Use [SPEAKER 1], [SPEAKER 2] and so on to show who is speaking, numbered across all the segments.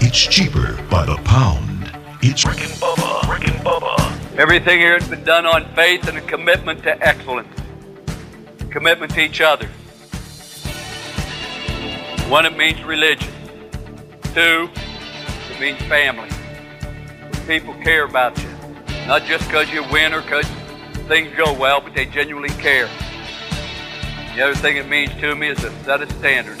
[SPEAKER 1] It's cheaper by the pound. It's Rick and Bubba. Rick and Bubba.
[SPEAKER 2] Everything here has been done on faith and a commitment to excellence, commitment to each other. One, it means religion. Two, it means family. People care about you, not just because you win or because things go well, but they genuinely care. The other thing it means to me is a set of standards.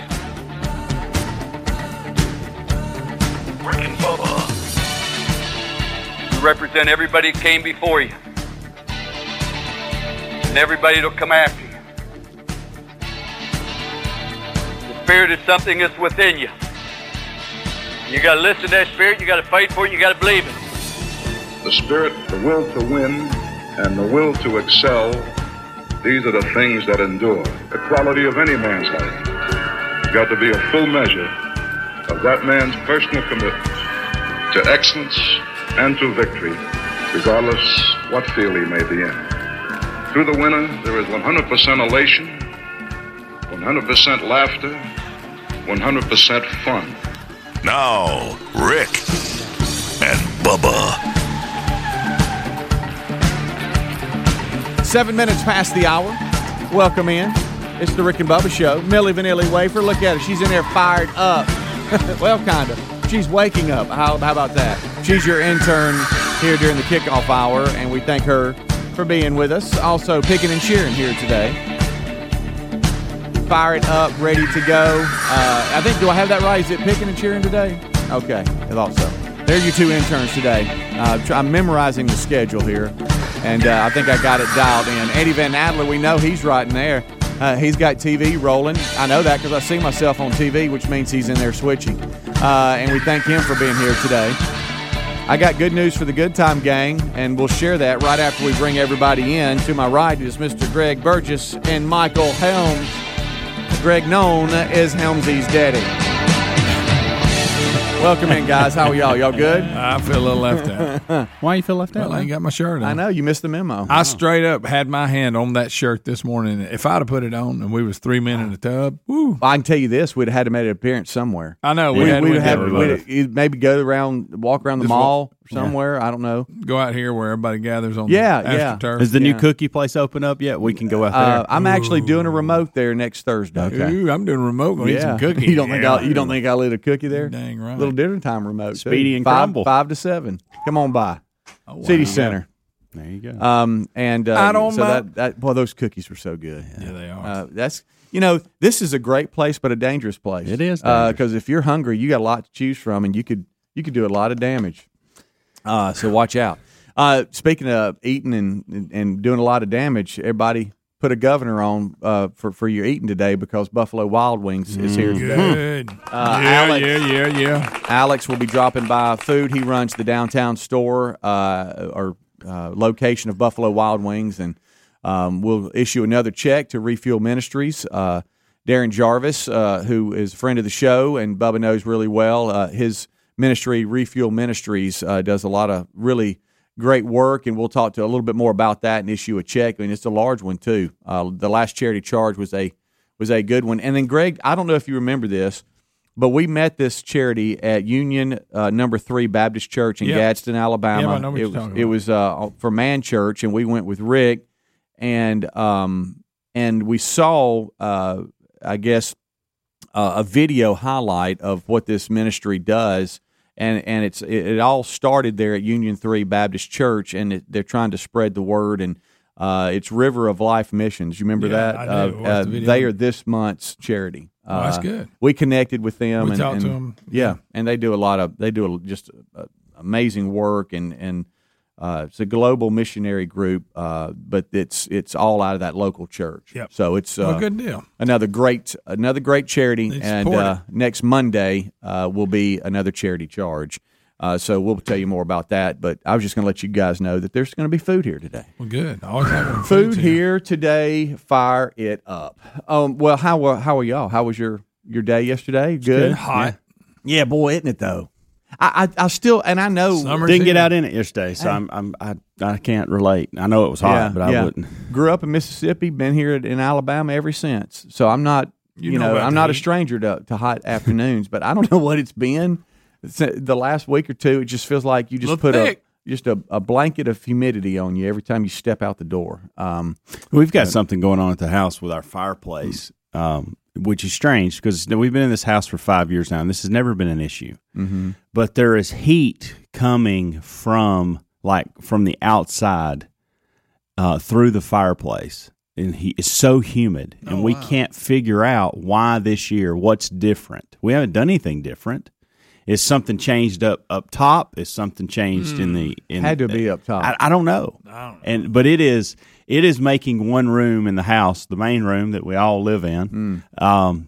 [SPEAKER 1] Rick and Bubba.
[SPEAKER 2] You represent everybody that came before you, and everybody that'll come after you. The spirit is something that's within you. You gotta listen to that spirit. You gotta fight for it. You gotta believe it.
[SPEAKER 3] the spirit, the will to win, and the will to excel, these are the things that endure. The quality of any man's life. has got to be a full measure of that man's personal commitment to excellence and to victory, regardless what field he may be in. Through the winner, there is 100% elation, 100% laughter, 100% fun.
[SPEAKER 1] Now, Rick and Bubba.
[SPEAKER 4] Seven minutes past the hour. Welcome in. It's the Rick and Bubba Show. Millie Vanilli Wafer. Look at her. She's in there fired up. well, kind of. She's waking up. How, how about that? She's your intern here during the kickoff hour, and we thank her for being with us. Also, picking and cheering here today. Fired up, ready to go. Uh, I think, do I have that right? Is it picking and cheering today? Okay, I thought so. There are your two interns today. Uh, tr- I'm memorizing the schedule here, and uh, I think I got it dialed in. Eddie Van Adler, we know he's right in there. Uh, he's got TV rolling. I know that because I see myself on TV, which means he's in there switching. Uh, and we thank him for being here today. I got good news for the Good Time Gang, and we'll share that right after we bring everybody in. To my right is Mr. Greg Burgess and Michael Helms. Greg known as Helmsy's daddy. Welcome in, guys. How are y'all? Y'all good?
[SPEAKER 5] I feel a little left out.
[SPEAKER 4] Why you feel left out?
[SPEAKER 5] I ain't got my shirt on.
[SPEAKER 4] I know you missed the memo.
[SPEAKER 5] I straight up had my hand on that shirt this morning. If I'd have put it on and we was three men in the tub, woo.
[SPEAKER 4] I can tell you this: we'd have had to made an appearance somewhere.
[SPEAKER 5] I know.
[SPEAKER 4] We,
[SPEAKER 5] had,
[SPEAKER 4] would
[SPEAKER 5] we
[SPEAKER 4] have
[SPEAKER 5] had-
[SPEAKER 4] we'd you'd maybe go around, walk around the
[SPEAKER 5] Just
[SPEAKER 4] mall somewhere. I don't know.
[SPEAKER 5] go out here where everybody gathers on
[SPEAKER 4] Yeah,
[SPEAKER 5] the
[SPEAKER 4] yeah.
[SPEAKER 5] astroturf.
[SPEAKER 6] Is the
[SPEAKER 4] Yeah.
[SPEAKER 6] new cookie place open up yet? We can go out there.
[SPEAKER 4] Uh, I'm actually doing a remote there next Thursday.
[SPEAKER 5] Ooh, I'm doing remote. Gonna eat some cookies.
[SPEAKER 4] You don't think
[SPEAKER 5] Yeah.
[SPEAKER 4] I'll, you don't think I'll eat a cookie there?
[SPEAKER 5] Dang right.
[SPEAKER 4] Little dinner time remote. too.
[SPEAKER 6] Speedy and
[SPEAKER 4] five,
[SPEAKER 6] crumble.
[SPEAKER 4] Five to seven. Come on by
[SPEAKER 5] Oh, wow.
[SPEAKER 4] City Center.
[SPEAKER 6] there you go.
[SPEAKER 4] Um, and uh,
[SPEAKER 5] I don't
[SPEAKER 4] so that,
[SPEAKER 5] mind.
[SPEAKER 4] that boy, those cookies were so good.
[SPEAKER 5] Yeah, they are.
[SPEAKER 4] Uh, that's you know this is a great place, but a dangerous place.
[SPEAKER 6] It is
[SPEAKER 4] because if you're hungry, you got a lot to choose from, and you could you could do a lot of damage. Uh, so watch out. Uh, speaking of eating and, and and doing a lot of damage, everybody put a governor on uh, for for your eating today because Buffalo Wild Wings is here today.
[SPEAKER 5] Mm,
[SPEAKER 4] Uh,
[SPEAKER 5] Good. yeah,
[SPEAKER 4] Alex-
[SPEAKER 5] yeah, yeah, yeah.
[SPEAKER 4] Alex will be dropping by food. He runs the downtown store uh, or uh, location of Buffalo Wild Wings, and um, we'll issue another check to Refuel Ministries. Uh, Darren Jarvis, uh, who is a friend of the show and Bubba knows really well, uh, his ministry, Refuel Ministries, uh, does a lot of really great work, and we'll talk to a little bit more about that and issue a check. I mean, it's a large one too. Uh, the last charity charge was a was a good one, and then Greg, I don't know if you remember this but we met this charity at Union uh, Number Three Baptist Church in
[SPEAKER 5] Yep.
[SPEAKER 4] Gadsden, Alabama.
[SPEAKER 5] Yeah, I know what
[SPEAKER 4] it
[SPEAKER 5] you're
[SPEAKER 4] was
[SPEAKER 5] talking
[SPEAKER 4] it was uh, for Man Church, and we went with Rick, and um and we saw uh, I guess uh, a video highlight of what this ministry does. And, and it's it, it all started there at Union Three Baptist Church, and it, they're trying to spread the word. And uh, it's River of Life Missions. You remember
[SPEAKER 5] Yeah,
[SPEAKER 4] that?
[SPEAKER 5] I do.
[SPEAKER 4] Uh,
[SPEAKER 5] I watched
[SPEAKER 4] uh,
[SPEAKER 5] the video.
[SPEAKER 4] they are this month's charity.
[SPEAKER 5] Oh, that's
[SPEAKER 4] Uh,
[SPEAKER 5] good.
[SPEAKER 4] we connected with them.
[SPEAKER 5] We
[SPEAKER 4] and,
[SPEAKER 5] talked to
[SPEAKER 4] and-
[SPEAKER 5] them.
[SPEAKER 4] Yeah, and they do a lot of they do a, just uh amazing work, and and uh, it's a global missionary group, uh, but it's it's all out of that local church.
[SPEAKER 5] Yep.
[SPEAKER 4] So it's uh,
[SPEAKER 5] well, good deal.
[SPEAKER 4] another great another great charity,
[SPEAKER 5] They
[SPEAKER 4] and
[SPEAKER 5] support
[SPEAKER 4] uh, next Monday uh, will be another charity charge. Uh, so we'll tell you more about that. But I was just going to let you guys know that there's going to be food here today.
[SPEAKER 5] Well, good. I always have one
[SPEAKER 4] Food here today. Fire it up. Um, well, how were how were y'all? How was your your day yesterday? Good.
[SPEAKER 5] Hot.
[SPEAKER 6] Yeah, boy, isn't it though?
[SPEAKER 4] I, I I still and I know
[SPEAKER 5] Summer's
[SPEAKER 6] Didn't get
[SPEAKER 5] here.
[SPEAKER 6] out in it yesterday, so I'm, I'm I I can't relate. I know it was hot, but I wouldn't.
[SPEAKER 4] Grew up in Mississippi, been here in Alabama ever since. So I'm not, you,
[SPEAKER 5] know
[SPEAKER 4] know,
[SPEAKER 5] about
[SPEAKER 4] I'm
[SPEAKER 5] the
[SPEAKER 4] not a
[SPEAKER 5] heat.
[SPEAKER 4] stranger to, to hot afternoons, but I don't know what it's been It's, uh, the last week or two. It just feels like you just
[SPEAKER 5] Look
[SPEAKER 4] put
[SPEAKER 5] thick.
[SPEAKER 4] a just a, a blanket of humidity on you every time you step out the door. Um,
[SPEAKER 6] We've got something going on at the house with our fireplace, um, which is strange because we've been in this house for five years now, and this has never been an issue.
[SPEAKER 5] Mm-hmm.
[SPEAKER 6] But there is heat coming from like from the outside uh, through the fireplace, and he is so humid, and we can't figure out why this year. What's different? We haven't done anything different. Is something changed up up top? Is something changed in the in
[SPEAKER 4] Had to be up top.
[SPEAKER 6] I, I don't know. And but it is it is making one room in the house, the main room that we all live in, um,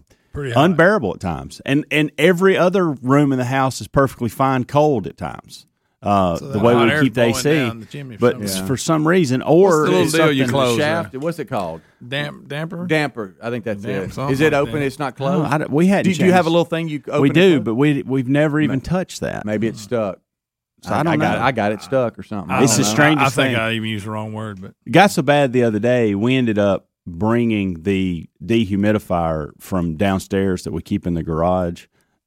[SPEAKER 5] Mm. Pretty hot.
[SPEAKER 6] unbearable at times. And and every other room in the house is perfectly fine cold at times. Uh,
[SPEAKER 5] So
[SPEAKER 6] the
[SPEAKER 5] that
[SPEAKER 6] way
[SPEAKER 5] hot
[SPEAKER 6] we
[SPEAKER 5] air's
[SPEAKER 6] keep the
[SPEAKER 5] blowing
[SPEAKER 6] AC,
[SPEAKER 5] down the chimney for
[SPEAKER 6] but
[SPEAKER 5] some reason.
[SPEAKER 6] for some reason, or
[SPEAKER 5] What's the little
[SPEAKER 6] it's
[SPEAKER 5] deal you
[SPEAKER 6] something-
[SPEAKER 5] close? uh,
[SPEAKER 4] shaft, what's it called?
[SPEAKER 5] Damp, damper.
[SPEAKER 4] Damper. I think that's
[SPEAKER 5] Damp-
[SPEAKER 4] it.
[SPEAKER 5] something
[SPEAKER 4] Is it
[SPEAKER 5] like
[SPEAKER 4] open?
[SPEAKER 5] that.
[SPEAKER 4] It's not
[SPEAKER 6] No,
[SPEAKER 4] closed.
[SPEAKER 6] Oh, I don't- we hadn't.
[SPEAKER 4] do, do you have a
[SPEAKER 6] changed.
[SPEAKER 4] little thing you open
[SPEAKER 6] We
[SPEAKER 4] and
[SPEAKER 6] do,
[SPEAKER 4] close?
[SPEAKER 6] but we we've never even touched that.
[SPEAKER 4] maybe it's stuck.
[SPEAKER 6] So I don't
[SPEAKER 4] got
[SPEAKER 6] know.
[SPEAKER 4] I got it stuck or something. I
[SPEAKER 5] I
[SPEAKER 6] It's
[SPEAKER 4] don't
[SPEAKER 5] don't
[SPEAKER 6] the
[SPEAKER 5] know.
[SPEAKER 4] know.
[SPEAKER 6] strangest
[SPEAKER 5] I, I think
[SPEAKER 6] thing.
[SPEAKER 5] I even used the wrong word, but
[SPEAKER 6] got so bad the other day, we ended up bringing the dehumidifier from downstairs that we keep in the garage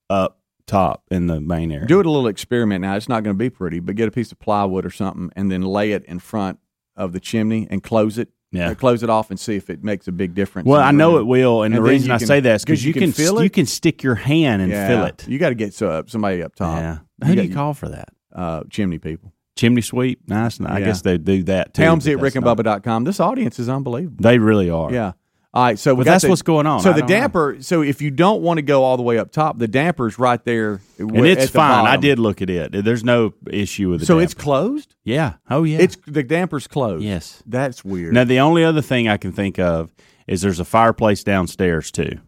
[SPEAKER 6] up top in the main area.
[SPEAKER 4] Do it a little experiment now. It's not going to be pretty, but get a piece of plywood or something and then lay it in front of the chimney and close it.
[SPEAKER 6] Yeah.
[SPEAKER 4] Uh, close it off and see if it makes a big difference.
[SPEAKER 6] Well, I know it will, and,
[SPEAKER 4] And
[SPEAKER 6] the
[SPEAKER 4] then
[SPEAKER 6] reason
[SPEAKER 4] you
[SPEAKER 6] I
[SPEAKER 4] can-
[SPEAKER 6] say that is because you, can
[SPEAKER 4] feel
[SPEAKER 6] s-
[SPEAKER 4] it?
[SPEAKER 6] You can stick your hand and feel it.
[SPEAKER 4] You got to get so, uh, somebody up top.
[SPEAKER 6] Yeah. Who do
[SPEAKER 4] got-
[SPEAKER 6] you call for that?
[SPEAKER 4] Uh, chimney people.
[SPEAKER 6] Chimney sweep. Nice. I
[SPEAKER 4] Yeah.
[SPEAKER 6] guess they do that too.
[SPEAKER 4] Helmsy at
[SPEAKER 6] but that's not-
[SPEAKER 4] rickandbubba.com. This audience is unbelievable.
[SPEAKER 6] They really are.
[SPEAKER 4] Yeah. All right. So we
[SPEAKER 6] But
[SPEAKER 4] got
[SPEAKER 6] that's
[SPEAKER 4] the-
[SPEAKER 6] what's going on.
[SPEAKER 4] So
[SPEAKER 6] I
[SPEAKER 4] the
[SPEAKER 6] don't know.
[SPEAKER 4] damper. So if you don't want to go all the way up top, the damper's right there.
[SPEAKER 6] And it's fine. I did look at it. There's no issue with it.
[SPEAKER 4] So it's closed.
[SPEAKER 6] yeah. Oh yeah.
[SPEAKER 4] It's the damper's closed.
[SPEAKER 6] Yes.
[SPEAKER 4] That's weird.
[SPEAKER 6] Now, the only other thing I can think of is there's a fireplace downstairs too,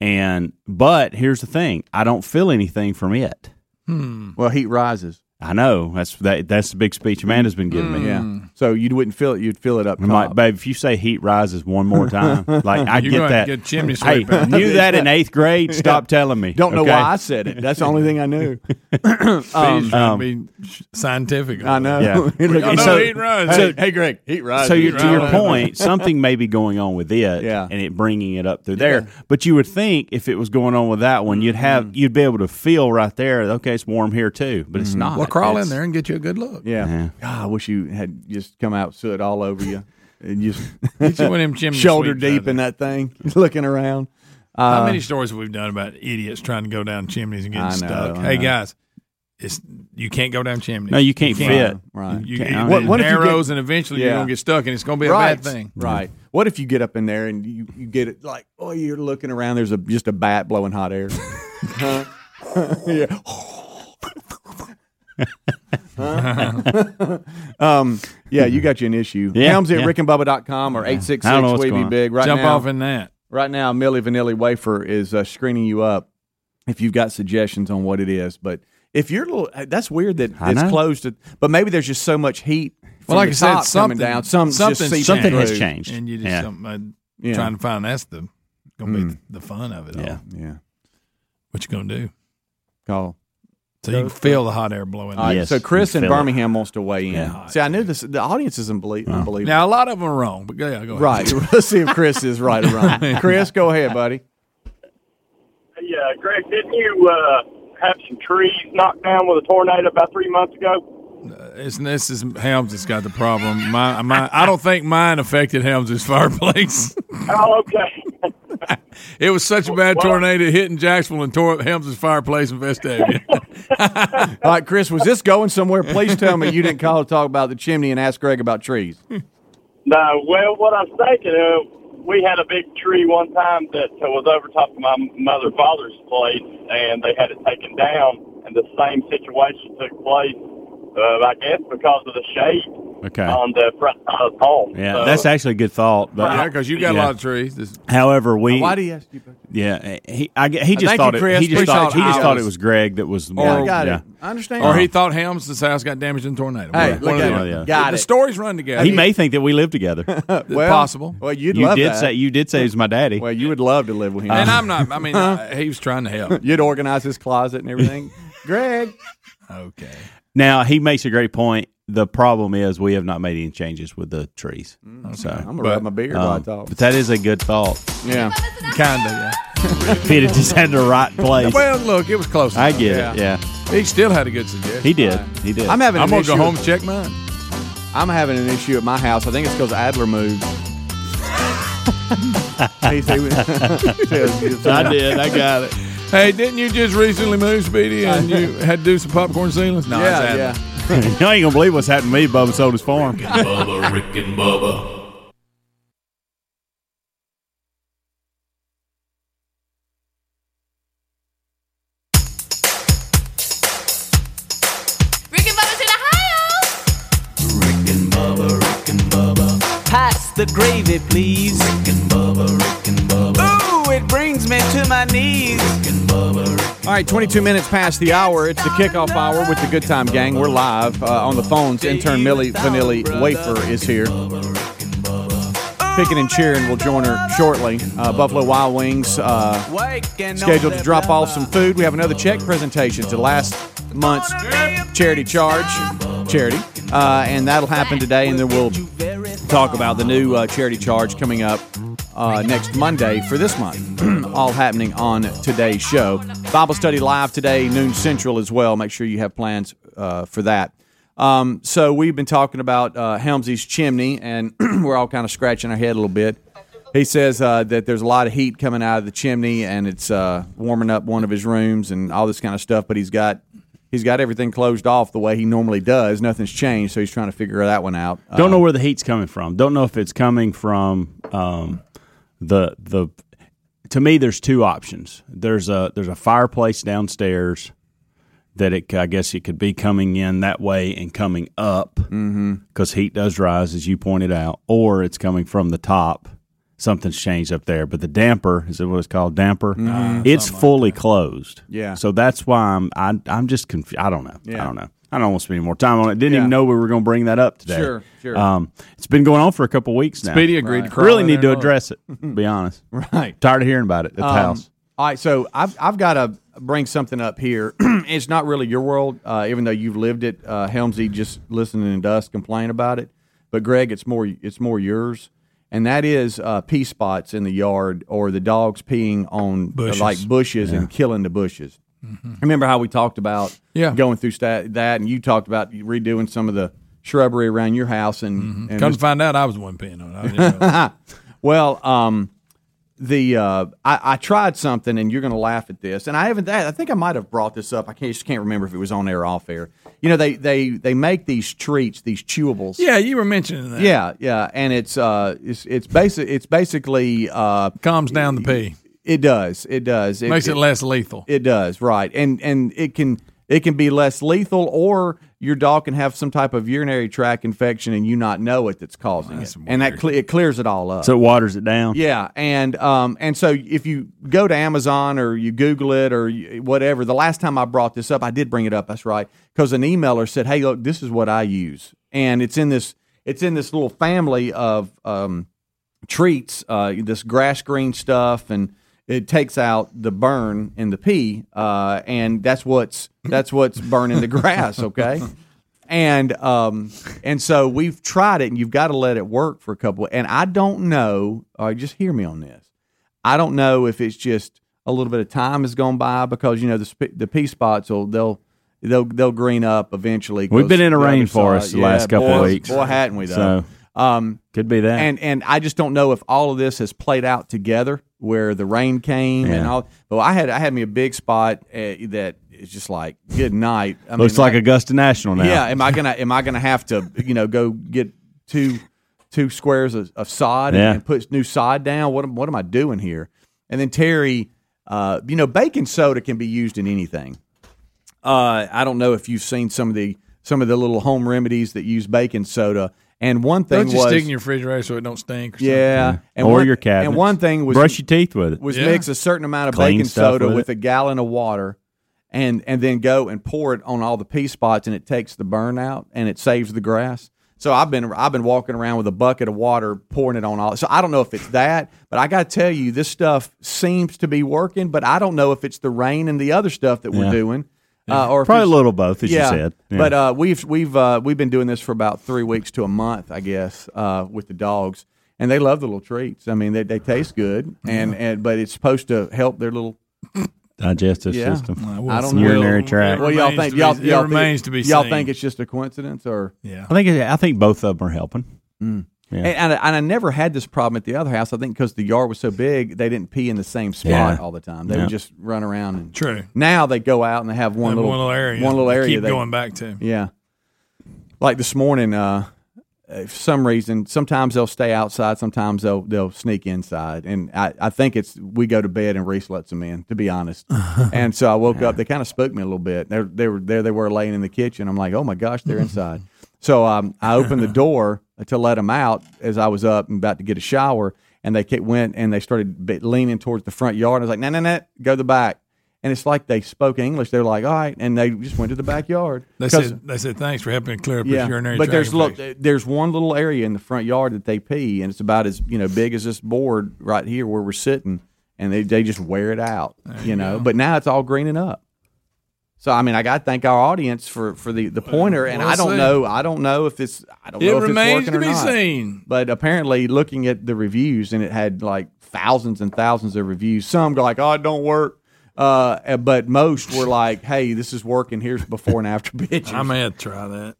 [SPEAKER 6] and but here's the thing: I don't feel anything from it.
[SPEAKER 5] Hmm.
[SPEAKER 4] well, heat rises.
[SPEAKER 6] I know that's that, that's the big speech Amanda's been giving me.
[SPEAKER 4] Yeah. So you wouldn't feel it. You'd feel it up
[SPEAKER 6] I'm like,
[SPEAKER 4] top.
[SPEAKER 6] babe, if you say heat rises one more time, like I
[SPEAKER 5] You're
[SPEAKER 6] get
[SPEAKER 5] gonna
[SPEAKER 6] that.
[SPEAKER 5] get chimney
[SPEAKER 6] hey,
[SPEAKER 5] sweeping.
[SPEAKER 6] knew that in eighth grade. Stop telling me.
[SPEAKER 4] Don't know
[SPEAKER 6] okay?
[SPEAKER 4] why I said it. That's the only thing I knew.
[SPEAKER 5] Steve's trying to
[SPEAKER 6] um,
[SPEAKER 5] be sh- scientific.
[SPEAKER 4] I know.
[SPEAKER 6] Yeah.
[SPEAKER 4] It looked-
[SPEAKER 5] I know
[SPEAKER 6] so-
[SPEAKER 5] he runs.
[SPEAKER 4] hey, hey, Greg, heat rises.
[SPEAKER 6] So you're, to your
[SPEAKER 5] Right.
[SPEAKER 6] point, something may be going on with it,
[SPEAKER 4] Yeah.
[SPEAKER 6] and it bringing it up through there. But you would think if it was going on with that one, you'd have
[SPEAKER 4] Mm-hmm.
[SPEAKER 6] you'd be able to feel right there. Okay, it's warm here too, but it's not.
[SPEAKER 5] Mm-hmm. well, crawl
[SPEAKER 6] It's-
[SPEAKER 5] in there and get you a good look.
[SPEAKER 4] Mm-hmm. yeah.
[SPEAKER 6] Yeah.
[SPEAKER 4] God, I wish you had just come out soot all over you and just
[SPEAKER 5] Get you one of them chimney
[SPEAKER 4] shoulder
[SPEAKER 5] sweeps out
[SPEAKER 4] deep
[SPEAKER 5] there.
[SPEAKER 4] in that thing, looking around.
[SPEAKER 6] uh,
[SPEAKER 4] Uh,
[SPEAKER 5] How many stories have we done about idiots trying to go down chimneys and getting
[SPEAKER 4] I know,
[SPEAKER 5] stuck?
[SPEAKER 4] I
[SPEAKER 5] hey
[SPEAKER 4] know.
[SPEAKER 5] guys, it's you can't go down chimneys.
[SPEAKER 6] No, you can't fit.
[SPEAKER 4] Right.
[SPEAKER 5] You,
[SPEAKER 6] Can't.
[SPEAKER 5] you,
[SPEAKER 6] What-
[SPEAKER 5] what,
[SPEAKER 4] what if you get-
[SPEAKER 5] arrows, and eventually
[SPEAKER 4] Yeah.
[SPEAKER 5] you're gonna get stuck, and it's gonna be a
[SPEAKER 4] right.
[SPEAKER 5] bad thing.
[SPEAKER 4] Right. What if you get up in there and you, you get it like, oh, you're looking around, there's a just a bat blowing hot air. Huh? yeah. Huh? um, yeah, you got you an issue.
[SPEAKER 6] Yeah,
[SPEAKER 4] Helms at
[SPEAKER 6] yeah.
[SPEAKER 4] rickandbubba.com or
[SPEAKER 6] I don't know
[SPEAKER 4] 866
[SPEAKER 6] what's
[SPEAKER 4] We
[SPEAKER 6] going
[SPEAKER 4] Be
[SPEAKER 6] on.
[SPEAKER 4] Big. Right
[SPEAKER 5] Jump
[SPEAKER 4] now,
[SPEAKER 5] off in that.
[SPEAKER 4] right now, Millie Vanilli Wafer is uh, screening you up if you've got suggestions on what it is. But if you're a little, uh, that's weird that
[SPEAKER 6] I
[SPEAKER 4] it's
[SPEAKER 6] know.
[SPEAKER 4] closed, to, but maybe there's just so much heat. from
[SPEAKER 5] Well, like
[SPEAKER 4] the
[SPEAKER 5] I said,
[SPEAKER 4] top
[SPEAKER 5] something
[SPEAKER 4] coming down. Some just seeping
[SPEAKER 6] Something has
[SPEAKER 4] through.
[SPEAKER 6] changed.
[SPEAKER 5] and you just
[SPEAKER 6] Yeah.
[SPEAKER 5] something, uh,
[SPEAKER 4] Yeah. Hmm.
[SPEAKER 5] trying to find that's the gonna be the fun of it.
[SPEAKER 6] Yeah.
[SPEAKER 5] all.
[SPEAKER 4] Yeah.
[SPEAKER 5] what you gonna do?
[SPEAKER 4] Call.
[SPEAKER 5] So you can feel the hot air blowing.
[SPEAKER 4] All right.
[SPEAKER 5] in.
[SPEAKER 6] Yes,
[SPEAKER 4] so Chris
[SPEAKER 6] you
[SPEAKER 4] in
[SPEAKER 6] feel it.
[SPEAKER 4] Birmingham wants to weigh in.
[SPEAKER 6] Yeah.
[SPEAKER 4] See, I knew this. The audience is unbelie- unbelievable.
[SPEAKER 5] Now a lot of them are wrong, but go, yeah, go ahead.
[SPEAKER 4] right. Let's see if Chris is right or wrong. Chris, go ahead, buddy.
[SPEAKER 7] Yeah, Greg, didn't you uh, have some trees knocked down with a tornado about three months ago?
[SPEAKER 5] It's, this is Helms that's got the problem. My, my, I don't think mine affected Helms' fireplace.
[SPEAKER 7] Oh, okay.
[SPEAKER 5] It was such a bad
[SPEAKER 7] Well-
[SPEAKER 5] tornado it hit in Jacksonville and tore up Helms' fireplace in Vestavia.
[SPEAKER 4] All right, Chris, was this going somewhere? Please tell me you didn't call to talk about the chimney and ask Greg about trees.
[SPEAKER 7] no, well, what I'm thinking of, we had a big tree one time that uh, was over top of my mother and father's place, and they had it taken down, and the same situation took place, uh, I guess, because of the shade.
[SPEAKER 6] Okay.
[SPEAKER 7] on the front side of the pond.
[SPEAKER 6] Yeah,
[SPEAKER 7] So,
[SPEAKER 6] that's actually a good thought. But
[SPEAKER 5] Uh, Yeah, because you got a lot of trees. This-
[SPEAKER 6] however, we
[SPEAKER 4] Why do you ask you?
[SPEAKER 6] yeah he I, get- he just
[SPEAKER 4] Thank
[SPEAKER 6] thought
[SPEAKER 4] you,
[SPEAKER 6] it
[SPEAKER 4] Chris.
[SPEAKER 6] he just
[SPEAKER 4] Appreciate
[SPEAKER 6] thought, he
[SPEAKER 4] it.
[SPEAKER 6] just thought it
[SPEAKER 4] Hours.
[SPEAKER 6] was Greg that was the
[SPEAKER 4] Yeah, I
[SPEAKER 6] one.
[SPEAKER 4] got
[SPEAKER 6] yeah.
[SPEAKER 4] it. I understand.
[SPEAKER 5] or he thought Helms' house got damaged in a tornado.
[SPEAKER 4] Hey,
[SPEAKER 5] One
[SPEAKER 4] look
[SPEAKER 5] or the
[SPEAKER 4] at
[SPEAKER 5] other.
[SPEAKER 4] it.
[SPEAKER 6] yeah.
[SPEAKER 4] Got
[SPEAKER 5] the
[SPEAKER 4] it.
[SPEAKER 5] stories run together.
[SPEAKER 6] He may think that we live together.
[SPEAKER 5] It's possible.
[SPEAKER 4] Well, you'd
[SPEAKER 6] you
[SPEAKER 4] love
[SPEAKER 6] did
[SPEAKER 4] that.
[SPEAKER 6] say you did say he's my daddy. Um,
[SPEAKER 4] well, you would love to live with him.
[SPEAKER 5] and I'm not. I mean, I, he was trying to help.
[SPEAKER 4] You'd organize his closet and everything. Greg,
[SPEAKER 5] Okay.
[SPEAKER 6] Now he makes a great point. The problem is we have not made any changes with the trees. So,
[SPEAKER 5] But,
[SPEAKER 4] I'm gonna Mm, rub my beard while I
[SPEAKER 6] um,
[SPEAKER 4] talk.
[SPEAKER 6] but that is a good thought.
[SPEAKER 4] Yeah,
[SPEAKER 5] Kinda. Yeah.
[SPEAKER 6] Fit it just had the right place.
[SPEAKER 5] Well, look, it was close.
[SPEAKER 6] I
[SPEAKER 5] enough.
[SPEAKER 6] get it.
[SPEAKER 4] Yeah.
[SPEAKER 6] Yeah,
[SPEAKER 5] He still had a good suggestion.
[SPEAKER 6] he did. He did.
[SPEAKER 4] I'm having.
[SPEAKER 5] I'm
[SPEAKER 4] An
[SPEAKER 5] gonna
[SPEAKER 4] issue
[SPEAKER 5] go home and
[SPEAKER 4] With,
[SPEAKER 5] check mine.
[SPEAKER 4] I'm having an issue at my house. I think it's because Adler moved. He said- he said-
[SPEAKER 6] did. I got it.
[SPEAKER 5] Hey, didn't you just recently move, Speedy, and you had to do some popcorn ceilings? No, it's
[SPEAKER 4] yeah,
[SPEAKER 5] Adler.
[SPEAKER 4] yeah.
[SPEAKER 6] you ain't gonna believe what's happened to me. Bubba sold his farm.
[SPEAKER 1] Bubba, Rick and Bubba.
[SPEAKER 8] Rick and Bubba's in Ohio.
[SPEAKER 9] Pass the gravy, please. Rick and Bubba, Rick and Bubba. Ooh, it brings me to my knees.
[SPEAKER 4] All right, 22 minutes past the hour. It's the kickoff hour with the Good Time Gang. We're live uh, on the phones. Intern Millie Vanilli Wafer is here. Picking and cheering will join her shortly. Uh, Buffalo Wild Wings uh,
[SPEAKER 9] Waking
[SPEAKER 4] scheduled
[SPEAKER 9] on
[SPEAKER 4] to
[SPEAKER 9] the
[SPEAKER 4] drop off some
[SPEAKER 9] blubber.
[SPEAKER 4] food. We have another check presentation to last month's charity charge charity, uh, and that'll happen today. And then we'll
[SPEAKER 9] You very
[SPEAKER 4] talk about the new uh, charity charge coming up uh, next Monday for this month. All happening on today's show. Bible study live today, noon central as well. Make sure you have plans uh, for that. Um, so we've been talking about uh, Helmsley's chimney, and we're all kind of scratching our head a little bit. He says uh, that there's a lot of heat coming out of the chimney, and it's uh, warming up one of his rooms and all this kind of stuff. But he's got he's got everything closed off the way he normally does. Nothing's changed, so he's trying to figure that one out. Uh,
[SPEAKER 6] Don't know where the heat's coming from. Don't know if it's coming from um, the the. To me, there's two options. There's a there's a fireplace downstairs that it I guess it could be coming in that way and coming up because heat does rise as you pointed out, or it's coming from the top. Something's changed up there, but the damper is it what it's called damper? it's fully closed.
[SPEAKER 4] Yeah.
[SPEAKER 6] so that's why I'm I, I'm just confused. I don't know.
[SPEAKER 4] Yeah.
[SPEAKER 6] I don't know. I don't want to spend any more time on it. Didn't
[SPEAKER 4] Yeah.
[SPEAKER 6] even know we were going to bring that up today.
[SPEAKER 4] Sure, sure.
[SPEAKER 6] Um, it's been going on for a couple weeks now.
[SPEAKER 5] Speedy agreed to crawl
[SPEAKER 6] really
[SPEAKER 5] in
[SPEAKER 6] need
[SPEAKER 5] there
[SPEAKER 6] to
[SPEAKER 5] and look.
[SPEAKER 6] address it. to Be honest.
[SPEAKER 4] Right.
[SPEAKER 6] Tired of hearing about it at the house.
[SPEAKER 4] Um, All right, so I've I've got to bring something up here. it's not really your world, uh, even though you've lived it. Uh, Helmsy just listening to us complain about it, but Greg, it's more it's more yours, and that is uh, pee spots in the yard or the dogs peeing on uh,
[SPEAKER 5] Bushes.
[SPEAKER 4] like bushes and killing the bushes. Remember how we talked about
[SPEAKER 5] Yeah.
[SPEAKER 4] going through sta that, and you talked about redoing some of the shrubbery around your house, and, and
[SPEAKER 5] Mm-hmm. Come to find out, I was the one paying on it. I didn't know.
[SPEAKER 4] well, um, the uh, I, I tried something, and you're going to laugh at this. And I haven't. I think I might have brought this up. I can't, just can't remember if it was on air or off air. You know, they they they make these treats, these chewables.
[SPEAKER 5] yeah, you were mentioning that.
[SPEAKER 4] yeah, yeah. And it's uh, it's it's basic. It's basically uh,
[SPEAKER 5] calms down the pee,
[SPEAKER 4] it does, it does, it,
[SPEAKER 5] makes it,
[SPEAKER 4] it-
[SPEAKER 5] less lethal.
[SPEAKER 4] It does, right. And and it can it can be less lethal or your dog can have some type of urinary tract infection and you not know it that's causing it. And that cle- it clears it all up.
[SPEAKER 6] So it waters it down.
[SPEAKER 4] Yeah, and um, and so if you go to Amazon or you Google it or you, whatever, the last time I brought this up, I did bring it up. That's right, because an emailer said, "Hey, look, this is what I use," and it's in this it's in this little family of um, treats, uh, this grass green stuff, and it takes out the burn in the pee, uh, and that's what's that's what's burning the grass. Okay. And um and so we've tried it, and you've got to let it work for a couple. And I don't know. All right, just hear me on this. I don't know if it's just a little bit of time has gone by because you know the sp- the pea spots will they'll they'll they'll green up eventually.
[SPEAKER 6] We've been in a
[SPEAKER 4] The other
[SPEAKER 6] rainforest
[SPEAKER 4] side-
[SPEAKER 6] the last couple
[SPEAKER 4] boy,
[SPEAKER 6] of weeks.
[SPEAKER 4] Boy, hadn't we though?
[SPEAKER 6] So-
[SPEAKER 4] um,
[SPEAKER 6] Could be that.
[SPEAKER 4] and and I just don't know if all of this has played out together where the rain came and
[SPEAKER 6] Yeah.
[SPEAKER 4] all. But I had I had me a big spot uh, that is just like good night. I
[SPEAKER 6] Looks
[SPEAKER 4] mean,
[SPEAKER 6] like
[SPEAKER 4] I-
[SPEAKER 6] Augusta National now.
[SPEAKER 4] yeah, am I gonna am I gonna have to you know go get two two squares of, of sod
[SPEAKER 6] Yeah.
[SPEAKER 4] and, and put new sod down? What am- what am I doing here? And then Terry, uh, you know, baking soda can be used in anything. Uh, I don't know if you've seen some of the some of the little home remedies that use baking soda. And one thing
[SPEAKER 5] Don't you
[SPEAKER 4] was
[SPEAKER 5] stick in your refrigerator so it don't stink? Or something?
[SPEAKER 4] yeah, and
[SPEAKER 6] or
[SPEAKER 4] one,
[SPEAKER 6] your cabinet.
[SPEAKER 4] And one thing was
[SPEAKER 6] brush your teeth with it.
[SPEAKER 4] was
[SPEAKER 5] Yeah.
[SPEAKER 4] mix a certain amount of
[SPEAKER 6] Clean
[SPEAKER 4] baking
[SPEAKER 6] stuff
[SPEAKER 4] soda
[SPEAKER 6] with
[SPEAKER 4] with,
[SPEAKER 6] it.
[SPEAKER 4] a gallon of water, and and then go and pour it on all the pea spots, and it takes the burn out, and it saves the grass. So I've been I've been walking around with a bucket of water, pouring it on all. So I don't know if it's that, but I got to tell you, this stuff seems to be working, but I don't know if it's the rain and the other stuff that we're
[SPEAKER 6] Yeah.
[SPEAKER 4] doing, uh, or if
[SPEAKER 6] Probably a
[SPEAKER 4] it's-
[SPEAKER 6] little both, as you said. Yeah.
[SPEAKER 4] but uh, we've we've uh, we've been doing this for about three weeks to a month, I guess, uh, with the dogs, and they love the little treats. I mean, they, they taste good, and, and but it's supposed to help their little.
[SPEAKER 6] digestive
[SPEAKER 4] yeah.
[SPEAKER 6] system.
[SPEAKER 5] Well,
[SPEAKER 4] I don't
[SPEAKER 5] it
[SPEAKER 4] know.
[SPEAKER 6] Urinary
[SPEAKER 5] will-
[SPEAKER 6] tract.
[SPEAKER 5] it
[SPEAKER 4] What do y'all
[SPEAKER 5] remains
[SPEAKER 4] think?
[SPEAKER 5] to be- it
[SPEAKER 4] Y'all, y'all
[SPEAKER 5] remains
[SPEAKER 4] think,
[SPEAKER 5] to be
[SPEAKER 4] Y'all
[SPEAKER 5] seen.
[SPEAKER 4] think it's just a coincidence, or
[SPEAKER 5] yeah.
[SPEAKER 6] I think I think both of them are helping.
[SPEAKER 4] Mm.
[SPEAKER 6] Yeah.
[SPEAKER 4] and, and, I, and I never had this problem at the other house. I think because the yard was so big, they didn't pee in the same spot
[SPEAKER 6] Yeah.
[SPEAKER 4] all the time. They
[SPEAKER 6] Yeah.
[SPEAKER 4] would just run around. And,
[SPEAKER 5] True.
[SPEAKER 4] Now they go out and they have one
[SPEAKER 5] That
[SPEAKER 4] little
[SPEAKER 5] area.
[SPEAKER 4] One little
[SPEAKER 5] I
[SPEAKER 4] area.
[SPEAKER 5] Keep
[SPEAKER 4] they,
[SPEAKER 5] going back to.
[SPEAKER 4] Yeah. Like this morning, uh, uh, for some reason, sometimes they'll stay outside, sometimes they'll they'll sneak inside, and I, I think it's we go to bed and Reese lets them in. To be honest, and so I woke up. They kind of spooked me a little bit. They they were there. They were laying in the kitchen. I'm like, oh my gosh, they're inside. so um, I opened the door to let them out as I was up and about to get a shower, and they ca- went and they started be- leaning towards the front yard. I was like, no no no, go to the back. And it's like they spoke English. They're like, all right, and they just went to the backyard.
[SPEAKER 5] They
[SPEAKER 4] 'Cause-
[SPEAKER 5] said they said thanks for helping to clear up his urinary
[SPEAKER 4] but there's
[SPEAKER 5] tract
[SPEAKER 4] look,
[SPEAKER 5] infection."
[SPEAKER 4] there's one little area in the front yard that they pee, and it's about as you know big as this board right here where we're sitting, and they they just wear it out, you, know. But now it's all greening up. So I mean, I got to thank our audience for for the the pointer, and
[SPEAKER 5] we'll
[SPEAKER 4] I don't
[SPEAKER 5] see.
[SPEAKER 4] know, I don't know if it's I don't know
[SPEAKER 5] It
[SPEAKER 4] if
[SPEAKER 5] remains
[SPEAKER 4] it's
[SPEAKER 5] to
[SPEAKER 4] working
[SPEAKER 5] be
[SPEAKER 4] or not.
[SPEAKER 5] seen.
[SPEAKER 4] But apparently, looking at the reviews, and it had like thousands and thousands of reviews. Some go like, "Oh, it don't work," uh, but most were like, "Hey, this is working. Here's before and after pictures."
[SPEAKER 5] I may have to try that.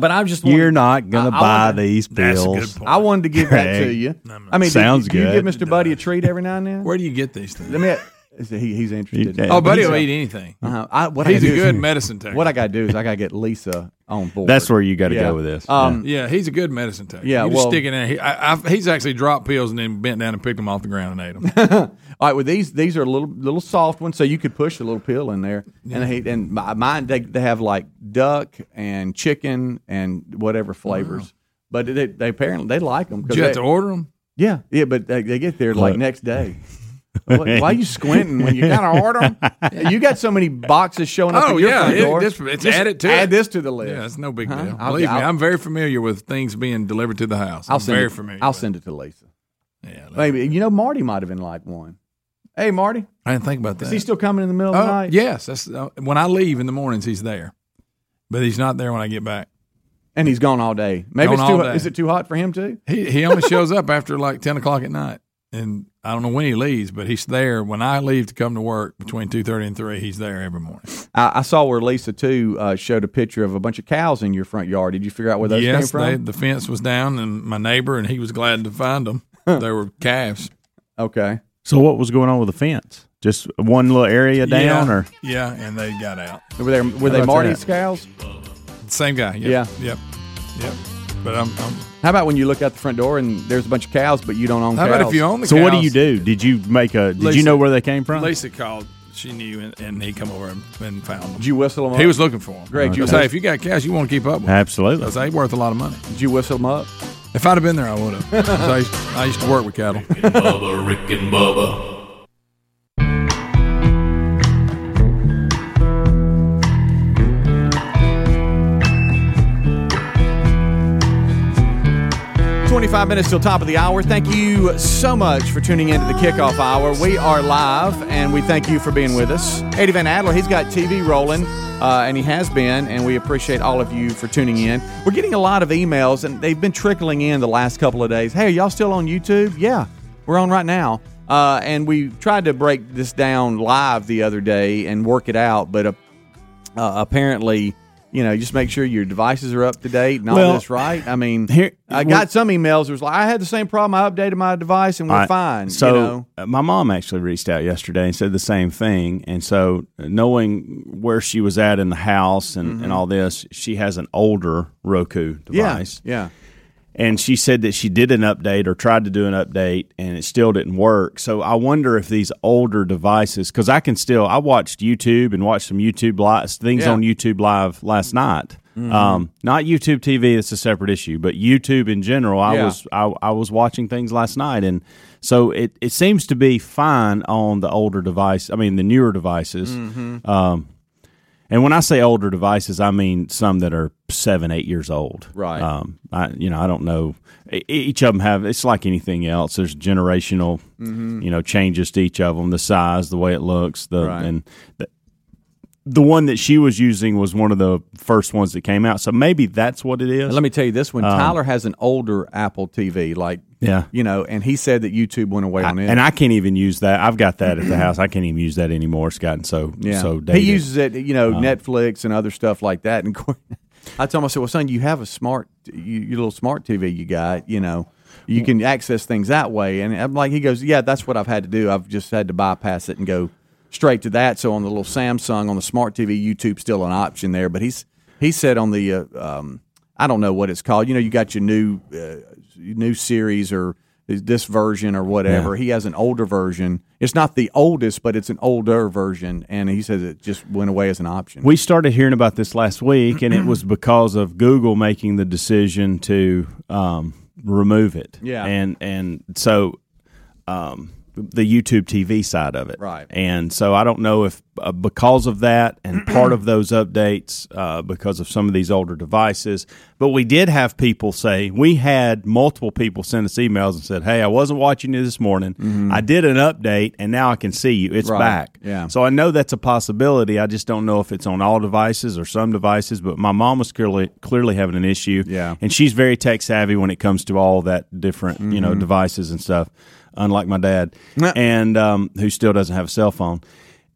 [SPEAKER 4] but I just
[SPEAKER 6] You're not gonna
[SPEAKER 4] I- I
[SPEAKER 6] buy
[SPEAKER 4] wonder-
[SPEAKER 6] these
[SPEAKER 5] That's a good
[SPEAKER 6] pills.
[SPEAKER 5] point.
[SPEAKER 4] I wanted to give that to
[SPEAKER 6] Craig.
[SPEAKER 4] you. I mean,
[SPEAKER 6] Sounds
[SPEAKER 4] do, you- do
[SPEAKER 6] good.
[SPEAKER 4] You give Mr. Buddy a treat every now and then.
[SPEAKER 5] Where do you get these things?
[SPEAKER 4] Let me. is he- he's interested.
[SPEAKER 6] He-
[SPEAKER 5] Oh, buddy
[SPEAKER 6] He's
[SPEAKER 5] will
[SPEAKER 6] a-
[SPEAKER 5] eat anything.
[SPEAKER 4] Uh-huh. I, what I
[SPEAKER 5] He's
[SPEAKER 4] gotta
[SPEAKER 5] a
[SPEAKER 4] do
[SPEAKER 5] good
[SPEAKER 4] is,
[SPEAKER 5] medicine tech.
[SPEAKER 4] What I got to do is I got to get Lisa on board.
[SPEAKER 6] That's where you got to
[SPEAKER 4] Yeah.
[SPEAKER 6] go with this.
[SPEAKER 4] Um,
[SPEAKER 5] yeah, he's a good medicine tech.
[SPEAKER 4] Yeah,
[SPEAKER 5] you just
[SPEAKER 4] well-
[SPEAKER 5] stick it in. He, I, I, he's actually dropped pills and then bent down and picked them off the ground and ate them.
[SPEAKER 4] All right, well these these are little little soft ones, so you could push a little pill in there. And he, and my, mine they, they have like duck and chicken and whatever flavors. But they, they apparently they like them.
[SPEAKER 5] Did you have to order them?
[SPEAKER 4] yeah, yeah, but they, they get there like
[SPEAKER 6] Look.
[SPEAKER 4] next day. What- Why are you squinting when you gotta order them? You got so many boxes showing up.
[SPEAKER 5] Oh,
[SPEAKER 4] at your
[SPEAKER 5] yeah,
[SPEAKER 4] front
[SPEAKER 5] it-
[SPEAKER 4] door.
[SPEAKER 5] this- it's
[SPEAKER 4] Just
[SPEAKER 5] added to
[SPEAKER 4] add
[SPEAKER 5] it.
[SPEAKER 4] this to the list.
[SPEAKER 5] Yeah, it's no big
[SPEAKER 4] Huh?
[SPEAKER 5] deal.
[SPEAKER 4] I'll-
[SPEAKER 5] Believe me,
[SPEAKER 4] I'll-
[SPEAKER 5] I'm very familiar with things being delivered to the house.
[SPEAKER 4] I'll
[SPEAKER 5] I'm
[SPEAKER 4] send
[SPEAKER 5] very
[SPEAKER 4] it,
[SPEAKER 5] familiar.
[SPEAKER 4] I'll
[SPEAKER 5] with
[SPEAKER 4] send it to Lisa.
[SPEAKER 5] it. Yeah, like-
[SPEAKER 4] Maybe you know Marty might have been like one. Hey Marty,
[SPEAKER 5] I didn't think about that.
[SPEAKER 4] is he still coming in the middle of the
[SPEAKER 5] Oh,
[SPEAKER 4] night?
[SPEAKER 5] yes. That's uh, when I leave in the mornings. He's there, but he's not there when I get back.
[SPEAKER 4] and he's gone all day. Maybe
[SPEAKER 5] Gone
[SPEAKER 4] it's too.
[SPEAKER 5] all day.
[SPEAKER 4] Is it too hot for him too?
[SPEAKER 5] He he only shows up after like ten o'clock at night, and I don't know when he leaves, but he's there when I leave to come to work between two thirty and three. He's there every morning.
[SPEAKER 4] I, I saw where Lisa too uh, showed a picture of a bunch of cows in your front yard. Did you figure out where those came
[SPEAKER 5] yes, they,
[SPEAKER 4] from?
[SPEAKER 5] the fence was down, and my neighbor and he was glad to find them. they were calves
[SPEAKER 4] okay,
[SPEAKER 6] so what was going on with the fence? Just one little area down,
[SPEAKER 5] yeah,
[SPEAKER 6] or
[SPEAKER 5] yeah, and they got out.
[SPEAKER 4] were they were they
[SPEAKER 6] about
[SPEAKER 4] Marty's
[SPEAKER 6] that?
[SPEAKER 4] cows?
[SPEAKER 5] Same guy. Yep, yeah. Yep. Yep. But I'm. I'm
[SPEAKER 4] How about when you look out the front door and there's a bunch of cows, but you don't own
[SPEAKER 5] how
[SPEAKER 4] cows?
[SPEAKER 5] about if you own the
[SPEAKER 6] so
[SPEAKER 5] cows?
[SPEAKER 6] what do you do? Did you make a? Did
[SPEAKER 5] Lisa-
[SPEAKER 6] you know where they came from?
[SPEAKER 5] Lisa called. She knew, and, and he come over and, and found them.
[SPEAKER 4] Did you whistle them up?
[SPEAKER 5] He was looking for them.
[SPEAKER 4] Greg, you-
[SPEAKER 5] You say if you got cash, you want to keep up with. 'em.
[SPEAKER 6] Absolutely.
[SPEAKER 5] Because they worth a lot of money.
[SPEAKER 4] Did you whistle them up?
[SPEAKER 5] If I'd have been there, I would have. 'Cause I, used, I used to work with cattle.
[SPEAKER 1] Bubba, Rick and Bubba.
[SPEAKER 4] Twenty-five minutes till top of the hour. Thank you so much for tuning in to the kickoff hour. We are live, and we thank you for being with us. Eddie Van Adler, he's got TV rolling, uh, and he has been, and we appreciate all of you for tuning in. We're getting a lot of emails, and they've been trickling in the last couple of days. Hey, are y'all still on YouTube? Yeah. We're on right now. Uh, and we tried to break this down live the other day and work it out, but uh, uh, apparently, you know, just make sure your devices are up to date and all
[SPEAKER 6] Well,
[SPEAKER 4] this, right? I mean,
[SPEAKER 6] here-
[SPEAKER 4] I got some emails. It was like, I had the same problem. I updated my device and we're
[SPEAKER 6] I-
[SPEAKER 4] fine.
[SPEAKER 6] So
[SPEAKER 4] you know?
[SPEAKER 6] uh, my mom actually reached out yesterday and said the same thing. And so uh, knowing where she was at in the house and, and all this, she has an older Roku
[SPEAKER 4] Mm-hmm. yeah,
[SPEAKER 6] device.
[SPEAKER 4] yeah.
[SPEAKER 6] And she said that she did an update or tried to do an update and it still didn't work. So I wonder if these older devices, because I can still, I watched YouTube and watched some YouTube lives, things
[SPEAKER 4] Yeah. Mm-hmm.
[SPEAKER 6] on YouTube Live last night. Um, not YouTube TV; that's a separate issue. But YouTube in general, I
[SPEAKER 4] Yeah.
[SPEAKER 6] was I, I was watching things last night, and so it, it seems to be fine on the older device. I mean, the newer devices.
[SPEAKER 4] Mm-hmm.
[SPEAKER 6] Um, and when I say older devices, I mean some that are seven, eight years old.
[SPEAKER 4] Right.
[SPEAKER 6] Um, I you know I don't know. E- Each of them have it's like anything else. There's generational,
[SPEAKER 4] Mm.
[SPEAKER 10] Mm-hmm.
[SPEAKER 6] you know, changes to each of them. The size, the way it looks, the
[SPEAKER 4] Right.
[SPEAKER 6] and the, the one that she was using was one of the first ones that came out. So maybe that's what it is.
[SPEAKER 4] And let me tell you this one. Tyler has an older Apple TV, like
[SPEAKER 6] Um, Yeah.
[SPEAKER 4] you know, and he said that YouTube went away
[SPEAKER 6] I-
[SPEAKER 4] on it.
[SPEAKER 6] and I can't even use that. I've got that at the house. I can't even use that anymore. It's gotten so
[SPEAKER 4] yeah,
[SPEAKER 6] so dated. Uh-huh.
[SPEAKER 4] he uses it, you know, Netflix and other stuff like that. And of course, I told him, I said, "Well, son, you have a smart, you, your little smart TV you got, you know." You can access things that way, and I'm like, he goes, yeah, that's what I've had to do. I've just had to bypass it and go straight to that. So on the little Samsung on the smart TV, YouTube's still an option there. But he's he said on the uh, um, I don't know what it's called. You know, you got your new uh, new series or this version or whatever. He has an older version. It's not the oldest, but it's an older version, and he says it just went away as an option.
[SPEAKER 6] We started hearing about this last week, and it was because of Google making the decision to um, remove it.
[SPEAKER 4] Yeah.
[SPEAKER 6] and and so um, the YouTube TV side of it,
[SPEAKER 4] Right.
[SPEAKER 6] And so I don't know if uh, because of that and part of those updates, uh, because of some of these older devices, but we did have people say we had multiple people send us emails and said, "Hey, I wasn't watching you this morning. I did an update, and now I can see you. It's
[SPEAKER 4] Mm-hmm. Right.
[SPEAKER 6] back."
[SPEAKER 4] Yeah.
[SPEAKER 6] So I know that's a possibility. I just don't know if it's on all devices or some devices. But my mom was clearly clearly having an issue.
[SPEAKER 4] Yeah.
[SPEAKER 6] and she's very tech savvy when it comes to all that different you know devices and stuff. Unlike my dad,
[SPEAKER 4] Mm-hmm. Yeah.
[SPEAKER 6] and um, who still doesn't have a cell phone.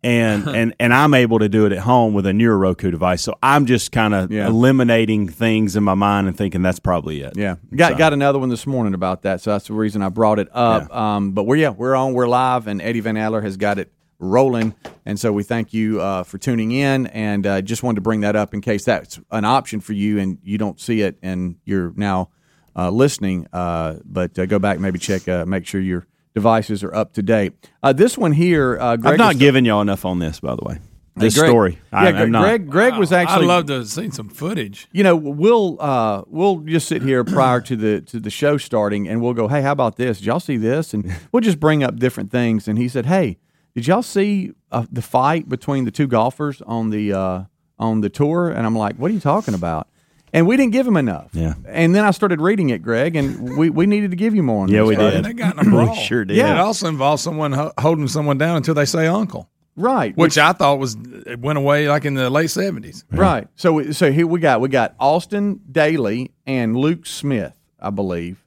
[SPEAKER 6] And, and and I'm able to do it at home with a newer Roku device, so I'm just kind of
[SPEAKER 4] Yeah.
[SPEAKER 6] eliminating things in my mind and thinking that's probably it.
[SPEAKER 4] Yeah, got
[SPEAKER 6] So-
[SPEAKER 4] got another one this morning about that, so that's the reason I brought it up. Um, but we're yeah, we're on, we're live, and Eddie Van Adler has got it rolling, and so we thank you uh, for tuning in, and uh, just wanted to bring that up in case that's an option for you and you don't see it, and you're now uh, listening. Uh, but uh, go back, maybe check, uh, make sure your devices are up to date. Uh, this one here, uh, Greg
[SPEAKER 6] I've not
[SPEAKER 4] was-
[SPEAKER 6] given y'all enough on this, by the way. This
[SPEAKER 4] Greg-
[SPEAKER 6] story, I,
[SPEAKER 4] yeah,
[SPEAKER 6] I'm not.
[SPEAKER 4] Greg. Greg was actually
[SPEAKER 5] I'd love to have seen some footage.
[SPEAKER 4] you know, we'll uh, we'll just sit here prior to the to the show starting, and we'll go, "Hey, how about this? Did y'all see this?" And we'll just bring up different things. And he said, "Hey, did y'all see uh, the fight between the two golfers on the uh, on the tour?" And I'm like, "What are you talking about?" And we didn't give him enough.
[SPEAKER 6] Yeah.
[SPEAKER 4] And then I started reading it, Greg, and we, we needed to give you more. On
[SPEAKER 6] Yeah,
[SPEAKER 4] this,
[SPEAKER 6] we
[SPEAKER 4] buddy.
[SPEAKER 6] did.
[SPEAKER 5] They got in a brawl.
[SPEAKER 6] sure did.
[SPEAKER 5] It also involves someone ho- holding someone down until they say uncle,
[SPEAKER 4] Right.
[SPEAKER 5] which I thought was it went away like in the late seventies.
[SPEAKER 4] Right. So so here we got we got Austin Daly and Luke Smith, I believe.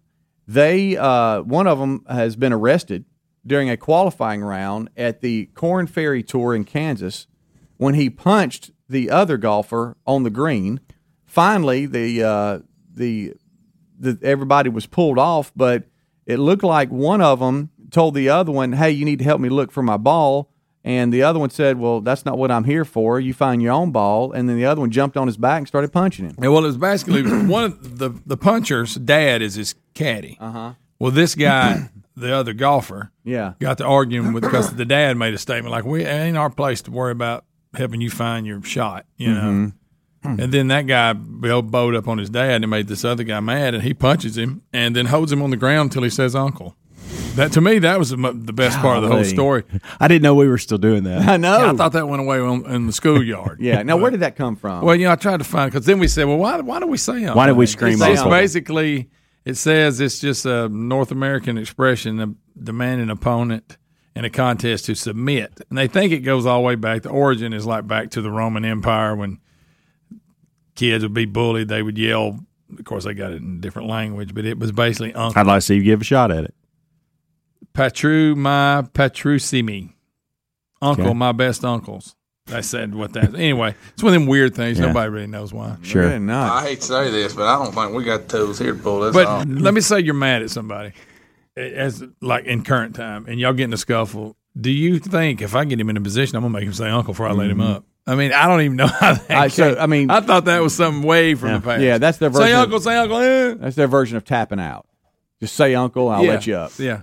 [SPEAKER 4] They uh, one of them has been arrested during a qualifying round at the Corn Ferry Tour in Kansas when he punched the other golfer on the green. Finally, the uh, the the everybody was pulled off, but it looked like one of them told the other one, "Hey, you need to help me look for my ball." And the other one said, "Well, that's not what I'm here for. You find your own ball." And then the other one jumped on his back and started punching him.
[SPEAKER 5] Yeah, well, it was basically one of the the puncher's dad is his caddy. Uh-huh. Well, this guy, the other golfer,
[SPEAKER 4] Yeah.
[SPEAKER 5] got to arguing with because the dad made a statement like, "We it ain't our place to worry about helping you find your shot," you know.
[SPEAKER 4] Mm-hmm.
[SPEAKER 5] And then that guy Bill bowed up on his dad and made this other guy mad, and he punches him and then holds him on the ground until he says "uncle." That to me, that was the, mo- the best part of the whole
[SPEAKER 4] Golly.
[SPEAKER 5] story.
[SPEAKER 6] I didn't know we were still doing that.
[SPEAKER 4] I know.
[SPEAKER 5] I thought that went away on, in the schoolyard.
[SPEAKER 4] yeah. Now, where did that come from?
[SPEAKER 5] Well, you know, I tried to find because then we said, well, why why do we say uncle?
[SPEAKER 6] Why did we
[SPEAKER 5] It's,
[SPEAKER 6] scream
[SPEAKER 4] uncle?
[SPEAKER 5] it's basically it says it's just a North American expression of demanding opponent in a contest to submit, and they think it goes all the way back. The origin is like back to the Roman Empire when kids would be bullied, they would yell. Of course, they got it in a different language, but it was basically uncle.
[SPEAKER 6] I'd like to see you give a shot at it.
[SPEAKER 5] Patru my patrusimi. Uncle,
[SPEAKER 6] Okay.
[SPEAKER 5] my best uncles. They said what that. Anyway, it's one of them weird things.
[SPEAKER 6] Yeah.
[SPEAKER 5] Nobody really knows why.
[SPEAKER 6] Sure.
[SPEAKER 4] Good night.
[SPEAKER 11] I hate to say this, but I don't think we got tools here to pull this
[SPEAKER 5] But
[SPEAKER 11] off.
[SPEAKER 5] let me say you're mad at somebody, as like in current time, and y'all get in a scuffle. Do you think if I get him in a position, I'm gonna make him say uncle before I let him up? I mean, I don't even know how that.
[SPEAKER 4] Mm-hmm. I- so,
[SPEAKER 5] came-
[SPEAKER 4] I mean-
[SPEAKER 5] I thought that was something way from the past.
[SPEAKER 4] yeah, that's their version.
[SPEAKER 5] say
[SPEAKER 4] of-
[SPEAKER 5] uncle, say uncle. eh.
[SPEAKER 4] that's their version of tapping out. Just say, "Uncle, I'll
[SPEAKER 5] yeah.
[SPEAKER 4] let you up."
[SPEAKER 5] Yeah,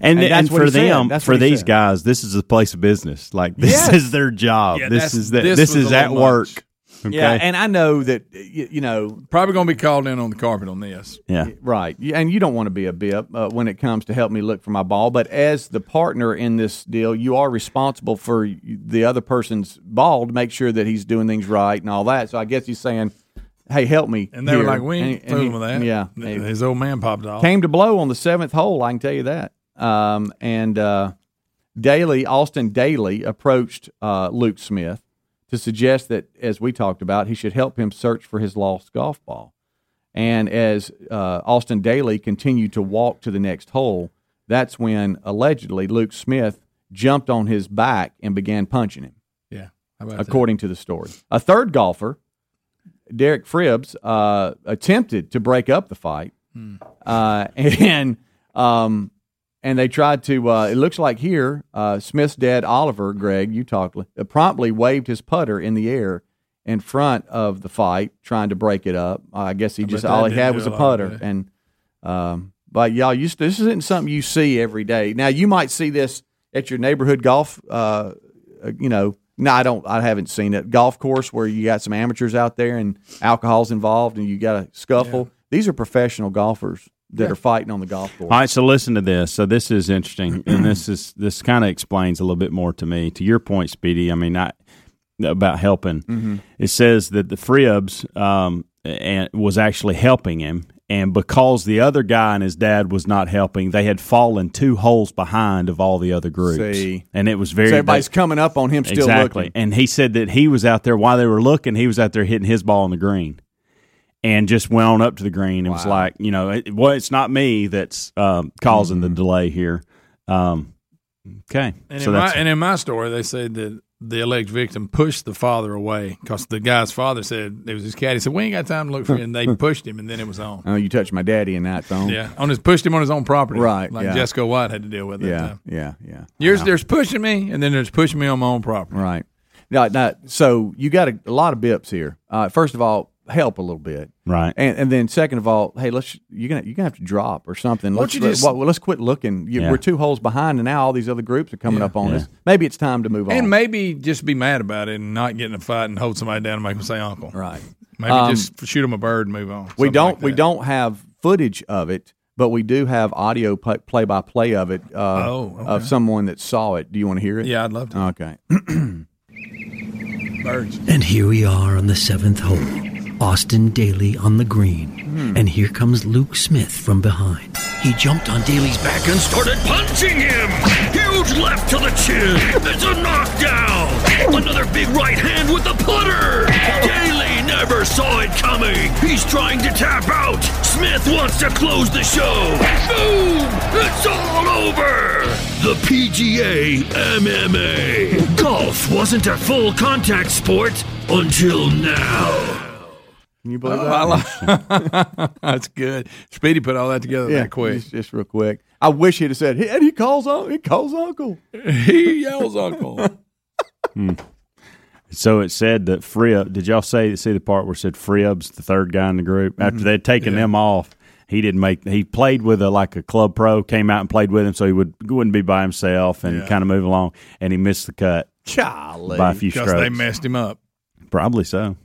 [SPEAKER 6] And,
[SPEAKER 4] And
[SPEAKER 6] and,
[SPEAKER 4] that's what
[SPEAKER 6] for
[SPEAKER 4] he said.
[SPEAKER 6] them,
[SPEAKER 4] That's
[SPEAKER 6] for
[SPEAKER 4] what he
[SPEAKER 6] these
[SPEAKER 4] said.
[SPEAKER 6] guys, this is a place of business. Like this
[SPEAKER 4] Yes.
[SPEAKER 6] is their job.
[SPEAKER 5] Yeah,
[SPEAKER 6] this
[SPEAKER 5] that's-
[SPEAKER 6] is the,
[SPEAKER 5] this
[SPEAKER 6] this,
[SPEAKER 5] was a
[SPEAKER 6] is at
[SPEAKER 5] little much.
[SPEAKER 6] work.
[SPEAKER 4] Yeah,
[SPEAKER 6] Okay.
[SPEAKER 4] and I know that you, you know
[SPEAKER 5] probably going to be called in on the carpet on this.
[SPEAKER 6] Yeah.
[SPEAKER 4] Right. You- And you don't want to be a bip uh, when it comes to help me look for my ball. But as the partner in this deal, you are responsible for y- the other person's ball to make sure that he's doing things right and all that. So I guess he's saying, hey, help me.
[SPEAKER 5] And they were
[SPEAKER 4] here."
[SPEAKER 5] like, we ain't
[SPEAKER 4] And- and
[SPEAKER 5] fooling
[SPEAKER 4] he-
[SPEAKER 5] with that.
[SPEAKER 4] Yeah.
[SPEAKER 5] Th- His old oh, man popped off.
[SPEAKER 4] Came to blow on the seventh hole, I can tell you that. Um, and uh, Daly, Austin Daly, approached uh, Luke Smith to suggest that, as we talked about, he should help him search for his lost golf ball. And as uh, Austin Daly continued to walk to the next hole, that's when allegedly Luke Smith jumped on his back and began punching him
[SPEAKER 5] Yeah. How about that?
[SPEAKER 4] according to the story. A third golfer, Derek Fribbs, uh, attempted to break up the fight,
[SPEAKER 5] Hmm.
[SPEAKER 4] uh, and um, and they tried to. Uh, it looks like here, uh, Smith's dad, Oliver Greg, you talked, uh, promptly waved his putter in the air in front of the fight, trying to break it up. I guess he
[SPEAKER 5] I bet
[SPEAKER 4] just
[SPEAKER 5] that
[SPEAKER 4] all he
[SPEAKER 5] didn't
[SPEAKER 4] had
[SPEAKER 5] do
[SPEAKER 4] was
[SPEAKER 5] a
[SPEAKER 4] a
[SPEAKER 5] lot,
[SPEAKER 4] putter,
[SPEAKER 5] did it?
[SPEAKER 4] and um, but y'all, you, this isn't something you see every day. Now you might see this at your neighborhood golf. Uh, uh, you know, no, I don't. I haven't seen it. Golf course where you got some amateurs out there and alcohol's involved, and you got a scuffle. These are professional golfers that are fighting on the golf course.
[SPEAKER 6] All right, so listen to this. So this is interesting, and this is this kind of explains a little bit more to me. To your point, Speedy, I mean, I about helping.
[SPEAKER 4] Mm-hmm.
[SPEAKER 6] It says that the Fribbs um, and was actually helping him, and because the other guy and his dad was not helping, they had fallen two holes behind of all the other groups,
[SPEAKER 4] See.
[SPEAKER 6] and it was
[SPEAKER 4] so
[SPEAKER 6] very
[SPEAKER 4] everybody's coming up on him still
[SPEAKER 6] exactly.
[SPEAKER 4] looking.
[SPEAKER 6] And he said that he was out there while they were looking. He was out there hitting his ball on the green, and just went on up to the green and was like, you know, it, well, it's not me that's um, causing
[SPEAKER 4] Mm-hmm.
[SPEAKER 6] the delay here. Um, okay,
[SPEAKER 5] And,
[SPEAKER 6] so
[SPEAKER 5] in my,
[SPEAKER 6] that's
[SPEAKER 5] and in my story, they said that the alleged victim pushed the father away because the guy's father said it was his caddy. Said we ain't got time to look for you, and they pushed him, and then it was on.
[SPEAKER 4] Oh, you touched my daddy in that phone.
[SPEAKER 5] Yeah, on his pushed him on his own property,
[SPEAKER 4] Right,
[SPEAKER 5] Like
[SPEAKER 4] yeah.
[SPEAKER 5] Jessica White had to deal with. That
[SPEAKER 4] yeah,
[SPEAKER 5] time.
[SPEAKER 4] yeah, yeah.
[SPEAKER 5] Yours, there's pushing me, and then there's pushing me on my own property.
[SPEAKER 4] Right. Now, now, so you got a, a lot of bips here. Uh, first of all, help a little bit.
[SPEAKER 6] right.
[SPEAKER 4] And, and then second of all, hey, let's you're gonna you're gonna have to drop or something.
[SPEAKER 5] Why
[SPEAKER 4] Let's
[SPEAKER 5] don't you just-
[SPEAKER 4] let, well, let's quit looking. You,
[SPEAKER 6] Yeah.
[SPEAKER 4] We're two holes behind, and now all these other groups are coming up on
[SPEAKER 6] Yeah.
[SPEAKER 4] us. Maybe it's time to move on.
[SPEAKER 5] And maybe just be mad about it and not get in a fight and hold somebody down and make them say uncle.
[SPEAKER 4] right.
[SPEAKER 5] Maybe
[SPEAKER 4] Um,
[SPEAKER 5] just shoot them a bird and move on.
[SPEAKER 4] We
[SPEAKER 5] Something
[SPEAKER 4] don't
[SPEAKER 5] like
[SPEAKER 4] we
[SPEAKER 5] that.
[SPEAKER 4] don't have footage of it, but we do have audio play by play of it uh,
[SPEAKER 5] Oh, okay.
[SPEAKER 4] of someone that saw it. Do you want to hear it?
[SPEAKER 5] Yeah, I'd love to.
[SPEAKER 4] Okay.
[SPEAKER 5] Birds.
[SPEAKER 12] And here we are on the seventh hole. Austin Daly on the green. And here comes Luke Smith from behind. He jumped on Daly's back and started punching him. Huge left to the chin. There's a knockdown. Another big right hand with the putter. Daly never saw it coming. He's trying to tap out. Smith wants to close the show. Boom! It's all over. The PGA MMA. Golf wasn't a full contact sport until now.
[SPEAKER 4] Can you believe that?
[SPEAKER 5] Oh, That's good. Speedy put all that together that quick.
[SPEAKER 4] Just, just real quick. I wish he'd have said, "Hey, and he calls on he calls uncle."
[SPEAKER 5] he yells uncle.
[SPEAKER 6] hmm. So it said that Fribb. Did y'all say see the part where it said Fribbs, the third guy in the group,
[SPEAKER 4] Mm-hmm.
[SPEAKER 6] after they'd taken them off, he didn't make. He played with a like a club pro, came out and played with him, so he would wouldn't be by himself and kind of move along. And he missed the cut
[SPEAKER 4] Golly.
[SPEAKER 6] by a few
[SPEAKER 5] Because they
[SPEAKER 6] strokes.
[SPEAKER 5] messed him up. Hmm.
[SPEAKER 6] Probably so.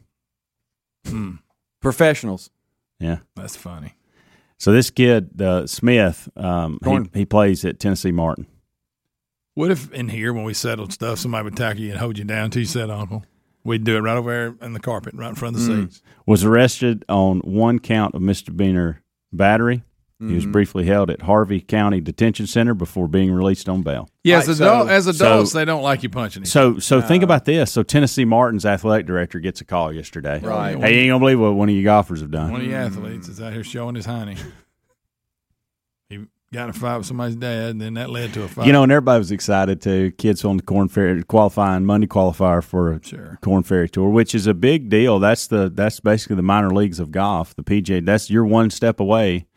[SPEAKER 4] Professionals.
[SPEAKER 6] Yeah.
[SPEAKER 5] That's funny.
[SPEAKER 6] So this kid uh, Smith, um,
[SPEAKER 4] Going-
[SPEAKER 6] he, he plays at Tennessee Martin.
[SPEAKER 5] What if in here when we settled stuff, somebody would tackle you and hold you down till you said uncle? We'd do it right over there in the carpet, right in front of the
[SPEAKER 6] Mm.
[SPEAKER 5] seats.
[SPEAKER 6] Was arrested on one count of misdemeanor battery. He
[SPEAKER 5] Mm-hmm.
[SPEAKER 6] was briefly held at Harvey County Detention Center before being released on bail.
[SPEAKER 5] Yeah, as,
[SPEAKER 4] Right,
[SPEAKER 5] adult,
[SPEAKER 4] so-
[SPEAKER 5] as adults,
[SPEAKER 6] so-
[SPEAKER 5] they don't like you punching. each Uh,
[SPEAKER 6] So, so think about this. So Tennessee Martin's athletic director gets a call yesterday.
[SPEAKER 4] Right.
[SPEAKER 6] Hey, you ain't gonna believe what one of you golfers have
[SPEAKER 5] One of
[SPEAKER 6] done.
[SPEAKER 5] the athletes is out here showing his hiney. he got in a fight with somebody's dad, and then that led to a fight.
[SPEAKER 6] You know, and everybody was excited to kids on the corn ferry qualifying Monday qualifier for a
[SPEAKER 5] Sure.
[SPEAKER 6] corn ferry tour, which is a big deal. That's the that's basically the minor leagues of golf. The PJ. That's you're one step away.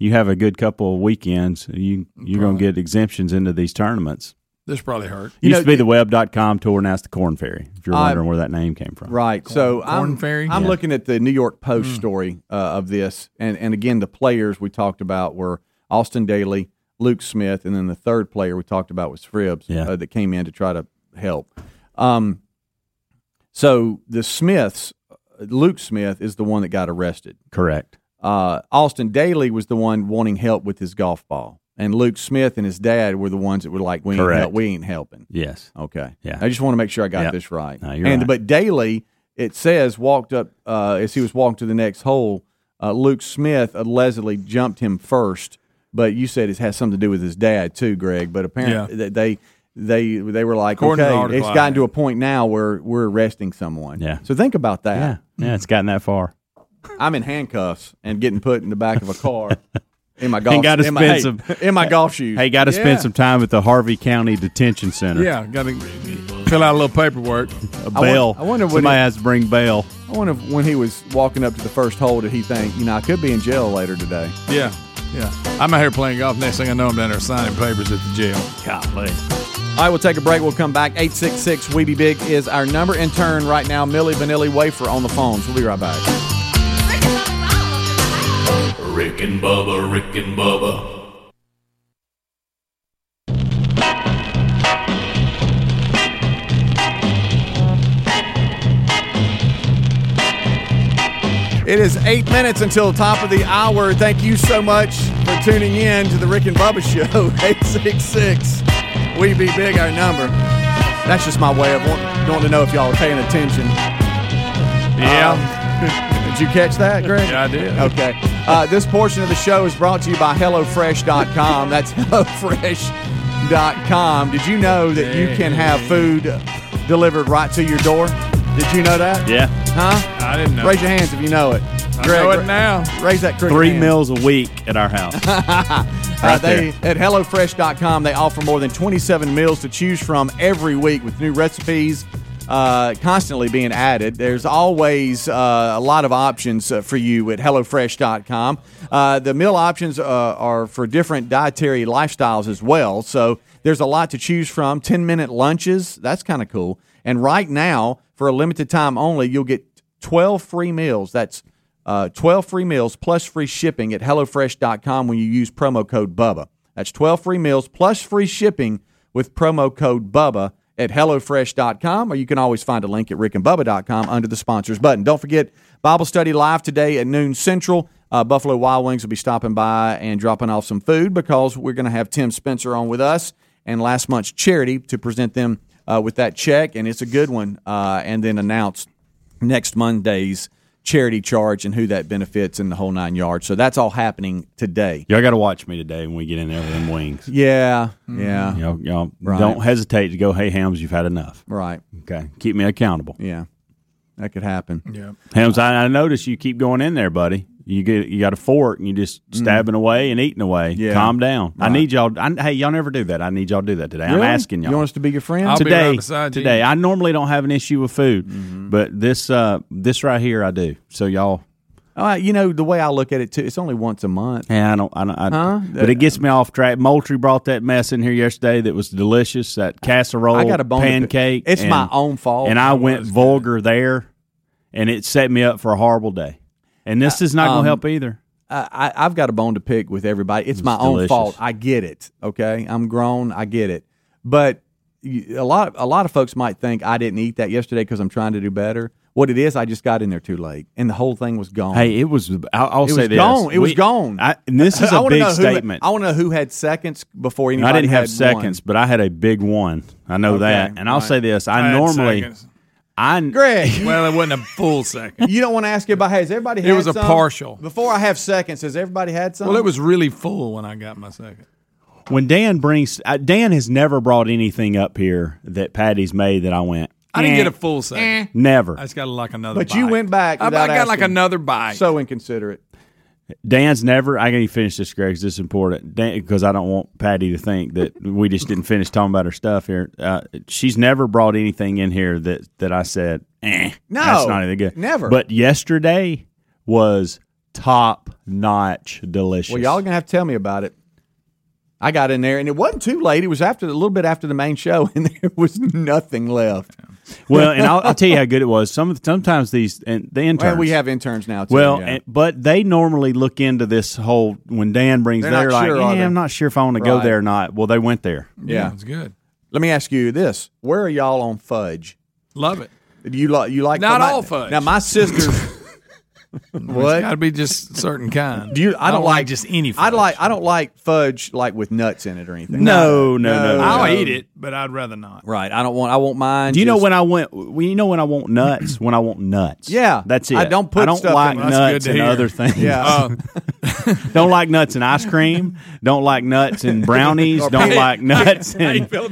[SPEAKER 6] You have a good couple of weekends. You you're gonna get exemptions into these tournaments.
[SPEAKER 5] this probably hurt.
[SPEAKER 4] You
[SPEAKER 6] Used
[SPEAKER 4] know,
[SPEAKER 6] to be the web.com tour, now it's the corn ferry. If you're
[SPEAKER 4] I-
[SPEAKER 6] wondering where that name came from,
[SPEAKER 4] Right. so
[SPEAKER 5] corn
[SPEAKER 4] I'm,
[SPEAKER 5] fairy? Hmm.
[SPEAKER 4] I'm
[SPEAKER 5] Yeah.
[SPEAKER 4] looking at the New York Post story uh, of this, and and again the players we talked about were Austin Daly, Luke Smith, and then the third player we talked about was Fribbs
[SPEAKER 6] Yeah.
[SPEAKER 4] uh, that came in to try to help. Um, so the Smiths Luke Smith is the one that got arrested.
[SPEAKER 6] Correct.
[SPEAKER 4] Uh, Austin Daly was the one wanting help with his golf ball, and Luke Smith and his dad were the ones that were like, "We ain't,
[SPEAKER 6] Correct.
[SPEAKER 4] help, we ain't helping."
[SPEAKER 6] Yes.
[SPEAKER 4] Okay.
[SPEAKER 6] Yeah.
[SPEAKER 4] I just want to make sure I got
[SPEAKER 6] Yeah.
[SPEAKER 4] this right.
[SPEAKER 6] No, you're
[SPEAKER 4] and
[SPEAKER 6] right.
[SPEAKER 4] but Daly, it says, walked up uh, as he was walking to the next hole. Uh, Luke Smith allegedly jumped him first, but you said it has something to do with his dad too, Greg. But apparently th- they they they were like,
[SPEAKER 6] According to the
[SPEAKER 4] okay,
[SPEAKER 6] article,
[SPEAKER 4] it's
[SPEAKER 6] I
[SPEAKER 4] gotten to a point now where we're arresting someone.
[SPEAKER 6] Yeah.
[SPEAKER 4] So think about that.
[SPEAKER 6] Yeah, it's gotten that far.
[SPEAKER 4] I'm in handcuffs and getting put in the back of a car in my golf
[SPEAKER 6] and got to spend
[SPEAKER 4] in my, hey,
[SPEAKER 6] some
[SPEAKER 4] in my golf shoes.
[SPEAKER 6] Hey, got to
[SPEAKER 4] Yeah.
[SPEAKER 6] spend some time at the Harvey County Detention Center.
[SPEAKER 5] Yeah, got to fill out a little paperwork.
[SPEAKER 6] A bail.
[SPEAKER 4] I wonder what
[SPEAKER 6] somebody
[SPEAKER 4] it-
[SPEAKER 6] has to bring bail.
[SPEAKER 4] I wonder if when he was walking up to the first hole, did he think, you know, I could be in jail later today?
[SPEAKER 5] Yeah, yeah. I'm out here playing golf. Next thing I know, I'm down there signing papers at the jail.
[SPEAKER 6] Golly.
[SPEAKER 4] All right, we'll take a break. We'll come back. 866 We Be Big is our number. In turn, right now, Millie Vanilli Wafer on the phones. We'll be right back.
[SPEAKER 13] Rick and Bubba, Rick and Bubba.
[SPEAKER 4] It is eight minutes until top of the hour. Thank you so much for tuning in to the Rick and Bubba Show. 866 We Be Big, our number. That's just my way of want- wanting to know if y'all are paying attention.
[SPEAKER 5] Yeah.
[SPEAKER 4] Um, did you catch that, Greg?
[SPEAKER 5] Yeah, I did.
[SPEAKER 4] Okay. Uh, this portion of the show is brought to you by HelloFresh.com. That's HelloFresh.com. Did you know that you can have food delivered right to your door? Did you know that?
[SPEAKER 6] Yeah.
[SPEAKER 4] Huh?
[SPEAKER 5] I didn't know.
[SPEAKER 4] Raise your hands if you know it.
[SPEAKER 5] I know it now.
[SPEAKER 4] Raise that cricket
[SPEAKER 6] Three
[SPEAKER 4] hand.
[SPEAKER 6] meals a week at our house.
[SPEAKER 4] Uh, they, at HelloFresh.com, they offer more than 27 meals to choose from every week with new recipes uh, constantly being added. There's always uh, a lot of options uh, for you at HelloFresh.com. Uh, the meal options uh, are for different dietary lifestyles as well. So there's a lot to choose from. 10 minute lunches, that's kind of cool. And right now, for a limited time only, you'll get 12 free meals. That's uh, 12 free meals plus free shipping at HelloFresh.com when you use promo code Bubba. That's 12 free meals plus free shipping with promo code Bubba at HelloFresh.com, or you can always find a link at RickandBubba.com under the sponsors button. Don't forget, Bible study live today at noon central. Uh, Buffalo Wild Wings will be stopping by and dropping off some food because we're going to have Tim Spencer on with us and last month's charity to present them uh, with that check, and it's a good one, uh, and then announce next Monday's charity charge and who that benefits and the whole nine yards. So that's all happening today.
[SPEAKER 6] Y'all got to watch me today when we get in there with them wings.
[SPEAKER 4] Yeah, yeah.
[SPEAKER 6] Mm. Y'all, y'all
[SPEAKER 4] Right.
[SPEAKER 6] don't hesitate to go, hey, Hams, you've had enough.
[SPEAKER 4] Right.
[SPEAKER 6] Okay. Keep me accountable.
[SPEAKER 4] Yeah. That could happen.
[SPEAKER 5] Yeah.
[SPEAKER 6] Hams, I, I notice you keep going in there, buddy. You get you got a fork and you just stabbing away and eating away.
[SPEAKER 4] Mm. Yeah.
[SPEAKER 6] Calm down. I
[SPEAKER 4] Right.
[SPEAKER 6] need y'all. I, hey, y'all never do that. I need y'all to do that today. I'm
[SPEAKER 4] Really?
[SPEAKER 6] asking y'all.
[SPEAKER 4] You want us to be your friend?
[SPEAKER 6] today, today. I normally don't have an issue with food, but this uh, this right here I do. So y'all,
[SPEAKER 4] All right, Uh, you know the way I look at it too. It's only once a month.
[SPEAKER 6] yeah, I don't, I don't, I,
[SPEAKER 4] Huh?
[SPEAKER 6] but it gets me off track. Moultrie brought that mess in here yesterday that was delicious. That casserole,
[SPEAKER 4] I got a bone to pick.
[SPEAKER 6] pancake.
[SPEAKER 4] It's
[SPEAKER 6] and-
[SPEAKER 4] my own fault.
[SPEAKER 6] and I went vulgar there, and it set me up for a horrible day. And this is not going
[SPEAKER 4] Um,
[SPEAKER 6] to help either.
[SPEAKER 4] I, I- I've got a bone to pick with everybody. It's my
[SPEAKER 6] It's
[SPEAKER 4] own
[SPEAKER 6] delicious.
[SPEAKER 4] fault. I get it. Okay, I'm grown. I get it. But you, a lot, a lot of folks might think I didn't eat that yesterday because I'm trying to do better. What it is, I just got in there too late, and the whole thing was gone.
[SPEAKER 6] Hey, it was. I'll, I'll
[SPEAKER 4] it
[SPEAKER 6] say
[SPEAKER 4] was
[SPEAKER 6] this.
[SPEAKER 4] gone. It was
[SPEAKER 6] We-
[SPEAKER 4] gone.
[SPEAKER 6] I, and this is
[SPEAKER 4] I
[SPEAKER 6] a
[SPEAKER 4] wanna
[SPEAKER 6] big
[SPEAKER 4] know who-
[SPEAKER 6] statement.
[SPEAKER 4] I want to know who had seconds before
[SPEAKER 6] And
[SPEAKER 4] anybody.
[SPEAKER 6] I didn't have
[SPEAKER 4] had
[SPEAKER 6] seconds, but I had a big one. I know
[SPEAKER 4] Okay,
[SPEAKER 6] that. And I'll
[SPEAKER 4] right.
[SPEAKER 6] say this: I,
[SPEAKER 5] I had
[SPEAKER 6] normally,
[SPEAKER 5] seconds.
[SPEAKER 6] I
[SPEAKER 4] Greg.
[SPEAKER 5] Well, it wasn't a full second.
[SPEAKER 4] One. You don't want to ask about. Hey, has everybody?
[SPEAKER 5] It
[SPEAKER 4] had
[SPEAKER 5] was a
[SPEAKER 4] some?
[SPEAKER 5] partial.
[SPEAKER 4] Before I have seconds, has everybody had some?
[SPEAKER 5] Well, it was really full when I got my second.
[SPEAKER 6] when Dan brings uh, Dan has never brought anything up here that Patty's made that I went.
[SPEAKER 5] I didn't
[SPEAKER 6] "Eh."
[SPEAKER 5] get a full second.
[SPEAKER 6] Never.
[SPEAKER 5] I just got like another.
[SPEAKER 4] But you
[SPEAKER 5] bite.
[SPEAKER 4] went back
[SPEAKER 5] I, I
[SPEAKER 4] without
[SPEAKER 5] got like
[SPEAKER 4] asking.
[SPEAKER 5] another bite.
[SPEAKER 4] so inconsiderate.
[SPEAKER 6] Dan's never. I gotta finish this, Greg. 'cause This is important because I don't want Patty to think that we just didn't finish talking about her stuff here. Uh, she's never brought anything in here that that I said. Eh,
[SPEAKER 4] No,
[SPEAKER 6] that's not anything good.
[SPEAKER 4] never.
[SPEAKER 6] But yesterday was top notch delicious.
[SPEAKER 4] Well, y'all gonna have to tell me about it. I got in there, and it wasn't too late. It was after a little bit after the main show, and there was nothing left.
[SPEAKER 6] Well, and I'll, I'll tell you how good it was. Some of- sometimes these and the interns.
[SPEAKER 4] Well, we have interns now. Too,
[SPEAKER 6] Well,
[SPEAKER 4] yeah.
[SPEAKER 6] and, but they normally look into this whole when Dan brings.
[SPEAKER 4] They're
[SPEAKER 6] They're,
[SPEAKER 4] not
[SPEAKER 6] like,
[SPEAKER 4] sure, are
[SPEAKER 6] yeah,
[SPEAKER 4] they?"
[SPEAKER 6] I'm not sure if I want to go
[SPEAKER 4] Right.
[SPEAKER 6] there or not. Well, they went there.
[SPEAKER 4] yeah.
[SPEAKER 5] it's good.
[SPEAKER 4] Let me ask you this: Where are y'all on fudge?
[SPEAKER 5] Love it.
[SPEAKER 4] Do you like you like
[SPEAKER 5] Not
[SPEAKER 4] my-
[SPEAKER 5] all fudge.
[SPEAKER 4] Now my sister's
[SPEAKER 5] It's
[SPEAKER 4] what?
[SPEAKER 5] got to be just certain kind.
[SPEAKER 4] Do you? I don't,
[SPEAKER 5] like, just any.
[SPEAKER 4] I like. I don't like fudge like with nuts in it or anything.
[SPEAKER 6] No, no, no, no.
[SPEAKER 5] I'll
[SPEAKER 6] no.
[SPEAKER 5] eat it, but I'd rather not.
[SPEAKER 4] Right. I don't want. I want mine.
[SPEAKER 6] Do you know
[SPEAKER 4] just-
[SPEAKER 6] when I went? When you know when I want nuts? When I want nuts?
[SPEAKER 4] Yeah.
[SPEAKER 6] that's it.
[SPEAKER 4] I don't put
[SPEAKER 6] I don't
[SPEAKER 4] stuff in
[SPEAKER 6] like
[SPEAKER 4] them. That's good
[SPEAKER 6] nuts
[SPEAKER 4] to
[SPEAKER 6] and
[SPEAKER 4] hear.
[SPEAKER 6] other things.
[SPEAKER 4] Yeah. Oh.
[SPEAKER 6] don't like nuts and ice cream. Don't like nuts and brownies.
[SPEAKER 4] Or
[SPEAKER 6] don't
[SPEAKER 4] peanut-
[SPEAKER 6] like nuts
[SPEAKER 4] How you
[SPEAKER 6] and
[SPEAKER 4] feel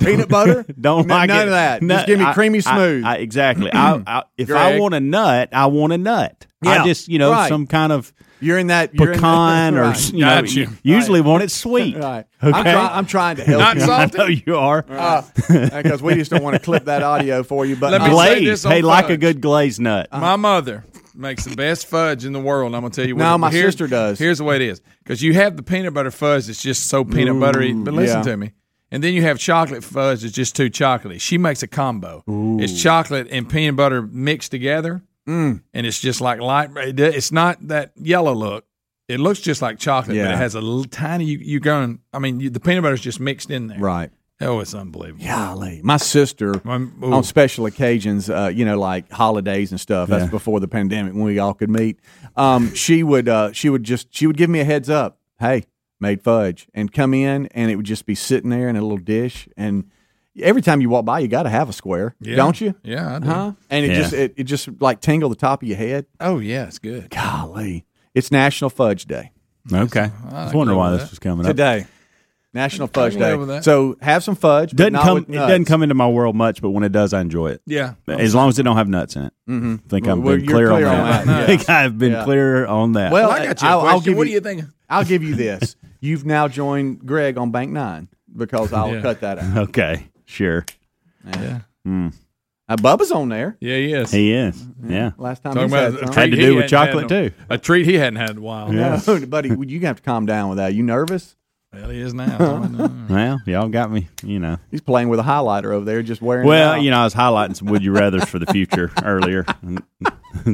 [SPEAKER 4] peanut butter?
[SPEAKER 6] Don't
[SPEAKER 4] No-
[SPEAKER 6] like
[SPEAKER 4] none
[SPEAKER 6] it.
[SPEAKER 4] of that.
[SPEAKER 6] Nut-
[SPEAKER 4] just give me
[SPEAKER 6] I-
[SPEAKER 4] creamy
[SPEAKER 6] I-
[SPEAKER 4] smooth.
[SPEAKER 6] I- exactly. I, I, if I
[SPEAKER 4] Greg?
[SPEAKER 6] want a nut, I want a nut.
[SPEAKER 4] Yeah.
[SPEAKER 6] I just you know
[SPEAKER 4] Right.
[SPEAKER 6] some kind of
[SPEAKER 4] you're in that you're in
[SPEAKER 6] pecan
[SPEAKER 4] that-
[SPEAKER 6] or
[SPEAKER 4] right.
[SPEAKER 6] you know
[SPEAKER 4] Gotcha.
[SPEAKER 6] you usually want it sweet.
[SPEAKER 4] Right.
[SPEAKER 6] Okay.
[SPEAKER 4] I'm, try, I'm trying to help
[SPEAKER 6] Not
[SPEAKER 4] you.
[SPEAKER 6] salty? I know you are.
[SPEAKER 4] Because Uh, we just don't want to clip that audio for you. But
[SPEAKER 5] Let me say
[SPEAKER 6] glaze.
[SPEAKER 5] this on
[SPEAKER 6] hey, like a
[SPEAKER 5] fudge.
[SPEAKER 6] good glazed nut.
[SPEAKER 5] Uh-huh.
[SPEAKER 4] Uh-huh.
[SPEAKER 5] My mother makes the best fudge in the world. and I'm gonna tell you. what
[SPEAKER 4] No,
[SPEAKER 5] it-
[SPEAKER 4] my
[SPEAKER 5] here-
[SPEAKER 4] sister does.
[SPEAKER 5] Here's the way it is: because you have the peanut butter fudge that's just so peanut
[SPEAKER 4] Ooh,
[SPEAKER 5] buttery. But listen
[SPEAKER 4] yeah.
[SPEAKER 5] to me. And then you have chocolate fudge that's just too chocolatey. She makes a combo. It's chocolate and peanut butter mixed together, and it's just like light. it- It's not that yellow look. It looks just like chocolate, but
[SPEAKER 4] Yeah.
[SPEAKER 5] it has a little tiny. You, you going? I mean, you, the peanut butter's just mixed in there.
[SPEAKER 4] Right.
[SPEAKER 5] Oh, it's unbelievable.
[SPEAKER 4] Golly, my sister
[SPEAKER 5] ooh.
[SPEAKER 4] on special occasions, uh, you know, like holidays and stuff. That's
[SPEAKER 6] Yeah.
[SPEAKER 4] before the pandemic when we all could meet. Um, she would, uh, she would just, she would give me a heads up. Hey, made fudge, and come in, and it would just be sitting there in a little dish. And every time you walk by, you got to have a square,
[SPEAKER 5] Yeah.
[SPEAKER 4] don't you?
[SPEAKER 5] Yeah, I do.
[SPEAKER 4] Huh? And it
[SPEAKER 6] Yeah.
[SPEAKER 4] just, it, it just like tingle the top of your head.
[SPEAKER 5] Oh yeah, it's good.
[SPEAKER 4] Golly, it's National Fudge Day
[SPEAKER 6] Okay. I was wondering why this was coming up.
[SPEAKER 4] today. National Fudge
[SPEAKER 5] can live
[SPEAKER 4] Day.
[SPEAKER 5] with that.
[SPEAKER 4] So have some fudge. but
[SPEAKER 6] Doesn't
[SPEAKER 4] not
[SPEAKER 6] come.
[SPEAKER 4] with
[SPEAKER 6] It
[SPEAKER 4] nuts.
[SPEAKER 6] doesn't come into my world much, but when it does, I enjoy it.
[SPEAKER 5] Yeah.
[SPEAKER 6] As long as it don't have nuts in it. Mm-hmm. I think I've
[SPEAKER 4] Well,
[SPEAKER 6] been
[SPEAKER 4] you're
[SPEAKER 6] clear,
[SPEAKER 4] clear
[SPEAKER 6] on
[SPEAKER 4] on
[SPEAKER 6] that.
[SPEAKER 4] that,
[SPEAKER 6] I think I've been
[SPEAKER 4] Yeah.
[SPEAKER 6] clear on that.
[SPEAKER 4] Well,
[SPEAKER 5] I got you. a
[SPEAKER 4] I'll- I'll
[SPEAKER 5] question.
[SPEAKER 4] give
[SPEAKER 5] what
[SPEAKER 4] you-
[SPEAKER 5] do you think?
[SPEAKER 4] I'll give you this. You've now joined Greg on Bank Nine because I'll
[SPEAKER 5] Yeah.
[SPEAKER 4] cut that out.
[SPEAKER 6] okay, sure.
[SPEAKER 5] Yeah.
[SPEAKER 4] Uh, Bubba's on there. Mm-hmm.
[SPEAKER 5] Yeah. Yes.
[SPEAKER 6] He is. Yeah.
[SPEAKER 4] Last time
[SPEAKER 5] Talking
[SPEAKER 4] he
[SPEAKER 5] about
[SPEAKER 4] said
[SPEAKER 5] a
[SPEAKER 4] something.
[SPEAKER 5] treat
[SPEAKER 6] to
[SPEAKER 5] he
[SPEAKER 6] do with
[SPEAKER 5] hadn't had
[SPEAKER 6] chocolate,
[SPEAKER 5] in a-
[SPEAKER 6] too.
[SPEAKER 5] A treat he hadn't had in a while.
[SPEAKER 6] Yeah.
[SPEAKER 4] No, buddy, you have to calm down with that. You nervous?
[SPEAKER 5] Well, he is now.
[SPEAKER 6] Well, y'all got me. You know.
[SPEAKER 4] He's playing with a highlighter over there, just wearing.
[SPEAKER 6] Well, you know, I was highlighting some would you rather's for the future earlier. And-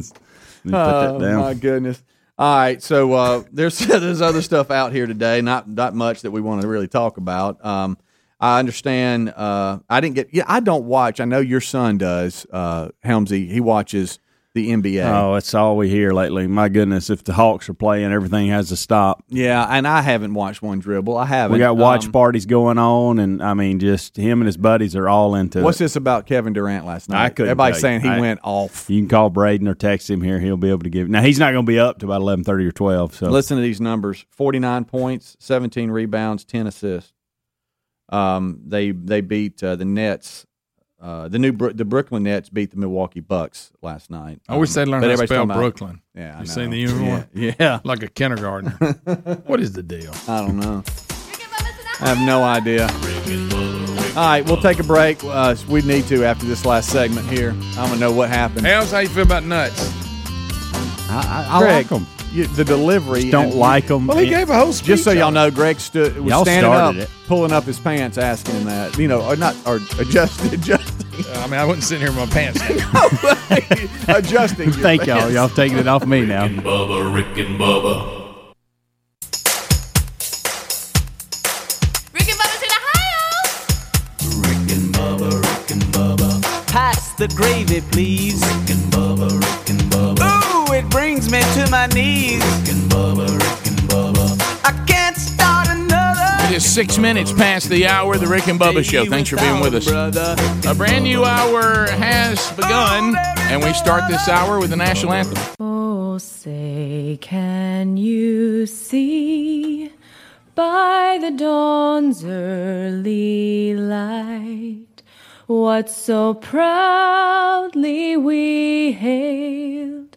[SPEAKER 6] and put
[SPEAKER 4] Oh
[SPEAKER 6] that down.
[SPEAKER 4] my goodness! All right, so uh, there's there's other stuff out here today. Not not much that we want to really talk about. Um, I understand. Uh, I didn't get. Yeah, I don't watch. I know your son does. Uh, Helmsy, he watches the NBA.
[SPEAKER 6] Oh, that's all we hear lately. My goodness, if the Hawks are playing, everything has to stop.
[SPEAKER 4] Yeah, and I haven't watched one dribble. I haven't.
[SPEAKER 6] We got watch
[SPEAKER 4] Um,
[SPEAKER 6] parties going on, and I mean, just him and his buddies are all into
[SPEAKER 4] what's
[SPEAKER 6] it.
[SPEAKER 4] this about Kevin Durant last night?
[SPEAKER 6] I couldn't
[SPEAKER 4] Everybody's
[SPEAKER 6] tell you.
[SPEAKER 4] saying he
[SPEAKER 6] I-
[SPEAKER 4] went off.
[SPEAKER 6] You can call Braden or text him here. He'll be able to give. Now he's not going to be up to about eleven thirty or twelve. So
[SPEAKER 4] Listen to these numbers: forty-nine points, seventeen rebounds, ten assists. Um, they they beat uh, the Nets. Uh, the new Bro- the Brooklyn Nets beat the Milwaukee Bucks last night.
[SPEAKER 5] I wish
[SPEAKER 4] Um,
[SPEAKER 5] they'd learn
[SPEAKER 4] but
[SPEAKER 5] how to
[SPEAKER 4] everybody's
[SPEAKER 5] spell
[SPEAKER 4] talking about-
[SPEAKER 5] Brooklyn.
[SPEAKER 4] Yeah, I
[SPEAKER 5] You seen
[SPEAKER 4] know.
[SPEAKER 5] the uniform?
[SPEAKER 4] Yeah, yeah.
[SPEAKER 5] Like a kindergarten. what is the deal?
[SPEAKER 4] I don't know. I have no idea. All right, we'll take a break. Uh, we need to after this last segment here. I want to know what happened.
[SPEAKER 5] How's how you feel about nuts?
[SPEAKER 6] I, I, I
[SPEAKER 4] Greg,
[SPEAKER 6] like him.
[SPEAKER 4] you- the delivery.
[SPEAKER 6] Don't
[SPEAKER 4] and-
[SPEAKER 6] like him.
[SPEAKER 5] Well, he gave a whole
[SPEAKER 4] Just so y'all know, Greg stood was
[SPEAKER 6] Y'all
[SPEAKER 4] standing up,
[SPEAKER 6] started it.
[SPEAKER 4] pulling up his pants, asking him that. You know, or not, or adjusting, adjusting,
[SPEAKER 5] I mean, I wouldn't sit here in my pants.
[SPEAKER 4] adjusting. your
[SPEAKER 6] Thank y'all.
[SPEAKER 4] pants.
[SPEAKER 6] Y'all taking it off me now.
[SPEAKER 13] and Bubba, Rick and Bubba.
[SPEAKER 14] Rick and Bubba's in Ohio.
[SPEAKER 9] Pass the gravy, please. Rick and Bubba, Rick and Bubba. Ooh, it brings me to my knees. Rick and Bubba, Rick and Bubba. I can't start another.
[SPEAKER 10] It is six minutes past the hour of the Rick and Bubba Show. Thanks for being with us.
[SPEAKER 9] Brother.
[SPEAKER 10] A brand new hour has begun, and we start this hour with the national anthem.
[SPEAKER 8] Oh, say, can you see by the dawn's early light what so proudly we hailed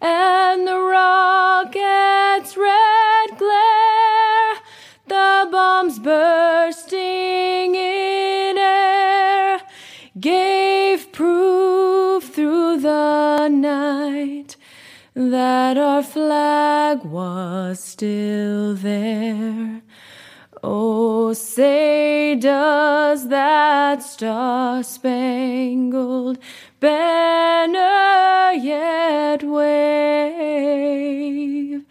[SPEAKER 8] and the rocket's red glare, the bombs bursting in air, gave proof through the night that our flag was still there. Oh, say does that star spangled banner yet wave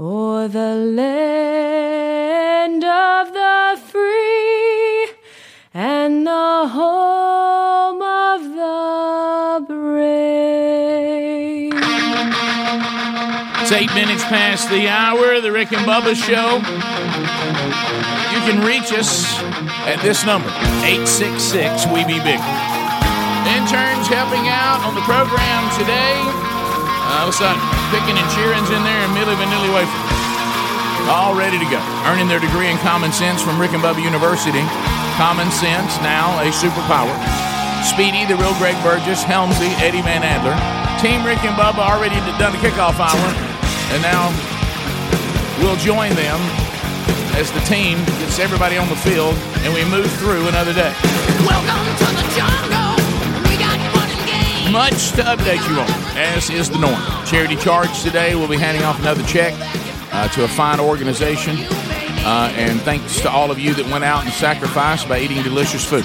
[SPEAKER 8] o'er the land of the free and the home of the brave?
[SPEAKER 10] It's eight minutes past the hour, the Rick and Bubba Show. You can reach us at this number, 866 We Be Big. Interns helping out on the program today. Uh, what's that? Picking and cheering's in there, and Millie Vanilli Wafer. All ready to go. Earning their degree in common sense from Rick and Bubba University. Common sense, now a superpower. Speedy, the real Greg Burgess, Helmsy, Eddie Van Adler. Team Rick and Bubba already done the kickoff hour, and now we'll join them as the team gets everybody on the field and we move through another day.
[SPEAKER 15] Welcome to the jungle. We got fun and games.
[SPEAKER 10] Much to update you on, as is the norm. Charity Charge today, we'll be handing off another check uh, to a fine organization. Uh, and thanks to all of you that went out and sacrificed by eating delicious food.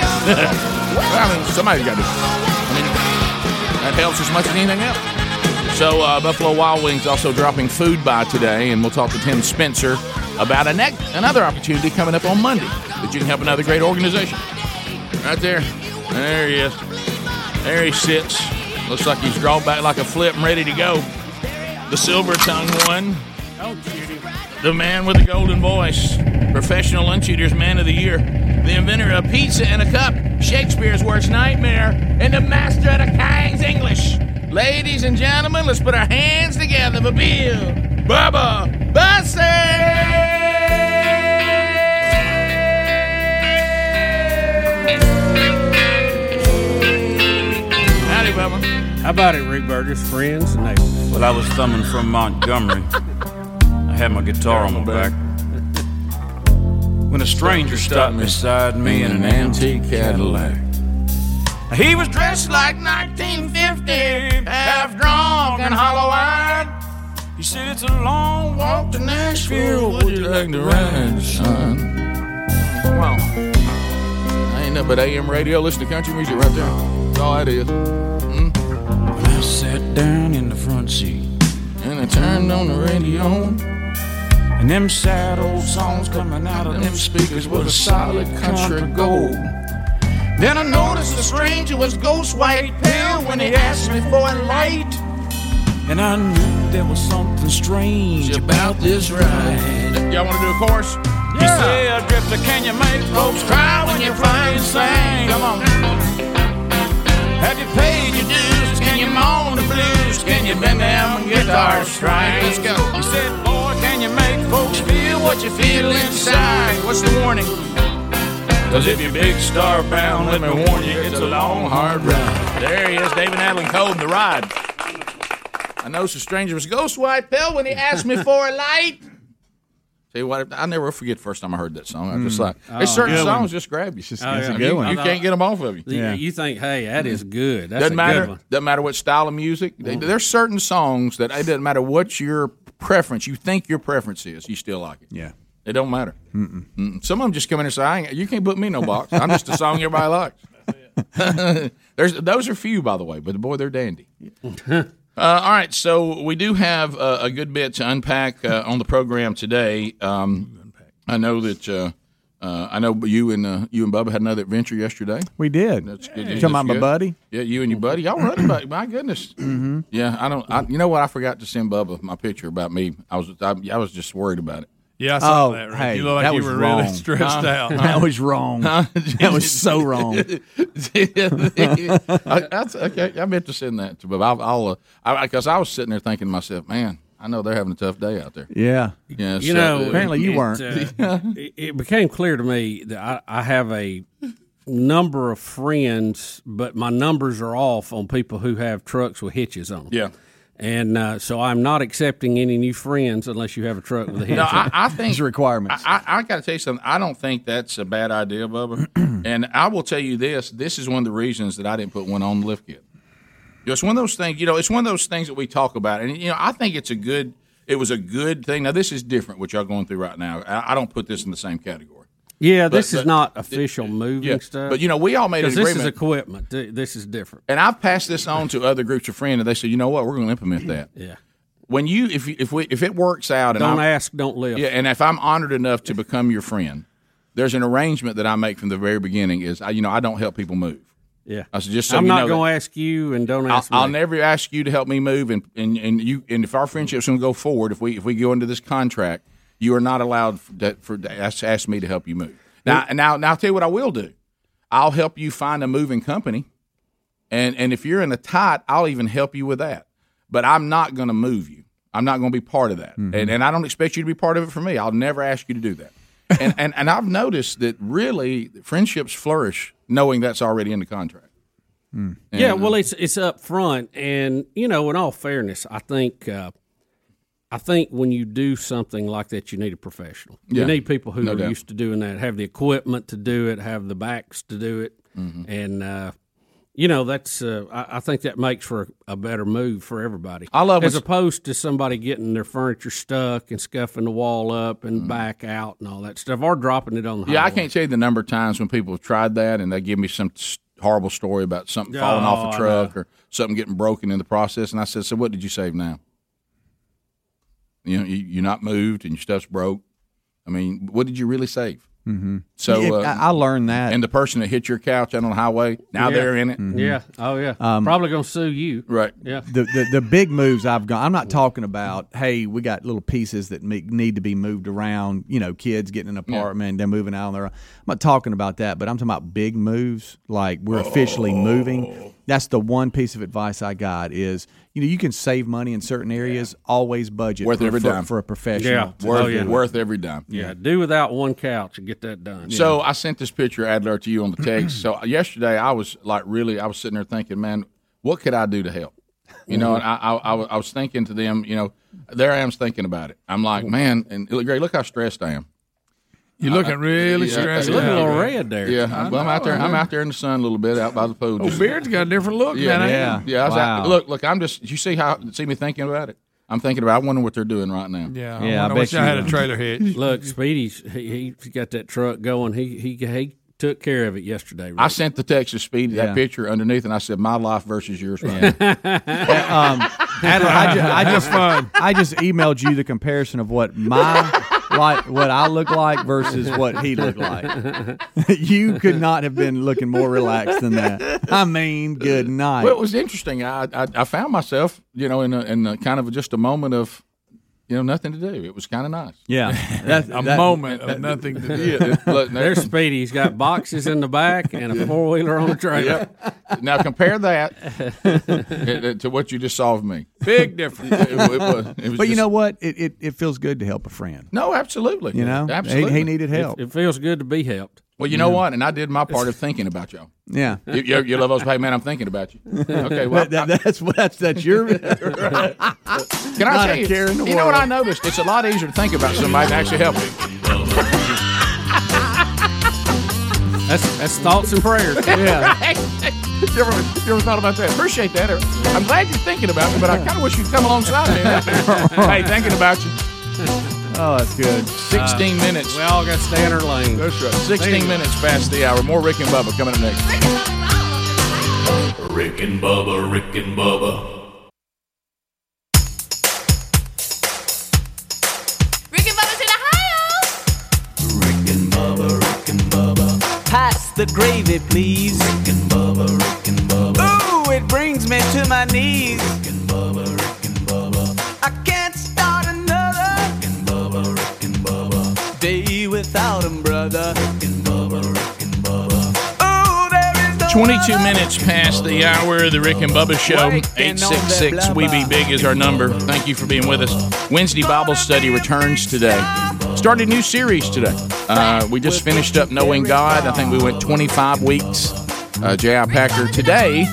[SPEAKER 10] I mean, somebody's got to. I mean, that helps as much as anything else. So, uh, Buffalo Wild Wings also dropping food by today, and we'll talk to Tim Spencer about a ne- another opportunity coming up on Monday that you can help another great organization. Right there. There he is. There he sits. Looks like he's drawn back like a flip and ready to go. The silver tongue one. The man with the golden voice. Professional lunch eaters man of the year. The inventor of pizza and a cup. Shakespeare's worst nightmare. And the master of the King's English. Ladies and gentlemen, let's put our hands together for Bill Bubba Howdy, Bubba.
[SPEAKER 16] How about it, Rick Burgess? Friends and neighbors.
[SPEAKER 17] Well, I was thumbing from Montgomery. I had my guitar on my back. When a stranger stopped beside me in an antique Cadillac.
[SPEAKER 10] He was dressed like 1950, half drunk and hollow eyed. He said, It's a long walk to Nashville. Would you like to ride, son? Wow. I ain't nothing but AM radio. Listen to country music right there. That's all that is. Mm.
[SPEAKER 17] When I sat down in the front seat,
[SPEAKER 10] and I turned on the radio,
[SPEAKER 17] and them sad old songs coming out of them speakers was a solid country gold.
[SPEAKER 10] Then I noticed the stranger was ghost white pale when he asked me for a light.
[SPEAKER 17] And I knew there was something strange about this ride.
[SPEAKER 10] Y'all want to do a chorus?
[SPEAKER 17] He said, Drifter, can you make folks cry when you're flying sang? Come on.
[SPEAKER 10] Have you paid your dues? Can you moan the blues? Can you bend down and get our strike? Let's go.
[SPEAKER 17] He said, boy, can you make folks feel what you feel inside?
[SPEAKER 10] What's the warning?
[SPEAKER 17] Cause if you're big star bound, let me warn you, it's a long, hard ride.
[SPEAKER 10] There he is, David Allen Cole, in The Ride. I noticed the stranger was ghost white pale when he asked me for a light. See what? I never forget the first time I heard that song. I was just like,
[SPEAKER 5] Mm.
[SPEAKER 10] there's
[SPEAKER 5] Oh,
[SPEAKER 10] certain songs just grab you.
[SPEAKER 16] That's
[SPEAKER 10] You- You can't get them off of you.
[SPEAKER 16] You think, hey, that is good. That's
[SPEAKER 10] Mm-hmm. doesn't
[SPEAKER 16] a
[SPEAKER 10] matter.
[SPEAKER 16] good one. Mm-hmm.
[SPEAKER 10] Doesn't matter what style of music. They- There's certain songs that it doesn't matter what your preference. You think your preference is, you still like it.
[SPEAKER 4] Yeah.
[SPEAKER 10] It don't matter. Mm-mm. Some of them just come in and say, I ain't, "You can't put me in no box. I'm just a song everybody likes." There's those are few, by the way, but boy, they're dandy. Uh, all right, so we do have uh, a good bit to unpack uh, on the program today. Um, I know that uh, uh, I know you and uh, you and Bubba had another adventure yesterday.
[SPEAKER 4] We did.
[SPEAKER 10] That's good.
[SPEAKER 4] You
[SPEAKER 10] That's
[SPEAKER 4] talking about my
[SPEAKER 10] good.
[SPEAKER 4] buddy?
[SPEAKER 10] Yeah, you and your buddy. Y'all running buddy. My goodness. Mm-hmm. Yeah, I don't. I, you know what? I forgot to send Bubba my picture about me. I was I, I was just worried about it.
[SPEAKER 5] Yeah, I
[SPEAKER 4] Oh,
[SPEAKER 5] saw that. Rick. you look like you were really stressed out.
[SPEAKER 4] That was wrong. That was so wrong.
[SPEAKER 10] I, that's, okay, I meant to send that to Bubba. I'll, I'll uh, I, because I was sitting there thinking to myself, man, I know they're having a tough day out there.
[SPEAKER 4] Yeah.
[SPEAKER 10] Yeah.
[SPEAKER 16] You
[SPEAKER 10] so-
[SPEAKER 16] know, it,
[SPEAKER 10] Yeah.
[SPEAKER 16] uh, it, it became clear to me that I, I have a number of friends, but my numbers are off on people who have trucks with hitches on. 'em.
[SPEAKER 10] Yeah.
[SPEAKER 16] And uh, so I'm not accepting any new friends unless you have a truck with a hitch.
[SPEAKER 10] No,
[SPEAKER 16] on
[SPEAKER 10] I,
[SPEAKER 16] it.
[SPEAKER 10] I think
[SPEAKER 4] requirements.
[SPEAKER 10] I, I, I got to tell you something. I don't think that's a bad idea, Bubba. and I will tell you this: this is one of the reasons that I didn't put one on the lift kit. You know, it's one of those things. You know, it's one of those things that we talk about, and you know, I think it's a good. It was a good thing. Now this is different. What y'all going through right now? I, I don't put this in the same category.
[SPEAKER 16] Yeah,
[SPEAKER 10] But-
[SPEAKER 16] this is
[SPEAKER 10] but-
[SPEAKER 16] not official moving
[SPEAKER 10] yeah,
[SPEAKER 16] stuff.
[SPEAKER 10] but, you know, we all made an
[SPEAKER 16] 'Cause This is
[SPEAKER 10] agreement.
[SPEAKER 16] equipment. Th- This is different.
[SPEAKER 10] And I've passed this on to other groups of friends, and they say, you know what, we're going to implement that.
[SPEAKER 16] Yeah.
[SPEAKER 10] When you, if you, if we, if it works out, and
[SPEAKER 16] Don't
[SPEAKER 10] I'm-
[SPEAKER 16] ask, don't live.
[SPEAKER 10] Yeah, and if I'm honored enough to become your friend, there's an arrangement that I make from the very beginning. Is I, you know, I don't help people move.
[SPEAKER 16] Yeah.
[SPEAKER 10] I said, just so
[SPEAKER 16] I'm
[SPEAKER 10] you
[SPEAKER 16] not
[SPEAKER 10] know
[SPEAKER 16] going to ask you, and don't ask
[SPEAKER 10] I'll, I'll
[SPEAKER 16] me.
[SPEAKER 10] never ask you to help me move, and and, and you and if our friendship's going to go forward, if we if we go into this contract, you are not allowed for, that- for to ask, ask me to help you move. Now, now, now, I'll tell you what I will do. I'll help you find a moving company, and and if you're in a tight, I'll even help you with that. But I'm not going to move you. I'm not going to be part of that, and and I don't expect you to be part of it for me. I'll never ask you to do that. and, and and I've noticed that really friendships flourish knowing that's already in the contract.
[SPEAKER 16] yeah, well, it's it's up front, and you know, in all fairness, I think uh, I think when you do something like that, you need a professional.
[SPEAKER 10] Yeah.
[SPEAKER 16] You need people who
[SPEAKER 10] No
[SPEAKER 16] are
[SPEAKER 10] doubt.
[SPEAKER 16] used to doing that, have the equipment to do it, have the backs to do it,
[SPEAKER 10] Mm-hmm.
[SPEAKER 16] and uh, you know, that's uh, I, I think that makes for a better move for everybody.
[SPEAKER 10] I love
[SPEAKER 16] as
[SPEAKER 10] when-
[SPEAKER 16] opposed to somebody getting their furniture stuck and scuffing the wall up and back out and all that stuff, or dropping it on the
[SPEAKER 10] Mm-hmm. Yeah, I
[SPEAKER 16] highway.
[SPEAKER 10] can't tell you the number of times when people have tried that and they give me some s- horrible story about something falling
[SPEAKER 16] Oh,
[SPEAKER 10] off
[SPEAKER 16] I
[SPEAKER 10] a truck or something getting broken in the process. And I said, "So what did you save now? You know, you, you're not moved and your stuff's broke. I mean, what did you really save?"
[SPEAKER 4] Mm-hmm.
[SPEAKER 10] So uh,
[SPEAKER 4] I, I learned that.
[SPEAKER 10] And the person that hit your couch out on the highway, now
[SPEAKER 16] Yeah.
[SPEAKER 10] they're in it.
[SPEAKER 16] Yeah. Oh yeah.
[SPEAKER 4] Um,
[SPEAKER 16] Probably gonna sue you.
[SPEAKER 10] Right.
[SPEAKER 16] Yeah.
[SPEAKER 4] Mm-hmm. the, the the big moves I've gone. I'm not talking about hey, we got little pieces that me, need to be moved around. You know, kids getting an apartment, they're moving out on their own. I'm not talking about that, but I'm talking about big moves. Like we're officially
[SPEAKER 10] Oh.
[SPEAKER 4] moving. That's the one piece of advice I got is you know you can save money in certain areas. Always budget
[SPEAKER 10] Worth
[SPEAKER 4] for,
[SPEAKER 10] every
[SPEAKER 4] for-
[SPEAKER 10] dime.
[SPEAKER 4] for a professional.
[SPEAKER 16] Yeah.
[SPEAKER 4] Oh, to
[SPEAKER 10] Worth,
[SPEAKER 4] do it.
[SPEAKER 10] worth every dime.
[SPEAKER 16] Yeah, do without one couch and get that done.
[SPEAKER 10] So I sent this picture Adler to you on the text. so uh, yesterday I was like really I was sitting there thinking, man, what could I do to help? You know, and I, I I was- I was thinking to them, you know, there I am thinking about it. I'm like, man, and look, Greg, look how stressed I am.
[SPEAKER 5] You're looking really
[SPEAKER 10] yeah,
[SPEAKER 5] stressed.
[SPEAKER 10] you look a
[SPEAKER 5] out,
[SPEAKER 10] little
[SPEAKER 5] man.
[SPEAKER 10] red there. Yeah, I'm- well, I'm out there- I'm out there in the sun a little bit out by the pool.
[SPEAKER 5] Oh, beard's got a different look.
[SPEAKER 10] Yeah,
[SPEAKER 5] than I
[SPEAKER 10] yeah.
[SPEAKER 5] am.
[SPEAKER 10] yeah I was like, look, look, I'm just you see how see me thinking about it. I'm thinking about. I wonder what they're doing right now.
[SPEAKER 5] Yeah, I Yeah, wonder- I I wish bet I you- had a trailer hitch.
[SPEAKER 16] Look, Speedy's he, he got that truck going. He he he took care of it yesterday.
[SPEAKER 10] I sent the Texas Speed that
[SPEAKER 16] Yeah.
[SPEAKER 10] picture underneath, and I said, "My life versus yours." Right now."
[SPEAKER 4] um, Adler, I, ju- I just I just emailed you the comparison of what my like what I look like versus what he looked like. you could not have been looking more relaxed than that. I mean, good night.
[SPEAKER 10] Well, it was interesting. I, I I found myself, you know, in a, in a kind of just a moment of, you know, nothing to do. It was kind of nice.
[SPEAKER 4] Yeah,
[SPEAKER 10] A moment of
[SPEAKER 5] nothing to
[SPEAKER 10] do. Yeah, look, now-
[SPEAKER 16] There's Speedy. He's got boxes in the back and a four wheeler on the trailer.
[SPEAKER 10] Yep. Now compare that to- to what you just saw of me. Big difference. It, it was, it was
[SPEAKER 4] but you
[SPEAKER 10] just-
[SPEAKER 4] know what? It, it it feels good to help a friend.
[SPEAKER 10] no, absolutely.
[SPEAKER 4] You know, he-
[SPEAKER 10] absolutely.
[SPEAKER 4] he needed help.
[SPEAKER 16] It feels good to be helped.
[SPEAKER 10] Well, you know what? And I did my part of thinking about y'all.
[SPEAKER 4] Yeah.
[SPEAKER 10] You, you, you love those. Hey, man, I'm thinking about you. Okay, well,
[SPEAKER 4] That- that- that's that's that's your.
[SPEAKER 10] Can I
[SPEAKER 4] Not
[SPEAKER 10] tell
[SPEAKER 4] a
[SPEAKER 10] you?
[SPEAKER 4] care in the
[SPEAKER 10] you know what
[SPEAKER 4] world.
[SPEAKER 10] I noticed? It's a lot easier to think about somebody than actually help them.
[SPEAKER 16] That's that's thoughts and prayers.
[SPEAKER 10] Right. you, ever, you ever thought about that? Appreciate that. I'm glad you're thinking about me, but I kind of wish you'd come alongside me. hey, thinking about you.
[SPEAKER 4] Oh, that's good.
[SPEAKER 10] 16 minutes. We all got to stay in our lane. That's right. 16 minutes past the hour. More Rick and Bubba coming up next.
[SPEAKER 13] Rick and Bubba, Rick and Bubba,
[SPEAKER 9] Rick and Bubba's in Ohio.
[SPEAKER 18] Pass the gravy, please. Rick and Bubba, Rick and Bubba. Ooh, it brings me to my knees. Rick and Bubba, Rick and Bubba. I can't start another. Rick and Bubba, Rick and Bubba. Day without 'em, brother. Rick and Bubba, Rick and Bubba. Ooh, there is no
[SPEAKER 10] 22 minutes past the hour of the Rick and Bubba Show. 866 We Be Big is our number. Thank you for being with us. Wednesday Bible study returns today. Started a new series today. Uh, we just finished up Knowing God. I think we went 25 weeks. Uh, J.I. Packer today,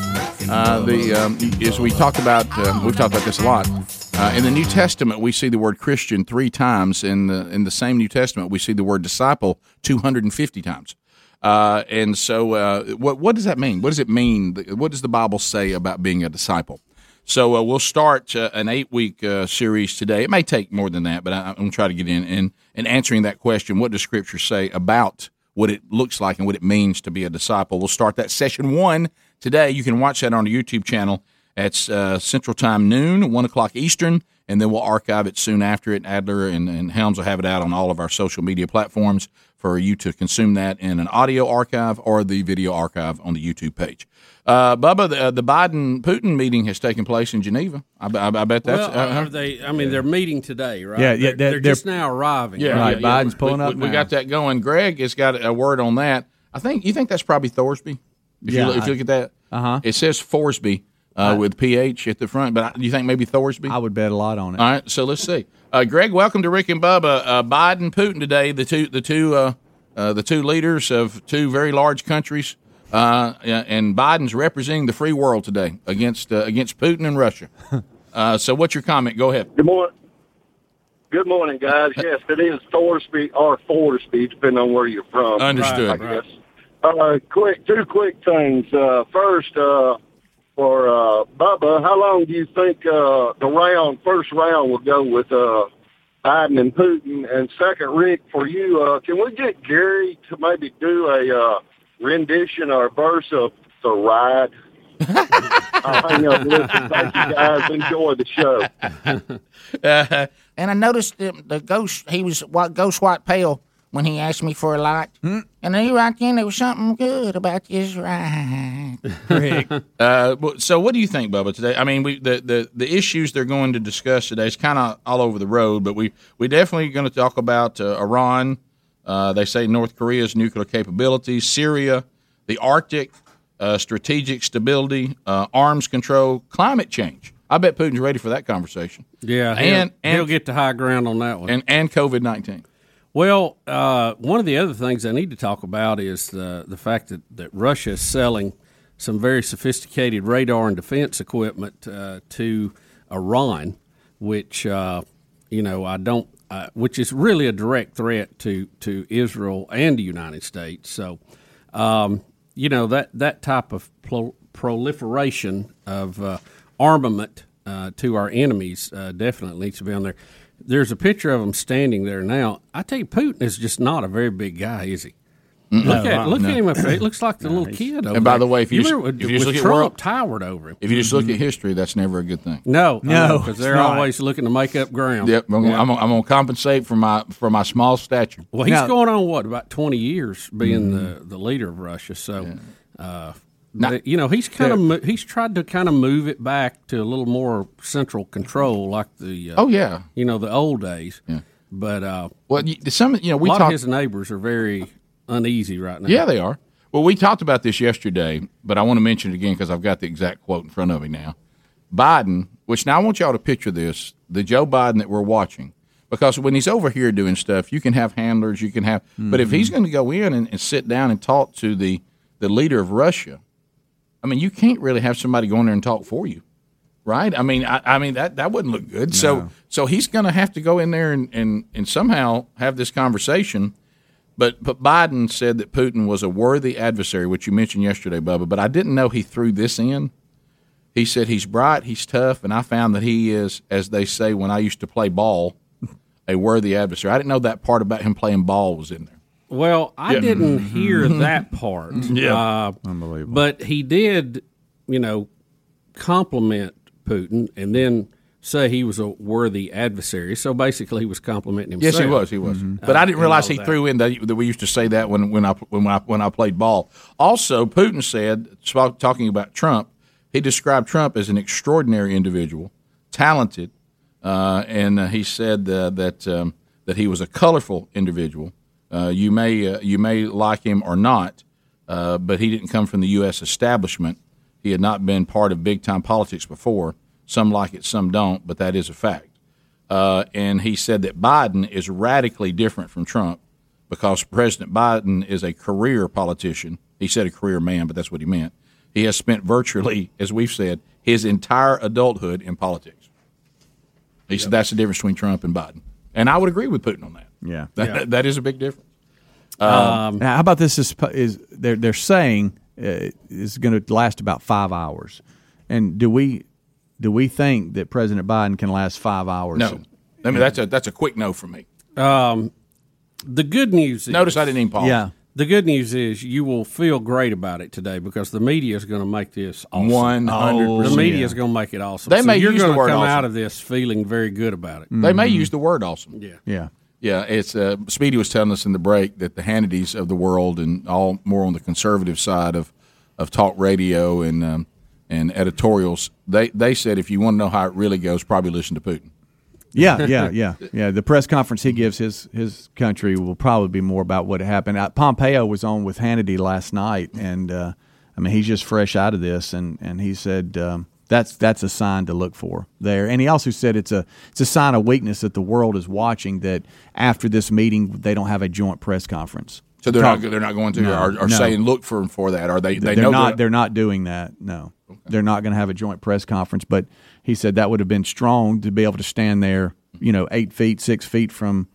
[SPEAKER 10] uh, the um, as we talked about, uh, we've talked about this a lot. Uh, in the New Testament, we see the word Christian three times. In the in the same New Testament, we see the word disciple 250 times. Uh, and so, uh, what what does that mean? What does it mean? What does the Bible say about being a disciple? So uh, we'll start uh, an eight week uh, series today. It may take more than that, but I, I'm going to try to get in and and answering that question. What does Scripture say about what it looks like and what it means to be a disciple? We'll start that session one today. You can watch that on the YouTube channel. It's uh, Central Time noon, one o'clock Eastern, and then we'll archive it soon after it. Adler and, and Helms will have it out on all of our social media platforms for you to consume that in an audio archive or the video archive on the YouTube page. Uh, Bubba, the, the Biden Putin meeting has taken place in Geneva. I, be- I, be- I bet that's.
[SPEAKER 16] well,
[SPEAKER 10] uh,
[SPEAKER 16] are they? I mean, they're meeting today, right?
[SPEAKER 10] Yeah, yeah,
[SPEAKER 16] They're,
[SPEAKER 10] they're-
[SPEAKER 16] they're just
[SPEAKER 10] they're-
[SPEAKER 16] now arriving.
[SPEAKER 10] yeah,
[SPEAKER 16] right?
[SPEAKER 10] yeah, yeah. We- We, we got that going. Greg has got a word on that. I think you think that's probably Thorsby. If,
[SPEAKER 16] Yeah,
[SPEAKER 10] you, look- if
[SPEAKER 16] I-
[SPEAKER 10] you look at that, uh-huh. it says Thorsby uh,
[SPEAKER 16] I-
[SPEAKER 10] with PH at the front. But I- do you think maybe Thorsby? I
[SPEAKER 4] would bet a lot on it.
[SPEAKER 10] All right, so let's see. Uh, Greg, welcome to Rick and Bubba. Uh, Biden, Putin today, the two, the two, uh, uh, the two leaders of two very large countries, uh, yeah, and Biden's representing the free world today against uh, against Putin and Russia. Uh, so, what's your comment? Go ahead.
[SPEAKER 19] Good morning. Good morning, guys. Yes, it is Thorsby or Thorsby, depending on where you're from.
[SPEAKER 10] Understood.
[SPEAKER 19] I guess. Uh, quick, two quick things. Uh, first, uh, for uh, Bubba, how long do you think uh, the round, first round, will go with uh, Biden and Putin? And second, Rick, for you, uh, can we get Gary to maybe do a uh, rendition or verse of The Ride? I'll hang up. and listen. Thank you, guys. Enjoy the show.
[SPEAKER 20] and I noticed the,
[SPEAKER 10] um,
[SPEAKER 20] the ghost. He was what ghost white pale when he asked me for a light.
[SPEAKER 19] Hmm.
[SPEAKER 20] And he right then there was something good about this ride.
[SPEAKER 10] Uh, well, so what do you think, Bubba? Today, I mean, we the, the, the issues they're going to discuss today is kind of all over the road, but we we definitely going to talk about uh, Iran. Uh, they say North Korea's nuclear capabilities, Syria, the Arctic, uh, strategic stability, uh, arms control, climate change. I bet Putin's ready for that conversation.
[SPEAKER 16] Yeah, he'll-
[SPEAKER 10] and and
[SPEAKER 16] he'll get the high ground on that one.
[SPEAKER 10] and, and COVID nineteen.
[SPEAKER 16] Well, uh, one of the other things I need to talk about is the the fact that, that Russia is selling some very sophisticated radar and defense equipment uh, to Iran, which uh, you know I don't, uh, which is really a direct threat to to Israel and the United States. So, um, you know that that type of pro- proliferation of uh, armament uh, to our enemies uh, definitely needs to be on there. There's a picture of him standing there now. I tell you, Putin is just not a very big guy, is he?
[SPEAKER 10] Mm-mm.
[SPEAKER 16] Look
[SPEAKER 10] No,
[SPEAKER 16] at look
[SPEAKER 10] no.
[SPEAKER 16] at him up there. It looks like the
[SPEAKER 10] No,
[SPEAKER 16] little
[SPEAKER 10] he's-
[SPEAKER 16] kid.
[SPEAKER 10] And
[SPEAKER 16] Over
[SPEAKER 10] by
[SPEAKER 16] there.
[SPEAKER 10] the way, if you just-
[SPEAKER 16] remember
[SPEAKER 10] if
[SPEAKER 16] with,
[SPEAKER 10] you just
[SPEAKER 16] with
[SPEAKER 10] look at
[SPEAKER 16] Trump
[SPEAKER 10] world-
[SPEAKER 16] towered over him.
[SPEAKER 10] If you just look at history, that's never a good thing.
[SPEAKER 16] Mm-hmm. no, no, because
[SPEAKER 10] it's
[SPEAKER 16] they're
[SPEAKER 10] not.
[SPEAKER 16] always looking to make up ground.
[SPEAKER 10] Yep, I'm,
[SPEAKER 16] Yeah.
[SPEAKER 10] I'm, I'm gonna compensate for my for my small stature.
[SPEAKER 16] Well, he's going on what about twenty years being
[SPEAKER 10] Mm-hmm.
[SPEAKER 16] the, the leader of Russia. So, uh, they- you know, he's kind of mo- he's tried to kind of move it back to a little more central control, like the uh,
[SPEAKER 10] Oh, yeah.
[SPEAKER 16] you know, the old days. But uh,
[SPEAKER 10] well, some you know we
[SPEAKER 16] a lot
[SPEAKER 10] talk-
[SPEAKER 16] of his neighbors are very uneasy right now.
[SPEAKER 10] Yeah, they are. Well, we talked about this yesterday, but I want to mention it again because I've got the exact quote in front of me now. Biden, which now I want y'all to picture this the Joe Biden that we're watching, because when he's over here doing stuff, you can have handlers, you can have, but if he's going to go in and, and sit down and talk to the, the leader of Russia, I mean, you can't really have somebody go in there and talk for you. Right, I mean, I, I mean that, that wouldn't look good. So, so he's going to have to go in there and, and, and somehow have this conversation but but Biden said that Putin was a worthy adversary, which you mentioned yesterday, Bubba. But I didn't know he threw this in. He said he's bright, he's tough, and I found that he is, as they say when I used to play ball, a worthy adversary. I didn't know that part about him playing ball was in there.
[SPEAKER 16] Well, I
[SPEAKER 10] Yeah.
[SPEAKER 16] didn't hear
[SPEAKER 10] Mhm.
[SPEAKER 16] that part.
[SPEAKER 10] Yeah.
[SPEAKER 16] Uh,
[SPEAKER 10] Unbelievable.
[SPEAKER 16] But he did, you know, compliment Putin and then say he was a worthy adversary. So basically, he was complimenting himself.
[SPEAKER 10] Yes, he was. He was.
[SPEAKER 16] Mm-hmm.
[SPEAKER 10] But I didn't realize he threw in that, that we used to say that when when I when I when I played ball. Also, Putin said sp- talking about Trump, he described Trump as an extraordinary individual, talented, uh, and uh, he said uh, that um, that he was a colorful individual. Uh, you may uh, you may like him or not, uh, but he didn't come from the U.S. establishment. He had not been part of big time politics before. Some like it, some don't, but that is a fact uh, and he said that Biden is radically different from Trump because President Biden is a career politician. He said a career man, but that's what he meant. He has spent virtually, as we've said, his entire adulthood in politics. He said that's the difference between Trump and Biden, and I would agree with Putin on that.
[SPEAKER 4] Yeah,
[SPEAKER 10] That, that is a big difference.
[SPEAKER 4] Um, now, how about this? Is, is they're they're saying uh, it's going to last about five hours, and do we do we think that President Biden can last five hours?
[SPEAKER 10] Um, No. I mean, that's a that's a quick no from me.
[SPEAKER 16] Um, the good news. Is,
[SPEAKER 10] Notice I didn't even pause.
[SPEAKER 16] Yeah. The good news is you will feel great about it today because the media is going to make this awesome.
[SPEAKER 10] 100%.
[SPEAKER 16] The media is going to make it awesome.
[SPEAKER 10] They
[SPEAKER 16] So
[SPEAKER 10] may
[SPEAKER 16] you're
[SPEAKER 10] use the
[SPEAKER 16] gonna
[SPEAKER 10] word
[SPEAKER 16] come out
[SPEAKER 10] awesome.
[SPEAKER 16] of this feeling very good about it.
[SPEAKER 10] They may use the word awesome.
[SPEAKER 16] Yeah.
[SPEAKER 4] Yeah.
[SPEAKER 10] Yeah, it's uh, Speedy was telling us in the break that the Hannitys of the world and all more on the conservative side of of talk radio and um, and editorials, they they said if you want to know how it really goes, probably listen to Putin.
[SPEAKER 4] Yeah, yeah, yeah, yeah. The press conference he gives his his country will probably be more about what happened. Uh, Pompeo was on with Hannity last night, and uh, I mean he's just fresh out of this, and and he said um, that's that's a sign to look for there. And he also said it's a it's a sign of weakness that the world is watching. That after this meeting, they don't have a joint press conference.
[SPEAKER 10] So they're
[SPEAKER 4] Talk-
[SPEAKER 10] not they're not going to
[SPEAKER 4] No,
[SPEAKER 10] or, or
[SPEAKER 4] no.
[SPEAKER 10] saying look for for that. Are they? They
[SPEAKER 4] They are
[SPEAKER 10] know
[SPEAKER 4] not.
[SPEAKER 10] that-
[SPEAKER 4] They're not doing that. No, they're not going to have a joint press conference. But he said that would have been strong to be able to stand there, you know, eight feet, six feet from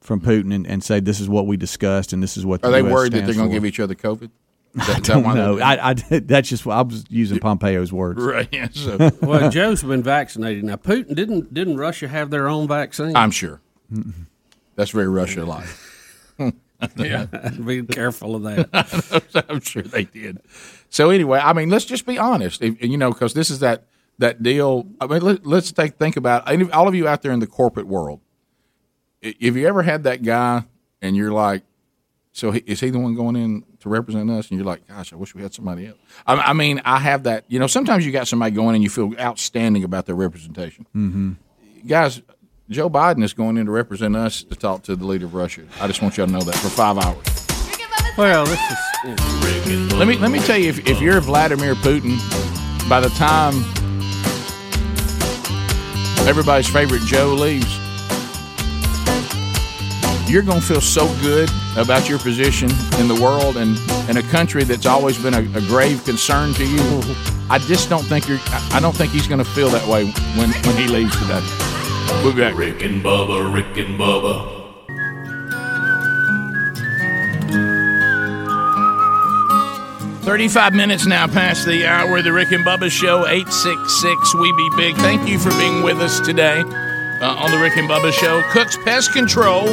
[SPEAKER 4] from Putin, and, and say this is what we discussed, and this is what. The
[SPEAKER 10] Are they
[SPEAKER 4] US
[SPEAKER 10] worried that
[SPEAKER 4] stands
[SPEAKER 10] they're going
[SPEAKER 4] for."
[SPEAKER 10] to give each other COVID? Is
[SPEAKER 4] I
[SPEAKER 10] that- is that
[SPEAKER 4] don't
[SPEAKER 10] why they're
[SPEAKER 4] know.
[SPEAKER 10] doing it?
[SPEAKER 4] I, I did- that's just why I was using Pompeo's words.
[SPEAKER 10] Right, yeah, so-
[SPEAKER 16] well, Joe's been vaccinated now. Putin didn't didn't Russia have their own vaccine?
[SPEAKER 10] I'm sure. That's very Russia like.
[SPEAKER 16] yeah, be careful of that.
[SPEAKER 10] I'm sure they did. So anyway, I mean, let's just be honest, If- you know, because this is that that deal. I mean, let, let's take think about any, all of you out there in the corporate world. i- If you ever had that guy, and you're like, so he, is he the one going in to represent us? And you're like, gosh, I wish we had somebody else. I, I mean, I have that. You know, sometimes you got somebody going and you feel outstanding about their representation.
[SPEAKER 1] Mm-hmm.
[SPEAKER 10] Guys, Joe Biden is going in to represent us to talk to the leader of Russia. I just want y'all to know that for five hours.
[SPEAKER 16] Well, this is.
[SPEAKER 10] Let me let me tell you if, if you're Vladimir Putin, by the time everybody's favorite Joe leaves, you're gonna feel so good about your position in the world and in a country that's always been a, a grave concern to you. I just don't think you're. I I don't think he's gonna feel that way when when he leaves today. We'll be back.
[SPEAKER 13] Rick and Bubba, Rick and Bubba.
[SPEAKER 10] Thirty-five minutes now past the hour. The Rick and Bubba Show, eight six six. We be big. Thank you for being with us today uh, on the Rick and Bubba Show. Cooks Pest Control.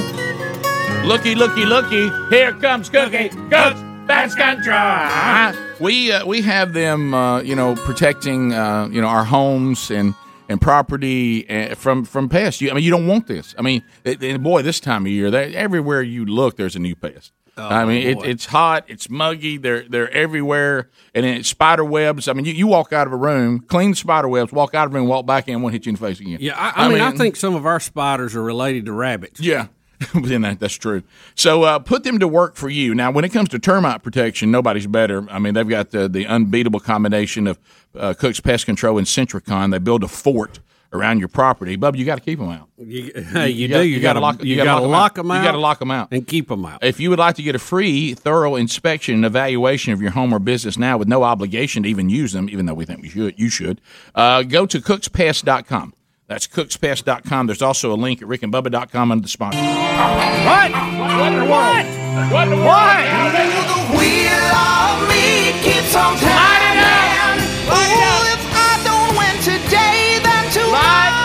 [SPEAKER 10] Looky, looky, looky. Here comes Cookie. Cooks Pest Control. We uh, we have them, uh, you know, protecting, uh, you know, our homes and and property uh, from from pests. You, I mean, you don't want this. I mean, it, it- boy, this time of year, they, everywhere you look, there's a new pest. I mean, it, it's hot, it's muggy. They're they're everywhere, and then it's spider webs. I mean, you, you walk out of a room, clean the spider webs, walk out of a room, walk back in, one hit you in the face again.
[SPEAKER 16] Yeah, I, I, mean, I think some of our spiders are related to rabbits.
[SPEAKER 10] Yeah, then that, that's true. So uh, put them to work for you. Now, when it comes to termite protection, nobody's better. I mean, they've got the, the unbeatable combination of uh, Cook's Pest Control and Centricon. They build a fort around your property. Bub, you got to keep them out.
[SPEAKER 16] You, hey, you,
[SPEAKER 10] gotta-
[SPEAKER 16] do. You got
[SPEAKER 10] gotta
[SPEAKER 16] to lock. You,
[SPEAKER 10] gotta
[SPEAKER 16] got to lock
[SPEAKER 10] 'em
[SPEAKER 16] them out.
[SPEAKER 10] You got to lock them out
[SPEAKER 16] and keep them out.
[SPEAKER 10] If you would like to get a free, thorough inspection and evaluation of your home or business now, with no obligation to even use them, even though we think we should, you should uh, go to cookspest.com. That's cookspest.com. There's also a link at rickandbubba.com under the sponsor.
[SPEAKER 9] What? What in the world? What in the world? What? The wheel of me keeps on turning. Light it up. Ooh, if I don't win today, then tomorrow.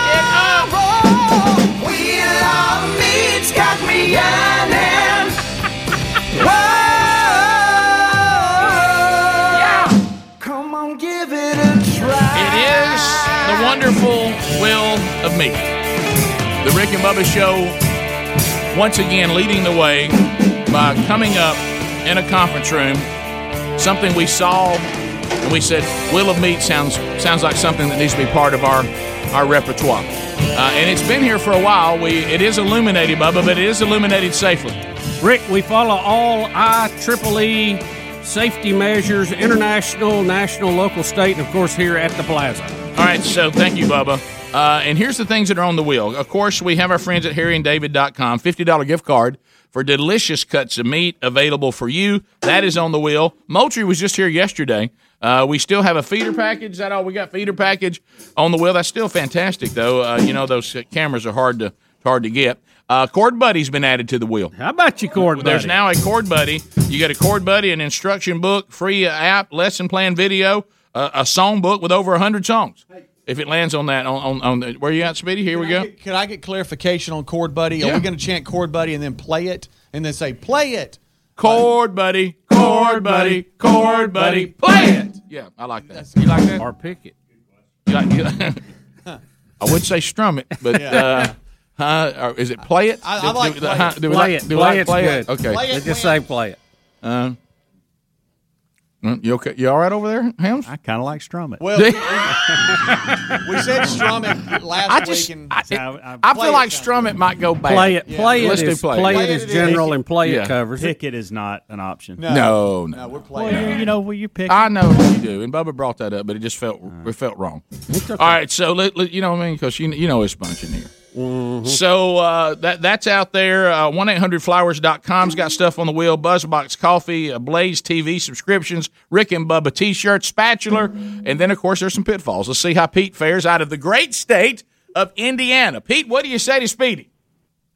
[SPEAKER 9] Wheel of me's got me yearning. Whoa. Come on, give it a try.
[SPEAKER 10] It is the wonderful Will of Me. The Rick and Bubba Show, once again, leading the way by coming up in a conference room, something we saw and we said, Will of Meat sounds sounds like something that needs to be part of our, our repertoire. Uh, and it's been here for a while. We It is illuminated, Bubba, but it is illuminated safely.
[SPEAKER 16] Rick, we follow all IEEE E safety measures, international, national, local, state, and of course here at the plaza.
[SPEAKER 10] All right, so thank you, Bubba. Uh, and here's the things that are on the wheel. Of course, we have our friends at harryanddavid.com, $50 gift card for delicious cuts of meat available for you. That is on the wheel. Moultrie was just here yesterday. Uh, we still have a feeder package. Is that all we got? Feeder package on the wheel. That's still fantastic, though. Uh, you know, those uh, cameras are hard to, hard to get. Uh, cord buddy's been added to the wheel.
[SPEAKER 16] How about you, cord
[SPEAKER 10] There's
[SPEAKER 16] buddy?
[SPEAKER 10] now a cord buddy. You got a cord buddy, an instruction book, free app, lesson plan video, uh, a song book with over hundred songs. If it lands on that, on, on, on the, where you at, Speedy? Here we go.
[SPEAKER 21] Could I get clarification on Chord Buddy? Are
[SPEAKER 10] Yeah.
[SPEAKER 21] we going to chant Chord Buddy and then play it and then say, play it?
[SPEAKER 10] Chord Buddy, Chord Buddy, Chord Buddy, play it! Yeah, I like that. You like that?
[SPEAKER 16] Or pick it.
[SPEAKER 10] You like, you like- I would say strum it, but uh, huh, or is it play it?
[SPEAKER 21] I- I like
[SPEAKER 10] do,
[SPEAKER 21] play it.
[SPEAKER 10] huh, do we
[SPEAKER 21] Play
[SPEAKER 10] like-
[SPEAKER 21] it.
[SPEAKER 10] Do we
[SPEAKER 21] Play
[SPEAKER 10] like
[SPEAKER 21] it's
[SPEAKER 10] play it?
[SPEAKER 21] good.
[SPEAKER 10] Okay.
[SPEAKER 21] Play it, Let's
[SPEAKER 16] just
[SPEAKER 21] play
[SPEAKER 16] say play it.
[SPEAKER 10] Uh, mm, you okay? You all right over there, Hams? I
[SPEAKER 6] kind of like strum it.
[SPEAKER 21] Well, we said strum it last
[SPEAKER 10] I just,
[SPEAKER 21] week. And
[SPEAKER 10] I, I feel like strum it might go bad.
[SPEAKER 6] Play it- play it
[SPEAKER 10] Let's do
[SPEAKER 6] is- play it Play is it is- general and play it
[SPEAKER 10] Yeah.
[SPEAKER 6] covers it. Pick it is not an option.
[SPEAKER 10] No, no, no.
[SPEAKER 21] we're
[SPEAKER 6] playing. Well, you- you know, well, you pick.
[SPEAKER 10] I know you do, and Bubba brought that up, but it just felt it felt wrong. All right, so let, let- you know what I mean because you you know it's bunch in here. So uh, that that's out there. Uh, One eight hundred flowers.com's got stuff on the wheel. Buzzbox coffee, uh, Blaze TV subscriptions, Rick and Bubba T-shirt, spatula, and then of course there's some pitfalls. Let's see how Pete fares out of the great state of Indiana. Pete, what do you say to Speedy?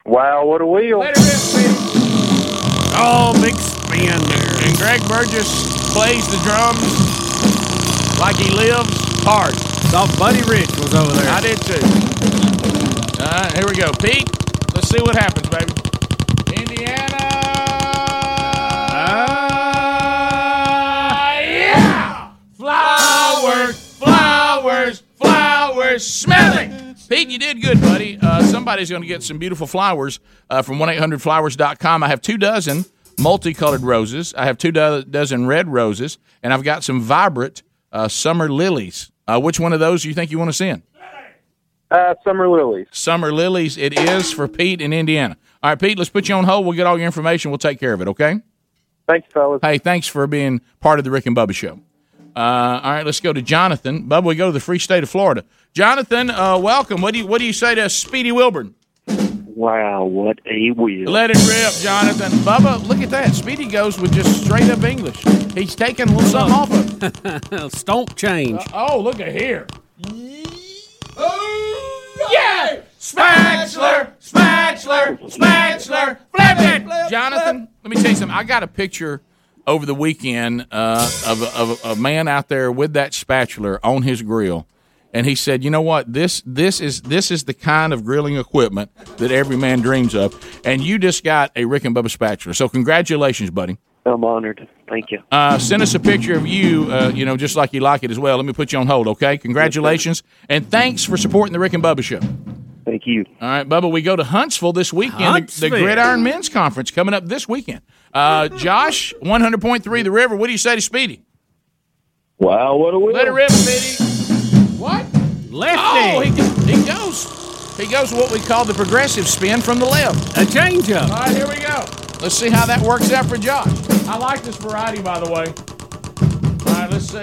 [SPEAKER 19] Wow, what a wheel.
[SPEAKER 10] Oh, big spin there. And Greg Burgess plays the drums like he lives hard. Saw Buddy Rich was over there. I did too. All right, here we go. Pete, let's see what happens, baby. Ah, Flowers, flowers, flowers, smelling. Pete, you did good, buddy. Uh, somebody's going to get some beautiful flowers uh, from 1 800flowers.com. I have two dozen multicolored roses, I have two do- dozen red roses, and I've got some vibrant uh, summer lilies. Uh, which one of those do you think you want to send?
[SPEAKER 19] Uh, summer lilies.
[SPEAKER 10] Summer lilies, it is for Pete in Indiana. All right, Pete, let's put you on hold. We'll get all your information. We'll take care of it, okay?
[SPEAKER 19] Thanks, fellas.
[SPEAKER 10] Hey, thanks for being part of the Rick and Bubba show. Uh, all right, let's go to Jonathan. Bubba, we go to the free state of Florida. Jonathan, uh, welcome. What do you what do you say to Speedy Wilburn?
[SPEAKER 22] Wow, what a wheel.
[SPEAKER 10] Let it rip, Jonathan. Bubba, look at that. Speedy goes with just straight up English. He's taking a little something off of.
[SPEAKER 16] Stomp change.
[SPEAKER 10] oh, look at here. Yeah! Spatchler! Spatchler! Spatchler! Flip it! Jonathan, let me tell you something. I got a picture over the weekend uh, of, a- of a- a man out there with that spatula on his grill. And he said, "You know what? This this is this is the kind of grilling equipment that every man dreams of." And you just got a Rick and Bubba spatula, so congratulations, buddy.
[SPEAKER 22] I'm honored. Thank you.
[SPEAKER 10] Uh, send us a picture of you, uh, you know, just like you like it as well. Let me put you on hold, okay? Congratulations. And thanks for supporting the Rick and Bubba Show.
[SPEAKER 22] Thank you.
[SPEAKER 10] All right, Bubba, we go to Huntsville this weekend. The, the
[SPEAKER 22] Huntsville.
[SPEAKER 10] Gridiron Men's Conference coming up this weekend. Uh, Josh, 100.3 The River. What do you say to Speedy?
[SPEAKER 19] Wow, what a wheel.
[SPEAKER 10] Let it rip, Speedy. What?
[SPEAKER 16] Lefty.
[SPEAKER 10] Oh, he, he goes. He goes what we call the progressive spin from the left.
[SPEAKER 16] A
[SPEAKER 10] All
[SPEAKER 16] changeup.
[SPEAKER 10] right, here we go. Let's see how that works out for Josh. I like this variety, by the way. All right, let's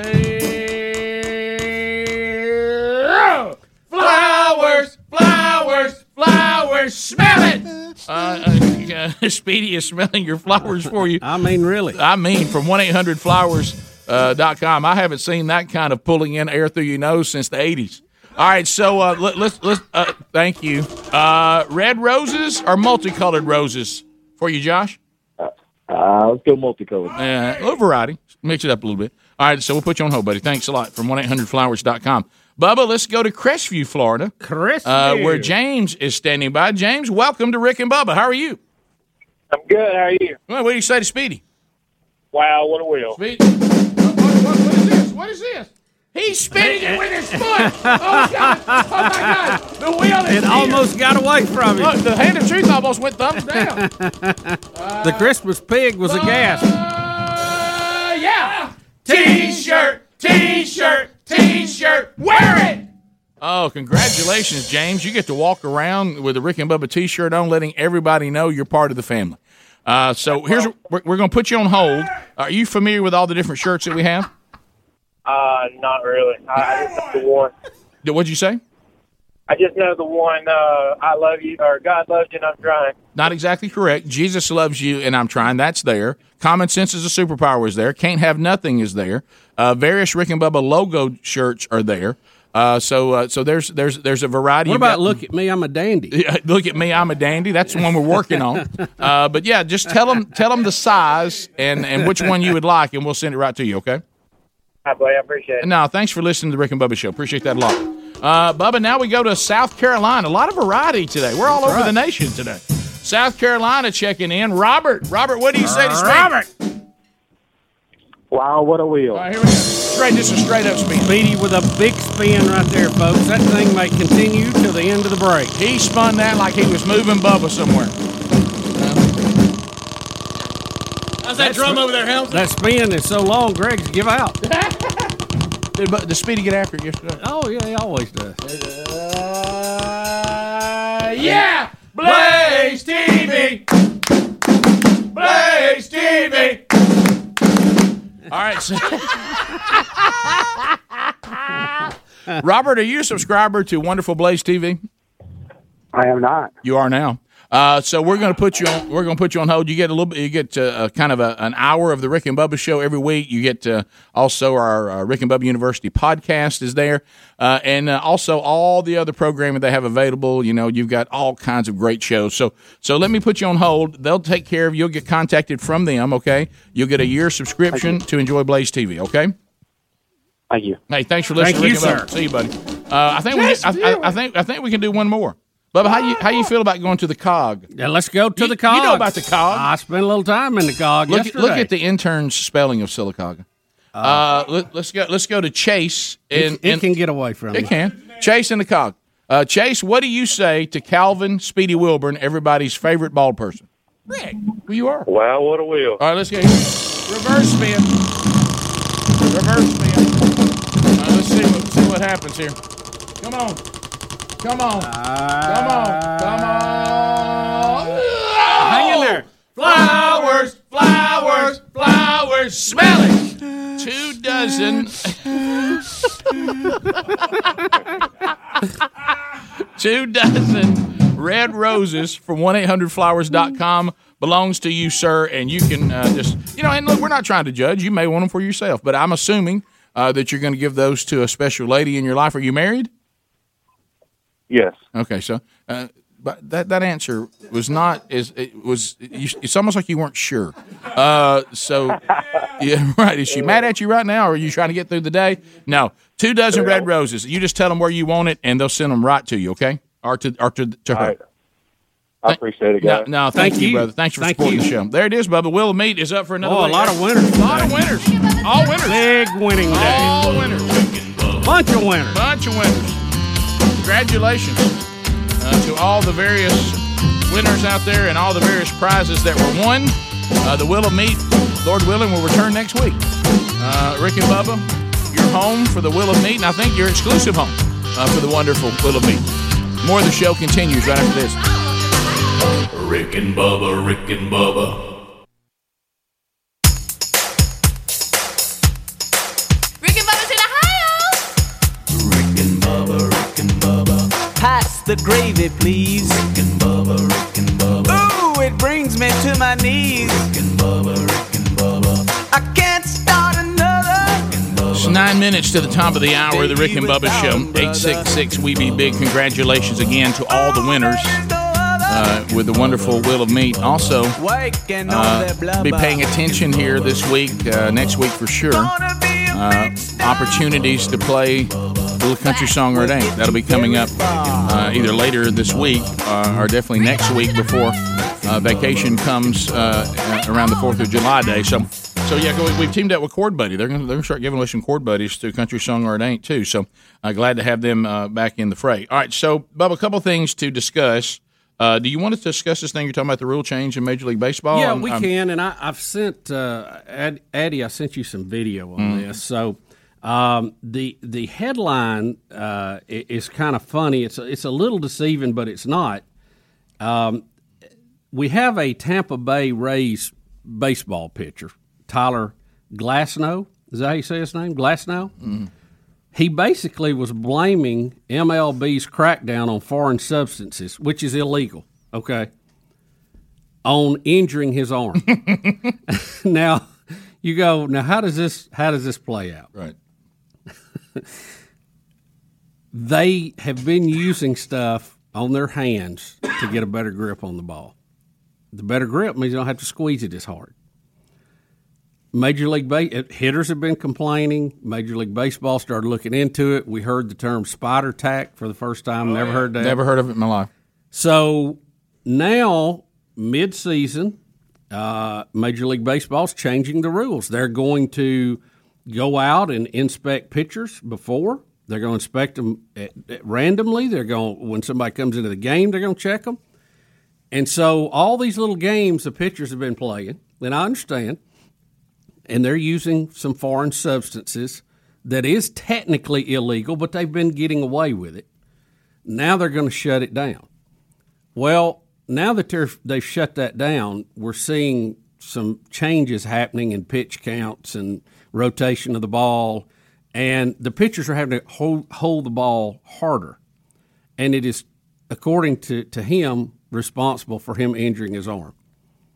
[SPEAKER 10] see. Flowers, flowers, flowers, smell it! Uh, uh, Speedy is smelling your flowers for you. I
[SPEAKER 16] mean, really.
[SPEAKER 10] I mean, from 1 800 flowers. Uh, dot com. I haven't seen that kind of pulling in air through your nose since the 80s. All right, so uh, let, let's, let's uh, thank you. Uh, red roses or multicolored roses for you, Josh?
[SPEAKER 19] Uh, let's go multicolored.
[SPEAKER 10] Uh, a little variety. Mix it up a little bit. All right, so we'll put you on hold, buddy. Thanks a lot from 1-800-Flowers.com. Bubba, let's go to Crestview, Florida. Uh,
[SPEAKER 16] Crestview.
[SPEAKER 10] where James is standing by. James, welcome to Rick and Bubba. How are you?
[SPEAKER 19] I'm good. How are you?
[SPEAKER 10] Well, what do you say to Speedy?
[SPEAKER 19] Wow, what a wheel.
[SPEAKER 10] What is this? He's spinning it with his foot. Oh my god! Oh my god! The wheel is
[SPEAKER 16] It almost got away from him.
[SPEAKER 10] Look, the hand of truth almost went thumbs down.
[SPEAKER 16] the Christmas pig was aghast.
[SPEAKER 10] Uh, yeah. T-shirt, T-shirt, T-shirt. Wear it. Oh, congratulations, James! You get to walk around with a Rick and Bubba T-shirt on, letting everybody know you're part of the family. Uh, so here's we're, we're going to put you on hold. Are you familiar with all the different shirts that we have?
[SPEAKER 19] Uh, not really. I, I just know the one.
[SPEAKER 10] Did- What'd you say?
[SPEAKER 19] I just know the one. Uh, I love you, or God loves you, and I'm trying.
[SPEAKER 10] Not exactly correct. Jesus loves you, and I'm trying. That's there. Common sense is a superpower is there. Can't have nothing is there. Uh, various Rick and Bubba logo shirts are there. Uh, so uh, so there's there's there's a variety.
[SPEAKER 16] What
[SPEAKER 10] of
[SPEAKER 16] about look at me? I'm a dandy.
[SPEAKER 10] Yeah, look at me, I'm a dandy. That's the one we're working on. Uh, but yeah, just tell them tell them the size and and which one you would like, and we'll send it right to you. Okay.
[SPEAKER 7] Hi, buddy. I appreciate it.
[SPEAKER 10] Now, thanks for listening to the Rick and Bubba Show. Appreciate that a lot. Uh, Bubba, now we go to South Carolina. A lot of variety today. We're all
[SPEAKER 17] That's
[SPEAKER 10] over the
[SPEAKER 17] right.
[SPEAKER 10] nation today. South Carolina checking in. Robert, Robert, what do you say to Spain?
[SPEAKER 17] Robert.
[SPEAKER 19] Wow, what a wheel.
[SPEAKER 10] here we go. Straight, this is straight up spin.
[SPEAKER 16] Speedy with a big spin right there, folks. That thing may continue to the end of the break.
[SPEAKER 10] He spun that like he was moving Bubba somewhere.
[SPEAKER 17] How's that drum over there, Helms?
[SPEAKER 16] That spin is so long, Greg's give out.
[SPEAKER 10] Did, Bu- did Speedy get after it yesterday?
[SPEAKER 16] Oh, yeah, he always does.
[SPEAKER 10] Uh,
[SPEAKER 17] yeah! Blaze TV! Blaze TV!
[SPEAKER 10] All right. So Robert, are you a subscriber to Wonderful Blaze TV?
[SPEAKER 19] I am not.
[SPEAKER 10] You are now. Uh, so we're going to put you on. We're going to put you on hold. You get a little. bit You get uh, a kind of a, an hour of the Rick and Bubba show every week. You get uh, also our uh, Rick and Bubba University podcast is there, uh, and uh, also all the other programming they have available. You know, you've got all kinds of great shows. So so let me put you on hold. They'll take care of you. You'll get contacted from them. Okay, you'll get a year subscription to enjoy Blaze TV. Okay.
[SPEAKER 19] Thank you.
[SPEAKER 10] Hey, thanks for listening.
[SPEAKER 17] Thank you,
[SPEAKER 10] Rick and Bubba.
[SPEAKER 17] sir.
[SPEAKER 10] See you, buddy. Uh, I think we,
[SPEAKER 17] Just
[SPEAKER 10] I, I, I think I think we can do one more. Bubba, how you how you feel about going to the cog?
[SPEAKER 16] Yeah, let's go to the cog.
[SPEAKER 10] you know about the cog.
[SPEAKER 16] I spent a little time in the cog
[SPEAKER 10] Look,
[SPEAKER 16] yesterday.
[SPEAKER 10] look at the intern's spelling of Silicaga. Uh, let, us go. Let's go to Chase.
[SPEAKER 16] It-
[SPEAKER 10] And
[SPEAKER 16] it can get away from
[SPEAKER 10] it.
[SPEAKER 16] you.
[SPEAKER 10] Can Chase and the cog? Uh, Chase, what do you say to Calvin Speedy Wilburn, everybody's favorite ball person? Rick, who you are?
[SPEAKER 7] Wow, what a wheel.
[SPEAKER 10] All right, let's get here. Reverse spin. Reverse spin. All right, let's see what, see what happens here. Come on. Come on. come on. Come on. Hang in there. Oh! Flowers, flowers, flowers. Smell it. Two dozen. Two dozen red roses from 1-800-Flowers.com belongs to you, sir, and you can uh, just, you know, and look, we're not trying to judge. You may want them for yourself, but I'm assuming uh, that you're going to give those to a special lady in your life. Are you married?
[SPEAKER 19] Yes.
[SPEAKER 10] Okay, so uh, but that that answer was not as it was. You, it's almost like you weren't sure. Uh, so yeah, right. Is she mad at you right now, or are you trying to get through the day? No, two dozen red roses. You just tell them where you want it, and they'll send them right to you. Okay, or to or to to her.
[SPEAKER 19] I appreciate it,
[SPEAKER 10] No,
[SPEAKER 19] guys.
[SPEAKER 10] no, thank,
[SPEAKER 19] Thank
[SPEAKER 10] you,
[SPEAKER 19] you.
[SPEAKER 10] brother. Thanks for
[SPEAKER 19] Thank
[SPEAKER 10] supporting the
[SPEAKER 19] you.
[SPEAKER 10] show. There it is, Bubba. Will of Meat is up for another.
[SPEAKER 16] Oh, a
[SPEAKER 10] one.
[SPEAKER 16] lot of winners
[SPEAKER 10] A lot of winners. All winners.
[SPEAKER 16] Big winning day.
[SPEAKER 10] All winners.
[SPEAKER 16] Bunch of winners.
[SPEAKER 10] Bunch of winners. Congratulations uh, to all the various winners out there and all the various prizes that were won. Uh, the Will of Meat, Lord willing, will return next week. Uh, Rick and Bubba, your home for the Will of Meat, and I think your exclusive home uh, for the wonderful Will of Meat. More of the show continues right after this.
[SPEAKER 13] Rick and Bubba, Rick and Bubba,
[SPEAKER 8] Rick and Bubba's in Ohio.
[SPEAKER 9] Pass the gravy, please. Rick and Bubba, Rick and Bubba. Ooh, it brings me to my knees. Rick and Bubba, Rick and Bubba. I can't start another.
[SPEAKER 10] It's nine minutes to the top of the hour of the Rick and Bubba Show. 866 We Be Big. Congratulations again to all the winners uh, with the wonderful Will of Meat. Also,
[SPEAKER 9] Waking on that
[SPEAKER 10] uh,
[SPEAKER 9] blubber.
[SPEAKER 10] be paying attention here this week, uh, next week for sure. Uh, opportunities to play Little Country Song or Ain't. That'll be coming up uh, either later this week uh, or definitely next week before uh, vacation comes uh, around the 4th of July day. So, so yeah, go- we've teamed up with Chord Buddy. They're going to they're gonna start giving away some Chord Buddies to Country Song or It Ain't, too. So uh, glad to have them uh, back in the fray. All right, so, Bub, a couple things to discuss. Uh, do you want us to discuss this thing you're talking about, the rule change in Major League Baseball?
[SPEAKER 16] yeah,
[SPEAKER 10] Oh, I'm-
[SPEAKER 16] we
[SPEAKER 10] I'm-
[SPEAKER 16] can. And I, I've sent uh, Ad, Addy. I sent you some video on
[SPEAKER 10] Mm.
[SPEAKER 16] this. So um, the the headline uh, i- is kind of funny. It's a, it's a little deceiving, but it's not. Um, we have a Tampa Bay Rays baseball pitcher, Tyler Glasnow. Is that how you say his name? Glasnow.
[SPEAKER 10] mm.
[SPEAKER 16] He basically was blaming MLB's crackdown on foreign substances, which is illegal. Okay on injuring his arm. now, you go. Now, how does this? How does this play out?
[SPEAKER 10] Right.
[SPEAKER 16] they have been using stuff on their hands to get a better grip on the ball. The better grip means you don't have to squeeze it as hard. Major League ba- uh, hitters have been complaining. Major League Baseball started looking into it. We heard the term spider tack for the first time. Never heard that.
[SPEAKER 10] Oh, Never heard of it in my life.
[SPEAKER 16] So now, mid-season, uh, Major League Baseball's changing the rules. They're going to go out and inspect pitchers before. They're going to inspect them at, at randomly. They're going when somebody comes into the game, they're going to check them. And so all these little games the pitchers have been playing, and I understand, and they're using some foreign substances that is technically illegal, but they've been getting away with it. Now they're going to shut it down. Well, now that they're, they've shut that down, we're seeing some changes happening in pitch counts and rotation of the ball, and the pitchers are having to hold, hold the ball harder. And it is, according to, to him, responsible for him injuring his arm.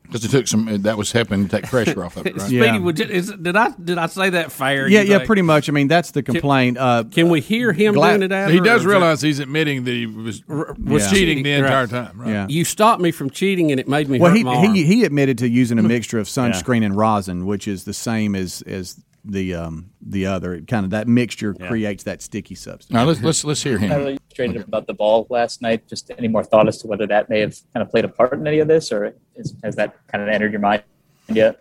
[SPEAKER 10] Because it took some, that was helping to take pressure off of it, right?
[SPEAKER 16] Speedy, would you- is- did I did I say that fair?
[SPEAKER 4] Yeah,
[SPEAKER 16] You
[SPEAKER 4] yeah,
[SPEAKER 16] think?
[SPEAKER 4] pretty much. I mean, that's the complaint. uh,
[SPEAKER 16] Can we hear him
[SPEAKER 4] Glad-
[SPEAKER 16] doing it after?
[SPEAKER 4] He does realize
[SPEAKER 5] he's admitting that he was
[SPEAKER 4] was cheating the entire
[SPEAKER 5] time.
[SPEAKER 4] right? Yeah.
[SPEAKER 16] You stopped me from cheating, and it made me
[SPEAKER 4] well,
[SPEAKER 16] hurt
[SPEAKER 4] he,
[SPEAKER 16] my arm.
[SPEAKER 4] he he admitted to using a mixture of sunscreen and rosin, which is the same as as the um the other. It kind of that mixture creates that sticky substance.
[SPEAKER 10] Now, let's- let's- let's hear
[SPEAKER 2] Not really frustrated about the ball last night. Just any more thought as to whether that may have kind of played a part in any of this, or is, has that kind of entered your mind yet?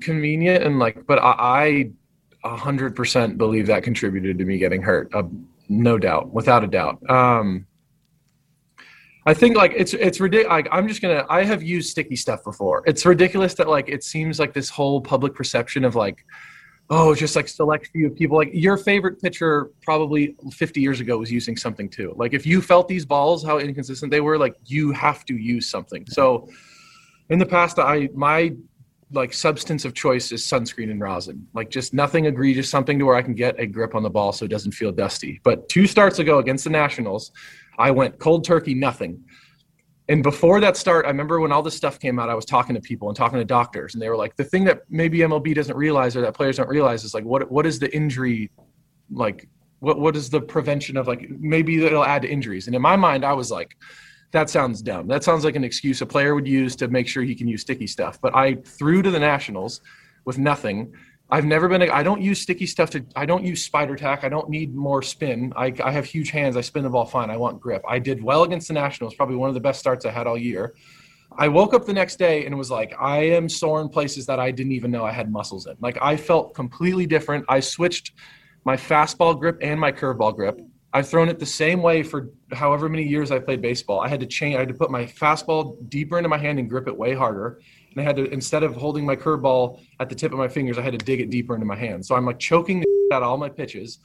[SPEAKER 23] convenient and like but i I a hundred percent believe that contributed to me getting hurt uh, no doubt without a doubt um i think like it's it's ridiculous like, i'm just gonna i have used sticky stuff before it's ridiculous that like it seems like this whole public perception of like oh just like select few people like your favorite pitcher probably 50 years ago was using something too like if you felt these balls how inconsistent they were like you have to use something so in the past i my like substance of choice is sunscreen and rosin. Like just nothing egregious, something to where I can get a grip on the ball so it doesn't feel dusty. But two starts ago against the Nationals, I went cold turkey, nothing. And before that start, I remember when all this stuff came out, I was talking to people and talking to doctors, and they were like, the thing that maybe MLB doesn't realize or that players don't realize is like what what is the injury like what what is the prevention of like maybe that'll add to injuries. And in my mind, I was like, that sounds dumb. That sounds like an excuse a player would use to make sure he can use sticky stuff. But I threw to the Nationals with nothing. I've never been. I don't use sticky stuff to. I don't use spider tack. I don't need more spin. I, I have huge hands. I spin the ball fine. I want grip. I did well against the Nationals. Probably one of the best starts I had all year. I woke up the next day and was like, I am sore in places that I didn't even know I had muscles in. Like I felt completely different. I switched my fastball grip and my curveball grip. I've thrown it the same way for however many years I played baseball. I had to change. I had to put my fastball deeper into my hand and grip it way harder. And I had to instead of holding my curveball at the tip of my fingers, I had to dig it deeper into my hand. So I'm like choking the out of all my pitches.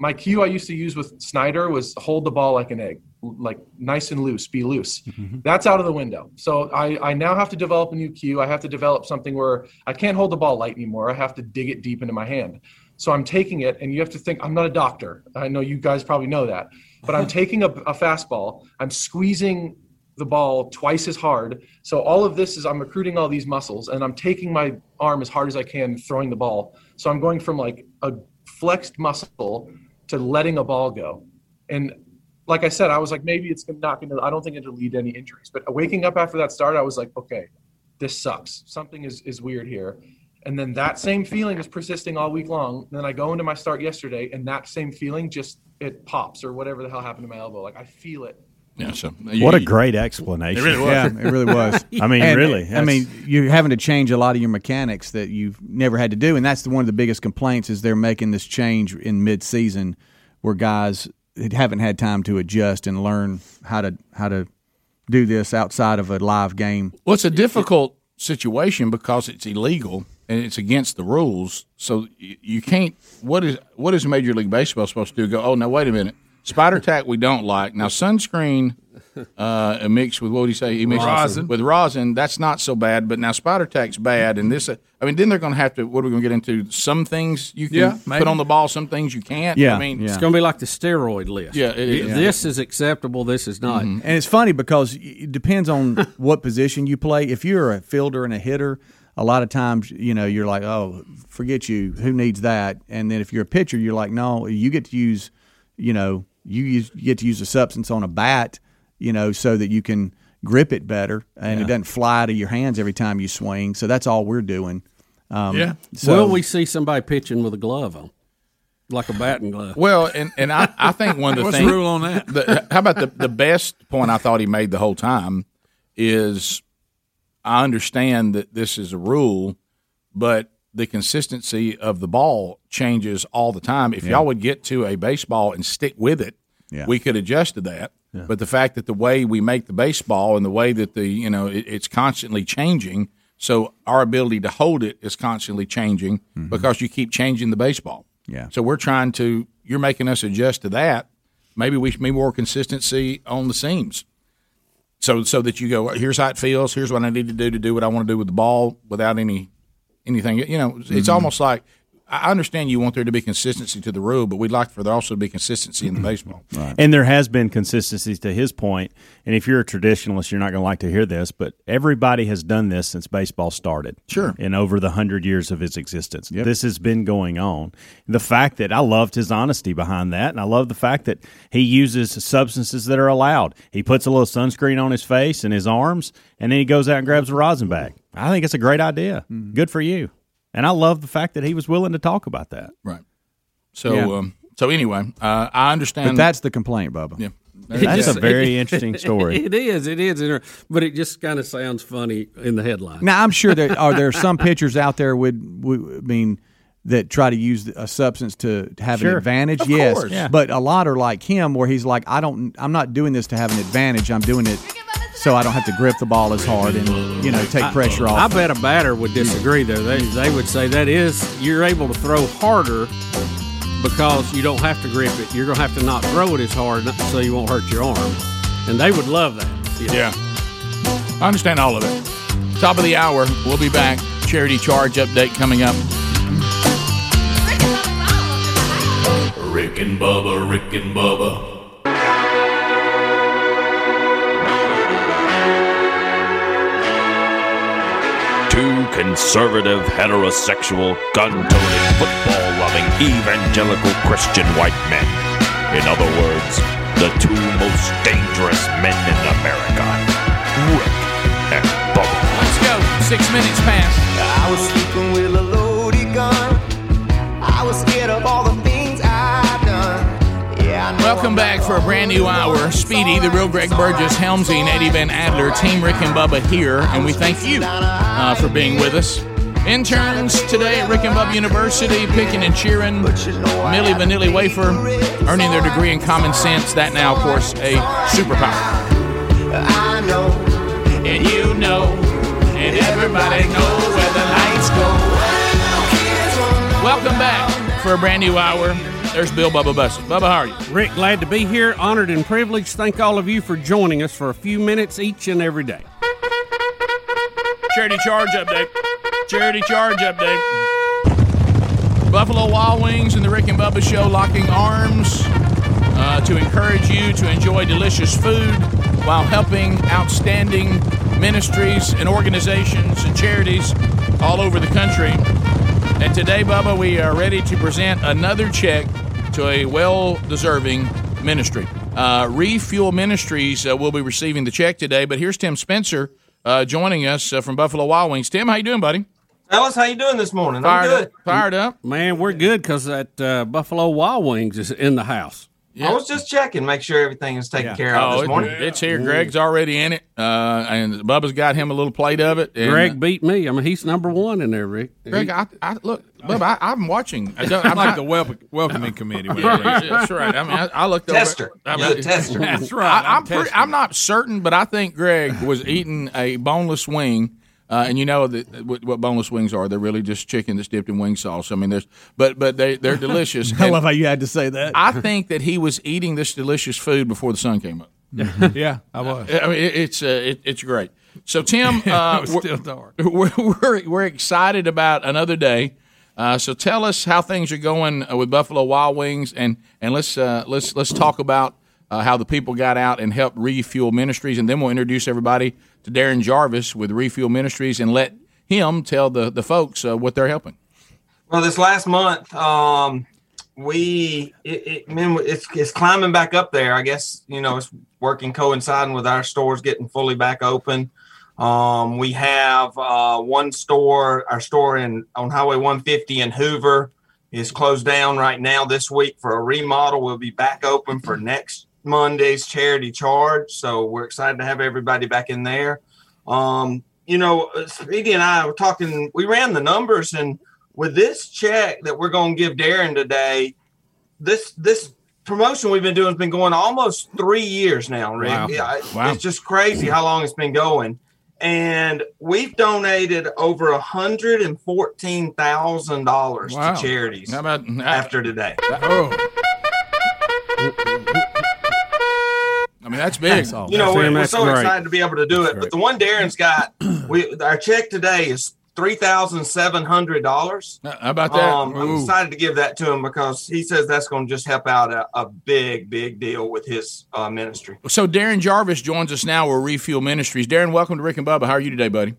[SPEAKER 23] My cue I used to use with Snyder was hold the ball like an egg, like nice and loose, be loose. That's out of the window. So I, I now have to develop a new cue. I have to develop something where I can't hold the ball light anymore. I have to dig it deep into my hand. So I'm taking it, and you have to think I'm not a doctor. I know you guys probably know that, but I'm taking a, a fastball. I'm squeezing the ball twice as hard. So all of this is I'm recruiting all these muscles, and I'm taking my arm as hard as I can, throwing the ball. So I'm going from like a flexed muscle to letting a ball go. And like I said, I was like, maybe it's not going to, I don't think it'll lead to any injuries. But waking up after that start, I was like, okay, this sucks. Something is, is weird here. And then that same feeling is persisting all week long. And then I go into my start yesterday, and that same feeling just, it pops or whatever the hell happened to my elbow. Like I feel it.
[SPEAKER 10] Yeah, so
[SPEAKER 6] What a great explanation.
[SPEAKER 10] It really was.
[SPEAKER 4] Yeah, it really was.
[SPEAKER 6] I mean,
[SPEAKER 4] And,
[SPEAKER 6] really.
[SPEAKER 4] I
[SPEAKER 6] that's-
[SPEAKER 4] mean, you're having to change a lot of your mechanics that you've never had to do, and that's the, one of the biggest complaints is they're making this change in mid-season where guys haven't had time to adjust and learn how to how to do this outside of a live game.
[SPEAKER 10] Well, it's a difficult situation because it's illegal and it's against the rules. So you, you can't. What is what is Major League Baseball supposed to do? Go? Oh no, wait a minute. Spider tack we don't like. Now sunscreen uh, mixed with what would he say? He mixed
[SPEAKER 5] Rosin.
[SPEAKER 10] with rosin. That's not so bad. But now spider tack's bad. And this, uh, I mean, then they're going to have to. What are we going to get into? Some things you can
[SPEAKER 16] Yeah, maybe.
[SPEAKER 10] put on the ball. Some things you can't. I mean,
[SPEAKER 16] it's going to be like the steroid list.
[SPEAKER 10] Yeah, it is.
[SPEAKER 16] This is acceptable. This is not.
[SPEAKER 4] Uh, And it's funny because it depends on what position you play. If you're a fielder and a hitter, a lot of times you know you're like, oh, forget you. Who needs that? And then if you're a pitcher, you're like, no, you get to use, you know, you, use, you get to use a substance on a bat, you know, so that you can grip it better and it
[SPEAKER 16] Yeah.
[SPEAKER 4] doesn't fly out of your hands every time you swing. So that's all we're doing. Um,
[SPEAKER 16] Will
[SPEAKER 4] So
[SPEAKER 16] we see somebody pitching with a glove on, like a batting glove?
[SPEAKER 10] Well, and, and I, I think one of the
[SPEAKER 16] What's
[SPEAKER 10] things.
[SPEAKER 16] the rule on that?
[SPEAKER 10] the- how about the, the best point I thought he made the whole time is I understand that this is a rule, but the consistency of the ball changes all the time. If
[SPEAKER 17] Yeah.
[SPEAKER 10] y'all would get to a baseball and stick with it,
[SPEAKER 17] Yeah.
[SPEAKER 10] we could adjust to that.
[SPEAKER 17] Yeah.
[SPEAKER 10] But the fact that the way we make the baseball and the way that the you know it, it's constantly changing, so our ability to hold it is constantly changing
[SPEAKER 16] Mm-hmm.
[SPEAKER 10] because you keep changing the baseball.
[SPEAKER 4] Yeah.
[SPEAKER 10] So we're trying to you're making us adjust to that. Maybe we should be more consistency on the seams. So so that you go here's how it feels. Here's what I need to do to do what I want to do with the ball without any anything. You know, it's
[SPEAKER 4] Mm-hmm.
[SPEAKER 17] Mhm.
[SPEAKER 10] almost like I I understand you want there to be consistency to the rule, but we'd like for there also to be consistency
[SPEAKER 4] Mm-hmm.
[SPEAKER 10] in the baseball.
[SPEAKER 6] And there has been consistency to his point. And if you're a traditionalist, you're not going to like to hear this, but everybody has done this since baseball started.
[SPEAKER 10] Sure.
[SPEAKER 6] And over the hundred years of its existence, this has been going on. The fact that I loved his honesty behind that, and I love the fact that he uses substances that are allowed. He puts a little sunscreen on his face and his arms, and then he goes out and grabs a rosin bag. I think it's a great idea. Good for you. And I love the fact that he was willing to talk about that.
[SPEAKER 10] Right. So
[SPEAKER 6] Yeah.
[SPEAKER 10] um, so anyway, uh, I understand.
[SPEAKER 4] But that's the complaint, Bubba.
[SPEAKER 10] Yeah.
[SPEAKER 6] That's a very interesting story.
[SPEAKER 16] it is. It is. inter- But it just kind of sounds funny in the headline.
[SPEAKER 4] Now I'm sure there are there some pitchers out there would, would I mean that try to use a substance to have an
[SPEAKER 6] Sure.
[SPEAKER 4] advantage.
[SPEAKER 6] Of
[SPEAKER 4] yes,
[SPEAKER 6] course. Yeah.
[SPEAKER 4] but a lot are like him where he's like, I don't, I'm not doing this to have an advantage. I'm doing it so I don't have to grip the ball as hard and you know take pressure
[SPEAKER 16] I
[SPEAKER 4] off.
[SPEAKER 16] bet a batter would disagree, though. They, they would say that is you're able to throw harder because you don't have to grip it. You're going to have to not throw it as hard so you won't hurt your arm. And they would love that.
[SPEAKER 10] Yeah. I understand all of it. Top of the hour. We'll be back. Charity charge update coming up.
[SPEAKER 13] Rick and Bubba, Rick and Bubba,
[SPEAKER 3] Two conservative, heterosexual, gun toting, football loving, evangelical Christian white men. In other words, the two most dangerous men in America Rick and Bubba.
[SPEAKER 17] Let's go. Six minutes past.
[SPEAKER 11] I was sleeping with a loaded gun. I was scared of all the things I've done. Yeah, I know
[SPEAKER 17] Welcome back for a brand new hour. Speedy, the real Greg Burgess, Helmsy, and Eddie Van Adler, Team Rick and Bubba here, and we thank you uh, for being with us. Interns today at Rick and Bubba University, picking and cheering, Millie Vanilli Wafer, earning their degree in common sense. That now, of course, a superpower.
[SPEAKER 11] I know,
[SPEAKER 17] and you know, and everybody knows where the lights go. Welcome back for a brand new hour. There's Bill Bubba Bussett. Bubba, how are you?
[SPEAKER 16] Rick, glad to be here. Honored and privileged. Thank all of you for joining us for a few minutes each and every day.
[SPEAKER 17] Charity charge update. Charity charge update. Buffalo Wild Wings and the Rick and Bubba Show locking arms uh, to encourage you to enjoy delicious food while helping outstanding ministries and organizations and charities all over the country. And today, Bubba, we are ready to present another check to a well deserving ministry. Uh, Refuel Ministries uh, will be receiving the check today, but here's Tim Spencer uh, joining us uh, from Buffalo Wild Wings. Tim, how you doing, buddy?
[SPEAKER 24] Alice, how you doing this morning?
[SPEAKER 17] Fired
[SPEAKER 24] I'm
[SPEAKER 17] up.
[SPEAKER 24] good.
[SPEAKER 17] Fired up.
[SPEAKER 16] Man, we're good because that uh, Buffalo Wild Wings is in the house.
[SPEAKER 24] I was just checking, make sure everything is taken care of
[SPEAKER 16] Oh,
[SPEAKER 24] this
[SPEAKER 16] it-
[SPEAKER 24] morning.
[SPEAKER 10] It's here. Greg's already in it, uh, and Bubba's got him a little plate of it. and-
[SPEAKER 17] uh,
[SPEAKER 16] Greg beat me. I mean, he's number one in there, Rick.
[SPEAKER 10] Greg, I, I look, Bubba, I, I'm watching. I don't,
[SPEAKER 5] I'm
[SPEAKER 10] I'm
[SPEAKER 5] like
[SPEAKER 10] not,
[SPEAKER 5] the wel- welcoming committee.
[SPEAKER 10] Yeah, that's right. I mean, I, I looked
[SPEAKER 5] Tester.
[SPEAKER 10] over.
[SPEAKER 5] You're the tester. That's right.
[SPEAKER 10] I,
[SPEAKER 5] I'm
[SPEAKER 10] I'm, pretty,
[SPEAKER 5] testing.
[SPEAKER 10] I'm not certain, but I think Greg was eating a boneless wing. Uh, and you know that what, what boneless wings are? They're really just chicken that's dipped in wing sauce. I mean, there's but but they they're delicious.
[SPEAKER 4] I
[SPEAKER 10] And
[SPEAKER 4] love how you had to say that.
[SPEAKER 10] I think that he was eating this delicious food before the sun came up. Mm-hmm.
[SPEAKER 5] yeah, I was.
[SPEAKER 10] I mean, it, it's uh, it, it's great. So Tim, uh,
[SPEAKER 5] was
[SPEAKER 10] we're-
[SPEAKER 5] still dark.
[SPEAKER 10] We're, we're we're excited about another day. Uh, so tell us how things are going uh, with Buffalo Wild Wings, and and let's uh, let's let's talk about uh, how the people got out and helped refuel ministries, and then we'll introduce everybody to Darren Jarvis with Refuel Ministries, and let him tell the the folks uh, what they're helping.
[SPEAKER 24] Well, this last month, um, we it, it man, it's it's climbing back up there. I guess you know it's working coinciding with our stores getting fully back open. Um, we have uh, one store, our store in on Highway 150 in Hoover is closed down right now this week for a remodel. We'll be back open for next Monday's charity charge. So we're excited to have everybody back in there. Um, you know, Speedy and I were talking. We ran the numbers, and with this check that we're going to give Darren today, this this promotion we've been doing has been going almost three years now, Rick.
[SPEAKER 12] Wow.
[SPEAKER 24] Yeah, it-
[SPEAKER 12] Wow.
[SPEAKER 24] It's just crazy how long it's been going. And we've donated over hundred and fourteen thousand dollars
[SPEAKER 10] Wow.
[SPEAKER 24] to charities
[SPEAKER 10] How about uh,
[SPEAKER 24] after today.
[SPEAKER 10] Oh. I mean, that's big.
[SPEAKER 24] You know, we're, we're so excited to be able to do it. But the one Darren's got, we our check today is three thousand seven hundred dollars.
[SPEAKER 10] Uh, How about that?
[SPEAKER 24] Um, I'm
[SPEAKER 10] Ooh.
[SPEAKER 24] excited to give that to him because he says that's going to just help out a, a big, big deal with his uh, ministry.
[SPEAKER 10] So Darren Jarvis joins us now with Refuel Ministries. Darren, welcome to Rick and Bubba. How are you today, buddy?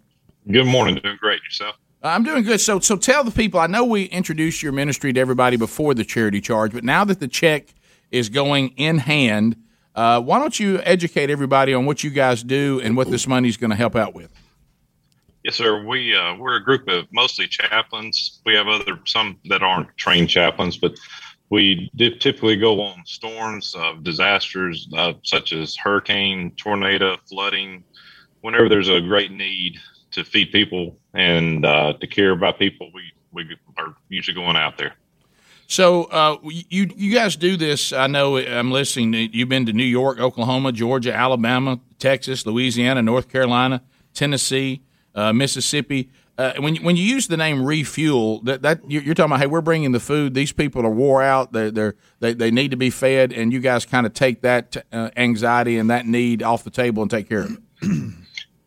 [SPEAKER 25] Good morning. Doing great. Yourself?
[SPEAKER 10] I'm doing good. So, so tell the people. I know we introduced your ministry to everybody before the charity charge, but now that the check is going in hand, uh, why don't you educate everybody on what you guys do and what this money is going to help out with?
[SPEAKER 25] Yes, sir. We uh, we're a group of mostly chaplains. We have other some that aren't trained chaplains, but we did typically go on storms, uh, disasters uh, such as hurricane, tornado, flooding. Whenever there's a great need to feed people and uh, to care about people, we we are usually going out there.
[SPEAKER 10] So, uh, you you guys do this. I know. I'm listening. to- You've been to New York, Oklahoma, Georgia, Alabama, Texas, Louisiana, North Carolina, Tennessee, uh, Mississippi. Uh, when you- when you use the name refuel, that that you're you're talking about. Hey, we're bringing the food. These people are wore out. They're, they're they they need to be fed, and you guys kind of take that uh, anxiety and that need off the table and take care of it.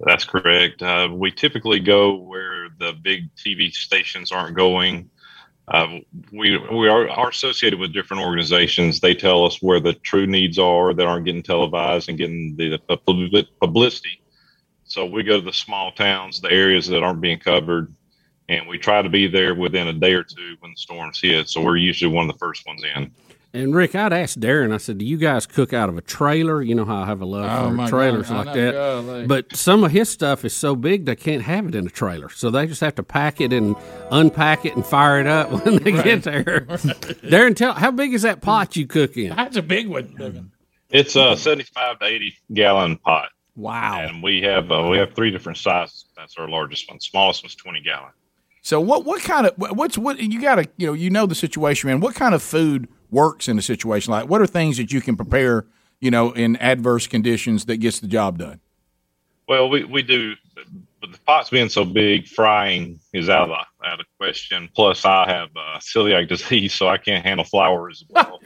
[SPEAKER 25] That's correct. Uh, we typically go where the big TV stations aren't going. Uh, we we are, are associated with different organizations. They tell us where the true needs are that aren't getting televised and getting the publi- publicity. So we go to the small towns, the areas that aren't being covered, and we try to be there within a day or two when the storms hit. So we're usually one of the first ones in.
[SPEAKER 16] And Rick, I'd asked Darren. I said, "Do you guys cook out of a trailer? You know how I have a
[SPEAKER 10] Oh,
[SPEAKER 16] love
[SPEAKER 10] my
[SPEAKER 16] for trailers
[SPEAKER 10] God. I
[SPEAKER 16] like
[SPEAKER 10] know.
[SPEAKER 16] that.
[SPEAKER 10] Golly.
[SPEAKER 16] But some of his stuff is so big they can't have it in a trailer, so they just have to pack it and unpack it and fire it up when they get there. Darren, tell how big is that pot you cook in?
[SPEAKER 5] That's a big one.
[SPEAKER 25] It's a seventy-five to eighty gallon pot.
[SPEAKER 16] Wow!
[SPEAKER 25] And we have uh, we have three different sizes. That's our largest one. Smallest one's twenty gallon.
[SPEAKER 10] So what what kind of what- what's what you got to you know you know the situation man. What kind of food works in a situation like? What are things that you can prepare you know in adverse conditions that gets the job done?
[SPEAKER 25] Well, we, we do, but the pot's being so big, frying is out of the, out of question. Plus, I have uh, celiac disease, so I can't handle flour as well.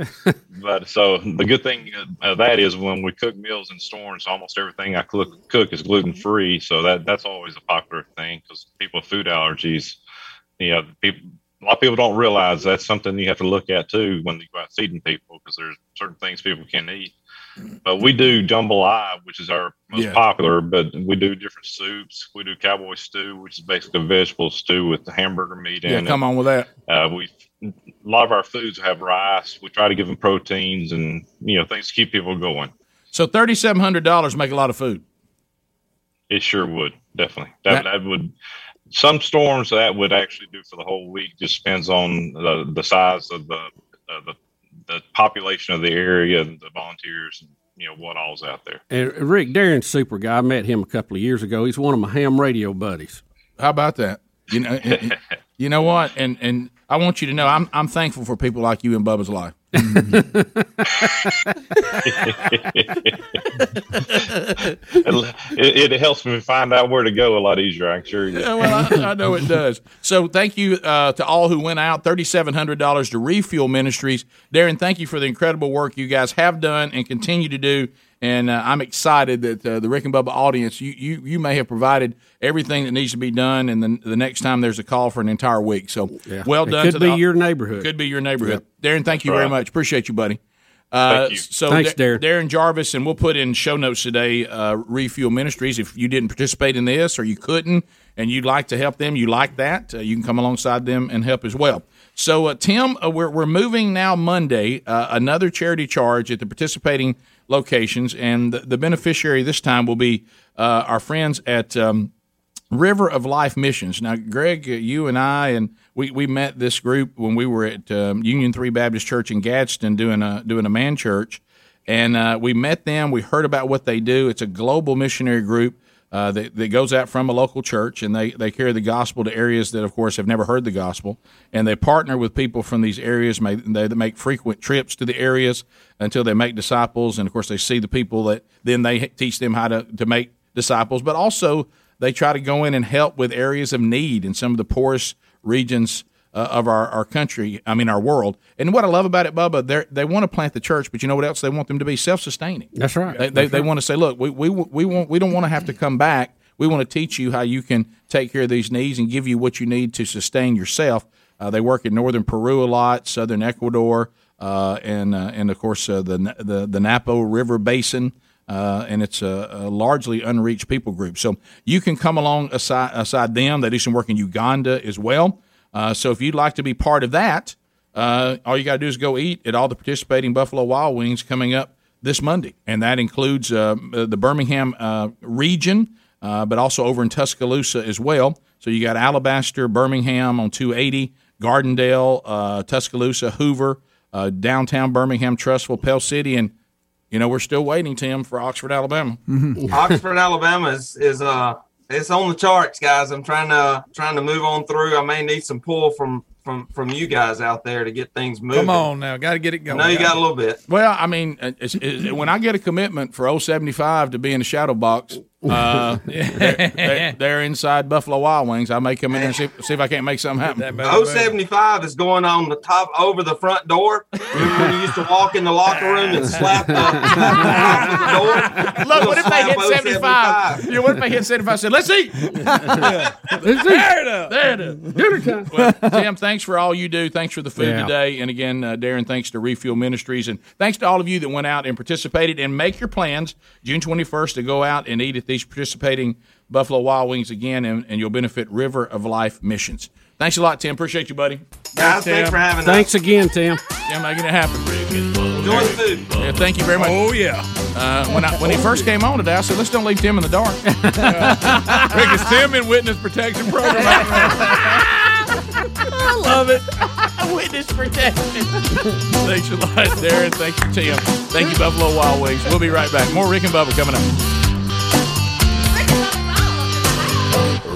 [SPEAKER 25] but so the good thing uh, of that is when we cook meals in storms, almost everything I cook, cook is gluten free. So that that's always a popular thing because people with food allergies, you know, people. A lot of people don't realize that's something you have to look at too when you go out feeding people because there's certain things people can't eat. But we do jambalaya, which is our most
[SPEAKER 12] Yeah.
[SPEAKER 25] popular, but we do different soups. We do cowboy stew, which is basically a vegetable stew with the hamburger meat
[SPEAKER 10] Yeah,
[SPEAKER 25] in it.
[SPEAKER 10] come on with that.
[SPEAKER 25] Uh, we a lot of our foods have rice. We try to give them proteins and you know things to keep people going.
[SPEAKER 10] So thirty seven hundred dollars make a lot of food.
[SPEAKER 25] It sure would definitely. That, that would some storms that would actually do for the whole week. Just depends on the, the size of the, uh, the the population of the area and the volunteers and you know what all's out there.
[SPEAKER 16] And Rick, Darren's super guy. I met him a couple of years ago. He's one of my ham radio buddies.
[SPEAKER 10] How about that? You know, you know what? And and I want you to know I'm I'm thankful for people like you in Bubba's life.
[SPEAKER 25] it, it helps me find out where to go a lot easier. I'm sure.
[SPEAKER 10] Yeah, well, I, I know it does. So thank you uh, to all who went out. Thirty-seven hundred dollars to Refuel Ministries. Darren, thank you for the incredible work you guys have done and continue to do. And uh, I'm excited that uh, the Rick and Bubba audience, you, you you may have provided everything that needs to be done. And then the next time there's a call for an entire week, so well
[SPEAKER 16] It
[SPEAKER 10] done.
[SPEAKER 16] could
[SPEAKER 10] to
[SPEAKER 16] be
[SPEAKER 10] the,
[SPEAKER 16] your neighborhood.
[SPEAKER 10] Could be your neighborhood. Darren, thank you very
[SPEAKER 16] Right.
[SPEAKER 10] much. Appreciate you, buddy. Uh,
[SPEAKER 16] Thank you.
[SPEAKER 10] So
[SPEAKER 16] Thanks,
[SPEAKER 10] Dar- Darren Jarvis, and we'll put in show notes today. Uh, Refuel Ministries. If you didn't participate in this or you couldn't, and you'd like to help them, you like that, uh, you can come alongside them and help as well. So, uh, Tim, uh, we're, we're moving now Monday, uh, another charity charge at the participating locations. And the, the beneficiary this time will be uh, our friends at um, River of Life Missions. Now, Greg, uh, you and I, and we, we met this group when we were at um, Union 3 Baptist Church in Gadsden doing a, doing a man church. And uh, we met them, we heard about what they do. It's a global missionary group uh, that, that goes out from a local church and they, they carry the gospel to areas that, of course, have never heard the gospel. And they partner with people from these areas. May, they, they make frequent trips to the areas until they make disciples. And, of course, they see the people that then they teach them how to, to make disciples. But also, they try to go in and help with areas of need in some of the poorest regions uh, of our, our country, I mean, our world. And what I love about it, Bubba, they they want to plant the church, but you know what else? They want them to be self sustaining.
[SPEAKER 16] That's right.
[SPEAKER 10] They, they, they want to say, look, we, we, we, want, we don't want to have to come back. We want to teach you how you can take care of these needs and give you what you need to sustain yourself. Uh, they work in northern Peru a lot, southern Ecuador, uh, and uh, and of course uh, the, the the Napo River Basin, uh, and it's a, a largely unreached people group. So you can come along aside, aside them. They do some work in Uganda as well. Uh, so if you'd like to be part of that, uh, all you got to do is go eat at all the participating Buffalo Wild Wings coming up this Monday, and that includes uh, the Birmingham uh, region, uh, but also over in Tuscaloosa as well. So you got Alabaster, Birmingham on 280, Gardendale, uh, Tuscaloosa, Hoover, uh, downtown Birmingham, Trustville, Pell City, and you know we're still waiting, Tim, for Oxford, Alabama.
[SPEAKER 24] Oxford, Alabama is is uh it's on the charts, guys. I'm trying to trying to move on through. I may need some pull from from from you guys out there to get things moving.
[SPEAKER 5] Come on now, got to get it going.
[SPEAKER 24] No, you got a little bit.
[SPEAKER 10] Well, I mean, uh, it's, it's, when I get a commitment for 075 to be in the shadow box, uh, they're, they're, they're inside Buffalo Wild Wings. I may come in there and see, see if I can't make something happen.
[SPEAKER 24] 075 Oh, is going on the top over the front door. Remember when you used to walk in the locker room and slap the, slap the door?
[SPEAKER 5] Look, what if they hit 75? Yeah, what if they hit 75? I said, let's eat. There it is. There it is. Dinner time.
[SPEAKER 10] Well, Tim, thanks for all you do. Thanks for the food
[SPEAKER 5] Yeah.
[SPEAKER 10] today. And again, uh, Darren, thanks to Refuel Ministries. And thanks to all of you that went out and participated and make your plans June 21st to go out and eat at these participating Buffalo Wild Wings again, and, and you'll benefit River of Life Missions. Thanks a lot, Tim. Appreciate you, buddy.
[SPEAKER 24] Guys, thanks for having
[SPEAKER 16] Thanks again, Tim.
[SPEAKER 10] Yeah, making it happen.
[SPEAKER 24] Enjoy the food.
[SPEAKER 10] Yeah, thank you very much.
[SPEAKER 5] Oh yeah.
[SPEAKER 10] Uh, when I, when he first came on today, I said, "Let's don't leave Tim in the dark." Rick, it's Tim in witness protection program.
[SPEAKER 5] I love it.
[SPEAKER 24] Witness protection.
[SPEAKER 10] Thanks a lot, Darren. Thanks to Tim. Thank you, Buffalo Wild Wings. We'll be right back. More Rick and Bubba coming up.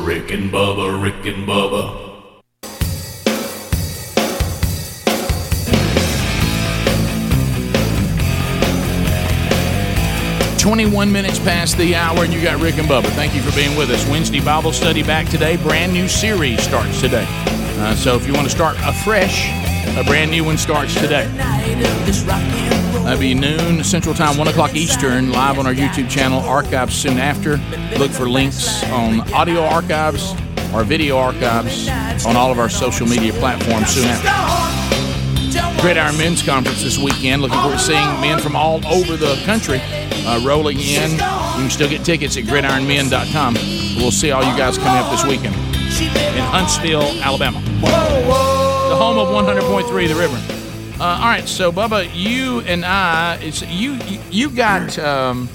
[SPEAKER 13] Rick and Bubba, Rick and Bubba,
[SPEAKER 10] Twenty-one minutes past the hour, and you got Rick and Bubba. Thank you for being with us. Wednesday Bible study back today. Brand new series starts today. Uh, so if you want to start afresh, a brand new one starts today. That'll be noon Central Time, 1 o'clock Eastern, live on our YouTube channel, archives soon after. Look for links on audio archives, our video archives, on all of our social media platforms soon after. Great Iron Men's Conference this weekend. Looking forward to seeing men from all over the country uh, rolling in. You can still get tickets at gridironmen.com. We'll see all you guys coming up this weekend in Huntsville, Alabama, the home of 100.3 The River. Uh, all right, so Bubba, you and I, it's, you you- you got um,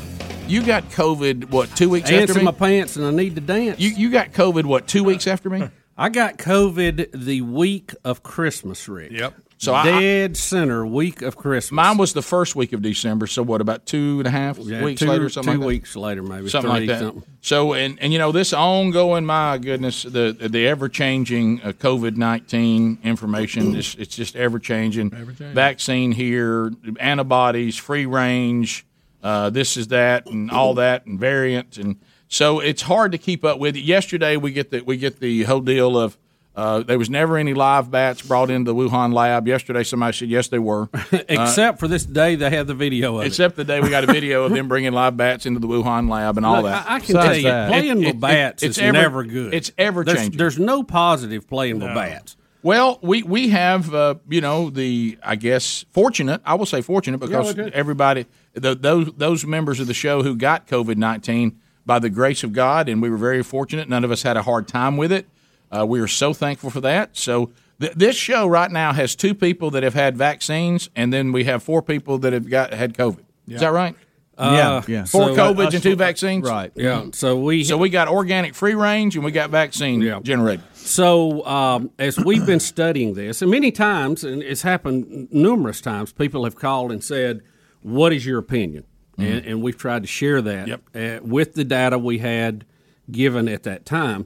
[SPEAKER 10] you got COVID what two weeks
[SPEAKER 16] Ants
[SPEAKER 10] after
[SPEAKER 16] in
[SPEAKER 10] me?
[SPEAKER 16] my pants, and I need to dance.
[SPEAKER 10] You you got COVID what two weeks after me?
[SPEAKER 16] I got COVID the week of Christmas, Rick. Yep.
[SPEAKER 10] So I-
[SPEAKER 16] dead center week of Christmas.
[SPEAKER 10] Mine was the first week of December. So what about two and a half
[SPEAKER 16] Yeah,
[SPEAKER 10] weeks
[SPEAKER 16] two-
[SPEAKER 10] later? or Something
[SPEAKER 16] two
[SPEAKER 10] like that?
[SPEAKER 16] weeks later, maybe
[SPEAKER 10] something like
[SPEAKER 16] three,
[SPEAKER 10] that.
[SPEAKER 16] something.
[SPEAKER 10] So and and you know this ongoing, my goodness, the the ever changing uh, COVID nineteen information. It's, it's just ever changing.
[SPEAKER 5] Ever-changing.
[SPEAKER 10] Vaccine here, antibodies, free range. Uh, this is that and all that and variant and so it's hard to keep up with. Yesterday we get the we get the whole deal of. Uh, there was never any live bats brought into the Wuhan lab. Yesterday, somebody said yes, they were. Uh,
[SPEAKER 16] Except for this day, they have the video of
[SPEAKER 10] Except the day we got a video of them bringing live bats into the Wuhan lab and all
[SPEAKER 16] Look,
[SPEAKER 10] that.
[SPEAKER 16] I, I can tell you, playing with bats
[SPEAKER 10] it's
[SPEAKER 16] is
[SPEAKER 10] ever-
[SPEAKER 16] never good.
[SPEAKER 10] It's ever
[SPEAKER 16] there's,
[SPEAKER 10] changing.
[SPEAKER 16] There's no positive playing with bats.
[SPEAKER 10] Well, we we have uh, you know the I guess fortunate I will say fortunate because
[SPEAKER 16] okay.
[SPEAKER 10] everybody the, those those members of the show who got COVID nineteen by the grace of God and we were very fortunate. None of us had a hard time with it. Uh, we are so thankful for that. So Th- this show right now has two people that have had vaccines, and then we have four people that have got had COVID. Is that right?
[SPEAKER 16] Uh, Yeah, yeah.
[SPEAKER 10] Four
[SPEAKER 16] so-
[SPEAKER 10] COVIDs
[SPEAKER 16] Us-
[SPEAKER 10] and two vaccines.
[SPEAKER 16] Right. Yeah, So we
[SPEAKER 10] so we got organic free range and we got vaccine generated.
[SPEAKER 16] So um, as we've been studying this, and many times, and it's happened numerous times, people have called and said, "What is your opinion?"
[SPEAKER 10] Mm-hmm.
[SPEAKER 16] And, and we've tried to share that uh, with the data we had given at that time.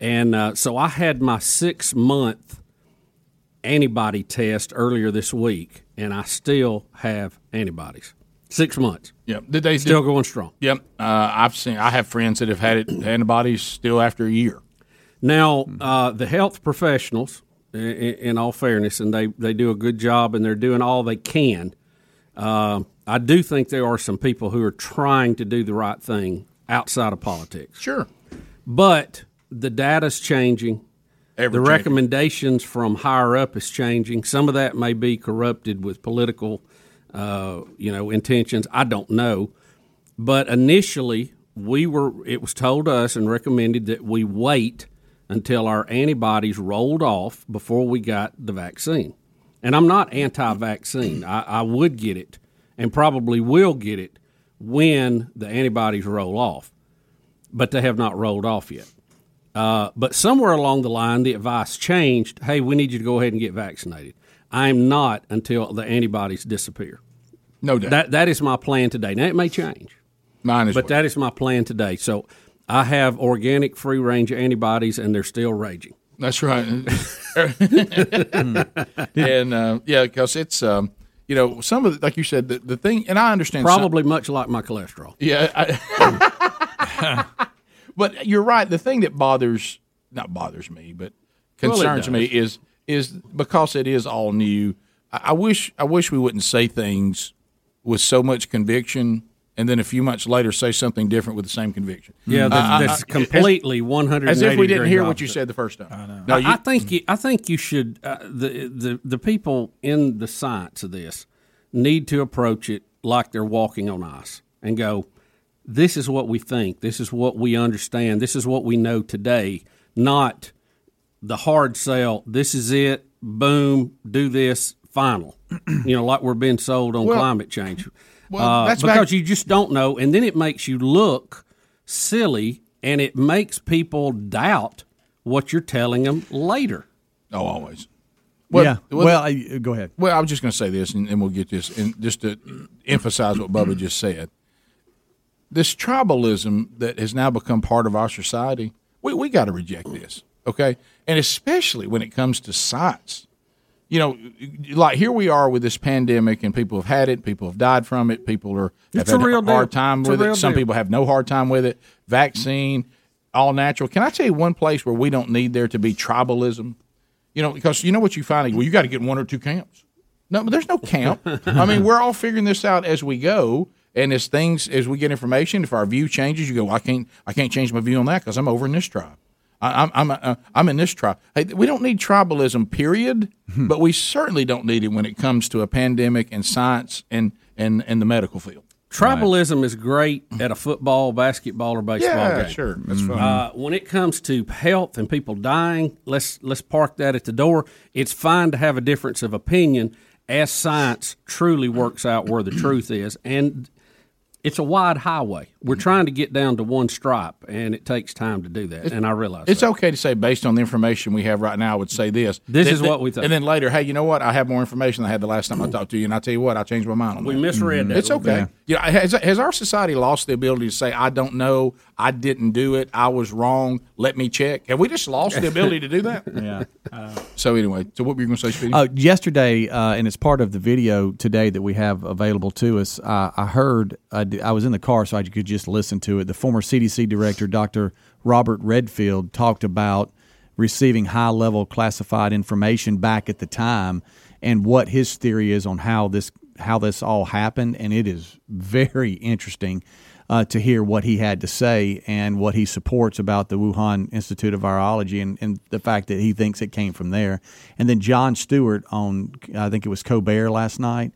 [SPEAKER 16] And uh, so I had my six month antibody test earlier this week, and I still have antibodies. Six months.
[SPEAKER 10] Yep. Did they
[SPEAKER 16] still
[SPEAKER 10] did-
[SPEAKER 16] going strong?
[SPEAKER 10] Yep. Uh, I've seen. I have friends that have had it antibodies still after a year.
[SPEAKER 16] Now, uh, the health professionals, in, in all fairness, and they, they do a good job and they're doing all they can. Uh, I do think there are some people who are trying to do the right thing outside of politics.
[SPEAKER 10] Sure.
[SPEAKER 16] But the data's changing. the
[SPEAKER 10] Ever-changing.
[SPEAKER 16] recommendations from higher up is changing. Some of that may be corrupted with political, uh, you know, intentions. I don't know. But initially, we were. It was told us and recommended that we wait until our antibodies rolled off before we got the vaccine. And I'm not anti-vaccine. I, I would get it, and probably will get it when the antibodies roll off. But they have not rolled off yet. Uh, but somewhere along the line, the advice changed. Hey, we need you to go ahead and get vaccinated. I am not until the antibodies disappear.
[SPEAKER 10] No doubt.
[SPEAKER 16] That that is my plan today. Now it may change.
[SPEAKER 10] Mine
[SPEAKER 16] is. But that is my plan today. So I have organic free range antibodies, and they're still raging.
[SPEAKER 10] That's right. and uh, yeah, because it's um, you know some of the, like you said the, the thing, and I understand some-
[SPEAKER 16] Probably much like my cholesterol.
[SPEAKER 10] Yeah. I- but you're right. The thing that bothers, not bothers me, but
[SPEAKER 5] Well, it
[SPEAKER 10] concerns me
[SPEAKER 5] does.
[SPEAKER 10] is is because it is all new. I, I wish I wish we wouldn't say things with so much conviction, and then a few months later say something different with the same conviction.
[SPEAKER 16] Yeah,
[SPEAKER 10] Mm. I- I-
[SPEAKER 16] that's, that's
[SPEAKER 10] I-
[SPEAKER 16] completely one hundred.
[SPEAKER 10] As if we didn't hear what you said the first time. I know. No,
[SPEAKER 16] I,
[SPEAKER 10] you-
[SPEAKER 16] I think you, I think you should. Uh, the the the people in the science of this need to approach it like they're walking on ice and go, "This is what we think. This is what we understand. This is what we know today." Not the hard sell. This is it. Boom. Do this. Final. you know, like we're being sold on
[SPEAKER 10] Well-
[SPEAKER 16] climate change.
[SPEAKER 10] Well,
[SPEAKER 16] Uh,
[SPEAKER 10] that's back-
[SPEAKER 16] because you just don't know, and then it makes you look silly, and it makes people doubt what you're telling them later.
[SPEAKER 10] Oh, always.
[SPEAKER 16] Yeah. Well,
[SPEAKER 10] I, go ahead. Well, I was just going to say this, and, and we'll get this, and just to emphasize what Bubba just said. This tribalism that has now become part of our society, we, we got to reject this, okay? And especially when it comes to science. You know, like here we are with this pandemic, and people have had it, people have died from it, people are have
[SPEAKER 16] It's
[SPEAKER 10] had
[SPEAKER 16] a real deal.
[SPEAKER 10] hard time
[SPEAKER 16] It's a
[SPEAKER 10] with it.
[SPEAKER 16] real
[SPEAKER 10] Some
[SPEAKER 16] deal.
[SPEAKER 10] people have no hard time with it. Vaccine, all natural. Can I tell you one place where we don't need there to be tribalism? You know, because you know what you find. Well, you got to get in one or two camps. No, but there's no camp. I mean, we're all figuring this out as we go, and as things as we get information, if our view changes, you go, well, I can't, I can't change my view on that because I'm over in this tribe. I, I'm, I'm, uh, I'm in this tribe. Hey, we don't need tribalism, period.
[SPEAKER 16] Hmm.
[SPEAKER 10] but we certainly don't need it when it comes to a pandemic and science and and and the medical field.
[SPEAKER 16] Tribalism is great at a football, basketball, or baseball
[SPEAKER 10] Yeah,
[SPEAKER 16] game.
[SPEAKER 10] sure. That's fine.
[SPEAKER 16] Uh, when it comes to health and people dying, let's let's park that at the door. It's fine to have a difference of opinion as science truly works out where the truth is, and it's a wide highway. We're trying to get down to one stripe, and it takes time to do that. and I realize
[SPEAKER 10] It's okay to say based on the information we have right now. I would say this.
[SPEAKER 16] This
[SPEAKER 10] Th-
[SPEAKER 16] is
[SPEAKER 10] th-
[SPEAKER 16] what we think.
[SPEAKER 10] And then later, hey, you know what? I have more information than I had the last time I talked to you, and I tell you what, I changed my mind on
[SPEAKER 16] We
[SPEAKER 10] that. Mm-hmm.
[SPEAKER 16] misread that
[SPEAKER 10] It's
[SPEAKER 16] a little
[SPEAKER 10] okay. You know, has, has our society lost the ability to say, "I don't know, I didn't do it, I was wrong, let me check"? Have we just lost the ability to do that? Uh,
[SPEAKER 4] Yeah.
[SPEAKER 10] so anyway, so what were you going to say, Speedy?
[SPEAKER 4] Uh, yesterday, uh, and it's part of the video today that we have available to us. Uh, I heard I, d- I was in the car, so I could just listen to it. The former CDC director, Dr. Robert Redfield, talked about receiving high level classified information back at the time, and what his theory is on how this how this all happened. And it is very interesting uh, to hear what he had to say and what he supports about the Wuhan Institute of Virology and, and the fact that he thinks it came from there. And then John Stewart on, I think it was Colbert last night.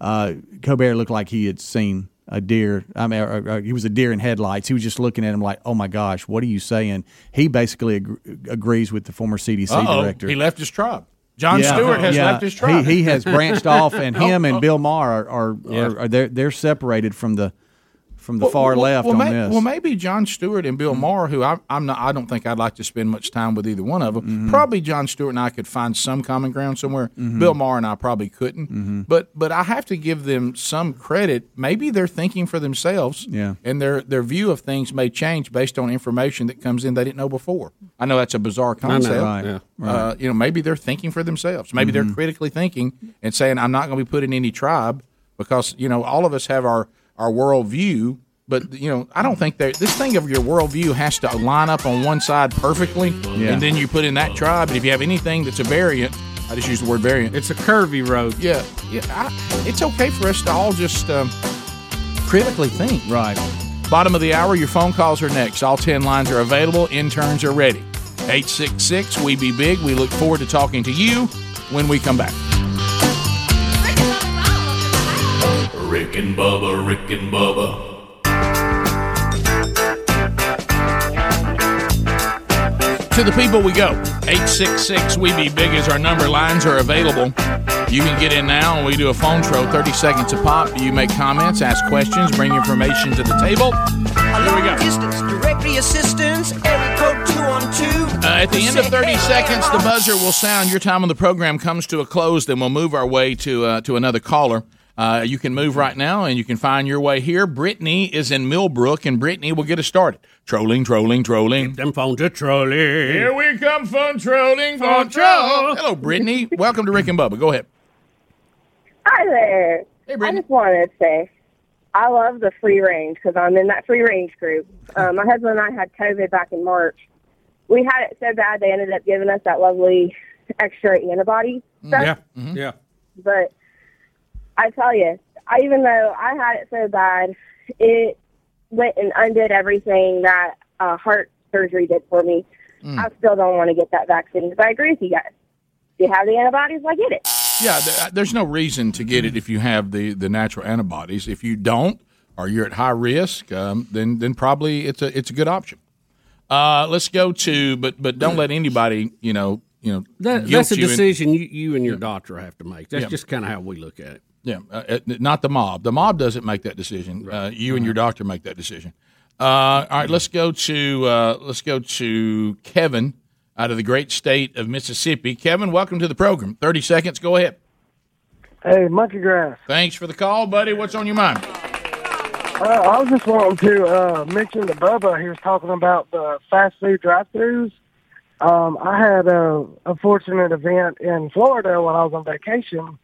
[SPEAKER 4] Uh, Colbert looked like he had seen a deer. I mean, or, or- or he was a deer in headlights. He was just looking at him like, "Oh my gosh, what are you saying?" He basically ag- agrees with the former CDC
[SPEAKER 10] Uh-oh,
[SPEAKER 4] director.
[SPEAKER 10] He left his tribe.
[SPEAKER 5] John Stewart has
[SPEAKER 4] yeah.
[SPEAKER 5] left his tribe.
[SPEAKER 4] He, he has branched off, and him and Bill Maher are are,
[SPEAKER 5] Yeah.
[SPEAKER 4] are, are they're, they're separated from the from the far left
[SPEAKER 10] well,
[SPEAKER 4] on
[SPEAKER 10] may-
[SPEAKER 4] this. Mm-hmm.
[SPEAKER 10] well, maybe John Stewart and Bill Maher, who I, I'm not, I don't think I'd like to spend much time with either one of them.
[SPEAKER 4] Mm-hmm.
[SPEAKER 10] Probably John Stewart and I could find some common ground somewhere. Bill Maher and I probably couldn't.
[SPEAKER 4] Mm-hmm.
[SPEAKER 10] But but I have to give them some credit. Maybe they're thinking for themselves,
[SPEAKER 4] Yeah.
[SPEAKER 10] and their their view of things may change based on information that comes in they didn't know before. I know that's a bizarre
[SPEAKER 5] I know,
[SPEAKER 10] concept.
[SPEAKER 5] right, yeah, right.
[SPEAKER 10] Uh, you know, maybe they're thinking for themselves. Maybe
[SPEAKER 5] Mhm.
[SPEAKER 16] Mm-hmm.
[SPEAKER 10] they're critically thinking and saying, "I'm not going to be put in any tribe because you know all of us have our our worldview." But you know, I don't think that this thing of your worldview has to line up on one side perfectly,
[SPEAKER 5] Yeah.
[SPEAKER 10] and then you put in that tribe. And if you have anything that's a variant, I just use the word variant.
[SPEAKER 16] It's a curvy road.
[SPEAKER 10] Yeah, yeah. I, it's okay for us to all just um, critically think.
[SPEAKER 4] Right.
[SPEAKER 10] Bottom of the hour, your phone calls are next. All 10 lines are available. Interns are ready. 866 We Be Big. We look forward to talking to you when we come back.
[SPEAKER 13] Rick and Bubba, Rick and Bubba,
[SPEAKER 10] To the people we go. 866 We Be Big is our number. Lines are available. You can get in now and we do a phone show, 30 seconds a pop. You make comments, ask questions, bring information to the table. Here we go.
[SPEAKER 9] Distance, directory assistance, area code 212.
[SPEAKER 10] Uh, at the end of 30 seconds, the buzzer will sound. Your time on the program comes to a close. Then we'll move our way to uh, to another caller. Uh, you can move right now, and you can find your way here. Brittany is in Millbrook, and Brittany will get us started. Trolling, trolling, trolling.
[SPEAKER 16] them phones are trolling.
[SPEAKER 10] Here we come, phone trolling, phone troll. Hello, Brittany. Welcome to Rick and Bubba. Go ahead.
[SPEAKER 12] Hi there. I just wanted to say I love the free range because I'm in that free range group. Um, my husband and I had COVID back in March. We had it so bad they ended up giving us that lovely extra antibody
[SPEAKER 26] Mm.
[SPEAKER 12] stuff.
[SPEAKER 16] Yeah, yeah.
[SPEAKER 12] But I tell you, I, even though I had it so bad, it went and undid everything that uh, heart surgery did for me. I still don't want to get that vaccine, but I agree with you guys. If you have the antibodies, I get it.
[SPEAKER 10] Yeah, th- uh, there's no reason to get it if you have the, the natural antibodies. If you don't, or you're at high risk, um, then then probably it's a it's a good option. Uh, let's go to, but but don't let anybody you know you know
[SPEAKER 16] That,
[SPEAKER 10] guilt
[SPEAKER 16] that's a
[SPEAKER 10] you in-
[SPEAKER 16] decision you, you and your doctor have to make. That's
[SPEAKER 10] Yeah.
[SPEAKER 16] just kind of how we look at it.
[SPEAKER 10] yeah, uh, uh, not the mob. The mob doesn't make that decision. Uh, you and your
[SPEAKER 16] Mm-hmm.
[SPEAKER 10] doctor make that decision. Uh, all right, let's go to uh, let's go to Kevin out of the great state of Mississippi. Kevin, welcome to the program. Thirty seconds. Go ahead.
[SPEAKER 26] Hey, Monkey Grass.
[SPEAKER 10] Thanks for the call, buddy. What's on your mind?
[SPEAKER 26] Uh, I was just wanting to uh, mention to Bubba. He was talking about the fast food drive-throughs. Um, I had a, a fortunate event in Florida when I was on vacation.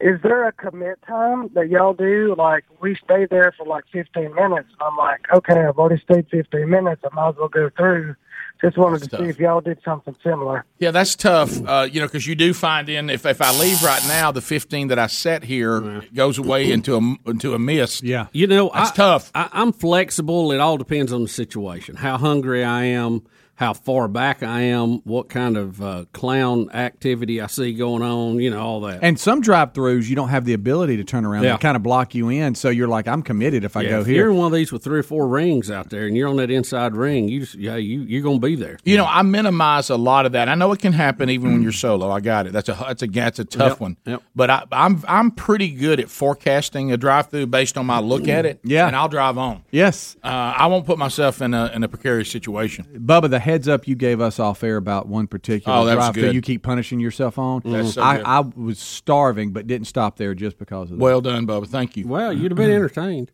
[SPEAKER 26] Is there a commit time that y'all do? Like, we stay there for like 15 minutes. I'm like, okay, I've already stayed 15 minutes. I might as well go through. Just wanted to see if y'all did something similar.
[SPEAKER 10] Yeah, that's tough. Uh, you know, because you do find in if, if I leave right now, the fifteen that I set here goes away into a into a mist. Yeah,
[SPEAKER 16] You know,
[SPEAKER 10] Oh, That's
[SPEAKER 16] I,
[SPEAKER 10] tough.
[SPEAKER 16] I, I'm flexible. It all depends on the situation, how hungry I am, how far back I am, what kind of uh, clown activity I see going on. You know, all that.
[SPEAKER 4] and some drive-throughs you don't have the ability to turn around.
[SPEAKER 16] Yeah.
[SPEAKER 4] They kind of block you in, so you're like, I'm committed if I
[SPEAKER 16] Yeah,
[SPEAKER 4] go
[SPEAKER 16] if
[SPEAKER 4] here.
[SPEAKER 16] You're in one of these with three or four rings out there, and you're on that inside ring. You just, yeah, you you're gonna be there.
[SPEAKER 10] You know, I minimize a lot of that. I know it can happen even when you're solo. I got it. That's a that's a that's a tough
[SPEAKER 16] Yep,
[SPEAKER 10] one.
[SPEAKER 16] yep.
[SPEAKER 10] But I, I'm I'm pretty good at forecasting a drive through based on my look at it.
[SPEAKER 4] Yeah.
[SPEAKER 10] and I'll drive on.
[SPEAKER 4] Yes,
[SPEAKER 10] Uh, I won't put myself in a in a precarious situation.
[SPEAKER 4] Bubba, the heads up you gave us off air about one particular
[SPEAKER 10] Oh, that was
[SPEAKER 4] drive through
[SPEAKER 10] good.
[SPEAKER 4] you keep punishing yourself on.
[SPEAKER 10] That's so
[SPEAKER 4] I,
[SPEAKER 10] good.
[SPEAKER 4] I was starving, but didn't stop there just because of that. Mm-hmm.
[SPEAKER 10] Well done, Bubba. Thank you.
[SPEAKER 16] Well, you'd have been entertained.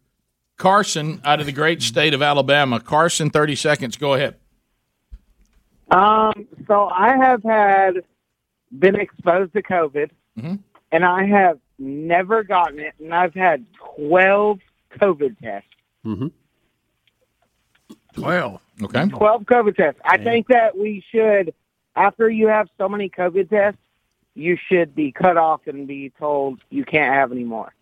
[SPEAKER 10] Carson out of the great state of Alabama. Carson, thirty seconds. Go ahead.
[SPEAKER 20] Um, so I have had been exposed to COVID, and I have never gotten it, and I've had twelve COVID tests.
[SPEAKER 16] Mm-hmm.
[SPEAKER 10] Twelve. Okay.
[SPEAKER 20] Twelve COVID tests. I think that we should, after you have so many COVID tests, you should be cut off and be told you can't have any more.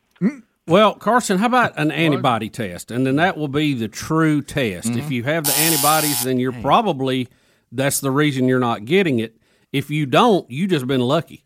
[SPEAKER 16] Well, Carson, how about an antibody test? And then that will be the true test. If you have the antibodies, then you're probably that's the reason you're not getting it. If you don't, you just been lucky.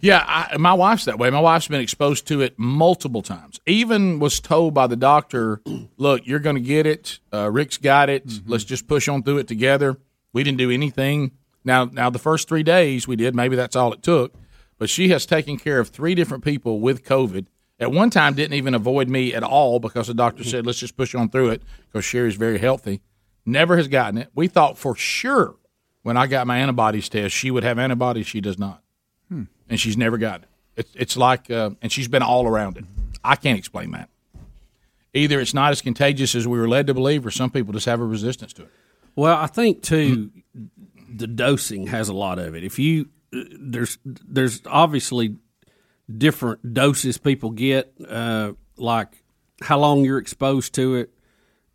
[SPEAKER 10] Yeah, I, my wife's that way. My wife's been exposed to it multiple times. Even was told by the doctor, "Look, you're going to get it. Uh, Rick's got it. Let's just push on through it together." We didn't do anything. Now, now the first three days we did. Maybe that's all it took. but she has taken care of three different people with COVID. At one time, didn't even avoid me at all because the doctor said, let's just push on through it because Sherry's very healthy. Never has gotten it. We thought for sure when I got my antibodies test, she would have antibodies. She does not.
[SPEAKER 4] Hmm.
[SPEAKER 10] And she's never gotten it. It's, it's like, uh, and she's been all around it. I can't explain that. Either it's not as contagious as we were led to believe, or some people just have a resistance to it. Mm-hmm.
[SPEAKER 16] Well, I think too, the dosing has a lot of it. If you uh, there's there's obviously different doses people get, uh, like how long you're exposed to it,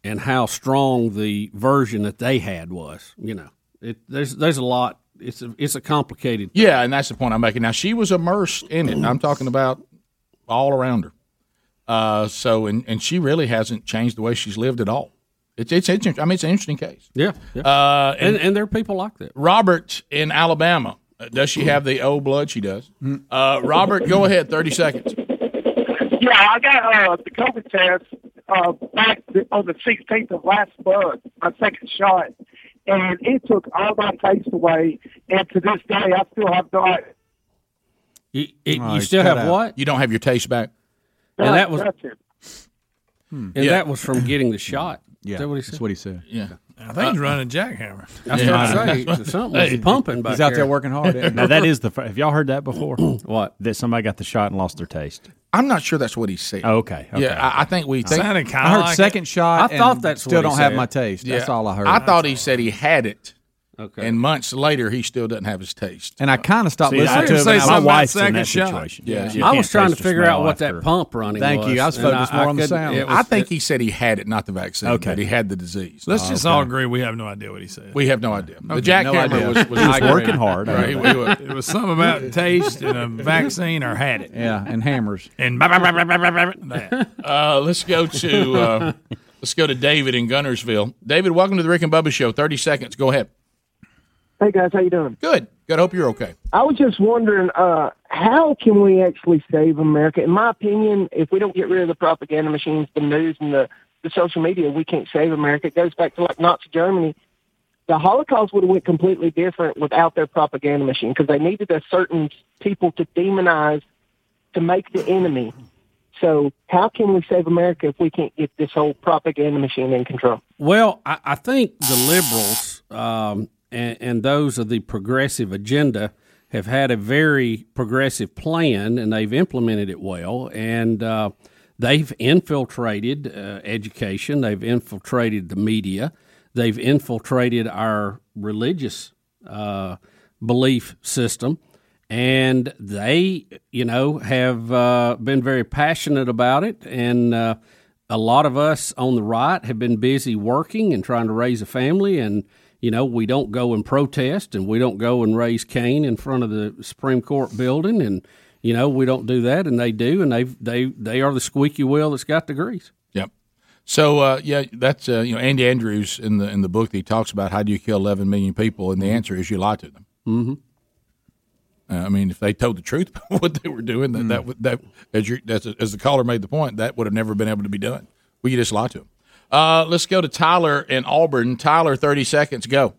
[SPEAKER 16] and how strong the version that they had was. You know, it, there's there's a lot. It's a it's a complicated.
[SPEAKER 10] Yeah, and that's the point I'm making. Now she was immersed in it. I'm talking about all around her. Uh, so and and she really hasn't changed the way she's lived at all. It's it's interesting. I mean, it's an interesting case.
[SPEAKER 16] Yeah,
[SPEAKER 10] Uh,
[SPEAKER 16] and, and there are people like that.
[SPEAKER 10] Robert in Alabama. Uh, Does she have the old blood? She does.
[SPEAKER 16] Mm-hmm.
[SPEAKER 10] Uh, Robert, go ahead. Thirty seconds.
[SPEAKER 26] Yeah, I got uh, the COVID test uh, back th- on the 16th of last month, my second shot, and it took all my taste away. And to this day, I still have not.
[SPEAKER 16] You, you still have what?
[SPEAKER 10] You don't have your taste back.
[SPEAKER 16] And that was
[SPEAKER 26] touched it.
[SPEAKER 16] and
[SPEAKER 10] Yeah.
[SPEAKER 16] that was from getting the shot.
[SPEAKER 6] Yeah,
[SPEAKER 16] Is that what he said?
[SPEAKER 6] that's what he said.
[SPEAKER 10] Yeah.
[SPEAKER 5] I think he's running jackhammer.
[SPEAKER 16] That's what I'm saying. Something was pumping back there.
[SPEAKER 6] now that is the. fir- Have y'all heard that before?
[SPEAKER 16] what
[SPEAKER 6] that somebody got the shot and lost their taste.
[SPEAKER 10] I'm not sure that's what he said.
[SPEAKER 6] Oh, okay, okay.
[SPEAKER 10] Yeah, I, I think we think,
[SPEAKER 6] Sounded kinda I heard like second it. shot I thought and that's still what he don't have said. my taste. That's all I heard.
[SPEAKER 10] I thought he said he had it.
[SPEAKER 16] Okay.
[SPEAKER 10] And months later, he still doesn't have his taste.
[SPEAKER 4] And I kind of stopped
[SPEAKER 10] See, I
[SPEAKER 4] listening to
[SPEAKER 10] didn't
[SPEAKER 4] it.
[SPEAKER 10] say
[SPEAKER 4] when I was-
[SPEAKER 10] something about second shot. Yeah. You
[SPEAKER 16] I
[SPEAKER 10] can't
[SPEAKER 16] was trying to
[SPEAKER 10] taste or
[SPEAKER 16] figure out
[SPEAKER 10] smell
[SPEAKER 16] what
[SPEAKER 10] after.
[SPEAKER 16] that pump running was. and couldn't- it was-
[SPEAKER 10] I think he said he had it, not the vaccine.
[SPEAKER 16] Okay.
[SPEAKER 10] but he had the disease.
[SPEAKER 5] Let's just all agree we have no idea what he said.
[SPEAKER 10] We have no idea. The
[SPEAKER 5] Okay, no
[SPEAKER 10] jackhammer
[SPEAKER 5] idea.
[SPEAKER 10] was, was,
[SPEAKER 5] He was working hard. I
[SPEAKER 10] Right,
[SPEAKER 5] know
[SPEAKER 10] he-
[SPEAKER 5] that.
[SPEAKER 10] he was.
[SPEAKER 5] It was something about taste and a vaccine or had it.
[SPEAKER 4] Yeah, and hammers.
[SPEAKER 5] And blah, blah, blah, blah, blah, blah, blah, that.
[SPEAKER 10] Uh, let's go to uh, let's go to David in Gunnersville. David, welcome to the Rick and Bubba Show. Thirty seconds. Go ahead.
[SPEAKER 1] Hey guys, how you doing?
[SPEAKER 10] Good. Good. Hope you're okay.
[SPEAKER 1] I was just wondering, uh, how can we actually save America? In my opinion, if we don't get rid of the propaganda machines, the news, and the, the social media, we can't save America. It goes back to like Nazi Germany. The Holocaust would have went completely different without their propaganda machine because they needed a certain people to demonize to make the enemy. So how can we save America if we can't get this whole propaganda machine in control?
[SPEAKER 16] Well, I, I think the liberals um, and, and those of the progressive agenda have had a very progressive plan, and they've implemented it well. And uh, they've infiltrated uh, education. They've infiltrated the media. They've infiltrated our religious uh, belief system. And they, you know, have uh, been very passionate about it. And uh, a lot of us on the right have been busy working and trying to raise a family. And, you know, we don't go and protest and we don't go and raise Cain in front of the Supreme Court building. And, you know, we don't do that. And they do. And they they, they are the squeaky wheel that's got the grease.
[SPEAKER 10] Yep. So uh, yeah, that's uh, you know Andy Andrews in the in the book that he talks about how do you kill 11 million people, and the answer is you lie to them.
[SPEAKER 16] Mm-hmm.
[SPEAKER 10] Uh, I mean, if they told the truth about what they were doing, then that would that as you that's, as the caller made the point, that would have never been able to be done. We could just lie to them. Uh, let's go to Tyler in Auburn. Tyler, 30 seconds. Go.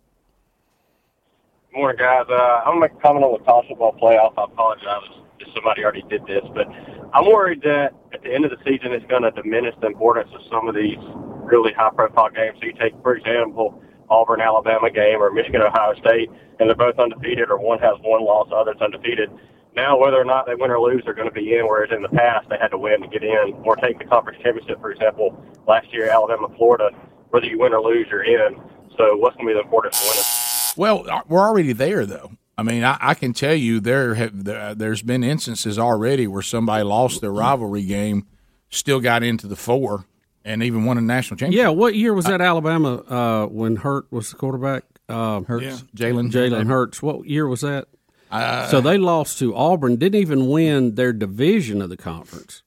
[SPEAKER 21] Good morning, guys. Uh, I'm going to comment on the college football playoff. I apologize if somebody already did this, but I'm worried that at the end of the season, it's going to diminish the importance of some of these really high-profile games. So you take, for example, Auburn, Alabama game or Michigan, Ohio State, and they're both undefeated, or one has one loss, the other's undefeated. Now, whether or not they win or lose, they're going to be in. Whereas in the past, they had to win to get in, or take the conference championship, for example, last year, Alabama, Florida. Whether you win or lose, you're in. So, what's going to be the importance of winning?
[SPEAKER 10] Well, uh, we're already there, though. I mean, I, I can tell you there have there- uh, there's been instances already where somebody lost their rivalry game, still got into the four, and even won a national championship.
[SPEAKER 16] Yeah, what year was that Alabama uh, when Hurt was the quarterback? Uh, Hurts,
[SPEAKER 10] Yeah. Jalen,
[SPEAKER 16] Jalen Hurts. What year was that? so they lost to Auburn, didn't even win their division of the conference,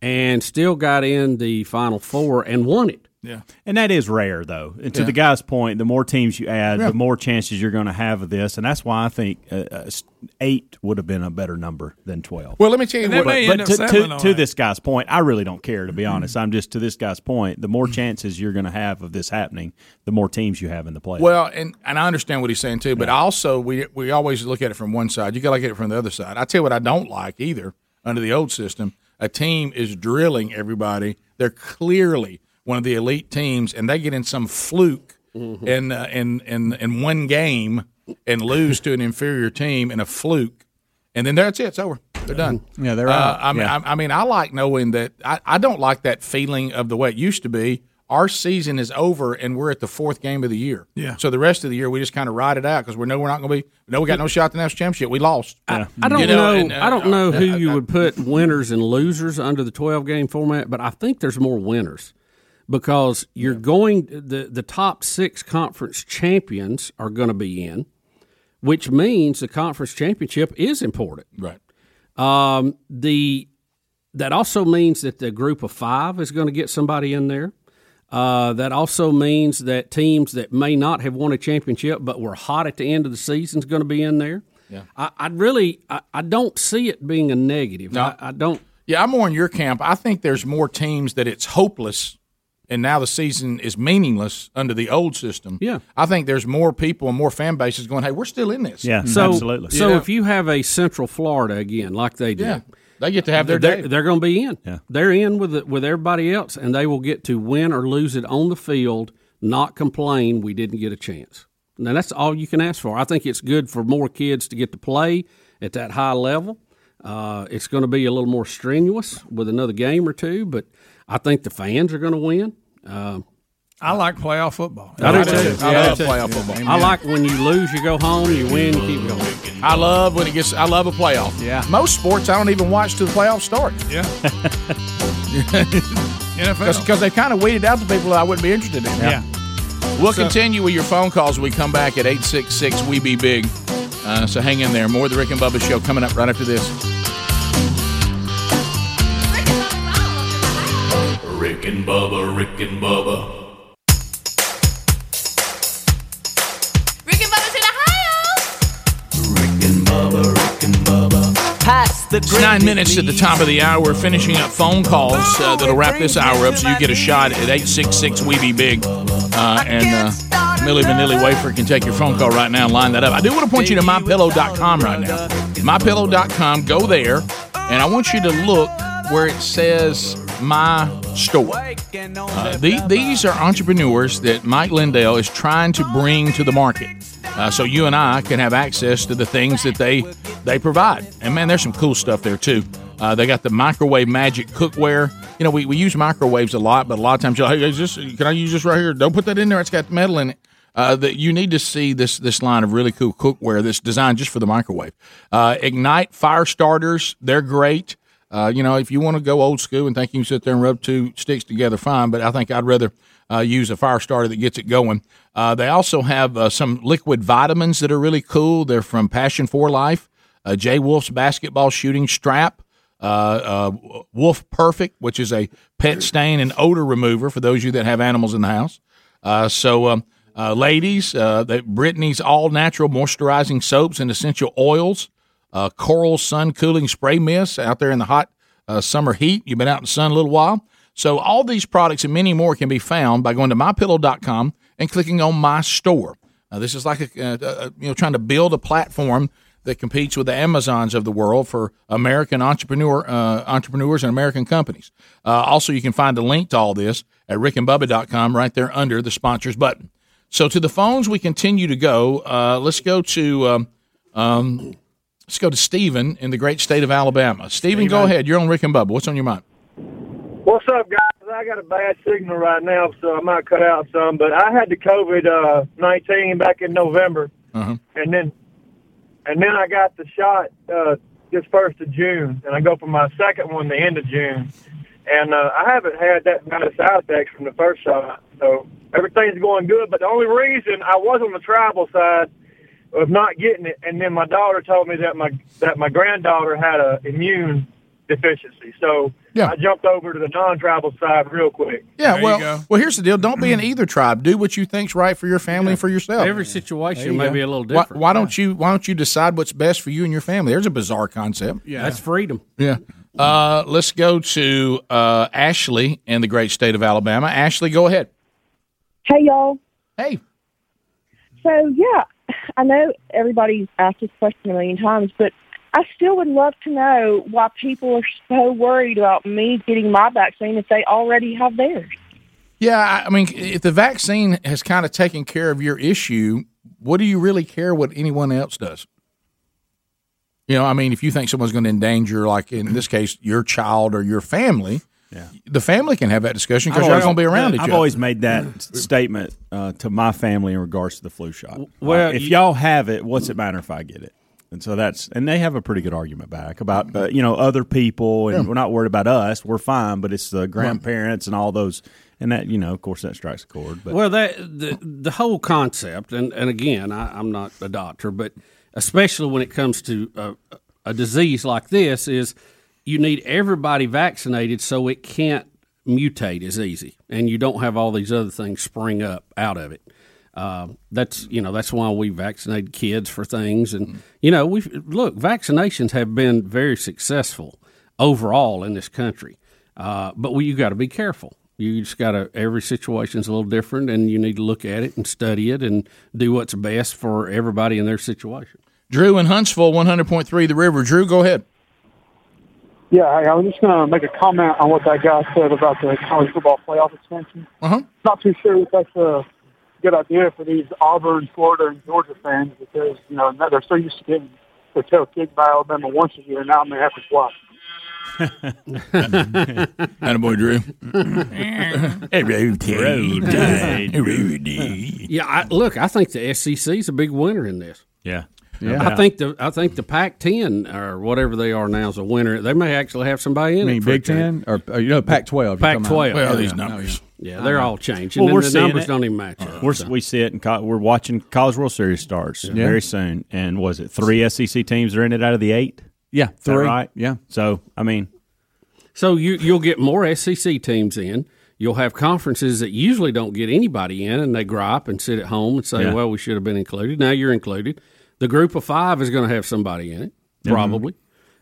[SPEAKER 16] and still got in the Final Four and won it.
[SPEAKER 5] Yeah.
[SPEAKER 6] And that is rare, though. And to
[SPEAKER 5] Yeah.
[SPEAKER 6] the guy's point, the more teams you add,
[SPEAKER 5] Yeah.
[SPEAKER 6] the more chances you're going to have of this. And that's why I think uh, uh, s- eight would have been a better number than 12.
[SPEAKER 10] Well, let me tell you
[SPEAKER 6] But,
[SPEAKER 10] And they what- Mm-hmm. may end
[SPEAKER 6] but
[SPEAKER 10] up
[SPEAKER 6] to,
[SPEAKER 10] settling
[SPEAKER 6] to,
[SPEAKER 10] on
[SPEAKER 6] to
[SPEAKER 10] that.
[SPEAKER 6] this guy's point, I really don't care, to be honest. I'm just, to this guy's point, the more chances you're going to have of this happening, the more teams you have in the playoffs.
[SPEAKER 10] Well, and, and I understand what he's saying too, but also we we always look at it from one side. You got to look at it from the other side. I tell you what, I don't like either under the old system. A team is drilling everybody. They're clearly one of the elite teams, and they get in some fluke in uh, in in in one game and lose to an inferior team in a fluke, and then that's it. It's over. They're done.
[SPEAKER 4] Yeah, they're
[SPEAKER 10] Uh,
[SPEAKER 4] out.
[SPEAKER 10] I mean,
[SPEAKER 4] Yeah.
[SPEAKER 10] I, I mean, I like knowing that. I, I don't like that feeling of the way it used to be. Our season is over, and we're at the fourth game of the year.
[SPEAKER 5] Yeah.
[SPEAKER 10] So the rest of the year, we just kind of ride it out because we know we're not going to be. No, we got no shot at the national championship. We lost.
[SPEAKER 16] I don't
[SPEAKER 10] You
[SPEAKER 16] know.
[SPEAKER 10] and, uh,
[SPEAKER 16] I don't know
[SPEAKER 10] uh,
[SPEAKER 16] who you would put winners and losers under the twelve game format, but I think there's more winners because you're going the the top six conference champions are going to be in, which means the conference championship is important.
[SPEAKER 10] Right.
[SPEAKER 16] Um, the that also means that the group of five is going to get somebody in there. Uh, that also means that teams that may not have won a championship but were hot at the end of the season is going to be in there.
[SPEAKER 10] Yeah.
[SPEAKER 16] I, I really I, I don't see it being a negative. I, I don't.
[SPEAKER 10] Yeah, I'm more in your camp. I think there's more teams that it's hopeless, and now the season is meaningless under the old system.
[SPEAKER 16] Yeah.
[SPEAKER 10] I think there's more people and more fan bases going, "Hey, we're still in this."
[SPEAKER 16] so, So
[SPEAKER 10] Yeah.
[SPEAKER 16] if you have a Central Florida again, like they did,
[SPEAKER 10] Yeah. They get to have their
[SPEAKER 16] they're,
[SPEAKER 10] day.
[SPEAKER 16] They're going to be in.
[SPEAKER 6] Yeah.
[SPEAKER 16] They're in with the, with everybody else, and they will get to win or lose it on the field, not complain we didn't get a chance. Now that's all you can ask for. I think it's good for more kids to get to play at that high level. Uh, it's going to be a little more strenuous with another game or two, but I think the fans are going to win. Uh,
[SPEAKER 5] I like playoff football.
[SPEAKER 16] I do
[SPEAKER 5] Yeah,
[SPEAKER 16] too.
[SPEAKER 5] I
[SPEAKER 16] Yeah,
[SPEAKER 5] love
[SPEAKER 16] do
[SPEAKER 5] playoff
[SPEAKER 16] too.
[SPEAKER 5] football.
[SPEAKER 16] I like when you lose, you go home. You win, you keep going.
[SPEAKER 10] I love when it gets. I love a playoff. Yeah. Most sports I don't even watch till the playoffs start.
[SPEAKER 5] Yeah. NFL.
[SPEAKER 10] Because they kind of weeded out the people that I wouldn't be interested in.
[SPEAKER 5] Yeah.
[SPEAKER 10] We'll
[SPEAKER 5] So-
[SPEAKER 10] continue with your phone calls when we come back at 866 We Be Big. Uh, so hang in there. More of the Rick and Bubba Show coming up right after this.
[SPEAKER 13] Rick and Bubba, Rick and Bubba,
[SPEAKER 8] Rick and Bubba's in Ohio.
[SPEAKER 9] Pass the
[SPEAKER 10] It's nine minutes at the top of the hour. We're finishing up phone calls uh, that'll wrap this hour up so you get a shot at 866 We Be Big. Uh, and uh, Millie Vanilli Wafer can take your phone call right now and line that up. I do want to point you to mypillow.com right now. Mypillow.com, go there, and I want you to look where it says My Store. Uh, the, these are entrepreneurs that Mike Lindell is trying to bring to the market. Uh, so you and I can have access to the things that they they provide. And man, there's some cool stuff there too. Uh, they got the microwave magic cookware. You know, we, we use microwaves a lot, but a lot of times you're like, hey, is this, can I use this right here? Don't put that in there. It's got metal in it. Uh, that you need to see this this line of really cool cookware that's designed just for the microwave. Uh, Ignite fire starters, they're great. Uh, you know, if you want to go old school and think you can sit there and rub two sticks together, fine. But I think I'd rather uh, use a fire starter that gets it going. Uh, they also have uh, some liquid vitamins that are really cool. They're from Passion for Life, uh, Jay Wolf's basketball shooting strap, uh, uh, Wolf Perfect, which is a pet stain and odor remover for those of you that have animals in the house. Uh, so, um, uh, ladies, uh, they, Brittany's all natural moisturizing soaps and essential oils, uh, coral sun cooling spray mist out there in the hot uh, summer heat. You've been out in the sun a little while. So, all these products and many more can be found by going to mypillow.com and clicking on my store. Uh, this is like a, uh, uh, you know trying to build a platform that competes with the Amazons of the world for American entrepreneur uh, entrepreneurs and American companies. Uh, also, you can find a link to all this at rickandbubba.com right there under the sponsors button. So to the phones, we continue to go. Uh, let's go to um, um, let's go to Stephen in the great state of Alabama. Stephen, go ahead. You're on Rick and Bubba. What's on your mind?
[SPEAKER 7] What's up, guys? I got a bad signal right now, so I might cut out some. But I had the COVID uh, nineteen back in November,
[SPEAKER 10] Uh-huh.
[SPEAKER 7] and then and then I got the shot uh, this first of June, and I go for my second one the end of June, and uh, I haven't had that kind of side effects from the first shot, so everything's going good. But the only reason I was on the tribal side of not getting it, and then my daughter told me that my that my granddaughter had a immune deficiency. So
[SPEAKER 10] Yeah.
[SPEAKER 7] I jumped over to the non-tribal side real quick.
[SPEAKER 10] Yeah, well, well, here's the deal. Don't be in either tribe. Do what you think's right for your family and for yourself.
[SPEAKER 16] Every situation
[SPEAKER 10] There you
[SPEAKER 16] may
[SPEAKER 10] go.
[SPEAKER 16] be a little
[SPEAKER 10] Why-
[SPEAKER 16] different.
[SPEAKER 10] Why, don't you Why don't you decide what's best for you and your family? There's a bizarre concept.
[SPEAKER 16] Yeah, that's freedom.
[SPEAKER 10] Yeah. Uh, let's go to uh, Ashley in the great state of Alabama. Ashley, go ahead.
[SPEAKER 2] Hey, y'all.
[SPEAKER 10] Hey.
[SPEAKER 2] So, yeah, I know everybody's asked this question a million times, but I still would love to know why people are so worried about me getting my vaccine if they already have theirs.
[SPEAKER 10] Yeah, I- I mean, if the vaccine has kind of taken care of your issue, what do you really care what anyone else does? You know, I mean, if you think someone's going to endanger, like in this case, your child or your family, yeah. the family can have that discussion because
[SPEAKER 6] I've
[SPEAKER 10] you're not going
[SPEAKER 6] always-
[SPEAKER 10] to be around each
[SPEAKER 6] I've
[SPEAKER 10] other.
[SPEAKER 6] always made that s- statement uh, to my family in regards to the flu shot.
[SPEAKER 16] well,
[SPEAKER 6] Like, if
[SPEAKER 16] you-
[SPEAKER 6] y'all have it, what's it matter if I get it? And so that's and they have a pretty good argument back about uh, you know other people and
[SPEAKER 10] Yeah.
[SPEAKER 6] we're not worried about us. We're fine, but it's the grandparents and all those and that you know of course that strikes a chord. But
[SPEAKER 16] Well, that the the whole concept, and and again, I, I'm not a doctor, but especially when it comes to a, a disease like this, is you need everybody vaccinated so it can't mutate as easy, and you don't have all these other things spring up out of it. Um, that's you know that's why we vaccinated kids for things, and you know we look vaccinations have been very successful overall in this country. Uh, but we, you got to be careful. You just got to, every situation's a little different and you need to look at it and study it and do what's best for everybody in their situation.
[SPEAKER 10] Drew in Huntsville, 100.3 The River. Drew, go ahead.
[SPEAKER 19] Yeah, hey, I was just going to make a comment on what that guy said about the college football playoff expansion.
[SPEAKER 10] Uh-huh.
[SPEAKER 19] Not too sure if that's a good idea for these Auburn, Florida, and Georgia fans because you know they're so used to getting their tail kicked by Alabama once a year. Now they have to watch.
[SPEAKER 10] Attaboy, Drew.
[SPEAKER 16] Yeah, I, look, I think the SEC's a big winner in this.
[SPEAKER 6] yeah,
[SPEAKER 16] I think the I think the Pac-10 or whatever they are now is a winner. They may actually have somebody in
[SPEAKER 4] You
[SPEAKER 16] it.
[SPEAKER 4] mean
[SPEAKER 16] for a
[SPEAKER 4] Big
[SPEAKER 16] change.
[SPEAKER 4] Ten or, or, you know Pac-12? you're talking
[SPEAKER 16] Pac-12. Yeah,
[SPEAKER 4] about.
[SPEAKER 16] yeah. No, yeah. Yeah, they're all changing. and the numbers don't even match up.
[SPEAKER 6] We're, We see it, and co- we're watching College World Series starts
[SPEAKER 16] Yeah.
[SPEAKER 6] very soon. And was it three SEC teams are in it out of the eight?
[SPEAKER 4] Yeah,
[SPEAKER 6] Is that
[SPEAKER 16] three.
[SPEAKER 6] Right?
[SPEAKER 4] Yeah.
[SPEAKER 6] So I mean,
[SPEAKER 16] So you you'll get more SEC teams in. You'll have conferences that usually don't get anybody in, and they gripe and sit at home and say,
[SPEAKER 6] Yeah.
[SPEAKER 16] "Well, we should have been included." Now you're included. The group of five is going to have somebody in it,
[SPEAKER 4] Yeah.
[SPEAKER 16] probably.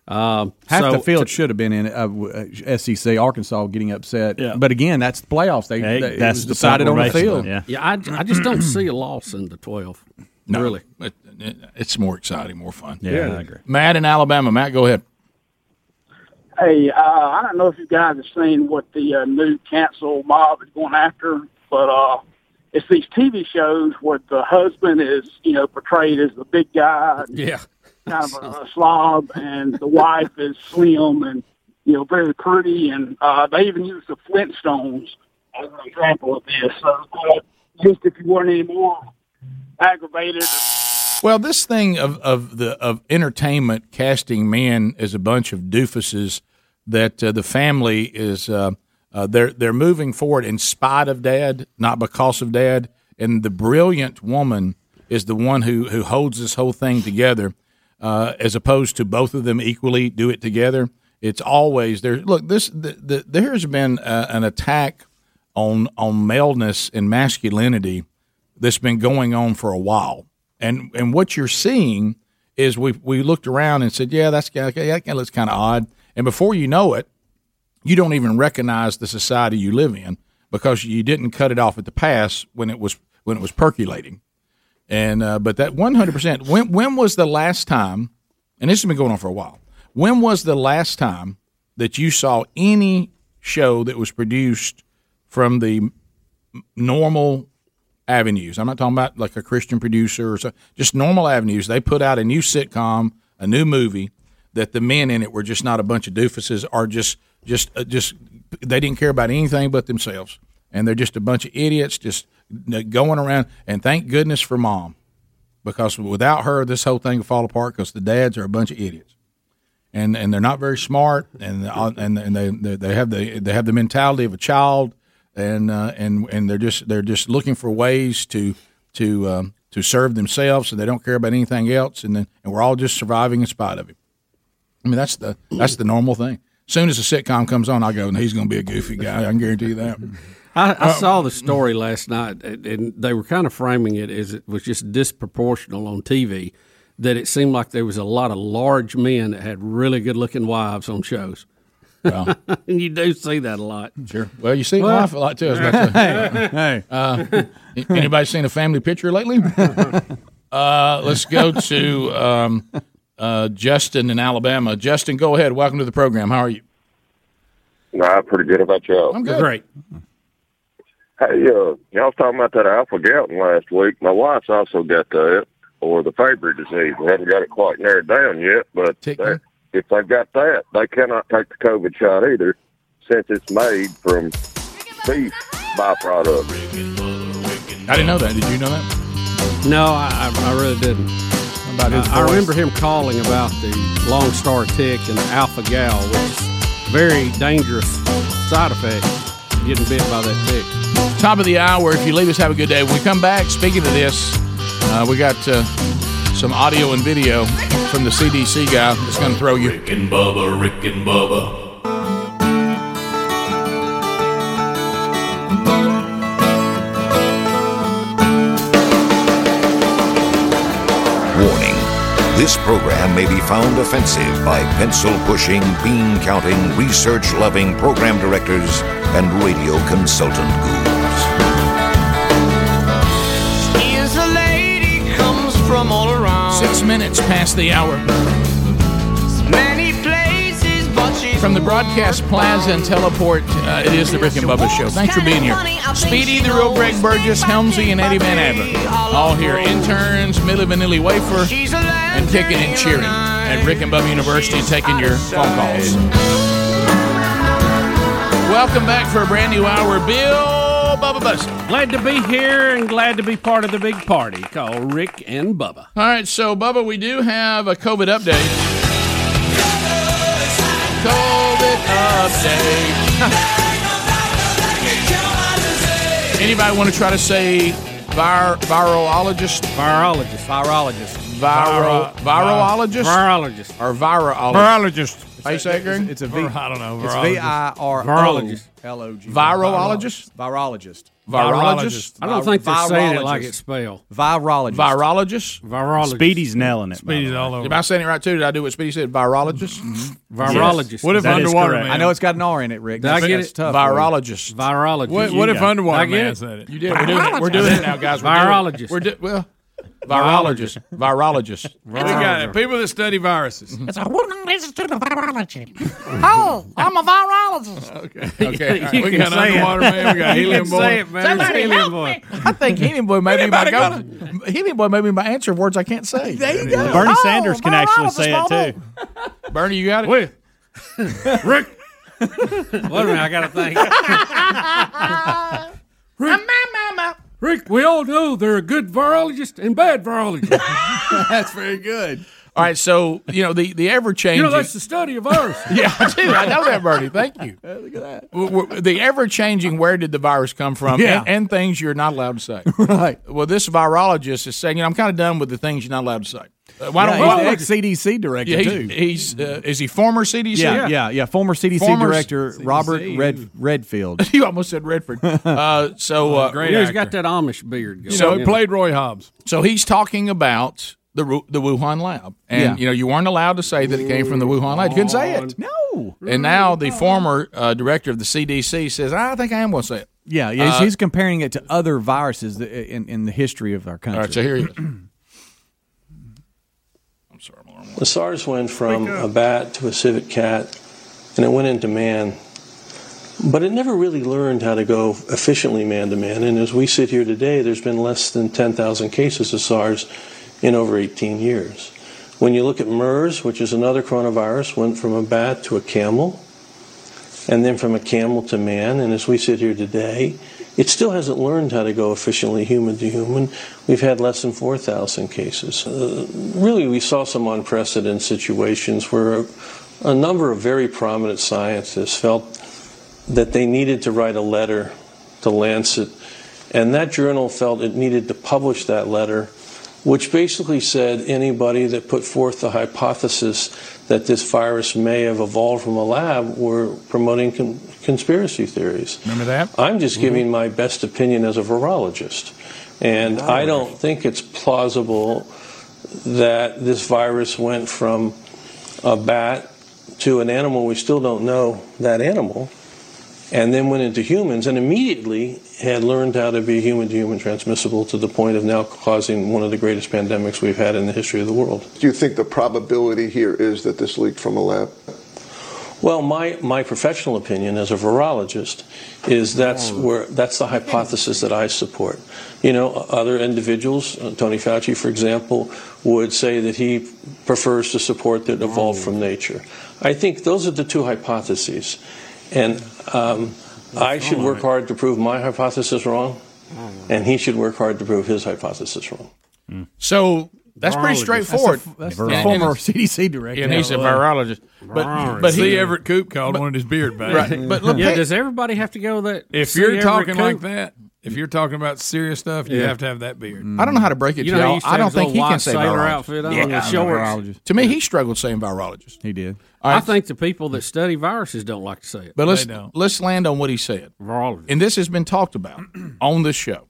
[SPEAKER 16] Um,
[SPEAKER 4] Half
[SPEAKER 16] so
[SPEAKER 4] the field should have been in it, uh, w- uh, SEC. Arkansas getting upset,
[SPEAKER 16] Yeah.
[SPEAKER 4] but again, that's the playoffs. They,
[SPEAKER 16] Hey,
[SPEAKER 4] they- it
[SPEAKER 16] that's
[SPEAKER 4] was
[SPEAKER 16] the point
[SPEAKER 4] decided
[SPEAKER 16] we're
[SPEAKER 4] on the
[SPEAKER 16] making,
[SPEAKER 4] field.
[SPEAKER 16] yeah. Yeah, I, I just don't see a loss in the twelve.
[SPEAKER 10] No,
[SPEAKER 16] really,
[SPEAKER 10] it, it- it's more exciting, more fun.
[SPEAKER 16] Yeah, Yeah. I agree.
[SPEAKER 10] Matt in Alabama. Matt, go ahead.
[SPEAKER 22] Hey, uh, I don't know if you guys have seen what the uh, new cancel mob is going after, but uh, it's these TV shows where the husband is, you know, portrayed as the big guy, and
[SPEAKER 16] Yeah.
[SPEAKER 22] kind of a, a slob, and the wife is slim and you know very pretty, and uh, they even use the Flintstones as an example of this. So uh, just if you weren't any more aggravated.
[SPEAKER 10] Well, this thing of, of the of entertainment casting men as a bunch of doofuses that uh, the family is uh, uh, they're they're moving forward in spite of dad, not because of dad. And the brilliant woman is the one who who holds this whole thing together, uh, as opposed to both of them equally do it together. It's always there. Look, this the, the, there's been uh, an attack on on maleness and masculinity that's been going on for a while. And and what you're seeing is we we looked around and said, yeah, that's kinda- that kind of looks kind of odd. And before you know it, you don't even recognize the society you live in because you didn't cut it off at the pass when it was when it was percolating. And uh, but that 100 percent. When when was the last time? And this has been going on for a while. When was the last time that you saw any show that was produced from the m- normal avenues. I'm not talking about like a Christian producer or so, just normal avenues. They put out a new sitcom, a new movie that the men in it were just not a bunch of doofuses or just just uh, just they didn't care about anything but themselves. And they're just a bunch of idiots just n- going around and thank goodness for mom because without her this whole thing would fall apart because the dads are a bunch of idiots. And, and they're not very smart, and uh, and and they they they have the they have the mentality of a child, and uh, and and they're just they're just looking for ways to to um, to serve themselves, and they don't care about anything else, and then and we're all just surviving in spite of it. I mean that's the that's the normal thing. soon as the sitcom comes on, I go, he's going to be a goofy guy. I can guarantee you that.
[SPEAKER 16] I,
[SPEAKER 10] Uh,
[SPEAKER 16] I saw the story last night, and and they were kind of framing it as it was just disproportional on TV. That it seemed like there was a lot of large men that had really good looking wives on shows.
[SPEAKER 10] Well.
[SPEAKER 16] and you do see that a lot.
[SPEAKER 10] Sure. Well, you see it in life a lot too. I was about to- Uh, anybody seen a family picture lately? Uh, let's go to um, uh, Justin in Alabama. Justin, go ahead. Welcome to the program. How are you?
[SPEAKER 3] Nah, pretty good about y'all.
[SPEAKER 10] I'm good. Great.
[SPEAKER 3] Hey, uh, y'all was talking about that alpha-gal last week. My wife's also got that, or the Fabry disease. We haven't got it quite narrowed down yet, but that, if they've got that, they cannot take the COVID shot either, since it's made from beef byproduct.
[SPEAKER 10] I didn't know that. Did you know that?
[SPEAKER 16] No, I, I I really didn't.
[SPEAKER 10] About his
[SPEAKER 16] I, I
[SPEAKER 10] voice.
[SPEAKER 16] remember him calling about the Long Star tick and the Alpha Gal, which is very dangerous side effect getting bit by that tick.
[SPEAKER 10] Top of the hour. If you leave us, have a good day. When we come back, speaking of this, uh, we got uh, some audio and video from the CDC guy that's going to throw you.
[SPEAKER 13] Rick and Bubba, Rick and Bubba.
[SPEAKER 11] Warning. This program may be found offensive by pencil pushing, bean counting, research loving program directors and radio consultant gurus.
[SPEAKER 9] Is a lady comes from all around.
[SPEAKER 10] Six minutes past the hour.
[SPEAKER 9] Many places, but she's
[SPEAKER 10] From the broadcast plaza and teleport, uh, it is the Rick and Bubba Show. Thanks for being here. Speedy, the real Greg Burgess, Helmsy, and Eddie Van Adler. All here. Interns, Millie Vanilli Wafer, and kicking and cheering at Rick and Bubba University and taking your phone calls. Welcome back for a brand new hour. Bill Bubba Buss.
[SPEAKER 16] Glad to be here and glad to be part of the big party called Rick and Bubba.
[SPEAKER 10] All right, so Bubba, we do have a COVID update. COVID update. Anybody want to try to say vir- virologist?
[SPEAKER 16] Virologist. Virologist.
[SPEAKER 10] Viro- virologist?
[SPEAKER 16] Virologist.
[SPEAKER 10] Or virologist?
[SPEAKER 5] Virologist.
[SPEAKER 10] How you say it, Greg? It's a
[SPEAKER 5] V. I don't know.
[SPEAKER 10] It's
[SPEAKER 5] virologist.
[SPEAKER 10] Virologist.
[SPEAKER 23] V-I-R-O-L-O-G.
[SPEAKER 10] Virologist?
[SPEAKER 23] Virologist.
[SPEAKER 10] Virologist?
[SPEAKER 16] I don't think they're saying it like
[SPEAKER 10] Virologist.
[SPEAKER 16] it's spelled.
[SPEAKER 23] Virologist.
[SPEAKER 10] Virologist?
[SPEAKER 16] Virologist.
[SPEAKER 6] Speedy's nailing it. by the way. Mm-hmm.
[SPEAKER 10] all over. Am I saying it right too? Did I do what Speedy said? Virologist?
[SPEAKER 16] Virologist. What if That is underwater correct. man-
[SPEAKER 23] I know it's got an R in it, Rick.
[SPEAKER 16] Did I
[SPEAKER 23] That's-
[SPEAKER 16] get
[SPEAKER 23] that's
[SPEAKER 16] it?
[SPEAKER 23] tough.
[SPEAKER 10] Virologist.
[SPEAKER 16] Virologist.
[SPEAKER 5] What- what if underwater man said it?
[SPEAKER 10] You did. We're doing it, we're doing it now, guys. We're doing it.
[SPEAKER 16] Virologist.
[SPEAKER 10] We're do- well, virologist. Virologist.
[SPEAKER 5] We got it. People that study viruses.
[SPEAKER 10] That's
[SPEAKER 5] a
[SPEAKER 27] would not listen to the virology. oh, I'm a virologist.
[SPEAKER 10] Okay. Okay.
[SPEAKER 5] You
[SPEAKER 10] all right. We
[SPEAKER 5] can
[SPEAKER 10] got
[SPEAKER 5] say it.
[SPEAKER 10] underwater man. We got
[SPEAKER 5] You
[SPEAKER 10] helium
[SPEAKER 5] can
[SPEAKER 10] boy.
[SPEAKER 5] say it, man. Somebody Helium help boy. me.
[SPEAKER 10] I think helium boy may be my go- helium boy may be my answer of words I can't say. There you
[SPEAKER 5] go. Bernie Oh, Sanders
[SPEAKER 6] can actually say it too.
[SPEAKER 10] Bernie, you got it. Wait.
[SPEAKER 16] Rick. Wait a minute, I gotta think. Rick, Rick, we all know there are good virologists and bad virologists.
[SPEAKER 10] That's very good. All right. So you know the the ever
[SPEAKER 16] You
[SPEAKER 10] changing.
[SPEAKER 16] know, that's the study of ours.
[SPEAKER 10] yeah, I do. I know that, Bernie. Thank you. W- w- The ever changing where did the virus come from
[SPEAKER 5] Yeah.
[SPEAKER 10] and, and things you're not allowed to say. Right. Well, this virologist is saying, you know, I'm kind of done with the things you're not allowed to say. Uh, why
[SPEAKER 23] Yeah,
[SPEAKER 10] don't we?
[SPEAKER 23] he's the ex-CDC director,
[SPEAKER 10] Yeah, he's,
[SPEAKER 23] too.
[SPEAKER 10] he's, uh, is he former CDC?
[SPEAKER 23] Yeah, yeah, yeah. Former CDC
[SPEAKER 10] Former
[SPEAKER 23] director Robert Red, Redfield.
[SPEAKER 10] you almost said Redford. Uh, so uh,
[SPEAKER 16] you know, he's got that Amish beard. Going.
[SPEAKER 10] So
[SPEAKER 16] Yeah.
[SPEAKER 10] Roy Hobbs. So he's talking about the Ru- the Wuhan lab, and
[SPEAKER 16] Yeah.
[SPEAKER 10] you know you weren't allowed to say that it came from the Wuhan lab. You couldn't say it.
[SPEAKER 23] No.
[SPEAKER 10] And now the former uh, director of the CDC says, "I think I am going to say it."
[SPEAKER 23] Yeah, yeah. He's,
[SPEAKER 10] Uh,
[SPEAKER 23] he's comparing it to other viruses that, in in the history of our country.
[SPEAKER 10] All right, so here he is.
[SPEAKER 28] The SARS went from a bat to a civet cat, and it went into man. But it never really learned how to go efficiently man to man. And as we sit here today, there's been less than 10,000 cases of SARS in over 18 years. When you look at MERS, which is another coronavirus, went from a bat to a camel, and then from a camel to man. And as we sit here today, it still hasn't learned how to go efficiently human to human. We've had less than 4,000 cases. Uh, really, we saw some unprecedented situations where a, a number of very prominent scientists felt that they needed to write a letter to Lancet, and that journal felt it needed to publish that letter which basically said anybody that put forth the hypothesis that this virus may have evolved from a lab were promoting con- conspiracy theories.
[SPEAKER 5] Remember that?
[SPEAKER 28] I'm just giving my best opinion as a virologist. And I don't think it's plausible that this virus went from a bat to an animal we still don't know that animal, and then went into humans and immediately had learned how to be human to human transmissible to the point of now causing one of the greatest pandemics we've had in the history of the world.
[SPEAKER 12] Do you think the probability here is that this leaked from a lab?
[SPEAKER 28] Well, my, my professional opinion as a virologist is that's where that's the hypothesis that I support. You know, other individuals, uh, Tony Fauci, for example, would say that he prefers to support that it evolved from nature. I think those are the two hypotheses, and um, I should work hard to prove my hypothesis wrong, and he should work hard to prove his hypothesis wrong.
[SPEAKER 10] So that's pretty
[SPEAKER 28] Virologist.
[SPEAKER 10] straightforward.
[SPEAKER 28] That's the- that's the former
[SPEAKER 5] CDC director.
[SPEAKER 10] and he's a
[SPEAKER 5] Yeah.
[SPEAKER 10] virologist. But
[SPEAKER 5] Virologist.
[SPEAKER 10] but
[SPEAKER 5] See,
[SPEAKER 10] he uh,
[SPEAKER 5] Everett Koop called
[SPEAKER 10] but-
[SPEAKER 5] wanted his beard back.
[SPEAKER 10] Right, but look,
[SPEAKER 16] yeah,
[SPEAKER 10] hey-
[SPEAKER 16] does everybody have to go that?
[SPEAKER 5] Mm-hmm. If
[SPEAKER 16] see
[SPEAKER 5] you're
[SPEAKER 16] every
[SPEAKER 5] talking like
[SPEAKER 16] coop?
[SPEAKER 5] that, if you're talking about serious stuff, you
[SPEAKER 10] Yeah.
[SPEAKER 5] have to have that beard.
[SPEAKER 10] I don't know how to break it
[SPEAKER 5] You
[SPEAKER 10] to
[SPEAKER 5] know, he
[SPEAKER 10] y'all.
[SPEAKER 5] used to
[SPEAKER 10] I
[SPEAKER 5] have
[SPEAKER 10] don't
[SPEAKER 5] his
[SPEAKER 10] think he
[SPEAKER 5] little
[SPEAKER 10] can
[SPEAKER 5] white
[SPEAKER 10] say
[SPEAKER 5] sailor
[SPEAKER 10] virologist.
[SPEAKER 16] outfit on
[SPEAKER 10] Yeah,
[SPEAKER 16] and
[SPEAKER 10] I'm a
[SPEAKER 16] shorts.
[SPEAKER 10] virologist. To me, he struggled saying virologist.
[SPEAKER 23] He did.
[SPEAKER 10] All right.
[SPEAKER 16] I think the people that study viruses don't like to say it.
[SPEAKER 10] But let's let's land on what he said. And this has been talked about on this show.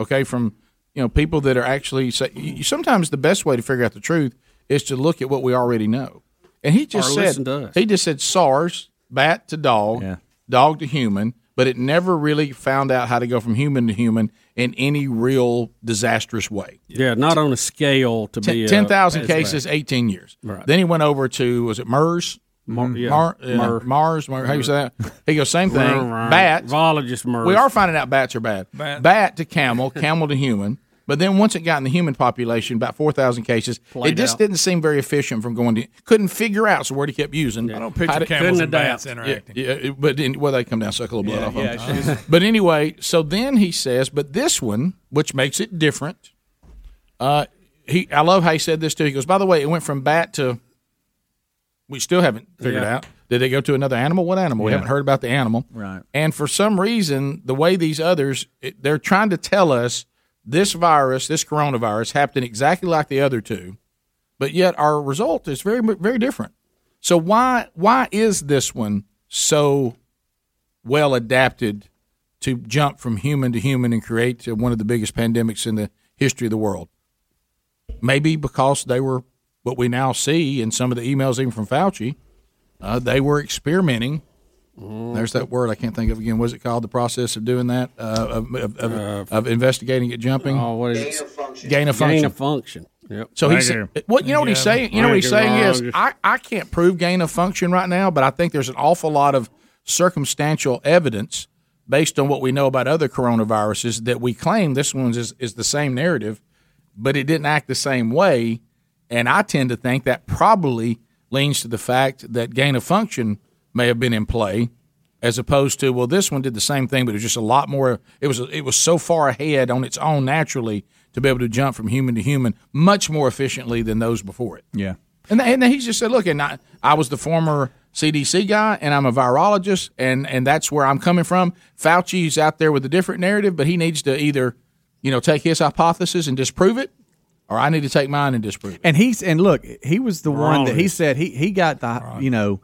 [SPEAKER 10] Okay, from you know people that are actually say, you, sometimes the best way to figure out the truth is to look at what we already know. And he just
[SPEAKER 16] Or
[SPEAKER 10] said
[SPEAKER 16] listen to us.
[SPEAKER 10] he just said SARS bat to dog, dog to human, but it never really found out how to go from human to human in any real disastrous way.
[SPEAKER 16] yeah, not on a scale to be
[SPEAKER 10] Ten-
[SPEAKER 16] a-
[SPEAKER 10] 10,000 cases, 18 years.
[SPEAKER 16] Right.
[SPEAKER 10] Then he went over to, was it MERS? Mar-
[SPEAKER 16] yeah.
[SPEAKER 10] uh,
[SPEAKER 16] Mer.
[SPEAKER 10] Mars, Mar- how you say that? He goes, same thing.
[SPEAKER 16] Mer, mer.
[SPEAKER 10] Bats.
[SPEAKER 16] Virologist MERS.
[SPEAKER 10] We are finding out bats are bad.
[SPEAKER 16] Bat.
[SPEAKER 10] Bat. to camel, camel to human. But then once it got in the human population, about 4,000 cases,
[SPEAKER 16] Played
[SPEAKER 10] it just
[SPEAKER 16] out.
[SPEAKER 10] didn't seem very efficient from going to, couldn't figure out, so where he kept using. I don't
[SPEAKER 5] picture camels and bats interacting.
[SPEAKER 10] Yeah, it- but in, well, they come down, suck a little blood
[SPEAKER 5] Yeah,
[SPEAKER 10] off
[SPEAKER 5] yeah,
[SPEAKER 10] them.
[SPEAKER 5] it's just-
[SPEAKER 10] but anyway, so then he says, but this one, which makes it different, uh, he I love how he said this too. He goes, by the way, it went from bat to. We still haven't figured
[SPEAKER 5] Yeah.
[SPEAKER 10] out. Did they go to another animal? What animal? We
[SPEAKER 5] Yeah.
[SPEAKER 10] haven't heard about the animal.
[SPEAKER 5] Right.
[SPEAKER 10] And for some reason, the way these others, it, they're trying to tell us this virus, this coronavirus, happened exactly like the other two, but yet our result is very, very different. So why, why is this one so well adapted to jump from human to human and create one of the biggest pandemics in the history of the world? Maybe because they were what we now see in some of the emails, even from Fauci, uh, they were experimenting
[SPEAKER 16] Mm-hmm.
[SPEAKER 10] there's that word I can't think of again. What is it called? The process of doing that, uh, of, of, of, of investigating it jumping.
[SPEAKER 16] Oh, what is gain of function?
[SPEAKER 10] Gain of function.
[SPEAKER 16] Gain of function. Yep.
[SPEAKER 10] So he's what you know what he's saying. You know what he's saying
[SPEAKER 16] Oh,
[SPEAKER 10] is I, I can't prove gain of function right now, but I think there's an awful lot of circumstantial evidence based on what we know about other coronaviruses that we claim this one's is, is the same narrative, but it didn't act the same way. And I tend to think that probably leans to the fact that gain of function may have been in play, as opposed to well, this one did the same thing, but it was just a lot more. It was it was so far ahead on its own naturally to be able to jump from human to human much more efficiently than those before it.
[SPEAKER 23] Yeah.
[SPEAKER 10] And and he just said, look, and I, I was the former CDC guy, and I'm a virologist, and and that's where I'm coming from. Fauci's out there with a different narrative, but he needs to either, you know, take his hypothesis and disprove it, or I need to take mine and disprove it.
[SPEAKER 23] And he's and look, he was the one that he
[SPEAKER 10] Virologist.
[SPEAKER 23] said he he got the you know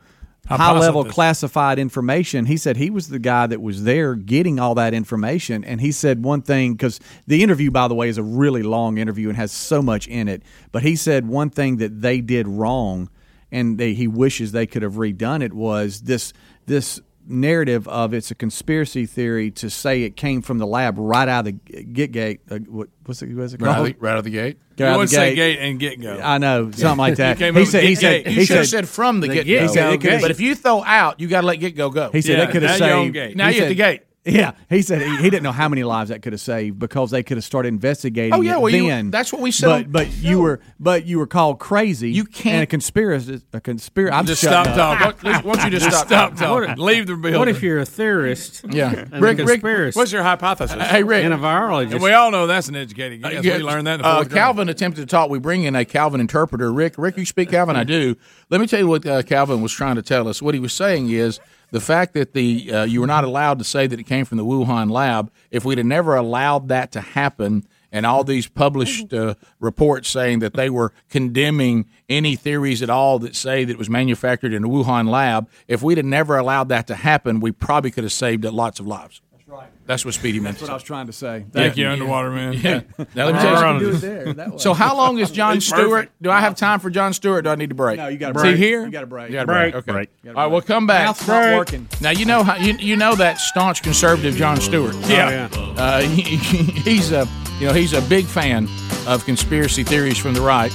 [SPEAKER 23] high level
[SPEAKER 10] Hypothesis.
[SPEAKER 23] classified information. He said he was the guy that was there getting all that information, and he said one thing because the interview, by the way, is a really long interview and has so much in it. But he said one thing that they did wrong, and they, he wishes they could have redone it was this this narrative of it's a conspiracy theory to say it came from the lab right out of the get gate. Uh, what, what's it, what's it
[SPEAKER 10] Right out
[SPEAKER 23] called?
[SPEAKER 10] of the- right out of the gate.
[SPEAKER 23] Get
[SPEAKER 5] You
[SPEAKER 23] out of
[SPEAKER 5] wouldn't
[SPEAKER 23] the
[SPEAKER 5] say
[SPEAKER 23] gate.
[SPEAKER 5] gate and get go.
[SPEAKER 23] I know something like that.
[SPEAKER 5] He, came
[SPEAKER 23] he
[SPEAKER 5] up
[SPEAKER 23] said.
[SPEAKER 5] with
[SPEAKER 23] He
[SPEAKER 5] get
[SPEAKER 23] said.
[SPEAKER 5] gate.
[SPEAKER 10] You
[SPEAKER 23] He
[SPEAKER 10] should have
[SPEAKER 23] said.
[SPEAKER 10] said from the, get,
[SPEAKER 23] get-go. He said it could've-
[SPEAKER 10] But if you throw out, you got to let get go go.
[SPEAKER 23] He said they could have saved.
[SPEAKER 10] Now
[SPEAKER 23] he
[SPEAKER 10] you have to
[SPEAKER 23] said-
[SPEAKER 10] gate.
[SPEAKER 23] Yeah, he said he, he didn't know how many lives that could have saved because they could have started investigating.
[SPEAKER 10] Oh, yeah,
[SPEAKER 23] it
[SPEAKER 10] well, you-
[SPEAKER 23] then
[SPEAKER 10] that's what we said on-
[SPEAKER 23] But, but you were but you were called crazy. You
[SPEAKER 10] can't-
[SPEAKER 23] And a conspiracy. A conspiracy. I'm
[SPEAKER 5] Just
[SPEAKER 23] shutting
[SPEAKER 5] stop
[SPEAKER 23] up.
[SPEAKER 5] talking. Why don't- why don't you just Just stop stop talking. talking. Leave the building.
[SPEAKER 16] What if you're a theorist?
[SPEAKER 5] Yeah.
[SPEAKER 16] and
[SPEAKER 5] Rick-
[SPEAKER 16] a
[SPEAKER 5] Rick,
[SPEAKER 16] conspiracist?
[SPEAKER 5] what's your hypothesis?
[SPEAKER 10] Hey, Rick.
[SPEAKER 16] and a virologist.
[SPEAKER 5] And we all know that's an educated guess.
[SPEAKER 10] Yeah,
[SPEAKER 5] we learned that. In the
[SPEAKER 10] Uh,
[SPEAKER 5] fourth grade.
[SPEAKER 10] Calvin attempted to talk. We bring in a Calvin interpreter. Rick, Rick, you speak Calvin. I do. Let me tell you what uh, Calvin was trying to tell us. What he was saying is the fact that the uh, you were not allowed to say that it came from the Wuhan lab. If we'd have never allowed that to happen, and all these published uh, reports saying that they were condemning any theories at all that say that it was manufactured in a Wuhan lab. If we'd have never allowed that to happen, we probably could have saved lots of lives. That's right. That's what Speedy meant.
[SPEAKER 4] That's what I was trying to say.
[SPEAKER 5] Thank you, Underwater Man.
[SPEAKER 10] Yeah. Now, let me tell you
[SPEAKER 5] All right.
[SPEAKER 10] something.
[SPEAKER 5] Do it there, that way.
[SPEAKER 10] so, how long is John
[SPEAKER 5] It's
[SPEAKER 10] Stewart?
[SPEAKER 5] perfect.
[SPEAKER 10] Do I have time for John Stewart? Or do I need to break?
[SPEAKER 4] No, you
[SPEAKER 10] got
[SPEAKER 4] gotta
[SPEAKER 10] to
[SPEAKER 4] break.
[SPEAKER 10] here?
[SPEAKER 4] You gotta break.
[SPEAKER 10] You got to break.
[SPEAKER 4] Break.
[SPEAKER 10] Okay.
[SPEAKER 4] Break.
[SPEAKER 10] All right, we'll come back.
[SPEAKER 4] Mouth's not Break. working.
[SPEAKER 10] Now you know how you you know that staunch conservative John Stewart.
[SPEAKER 5] Yeah.
[SPEAKER 10] Uh, he- he's a you know he's a big fan of conspiracy theories from the right.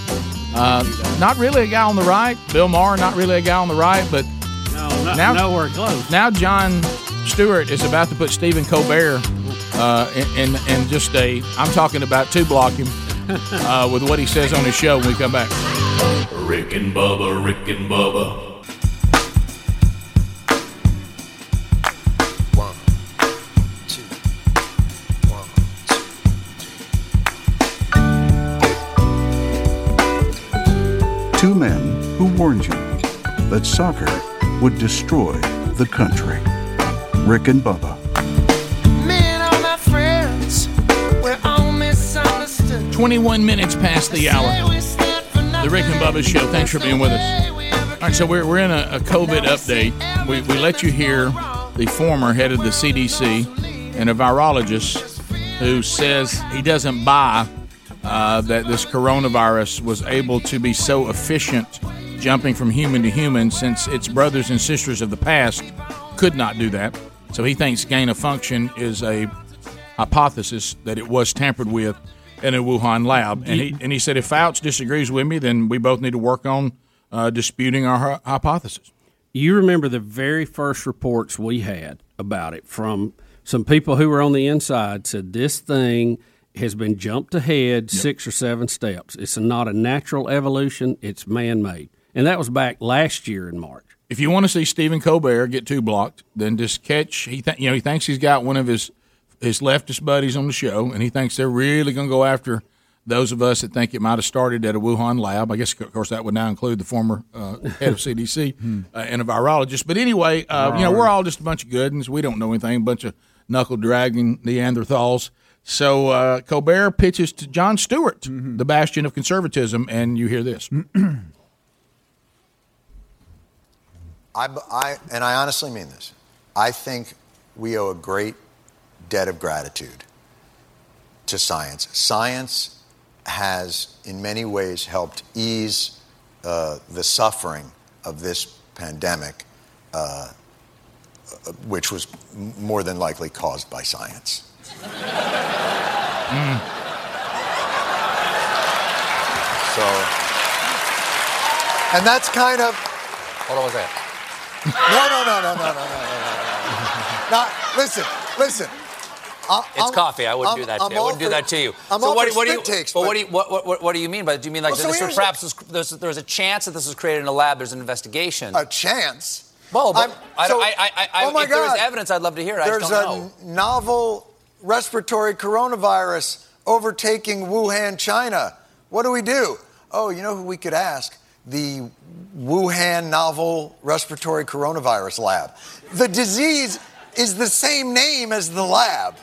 [SPEAKER 10] Uh, not really a guy on the right. Bill Maher, not really a guy on the right, but
[SPEAKER 17] not- nowhere close.
[SPEAKER 10] Now John Stewart is about to put Stephen Colbert uh, in, in in just a. I'm talking about two block him uh, with what he says on his show when we come back.
[SPEAKER 13] Rick and Bubba, Rick and Bubba.
[SPEAKER 25] Two men who warned you that soccer would destroy the country. Rick and Bubba.
[SPEAKER 26] Me and all my friends, we're all misunderstood.
[SPEAKER 10] 21 minutes past the hour. The Rick and Bubba Show. Thanks for being with us. All right, so we're, we're in a, a COVID update. We, we let you hear the former head of the CDC and a virologist who says he doesn't buy uh, that this coronavirus was able to be so efficient jumping from human to human since its brothers and sisters of the past could not do that. So he thinks gain of function is a hypothesis that it was tampered with in a Wuhan lab. And he, and he said, if Fauci disagrees with me, then we both need to work on uh, disputing our hy- hypothesis.
[SPEAKER 16] You remember the very first reports we had about it from some people who were on the inside said this thing has been jumped ahead six or seven steps. It's not a natural evolution, it's man made. And that was back last year in March.
[SPEAKER 10] If you want to see Stephen Colbert get two blocked, then just catch. He th- you know he thinks he's got one of his his leftist buddies on the show, and he thinks they're really going to go after those of us that think it might have started at a Wuhan lab. I guess of course that would now include the former uh, head of CDC
[SPEAKER 16] Hmm.
[SPEAKER 10] uh, and a virologist. But anyway, uh, you know we're all just a bunch of goodens. We don't know anything. A bunch of knuckle dragging Neanderthals. So uh, Colbert pitches to John Stewart,
[SPEAKER 4] Mm-hmm.
[SPEAKER 10] the bastion of conservatism, and you hear this.
[SPEAKER 20] I, I, and I honestly mean this. I think we owe a great debt of gratitude to science. Science has, in many ways, helped ease uh, the suffering of this pandemic, uh, uh, which was m- more than likely caused by science.
[SPEAKER 24] Hmm.
[SPEAKER 20] So, and that's kind of. Hold on one second. No, no, no, no, no, no, no, no, no, no. Now, listen, listen. I,
[SPEAKER 24] It's coffee. I wouldn't
[SPEAKER 20] I'm-
[SPEAKER 24] do that.
[SPEAKER 20] I'm
[SPEAKER 24] to you. I wouldn't
[SPEAKER 20] all
[SPEAKER 24] do
[SPEAKER 20] for-
[SPEAKER 24] that to you.
[SPEAKER 20] I'm all
[SPEAKER 24] so what,
[SPEAKER 20] for
[SPEAKER 24] what do you?
[SPEAKER 20] spit takes,
[SPEAKER 24] but,
[SPEAKER 20] but-
[SPEAKER 24] what do you? What, what, what, what do you mean by? it? Do you mean like
[SPEAKER 20] Well, so
[SPEAKER 24] this?
[SPEAKER 20] here's the-
[SPEAKER 24] perhaps this, there's, there's a chance that this was created in a lab. There's an investigation.
[SPEAKER 20] A chance?
[SPEAKER 24] Well, but
[SPEAKER 20] I'm-
[SPEAKER 24] I,
[SPEAKER 20] so-
[SPEAKER 24] I, I, I,
[SPEAKER 20] oh my
[SPEAKER 24] if there was
[SPEAKER 20] God.
[SPEAKER 24] evidence, I'd love to hear. it. I
[SPEAKER 20] There's
[SPEAKER 24] just
[SPEAKER 20] a
[SPEAKER 24] don't know.
[SPEAKER 20] novel respiratory coronavirus overtaking Wuhan, China. What do we do? Oh, you know who we could ask? The Wuhan Novel Respiratory Coronavirus Lab. The disease is the same name as the lab.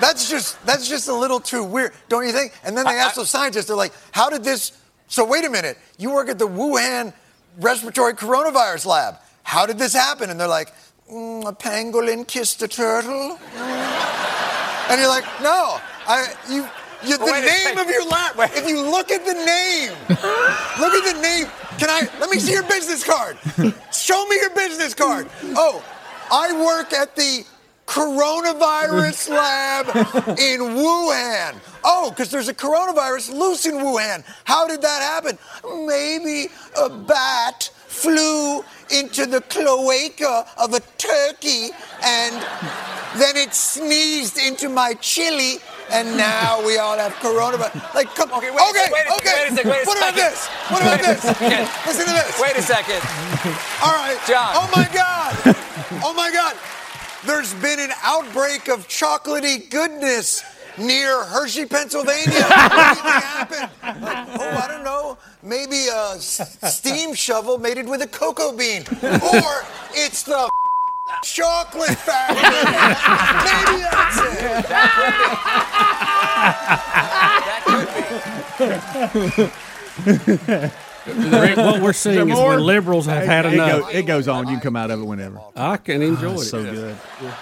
[SPEAKER 20] that's just that's just a little too weird, don't you think? And then they ask those scientists, they're like, "How did this?" So wait a minute, you work at the Wuhan Respiratory Coronavirus Lab. How did this happen? And they're like, "Mm, "A pangolin kissed a turtle," Mm." and you're like, "No, I you." You, the Wait a name second. of your lab. If you look at the name, look at the name. Can I? Let me see your business card. Show me your business card. Oh, I work at the coronavirus lab in Wuhan. Oh, because there's a coronavirus loose in Wuhan. How did that happen? Maybe a bat flew into the cloaca of a turkey and then it sneezed into my chili. And now we all have coronavirus. Like, come on. Okay,
[SPEAKER 24] wait a
[SPEAKER 20] okay,
[SPEAKER 24] sec- wait a sec- wait a sec-
[SPEAKER 20] okay.
[SPEAKER 24] wait a
[SPEAKER 20] what about
[SPEAKER 24] second.
[SPEAKER 20] this? What about
[SPEAKER 24] Wait a
[SPEAKER 20] this?
[SPEAKER 24] second.
[SPEAKER 20] Listen to this.
[SPEAKER 24] Wait a second.
[SPEAKER 20] All right.
[SPEAKER 24] John.
[SPEAKER 20] Oh my God. Oh my God. There's been an outbreak of chocolatey goodness near Hershey, Pennsylvania. what do you think happened? Like, oh, I don't know. Maybe a s- steam shovel mated with a cocoa bean. Or it's the chocolate factory. Maybe that's it.
[SPEAKER 16] Rick, what we're seeing is when liberals have had
[SPEAKER 4] it,
[SPEAKER 16] enough.
[SPEAKER 4] It, go- it goes on. You can come out of it whenever.
[SPEAKER 16] I can enjoy
[SPEAKER 4] Ah,
[SPEAKER 16] it.
[SPEAKER 4] so good.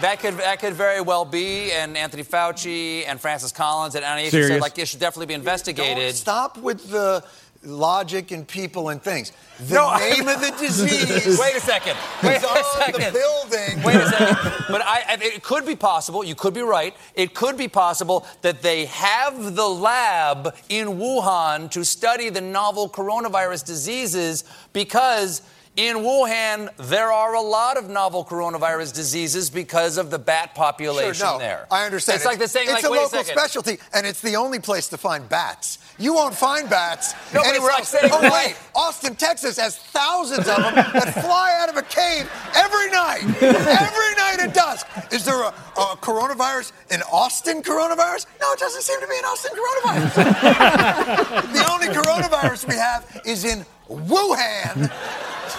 [SPEAKER 24] That could that could very well be, and Anthony Fauci and Francis Collins and NIH said
[SPEAKER 20] Serious?
[SPEAKER 24] like it should definitely be investigated.
[SPEAKER 20] Stop with the logic and people and things. The
[SPEAKER 24] No, I-
[SPEAKER 20] name of the disease.
[SPEAKER 24] Wait a second. Wait
[SPEAKER 20] is
[SPEAKER 24] a
[SPEAKER 20] on
[SPEAKER 24] second.
[SPEAKER 20] the building.
[SPEAKER 24] Wait a second. But I, I- it could be possible. You could be right. It could be possible that they have the lab in Wuhan to study the novel coronavirus diseases because. In Wuhan, there are a lot of novel coronavirus diseases because of the bat population
[SPEAKER 20] sure, no,
[SPEAKER 24] there.
[SPEAKER 20] I understand.
[SPEAKER 24] It's like the saying,
[SPEAKER 20] It's
[SPEAKER 24] like,
[SPEAKER 20] a
[SPEAKER 24] wait
[SPEAKER 20] local
[SPEAKER 24] a second.
[SPEAKER 20] specialty, and it's the only place to find bats. You won't find bats
[SPEAKER 24] No, but
[SPEAKER 20] anywhere
[SPEAKER 24] it's
[SPEAKER 20] else.
[SPEAKER 24] like
[SPEAKER 20] Oh
[SPEAKER 24] saying-
[SPEAKER 20] wait, Austin, Texas has thousands of them that fly out of a cave every night. Every night at dusk. Is there a, a coronavirus in Austin? Coronavirus? No, it doesn't seem to be an Austin coronavirus. the only coronavirus we have is in Wuhan.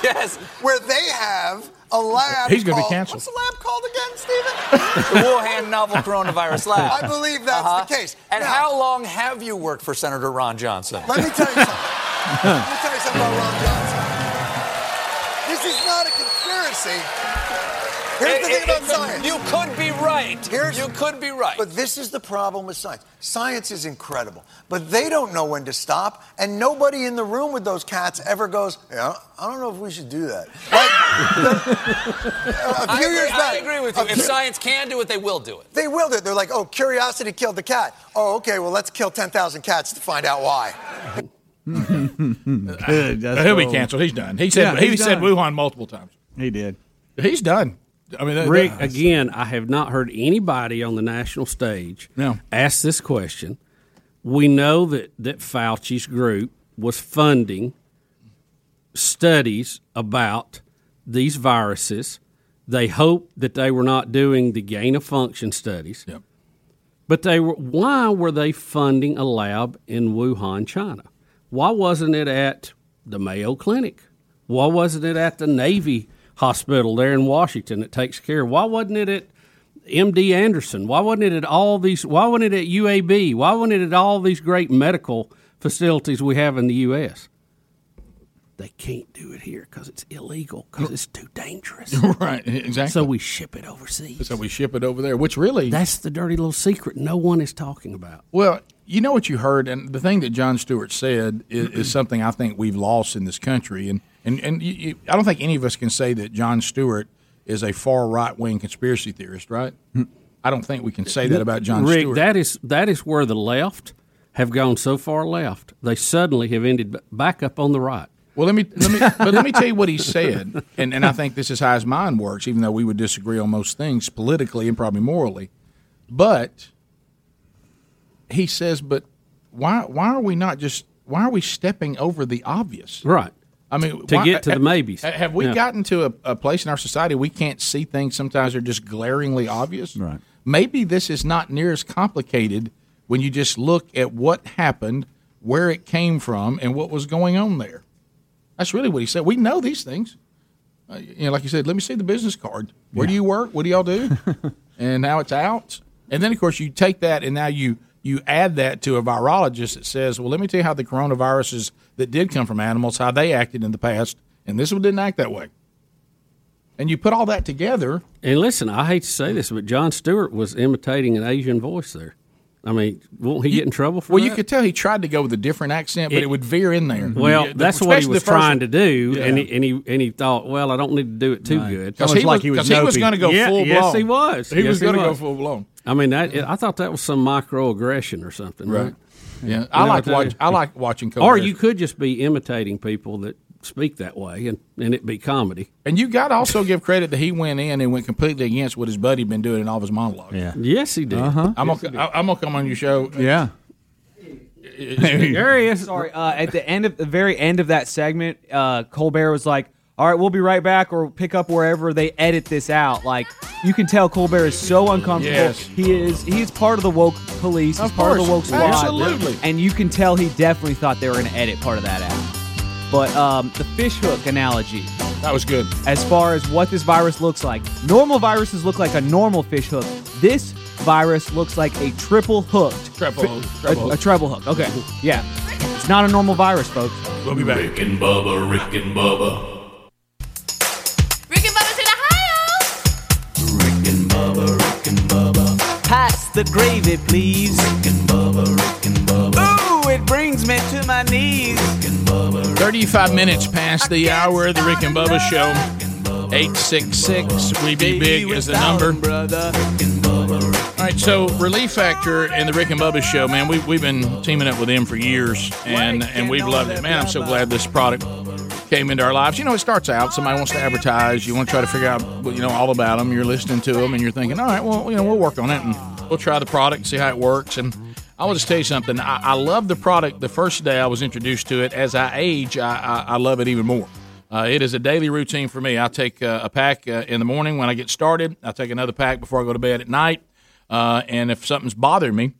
[SPEAKER 24] Yes.
[SPEAKER 20] Where they have a lab.
[SPEAKER 24] He's gonna be
[SPEAKER 20] called-
[SPEAKER 24] canceled.
[SPEAKER 20] What's the lab called again, Stephen?
[SPEAKER 24] the Wuhan novel coronavirus lab.
[SPEAKER 20] I believe that's
[SPEAKER 24] Uh-huh.
[SPEAKER 20] the case.
[SPEAKER 24] And
[SPEAKER 20] Now-
[SPEAKER 24] how long have you worked for Senator Ron Johnson?
[SPEAKER 20] Let me tell you something. Let me tell you something about Ron Johnson. This is not a conspiracy. Here's the
[SPEAKER 24] It-
[SPEAKER 20] thing
[SPEAKER 24] it-
[SPEAKER 20] about
[SPEAKER 24] it's a-
[SPEAKER 20] science.
[SPEAKER 24] you could be right.
[SPEAKER 20] Here's,
[SPEAKER 24] you could be right.
[SPEAKER 20] But this is the problem with science. Science is incredible, but they don't know when to stop, and nobody in the room with those cats ever goes, yeah, I don't know if we should do that. Like, a
[SPEAKER 24] I
[SPEAKER 20] few
[SPEAKER 24] agree,
[SPEAKER 20] years
[SPEAKER 24] I
[SPEAKER 20] back,
[SPEAKER 24] agree with
[SPEAKER 20] a
[SPEAKER 24] you. If
[SPEAKER 20] few-
[SPEAKER 24] science can do it, they will do it.
[SPEAKER 20] They willed it. They're like, oh, curiosity killed the cat. Oh, okay, well, let's kill 10,000 cats to find out why.
[SPEAKER 4] Good. That's
[SPEAKER 10] Uh, He'll be
[SPEAKER 4] cool.
[SPEAKER 10] canceled. He's done. He said
[SPEAKER 4] Yeah,
[SPEAKER 10] he
[SPEAKER 4] he's
[SPEAKER 10] said
[SPEAKER 4] done.
[SPEAKER 10] Wuhan multiple times.
[SPEAKER 4] He did.
[SPEAKER 10] He's done. I mean, that-
[SPEAKER 16] Rick,
[SPEAKER 10] that-
[SPEAKER 16] again, I have not heard anybody on the national stage
[SPEAKER 10] No.
[SPEAKER 16] ask this question. We know that, that Fauci's group was funding studies about these viruses. They hope that they were not doing the gain of function studies.
[SPEAKER 10] Yep.
[SPEAKER 16] But they were, why were they funding a lab in Wuhan, China? Why wasn't it at the Mayo Clinic? Why wasn't it at the Navy Hospital there in Washington that takes care? Why wasn't it at MD Anderson? Why wasn't it at all these? Why wasn't it at UAB? Why wasn't it at all these great medical facilities we have in the U.S.? They can't do it here because it's illegal because it's too dangerous.
[SPEAKER 10] right, e-, exactly.
[SPEAKER 16] So we ship it overseas.
[SPEAKER 10] So we ship it over there, which really
[SPEAKER 16] that's the dirty little secret no one is talking about.
[SPEAKER 10] Well, you know what you heard, and the thing that John Stewart said is,
[SPEAKER 16] Mm-hmm.
[SPEAKER 10] is something I think we've lost in this country, and and and you, you, I don't think any of us can say that John Stewart is a far right wing conspiracy theorist, right? I don't think we can say that about John
[SPEAKER 16] Hmm. Rick,
[SPEAKER 10] Stewart.
[SPEAKER 16] that is that is where the left have gone so far left. They suddenly have ended b- back up on the right.
[SPEAKER 10] Well, let me let me but let me tell you what he said, and and I think this is how his mind works, even though we would disagree on most things politically and probably morally, but he says, but why why are we not just why are we stepping over the obvious?
[SPEAKER 16] Right.
[SPEAKER 10] I mean,
[SPEAKER 16] To
[SPEAKER 10] why-
[SPEAKER 16] get to the maybes.
[SPEAKER 10] ha- Have we
[SPEAKER 16] Yeah.
[SPEAKER 10] gotten to a, a place in our society we can't see things sometimes that are just glaringly obvious? Right. Maybe this is not near as complicated when you just look at what happened, where it came from, and what was going on there. That's really what he said. We know these things. Uh, you know, like you said, let me see the business card. Where do you work? What do y'all do? and now it's out. And then, of course, you take that and now you you add that to a virologist that says, "Well, let me tell you how the coronaviruses that did come from animals, how they acted in the past, and this one didn't act that way." And you put all that together.
[SPEAKER 16] And listen, I hate to say this, but John Stewart was imitating an Asian voice there. I mean, won't he get in trouble for
[SPEAKER 10] Well,
[SPEAKER 16] that?
[SPEAKER 10] you could tell he tried to go with a different accent, but it,
[SPEAKER 16] It- Mm-hmm.
[SPEAKER 10] would veer in there.
[SPEAKER 16] well,
[SPEAKER 10] Yeah, the-
[SPEAKER 16] that's what he
[SPEAKER 10] especially the
[SPEAKER 16] was
[SPEAKER 10] first
[SPEAKER 16] trying
[SPEAKER 10] one.
[SPEAKER 16] to do,
[SPEAKER 10] Yeah.
[SPEAKER 16] and, he, and he and he thought, well, I don't need to do it too good
[SPEAKER 10] Because he, was, because he was going to go
[SPEAKER 16] Yeah,
[SPEAKER 10] full blown.
[SPEAKER 16] Yes, he was.
[SPEAKER 10] He
[SPEAKER 16] Yes,
[SPEAKER 10] was going to go
[SPEAKER 16] was.
[SPEAKER 10] full blown.
[SPEAKER 16] I mean, that, I thought that was some microaggression or something, right?
[SPEAKER 10] Right. Yeah. I like watch- I like watching
[SPEAKER 16] Or
[SPEAKER 10] co-aggression.
[SPEAKER 16] you could just be imitating people that speak that way, and and it be comedy.
[SPEAKER 10] And you got to also give credit that he went in and went completely against what his buddy been doing in all of his monologues. Yeah.
[SPEAKER 16] Yes, he did. Uh-huh.
[SPEAKER 10] I'm gonna I- I'm gonna come on your show.
[SPEAKER 4] Yeah.
[SPEAKER 1] There he is. Sorry. Uh, at the end of the very end of that segment, uh, Colbert was like, "All right, we'll be right back, or pick up wherever they edit this out." Like you can tell, Colbert is so uncomfortable.
[SPEAKER 10] Yes.
[SPEAKER 1] He is. He is part of the woke police. He's
[SPEAKER 10] Of
[SPEAKER 1] part of the woke
[SPEAKER 10] course.
[SPEAKER 1] squad.
[SPEAKER 10] Absolutely.
[SPEAKER 1] And you can tell he definitely thought they were going to edit part of that out. But um, the fish hook analogy.
[SPEAKER 10] That was good.
[SPEAKER 1] As far as what this virus looks like, normal viruses look like a normal fish hook. This virus looks like a triple hooked.
[SPEAKER 5] Treble
[SPEAKER 1] fi-
[SPEAKER 5] hook,
[SPEAKER 1] a-
[SPEAKER 5] treble
[SPEAKER 1] a
[SPEAKER 5] hook.
[SPEAKER 1] treble hook. Okay. Yeah. It's not a normal virus, folks.
[SPEAKER 5] We'll be back.
[SPEAKER 13] Rick and Bubba, Rick and Bubba.
[SPEAKER 9] Pass the gravy, please. Ooh, it brings me to my knees.
[SPEAKER 10] 35 minutes past the hour of the Rick and Bubba Show. 866 We Be Big is the number. All right, so Relief Factor and the Rick and Bubba Show, man, we've, we've been teaming up with them for years, and, and we've loved it. Man, I'm so glad this product came into our lives. You know, it starts out, somebody wants to advertise, you want to try to figure out, you know, all about them, you're listening to them, and you're thinking, all right, well, you know, we'll work on it, and we'll try the product, see how it works, and I will just tell you something. I, I love the product the first day I was introduced to it. As I age, I, I, I love it even more. Uh, it is a daily routine for me. I take uh, a pack uh, in the morning when I get started. I take another pack before I go to bed at night. Uh, and if something's bothering me,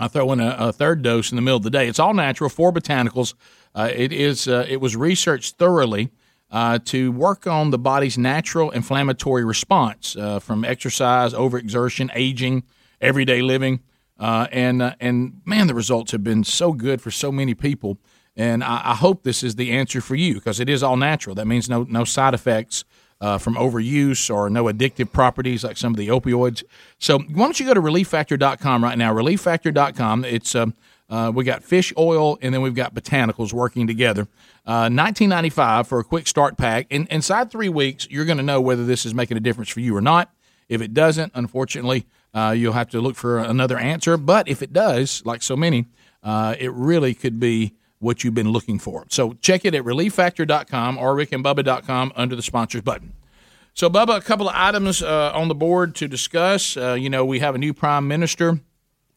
[SPEAKER 10] I throw in a, a third dose in the middle of the day. It's all natural, four botanicals. Uh, it is. Uh, it was researched thoroughly uh, to work on the body's natural inflammatory response uh, from exercise, overexertion, aging, everyday living, uh, and uh, and man, the results have been so good for so many people. And I, I hope this is the answer for you because it is all natural. That means no no side effects uh, from overuse or no addictive properties like some of the opioids. So why don't you go to relieffactor.com right now? Relieffactor.com. It's um, uh, we got fish oil and then we've got botanicals working together. Uh, 19.95 for a quick start pack. And inside three weeks, you're going to know whether this is making a difference for you or not. If it doesn't, unfortunately, uh, you'll have to look for another answer. But if it does, like so many, uh, it really could be what you've been looking for. So check it at relieffactor.com or rickandbubba.com under the sponsors button. So, Bubba, a couple of items uh, on the board to discuss. Uh, you know, we have a new prime minister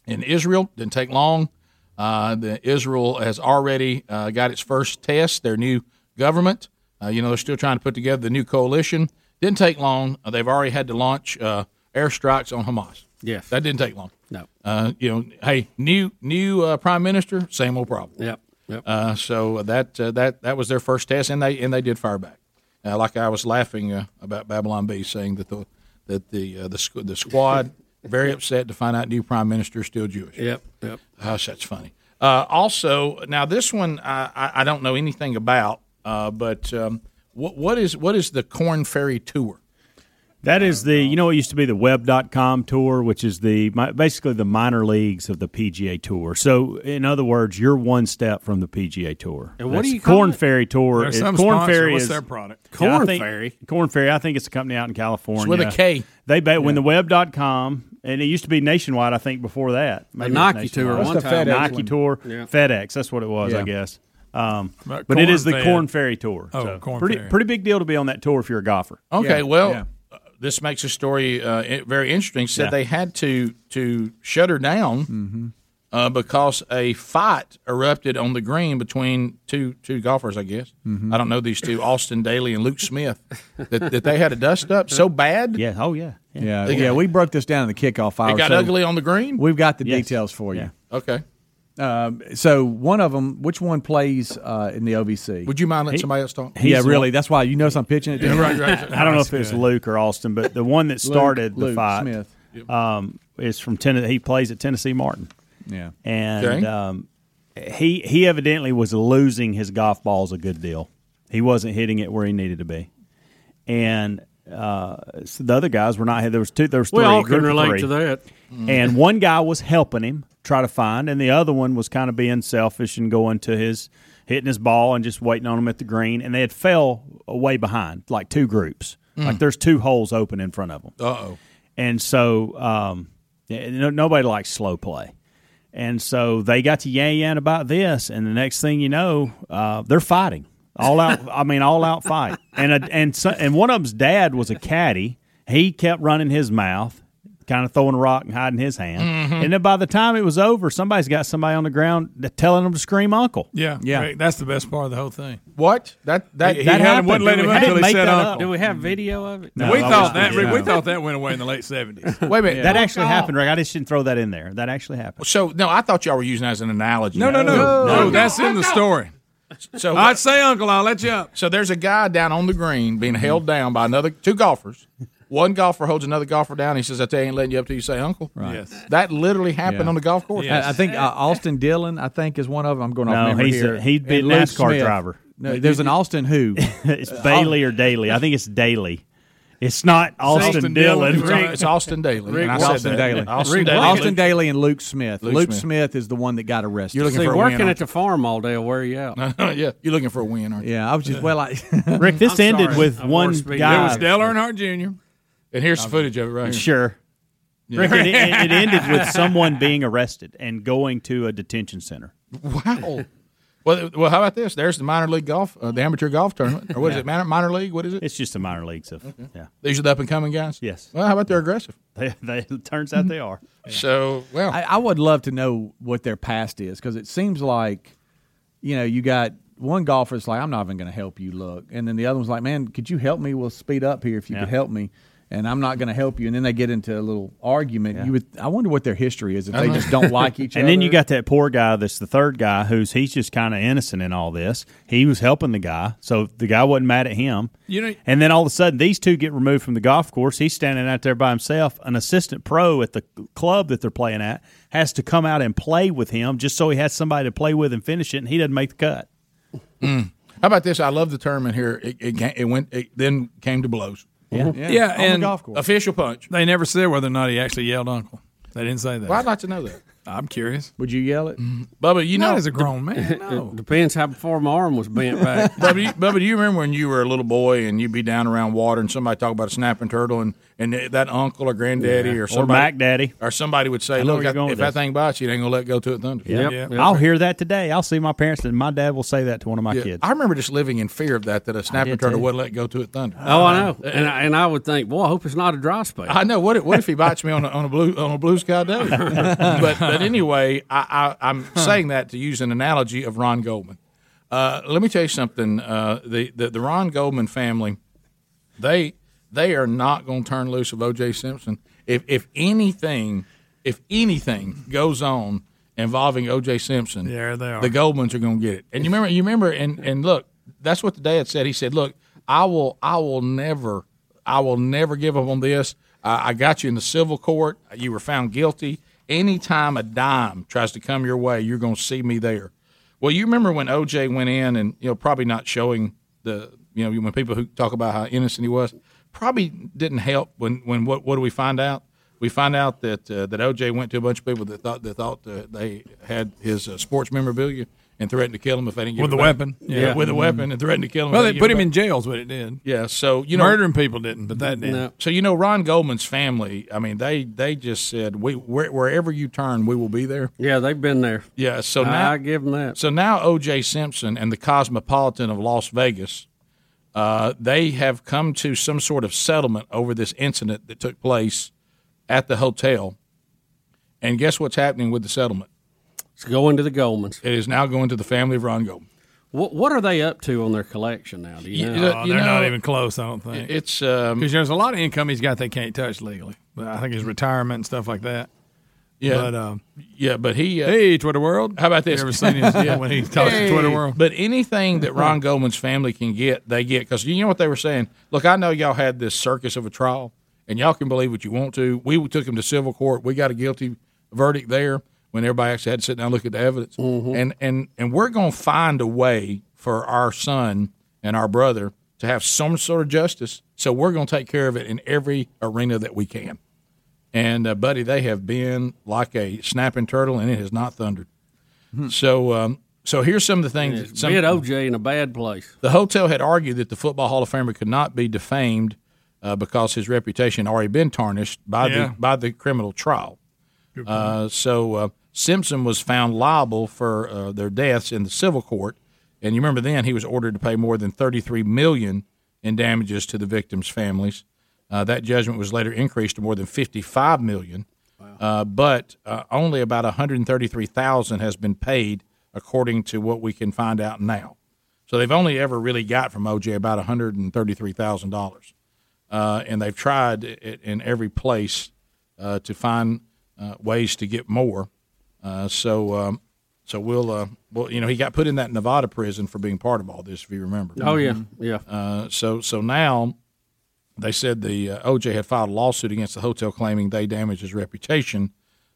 [SPEAKER 10] in Israel. Didn't take long. Uh, the Israel has already uh, got its first test. Their new government. Uh, you know, they're still trying to put together the new coalition. Didn't take long. Uh, they've already had to launch uh, airstrikes on Hamas.
[SPEAKER 16] Yes.
[SPEAKER 10] that didn't take long.
[SPEAKER 16] No.
[SPEAKER 10] Uh, you know, hey, new new uh, prime minister, same old problem.
[SPEAKER 16] Yep. Yep.
[SPEAKER 10] Uh, so that uh, that that was their first test, and they and they did fire back. Uh, like I was laughing uh, about Babylon B, saying that the that the uh, the squ- the squad very upset to find out new prime minister is still Jewish.
[SPEAKER 16] Yep. Yep.
[SPEAKER 10] Gosh, that's funny. Uh, also, now this one I, I, I don't know anything about, uh, but um, what what is what is the Corn Ferry tour?
[SPEAKER 6] That is the, you know, what used to be the web.com tour, which is the mi- basically the minor leagues of the PGA Tour. So, in other words, you're one step from the PGA Tour.
[SPEAKER 5] And what do
[SPEAKER 6] That's
[SPEAKER 5] you call
[SPEAKER 6] Corn
[SPEAKER 5] it?
[SPEAKER 6] Ferry Tour?
[SPEAKER 5] There's
[SPEAKER 6] It-
[SPEAKER 5] some
[SPEAKER 6] Corn
[SPEAKER 5] sponsor.
[SPEAKER 6] Ferry
[SPEAKER 5] What's
[SPEAKER 6] is
[SPEAKER 5] their product?
[SPEAKER 6] Yeah, I
[SPEAKER 5] Corn
[SPEAKER 6] think-
[SPEAKER 5] Ferry?
[SPEAKER 6] Corn Ferry. I think it's a company out in California.
[SPEAKER 5] It's with a K.
[SPEAKER 6] They bet when the web.com and it used to be nationwide. I think before that, it was
[SPEAKER 16] Nike tour
[SPEAKER 6] nationwide.
[SPEAKER 16] one That's the time. FedEx
[SPEAKER 6] Nike
[SPEAKER 16] one.
[SPEAKER 6] tour,
[SPEAKER 16] Yeah.
[SPEAKER 6] FedEx. That's what it was,
[SPEAKER 16] Yeah.
[SPEAKER 6] I guess. Um,
[SPEAKER 10] Right,
[SPEAKER 6] but it
[SPEAKER 10] Corn
[SPEAKER 6] is the
[SPEAKER 10] Fed.
[SPEAKER 6] Corn Ferry tour.
[SPEAKER 10] Oh,
[SPEAKER 6] so
[SPEAKER 10] Corn
[SPEAKER 6] pretty
[SPEAKER 10] Ferry.
[SPEAKER 6] pretty big deal to be on that tour if you're a golfer.
[SPEAKER 10] Okay,
[SPEAKER 6] Yeah.
[SPEAKER 10] well,
[SPEAKER 6] Yeah.
[SPEAKER 10] uh, this makes the story uh, i- very interesting. Said
[SPEAKER 6] Yeah.
[SPEAKER 10] they had to to shut her down uh, because a fight erupted on the green between two two golfers. I guess
[SPEAKER 4] Mm-hmm.
[SPEAKER 23] Mm-hmm.
[SPEAKER 10] I don't know these two, Austin Daly and Luke Smith. That, that they had a dust up so bad.
[SPEAKER 6] Yeah. Oh yeah.
[SPEAKER 23] Yeah,
[SPEAKER 10] They got-
[SPEAKER 23] yeah, we broke this down in the kickoff hour.
[SPEAKER 10] It got
[SPEAKER 23] so
[SPEAKER 10] ugly on the green.
[SPEAKER 23] We've got the details for you.
[SPEAKER 10] Okay.
[SPEAKER 23] Um, so one of them, which one plays uh, in the OVC?
[SPEAKER 10] Would you mind letting somebody else talk?
[SPEAKER 23] yeah, really. That's why you know I'm pitching it. to you.
[SPEAKER 6] I don't know if it's Luke or Austin, but the one that
[SPEAKER 23] Luke-
[SPEAKER 6] started the
[SPEAKER 23] Luke
[SPEAKER 6] fight
[SPEAKER 23] Smith.
[SPEAKER 6] um, is from Tennessee. He plays at Tennessee Martin.
[SPEAKER 23] Yeah.
[SPEAKER 6] and
[SPEAKER 23] Okay.
[SPEAKER 6] um, he he evidently was losing his golf balls a good deal. He wasn't hitting it where he needed to be, and uh, so the other guys were not. There was two. There was
[SPEAKER 16] We
[SPEAKER 6] three.
[SPEAKER 16] all can
[SPEAKER 6] group of
[SPEAKER 16] relate
[SPEAKER 6] three.
[SPEAKER 16] to that.
[SPEAKER 10] Mm.
[SPEAKER 6] And one guy was helping him try to find, and the other one was kind of being selfish and going to his hitting his ball and just waiting on him at the green. And they had fell way behind, like two groups.
[SPEAKER 10] Mm.
[SPEAKER 6] Like there's two holes open in front of them.
[SPEAKER 10] Uh oh.
[SPEAKER 6] And so um, yeah, no, nobody likes slow play. And so they got to yay yan about this, and the next thing you know, uh, they're fighting all out. I mean, all out fight. And a, and so, and one of them's dad was a caddy. He kept running his mouth, kind of throwing a rock and hiding his hand.
[SPEAKER 5] Mhm.
[SPEAKER 6] And then by the time it was over, somebody's got somebody on the ground that- telling them to scream uncle.
[SPEAKER 5] Yeah,
[SPEAKER 6] Yeah.
[SPEAKER 5] Rick, that's the best part of the whole thing.
[SPEAKER 10] What that
[SPEAKER 6] that-
[SPEAKER 5] he, he
[SPEAKER 6] that
[SPEAKER 5] had him,
[SPEAKER 6] happened.
[SPEAKER 5] wouldn't let him
[SPEAKER 6] I
[SPEAKER 5] up
[SPEAKER 6] didn't
[SPEAKER 5] until he
[SPEAKER 6] make
[SPEAKER 5] said
[SPEAKER 6] that up.
[SPEAKER 5] uncle.
[SPEAKER 6] Do
[SPEAKER 16] we have video of it?
[SPEAKER 6] No,
[SPEAKER 5] we
[SPEAKER 6] I
[SPEAKER 5] thought
[SPEAKER 6] wish
[SPEAKER 5] that
[SPEAKER 6] we did.
[SPEAKER 5] Rick, we thought that went away in the late seventies.
[SPEAKER 10] Wait a minute.
[SPEAKER 6] that actually happened, Rick. I just didn't throw that in there. That actually happened.
[SPEAKER 10] So no, I thought y'all were using that as an analogy.
[SPEAKER 5] No, no, no, no. that's in the story.
[SPEAKER 10] So
[SPEAKER 5] I'd say, Uncle, I'll let you up.
[SPEAKER 10] So there's a guy down on the green being held down by another two golfers, One golfer holds another golfer down. He says, "I tell you, I ain't letting you up till you say uncle."
[SPEAKER 23] Right. Yes.
[SPEAKER 10] That literally happened
[SPEAKER 23] Yeah.
[SPEAKER 10] on the golf course.
[SPEAKER 23] I, I think uh, Austin Dillon, I think, is one of them. I'm going
[SPEAKER 6] No,
[SPEAKER 23] off memory
[SPEAKER 6] he's
[SPEAKER 23] here.
[SPEAKER 6] a- he'd be
[SPEAKER 23] And Luke
[SPEAKER 6] NASCAR
[SPEAKER 23] Smith.
[SPEAKER 6] driver.
[SPEAKER 23] No, there's an Austin who
[SPEAKER 6] it's Bailey or Daly. I think it's Daly. It's not Austin, Dillon.
[SPEAKER 10] It's Austin Daly.
[SPEAKER 6] Rick
[SPEAKER 10] and I said
[SPEAKER 23] Austin
[SPEAKER 10] that.
[SPEAKER 23] Daly.
[SPEAKER 10] Austin
[SPEAKER 23] Rick-
[SPEAKER 10] Daly.
[SPEAKER 23] Austin Daly and Luke Smith.
[SPEAKER 10] Luke
[SPEAKER 23] Luke,
[SPEAKER 10] Smith.
[SPEAKER 23] Smith. is the one that got arrested.
[SPEAKER 16] See, working at the farm all day will wear you out.
[SPEAKER 10] yeah, you're looking for a win, aren't
[SPEAKER 23] you? Yeah, I was just well. I
[SPEAKER 6] Rick, this
[SPEAKER 16] I'm
[SPEAKER 6] ended
[SPEAKER 16] sorry.
[SPEAKER 6] with
[SPEAKER 16] I'm
[SPEAKER 6] one
[SPEAKER 16] worse being-
[SPEAKER 6] guy.
[SPEAKER 16] It
[SPEAKER 10] was Dale Earnhardt Jr. And here's the footage of it right here.
[SPEAKER 6] Sure.
[SPEAKER 10] Yeah.
[SPEAKER 6] Rick, it, it- it ended with someone being arrested and going to a detention center.
[SPEAKER 10] Wow. Well, well, how about this? There's the minor league golf, uh, the amateur golf tournament, or what is
[SPEAKER 6] Yeah.
[SPEAKER 10] it? Minor, minor league? What is it?
[SPEAKER 6] It's just the minor leagues of yeah.
[SPEAKER 10] These are the up and coming guys.
[SPEAKER 6] Yes.
[SPEAKER 10] Well, how about they're aggressive?
[SPEAKER 6] They, they, it turns out they are.
[SPEAKER 10] So, well,
[SPEAKER 23] I, I would love to know what their past is because it seems like, you know, you got one golfer's like, I'm not even going to help you look, and then the other one's like, Man, could you help me? We'll speed up here if you could
[SPEAKER 6] Yeah.
[SPEAKER 23] help me. And I'm not going to help you. And then they get into a little argument. You would, I wonder what their history is if
[SPEAKER 10] Uh-huh.
[SPEAKER 23] they just don't like each
[SPEAKER 6] and
[SPEAKER 23] other.
[SPEAKER 6] then you got that poor guy that's the third guy who's he's just kind of innocent in all this. He was helping the guy, so the guy wasn't mad at him.
[SPEAKER 5] You know-
[SPEAKER 6] and then all of a sudden these two get removed from the golf course. He's standing out there by himself. An assistant pro at the club that they're playing at has to come out and play with him just so he has somebody to play with and finish it and he doesn't make the cut.
[SPEAKER 10] Mm. How about this? I love the term in here. It, it, ca- it went. It then came to blows.
[SPEAKER 6] Yeah,
[SPEAKER 5] yeah,
[SPEAKER 10] Yeah, on the
[SPEAKER 5] and
[SPEAKER 10] golf course. official punch.
[SPEAKER 5] They never said whether or not he actually yelled uncle. They didn't say that.
[SPEAKER 10] Well, I'd like to know that.
[SPEAKER 5] I'm curious.
[SPEAKER 23] Would you yell it,
[SPEAKER 10] Bubba? You
[SPEAKER 5] Not
[SPEAKER 10] know,
[SPEAKER 5] as a grown man,
[SPEAKER 16] It-
[SPEAKER 5] no.
[SPEAKER 16] It depends how far my arm was bent back.
[SPEAKER 10] Bubba, you, Bubba, do you remember when you were a little boy and you'd be down around water and somebody talk about a snapping turtle and, and that uncle or granddaddy
[SPEAKER 6] Yeah.
[SPEAKER 10] or
[SPEAKER 6] Or
[SPEAKER 10] somebody
[SPEAKER 6] Mac Daddy.
[SPEAKER 10] or somebody would
[SPEAKER 6] I
[SPEAKER 10] say,
[SPEAKER 6] know
[SPEAKER 10] "Look,
[SPEAKER 6] where you're
[SPEAKER 10] I,
[SPEAKER 6] going
[SPEAKER 10] if
[SPEAKER 6] with
[SPEAKER 10] that
[SPEAKER 6] this.
[SPEAKER 10] thing bites you, it ain't gonna let go to it thunder."
[SPEAKER 6] I'll hear that today. I'll see my parents and my dad will say that to one of my
[SPEAKER 10] Yeah.
[SPEAKER 6] kids.
[SPEAKER 10] I remember just living in fear of that—that a snapping
[SPEAKER 6] did,
[SPEAKER 10] turtle
[SPEAKER 6] too.
[SPEAKER 10] wouldn't let go to it thunder.
[SPEAKER 16] Oh, I know, and I, and I would think, boy, I hope it's not a dry spell.
[SPEAKER 10] Uh, I know what if, what if he bites me on a, on a blue on a blue sky day. but but anyway, I, I, I'm saying that to use an analogy of Ron Goldman. Uh, let me tell you something. Uh, the, the the Ron Goldman family, they they are not going to turn loose of O.J. Simpson. If if anything, if anything goes on involving O.J. Simpson,
[SPEAKER 5] There they are.
[SPEAKER 10] the Goldmans are going to get it. And you remember, you remember, and and look, that's what the dad said. He said, "Look, I will, I will never, I will never give up on this. I, I got you in the civil court. You were found guilty. Anytime a dime tries to come your way, you're going to see me there." Well, you remember when OJ went in, and you know, probably not showing the, you know, when people who talk about how innocent he was, probably didn't help. When when what what do we find out? We find out that uh, that OJ went to a bunch of people that thought that thought uh, they had his uh, sports memorabilia and threatened to kill him if they didn't get
[SPEAKER 5] With
[SPEAKER 10] it
[SPEAKER 5] a
[SPEAKER 10] back.
[SPEAKER 5] weapon. Mm-hmm.
[SPEAKER 10] Yeah. with a weapon and threatened to kill him.
[SPEAKER 5] Well,
[SPEAKER 10] if
[SPEAKER 5] they
[SPEAKER 10] didn't
[SPEAKER 5] put
[SPEAKER 10] get
[SPEAKER 5] him
[SPEAKER 10] it
[SPEAKER 5] in
[SPEAKER 10] back.
[SPEAKER 5] jail is what it did.
[SPEAKER 10] Yeah, so you know,
[SPEAKER 5] murdering people didn't, but that did.
[SPEAKER 10] No. So you know, Ron Goldman's family. I mean, they they just said, "We where, wherever you turn, we will be there."
[SPEAKER 16] Yeah, they've been there.
[SPEAKER 10] Yeah, so
[SPEAKER 16] I-
[SPEAKER 10] now
[SPEAKER 16] I give them that.
[SPEAKER 10] So now O.J. Simpson and the Cosmopolitan of Las Vegas, uh, they have come to some sort of settlement over this incident that took place at the hotel. And guess what's happening with the settlement?
[SPEAKER 16] It's going to the Goldmans.
[SPEAKER 10] It is now going to the family of Ron Goldman.
[SPEAKER 16] What What are they up to on their collection now? Do you
[SPEAKER 10] You-
[SPEAKER 16] know?
[SPEAKER 10] you- Oh, you
[SPEAKER 5] They're not
[SPEAKER 10] know,
[SPEAKER 5] even close. I don't think
[SPEAKER 10] it's um, because
[SPEAKER 5] there's a lot of income he's got they can't touch legally. But I think his retirement and stuff like that.
[SPEAKER 10] Yeah.
[SPEAKER 5] but um,
[SPEAKER 10] yeah, but he. uh,
[SPEAKER 5] hey, Twitter world.
[SPEAKER 10] How about this?
[SPEAKER 5] You ever seen his when he talks to Twitter world?
[SPEAKER 10] But anything that Ron Goldman's family can get, they get. Because you know what they were saying? Look, I know y'all had this circus of a trial, and y'all can believe what you want to. We took him to civil court. We got a guilty verdict there when everybody actually had to sit down and look at the evidence. And, and, and we're going to find a way for our son and our brother to have some sort of justice. So we're going to take care of it in every arena that we can. And, uh, buddy, they have been like a snapping turtle, and it has not thundered. So, um, so here's some of the things. that
[SPEAKER 16] It's
[SPEAKER 10] some-
[SPEAKER 16] bid OJ in a bad place.
[SPEAKER 10] the hotel had argued that the Football Hall of Famer could not be defamed uh, because his reputation had already been tarnished by
[SPEAKER 5] Yeah.
[SPEAKER 10] the by the criminal trial. Uh, so uh, Simpson was found liable for uh, their deaths in the civil court, and you remember then he was ordered to pay more than thirty three million in damages to the victims' families. Uh, that judgment was later increased to more than fifty five million, uh, but uh, only about one hundred thirty three thousand has been paid, according to what we can find out now. So they've only ever really got from OJ about one hundred and thirty three thousand dollars, uh, and they've tried it in every place uh, to find uh, ways to get more. Uh, so um, so we'll uh, well you know he got put in that Nevada prison for being part of all this if you remember.
[SPEAKER 16] Oh, yeah. yeah.
[SPEAKER 10] Uh, so so Uh, now they said the uh, OJ had filed a lawsuit against the hotel claiming they damaged his reputation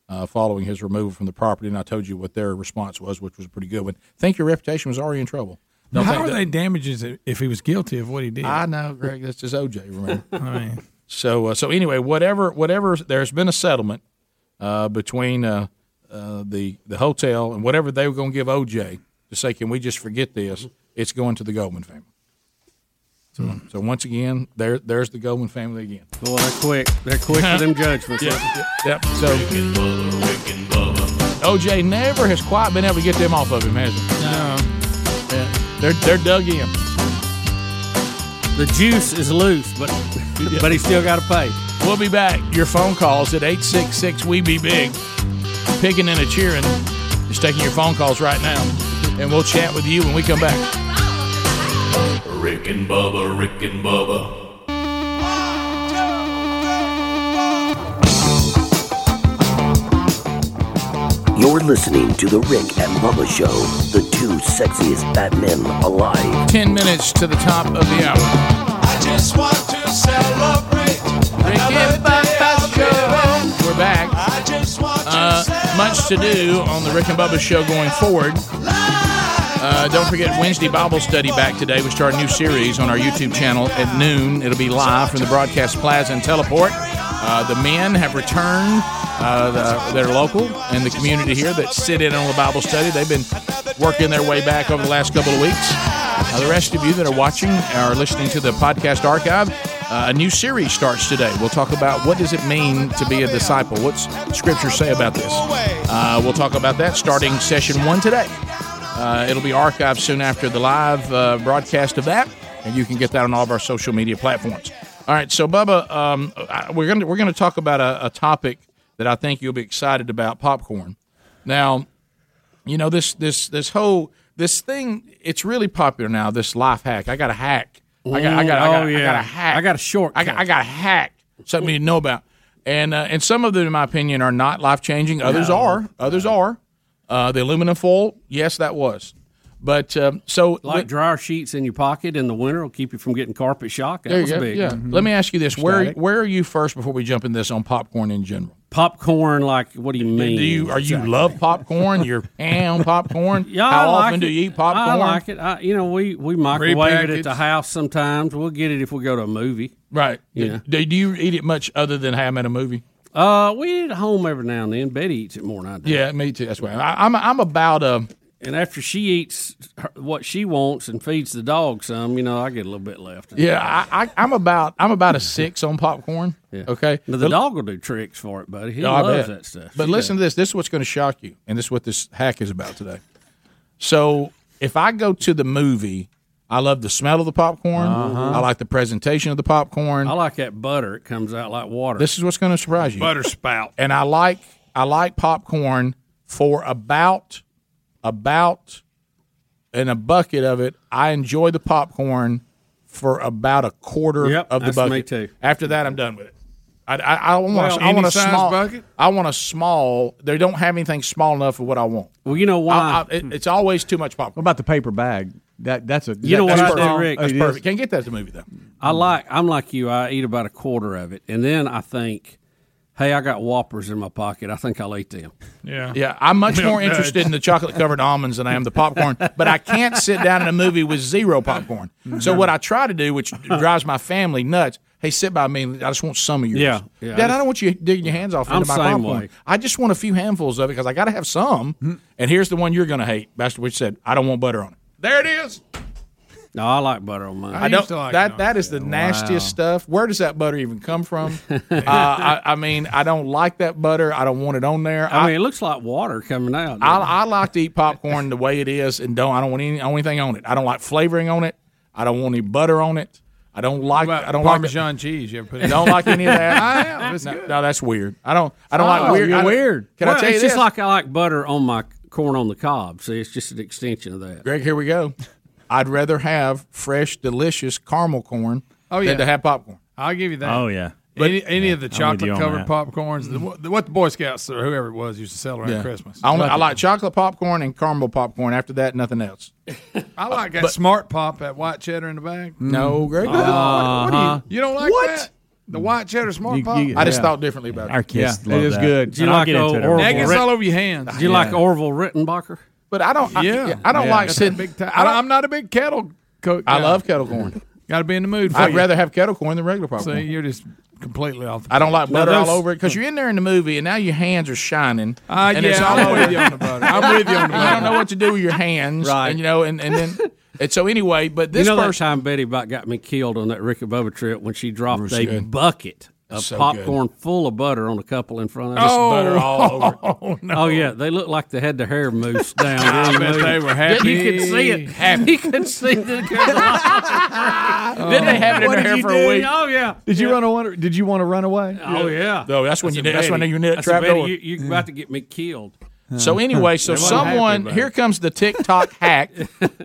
[SPEAKER 10] uh, following his removal from the property. And I told you what their response was, which was a pretty good one. Think your reputation was already in trouble. Don't
[SPEAKER 5] How
[SPEAKER 10] think
[SPEAKER 5] are
[SPEAKER 10] that-
[SPEAKER 5] they damaging it if he was guilty of what he did?
[SPEAKER 10] I know, Greg. That's just OJ. Remember?
[SPEAKER 5] I mean,
[SPEAKER 10] So uh, so anyway, whatever whatever there's been a settlement uh, between uh, uh, the the hotel and whatever they were going to give OJ to say, can we just forget this? It's going to the Goldman family. So, so once again, there there's the Goldman family again.
[SPEAKER 16] Well, they're quick. They're quick with them judgments.
[SPEAKER 10] Yep. Yep. So OJ never has quite been able to get them off of him, has he? No. Yeah. They're they're dug in.
[SPEAKER 16] The juice is loose, but but he still got to pay.
[SPEAKER 10] We'll be back. Your phone calls at 866 We Be Big. Picking and a cheering is taking your phone calls right now. And we'll chat with you when we come back.
[SPEAKER 13] Rick and Bubba, Rick and Bubba,
[SPEAKER 2] You're listening to The Rick and Bubba Show, the two sexiest fat men alive.
[SPEAKER 10] 10 minutes to the top of the hour.
[SPEAKER 26] I just want to celebrate. another day of living.
[SPEAKER 10] We're back.
[SPEAKER 26] I just want to
[SPEAKER 10] Uh, much to do on the Rick and Bubba show going forward. Uh, don't forget Wednesday Bible study back today. We start a new series on our YouTube channel at noon. It'll be live from the broadcast plaza and teleport. Uh, the men have returned. Uh, the, they're local and the community here that sit in on the Bible study. They've been working their way back over the last couple of weeks. Uh, the rest of you that are watching or listening to the podcast archive, uh, a new series starts today. We'll talk about what does it mean to be a disciple. What's Scripture say about this? Uh, we'll talk about that starting session one today. Uh, it'll be archived soon after the live uh, broadcast of that, and you can get that on all of our social media platforms. All right, so Bubba, um, I- we're gonna we're gonna talk about a, a topic that I think you'll be excited about: popcorn. Now, you know this this this whole this thing it's really popular now. This life hack. I got a hack. I got I got I got,
[SPEAKER 16] Oh,
[SPEAKER 10] I got
[SPEAKER 16] yeah.
[SPEAKER 10] a hack. I got a short. I got I got a hack. Something you know about. And uh, and some of them, in my opinion, are not life changing. Others
[SPEAKER 5] No.
[SPEAKER 10] are. Others are. Uh, the aluminum foil, yes, that was. But um, so
[SPEAKER 16] Like dryer sheets in your pocket in the winter will keep you from getting carpet shock. That
[SPEAKER 10] there you
[SPEAKER 16] was
[SPEAKER 10] go.
[SPEAKER 16] big. Mm-hmm.
[SPEAKER 10] Yeah. Let me ask you this: Where
[SPEAKER 16] Static.
[SPEAKER 10] where are you first before we jump in this on popcorn in general?
[SPEAKER 16] popcorn, like what do you mean?
[SPEAKER 10] Do you are you love popcorn? You're ham popcorn.
[SPEAKER 16] Yeah,
[SPEAKER 10] How
[SPEAKER 16] I like
[SPEAKER 10] often do
[SPEAKER 16] it.
[SPEAKER 10] you eat popcorn?
[SPEAKER 16] I like it. I, you know, we we microwave it
[SPEAKER 10] Prepackaged.
[SPEAKER 16] at the house sometimes. We'll get it if we go to a movie.
[SPEAKER 10] Right.
[SPEAKER 16] Yeah.
[SPEAKER 10] Do, do you eat it much other than ham at a movie?
[SPEAKER 16] Uh, we eat it at home every now and then. Betty eats it more than I do.
[SPEAKER 10] Yeah, me too. That's why I, I'm I'm about uh, a.
[SPEAKER 16] And after she eats her, what she wants and feeds the dog some, you know, I get a little bit left.
[SPEAKER 10] Yeah, I, I, I'm about I'm about a six on popcorn.
[SPEAKER 16] Yeah.
[SPEAKER 10] Okay,
[SPEAKER 16] Now, the dog will do tricks for it, buddy. He
[SPEAKER 10] Oh, I bet.
[SPEAKER 16] loves that stuff.
[SPEAKER 10] But
[SPEAKER 16] Yeah.
[SPEAKER 10] listen to this. This is what's going to shock you, and this is what this hack is about today. So if I go to the movie, I love the smell of the popcorn.
[SPEAKER 16] Uh-huh.
[SPEAKER 10] I like the presentation of the popcorn.
[SPEAKER 16] I like that butter. It comes out like water.
[SPEAKER 10] This is what's going to surprise you.
[SPEAKER 5] spout.
[SPEAKER 10] and I like I like popcorn for about about in a bucket of it. I enjoy the popcorn for about a quarter
[SPEAKER 16] Yep,
[SPEAKER 10] of the
[SPEAKER 16] that's
[SPEAKER 10] bucket.
[SPEAKER 16] me too.
[SPEAKER 10] After that, I'm done with it. I, I, I want
[SPEAKER 16] Well,
[SPEAKER 10] I want
[SPEAKER 16] any
[SPEAKER 10] a
[SPEAKER 16] size
[SPEAKER 10] small
[SPEAKER 16] bucket?
[SPEAKER 10] I want a small. They don't have anything small enough for what I want.
[SPEAKER 16] Well, you know why?
[SPEAKER 10] it's always too much popcorn.
[SPEAKER 23] What about the paper bag? That that's a
[SPEAKER 16] You know what
[SPEAKER 10] That's
[SPEAKER 16] I
[SPEAKER 10] perfect.
[SPEAKER 16] do, Rick?
[SPEAKER 10] That's
[SPEAKER 16] It is.
[SPEAKER 10] perfect. Can't get that at the movie though.
[SPEAKER 16] I like. I'm like you. I eat about a quarter of it, and then I think, hey, I got Whoppers in my pocket. I think I'll eat them.
[SPEAKER 5] Yeah.
[SPEAKER 10] Yeah, I'm much
[SPEAKER 16] Milk
[SPEAKER 10] more
[SPEAKER 16] duds.
[SPEAKER 10] interested in the chocolate covered almonds than I am the popcorn, but I can't sit down in a movie with zero popcorn. So what I try to do, which drives my family nuts, hey, sit by me. I just want some of yours.
[SPEAKER 16] Yeah, yeah.
[SPEAKER 10] Dad, I don't want you digging your hands off
[SPEAKER 16] I'm
[SPEAKER 10] into my
[SPEAKER 16] same
[SPEAKER 10] popcorn.
[SPEAKER 16] way.
[SPEAKER 10] I just want a few handfuls of it because I got to have some. And here's the one you're going to hate, Master Witch said, I don't want butter on it. There it is.
[SPEAKER 16] No, I like butter on mine.
[SPEAKER 10] I, don't. that that is the nastiest stuff. Where does that butter even come from? uh, I, I mean, I don't like that butter. I don't want it on there.
[SPEAKER 16] I mean, it looks like water coming out.
[SPEAKER 10] I, I like to eat popcorn the way it is, and don't. I don't want any I don't want anything on it. I don't like flavoring on it. I don't want any butter on it. I don't like. I don't
[SPEAKER 5] Parmesan
[SPEAKER 10] like
[SPEAKER 5] cheese. You ever put
[SPEAKER 10] I
[SPEAKER 5] it?
[SPEAKER 10] don't like any of that.
[SPEAKER 5] I am. It's
[SPEAKER 10] no,
[SPEAKER 5] good.
[SPEAKER 10] no, that's weird. I don't. I don't like
[SPEAKER 16] Oh,
[SPEAKER 10] weird.
[SPEAKER 16] you're
[SPEAKER 10] I don't-
[SPEAKER 16] weird.
[SPEAKER 10] Can I
[SPEAKER 16] Well,
[SPEAKER 10] tell you
[SPEAKER 16] it's
[SPEAKER 10] this?
[SPEAKER 16] just like I like butter on my corn on the cob. See, it's just an extension of that.
[SPEAKER 10] Greg, here we go. I'd rather have fresh, delicious caramel corn
[SPEAKER 5] Oh, yeah.
[SPEAKER 10] than to have popcorn.
[SPEAKER 5] I'll give you that.
[SPEAKER 10] yeah.
[SPEAKER 5] any any of the
[SPEAKER 10] I'm with you
[SPEAKER 5] chocolate
[SPEAKER 10] on
[SPEAKER 5] covered
[SPEAKER 10] that.
[SPEAKER 5] popcorns, the, what- what the Boy Scouts or whoever it was used to sell around Christmas.
[SPEAKER 10] I, only, I like chocolate popcorn and caramel popcorn. After that, nothing else.
[SPEAKER 5] I like that
[SPEAKER 10] But- Mm.
[SPEAKER 5] smart pop, that white cheddar in the bag.
[SPEAKER 10] No, Greg.
[SPEAKER 5] What- what do you-
[SPEAKER 10] Uh-huh.
[SPEAKER 5] you, don't like that? The white cheddar smart pop.
[SPEAKER 10] I just thought differently about it.
[SPEAKER 5] Yeah, it is good.
[SPEAKER 16] Do you like old Orville?
[SPEAKER 5] That gets
[SPEAKER 16] Ritt-
[SPEAKER 5] all over your hands.
[SPEAKER 16] Do you like Orville Rittenbacher?
[SPEAKER 10] But I don't.
[SPEAKER 5] Yeah,
[SPEAKER 10] I don't like
[SPEAKER 5] Got that
[SPEAKER 10] sitting-
[SPEAKER 5] Big ti- I don't, I'm not a big kettle cook.
[SPEAKER 10] I
[SPEAKER 5] guy.
[SPEAKER 10] love kettle corn.
[SPEAKER 5] Got to be in the mood. For
[SPEAKER 10] I'd
[SPEAKER 5] you.
[SPEAKER 10] rather have kettle corn than regular
[SPEAKER 5] See,
[SPEAKER 10] popcorn.
[SPEAKER 5] you're just completely off. The
[SPEAKER 10] I don't like
[SPEAKER 5] Now
[SPEAKER 10] butter
[SPEAKER 5] those-
[SPEAKER 10] all over it because you're in there in the movie and now your hands are shining.
[SPEAKER 5] Uh,
[SPEAKER 10] and
[SPEAKER 5] yeah,
[SPEAKER 10] it's all
[SPEAKER 5] I'm
[SPEAKER 10] over.
[SPEAKER 5] with you on the butter. I'm with you on the
[SPEAKER 10] You don't
[SPEAKER 5] butter.
[SPEAKER 10] know what to do with your hands,
[SPEAKER 16] Right.
[SPEAKER 10] And, you know, and, and then and so anyway, but this
[SPEAKER 16] you know
[SPEAKER 10] person,
[SPEAKER 16] that time Betty about got me killed on that Rick and Bubba trip when she dropped
[SPEAKER 10] Was
[SPEAKER 16] a
[SPEAKER 10] good.
[SPEAKER 16] bucket of
[SPEAKER 10] That's so
[SPEAKER 16] popcorn full of butter on a couple in front of us.
[SPEAKER 10] Just butter all over.
[SPEAKER 5] Oh,
[SPEAKER 16] Oh yeah, they looked like they had the hair moose down.
[SPEAKER 5] I
[SPEAKER 16] Yeah,
[SPEAKER 5] bet
[SPEAKER 16] you-
[SPEAKER 5] they were
[SPEAKER 10] Uh,
[SPEAKER 16] You
[SPEAKER 5] happy.
[SPEAKER 16] could see it.
[SPEAKER 5] Happy.
[SPEAKER 16] You could see the
[SPEAKER 10] Didn't they have it in their
[SPEAKER 16] What did
[SPEAKER 10] hair
[SPEAKER 16] you
[SPEAKER 10] for
[SPEAKER 16] do?
[SPEAKER 10] a week?
[SPEAKER 16] Oh yeah.
[SPEAKER 23] Did you run away? Did you want to run away?
[SPEAKER 16] Oh yeah. Mm.
[SPEAKER 10] No, that's when you
[SPEAKER 16] a
[SPEAKER 10] knew- that's when
[SPEAKER 16] Betty.
[SPEAKER 10] you knew that
[SPEAKER 16] That's a
[SPEAKER 10] trap
[SPEAKER 16] Betty,
[SPEAKER 10] door.
[SPEAKER 16] You, you're about to get me killed.
[SPEAKER 10] So anyway, so
[SPEAKER 16] They wasn't happy
[SPEAKER 10] someone
[SPEAKER 16] about
[SPEAKER 10] here comes the TikTok hack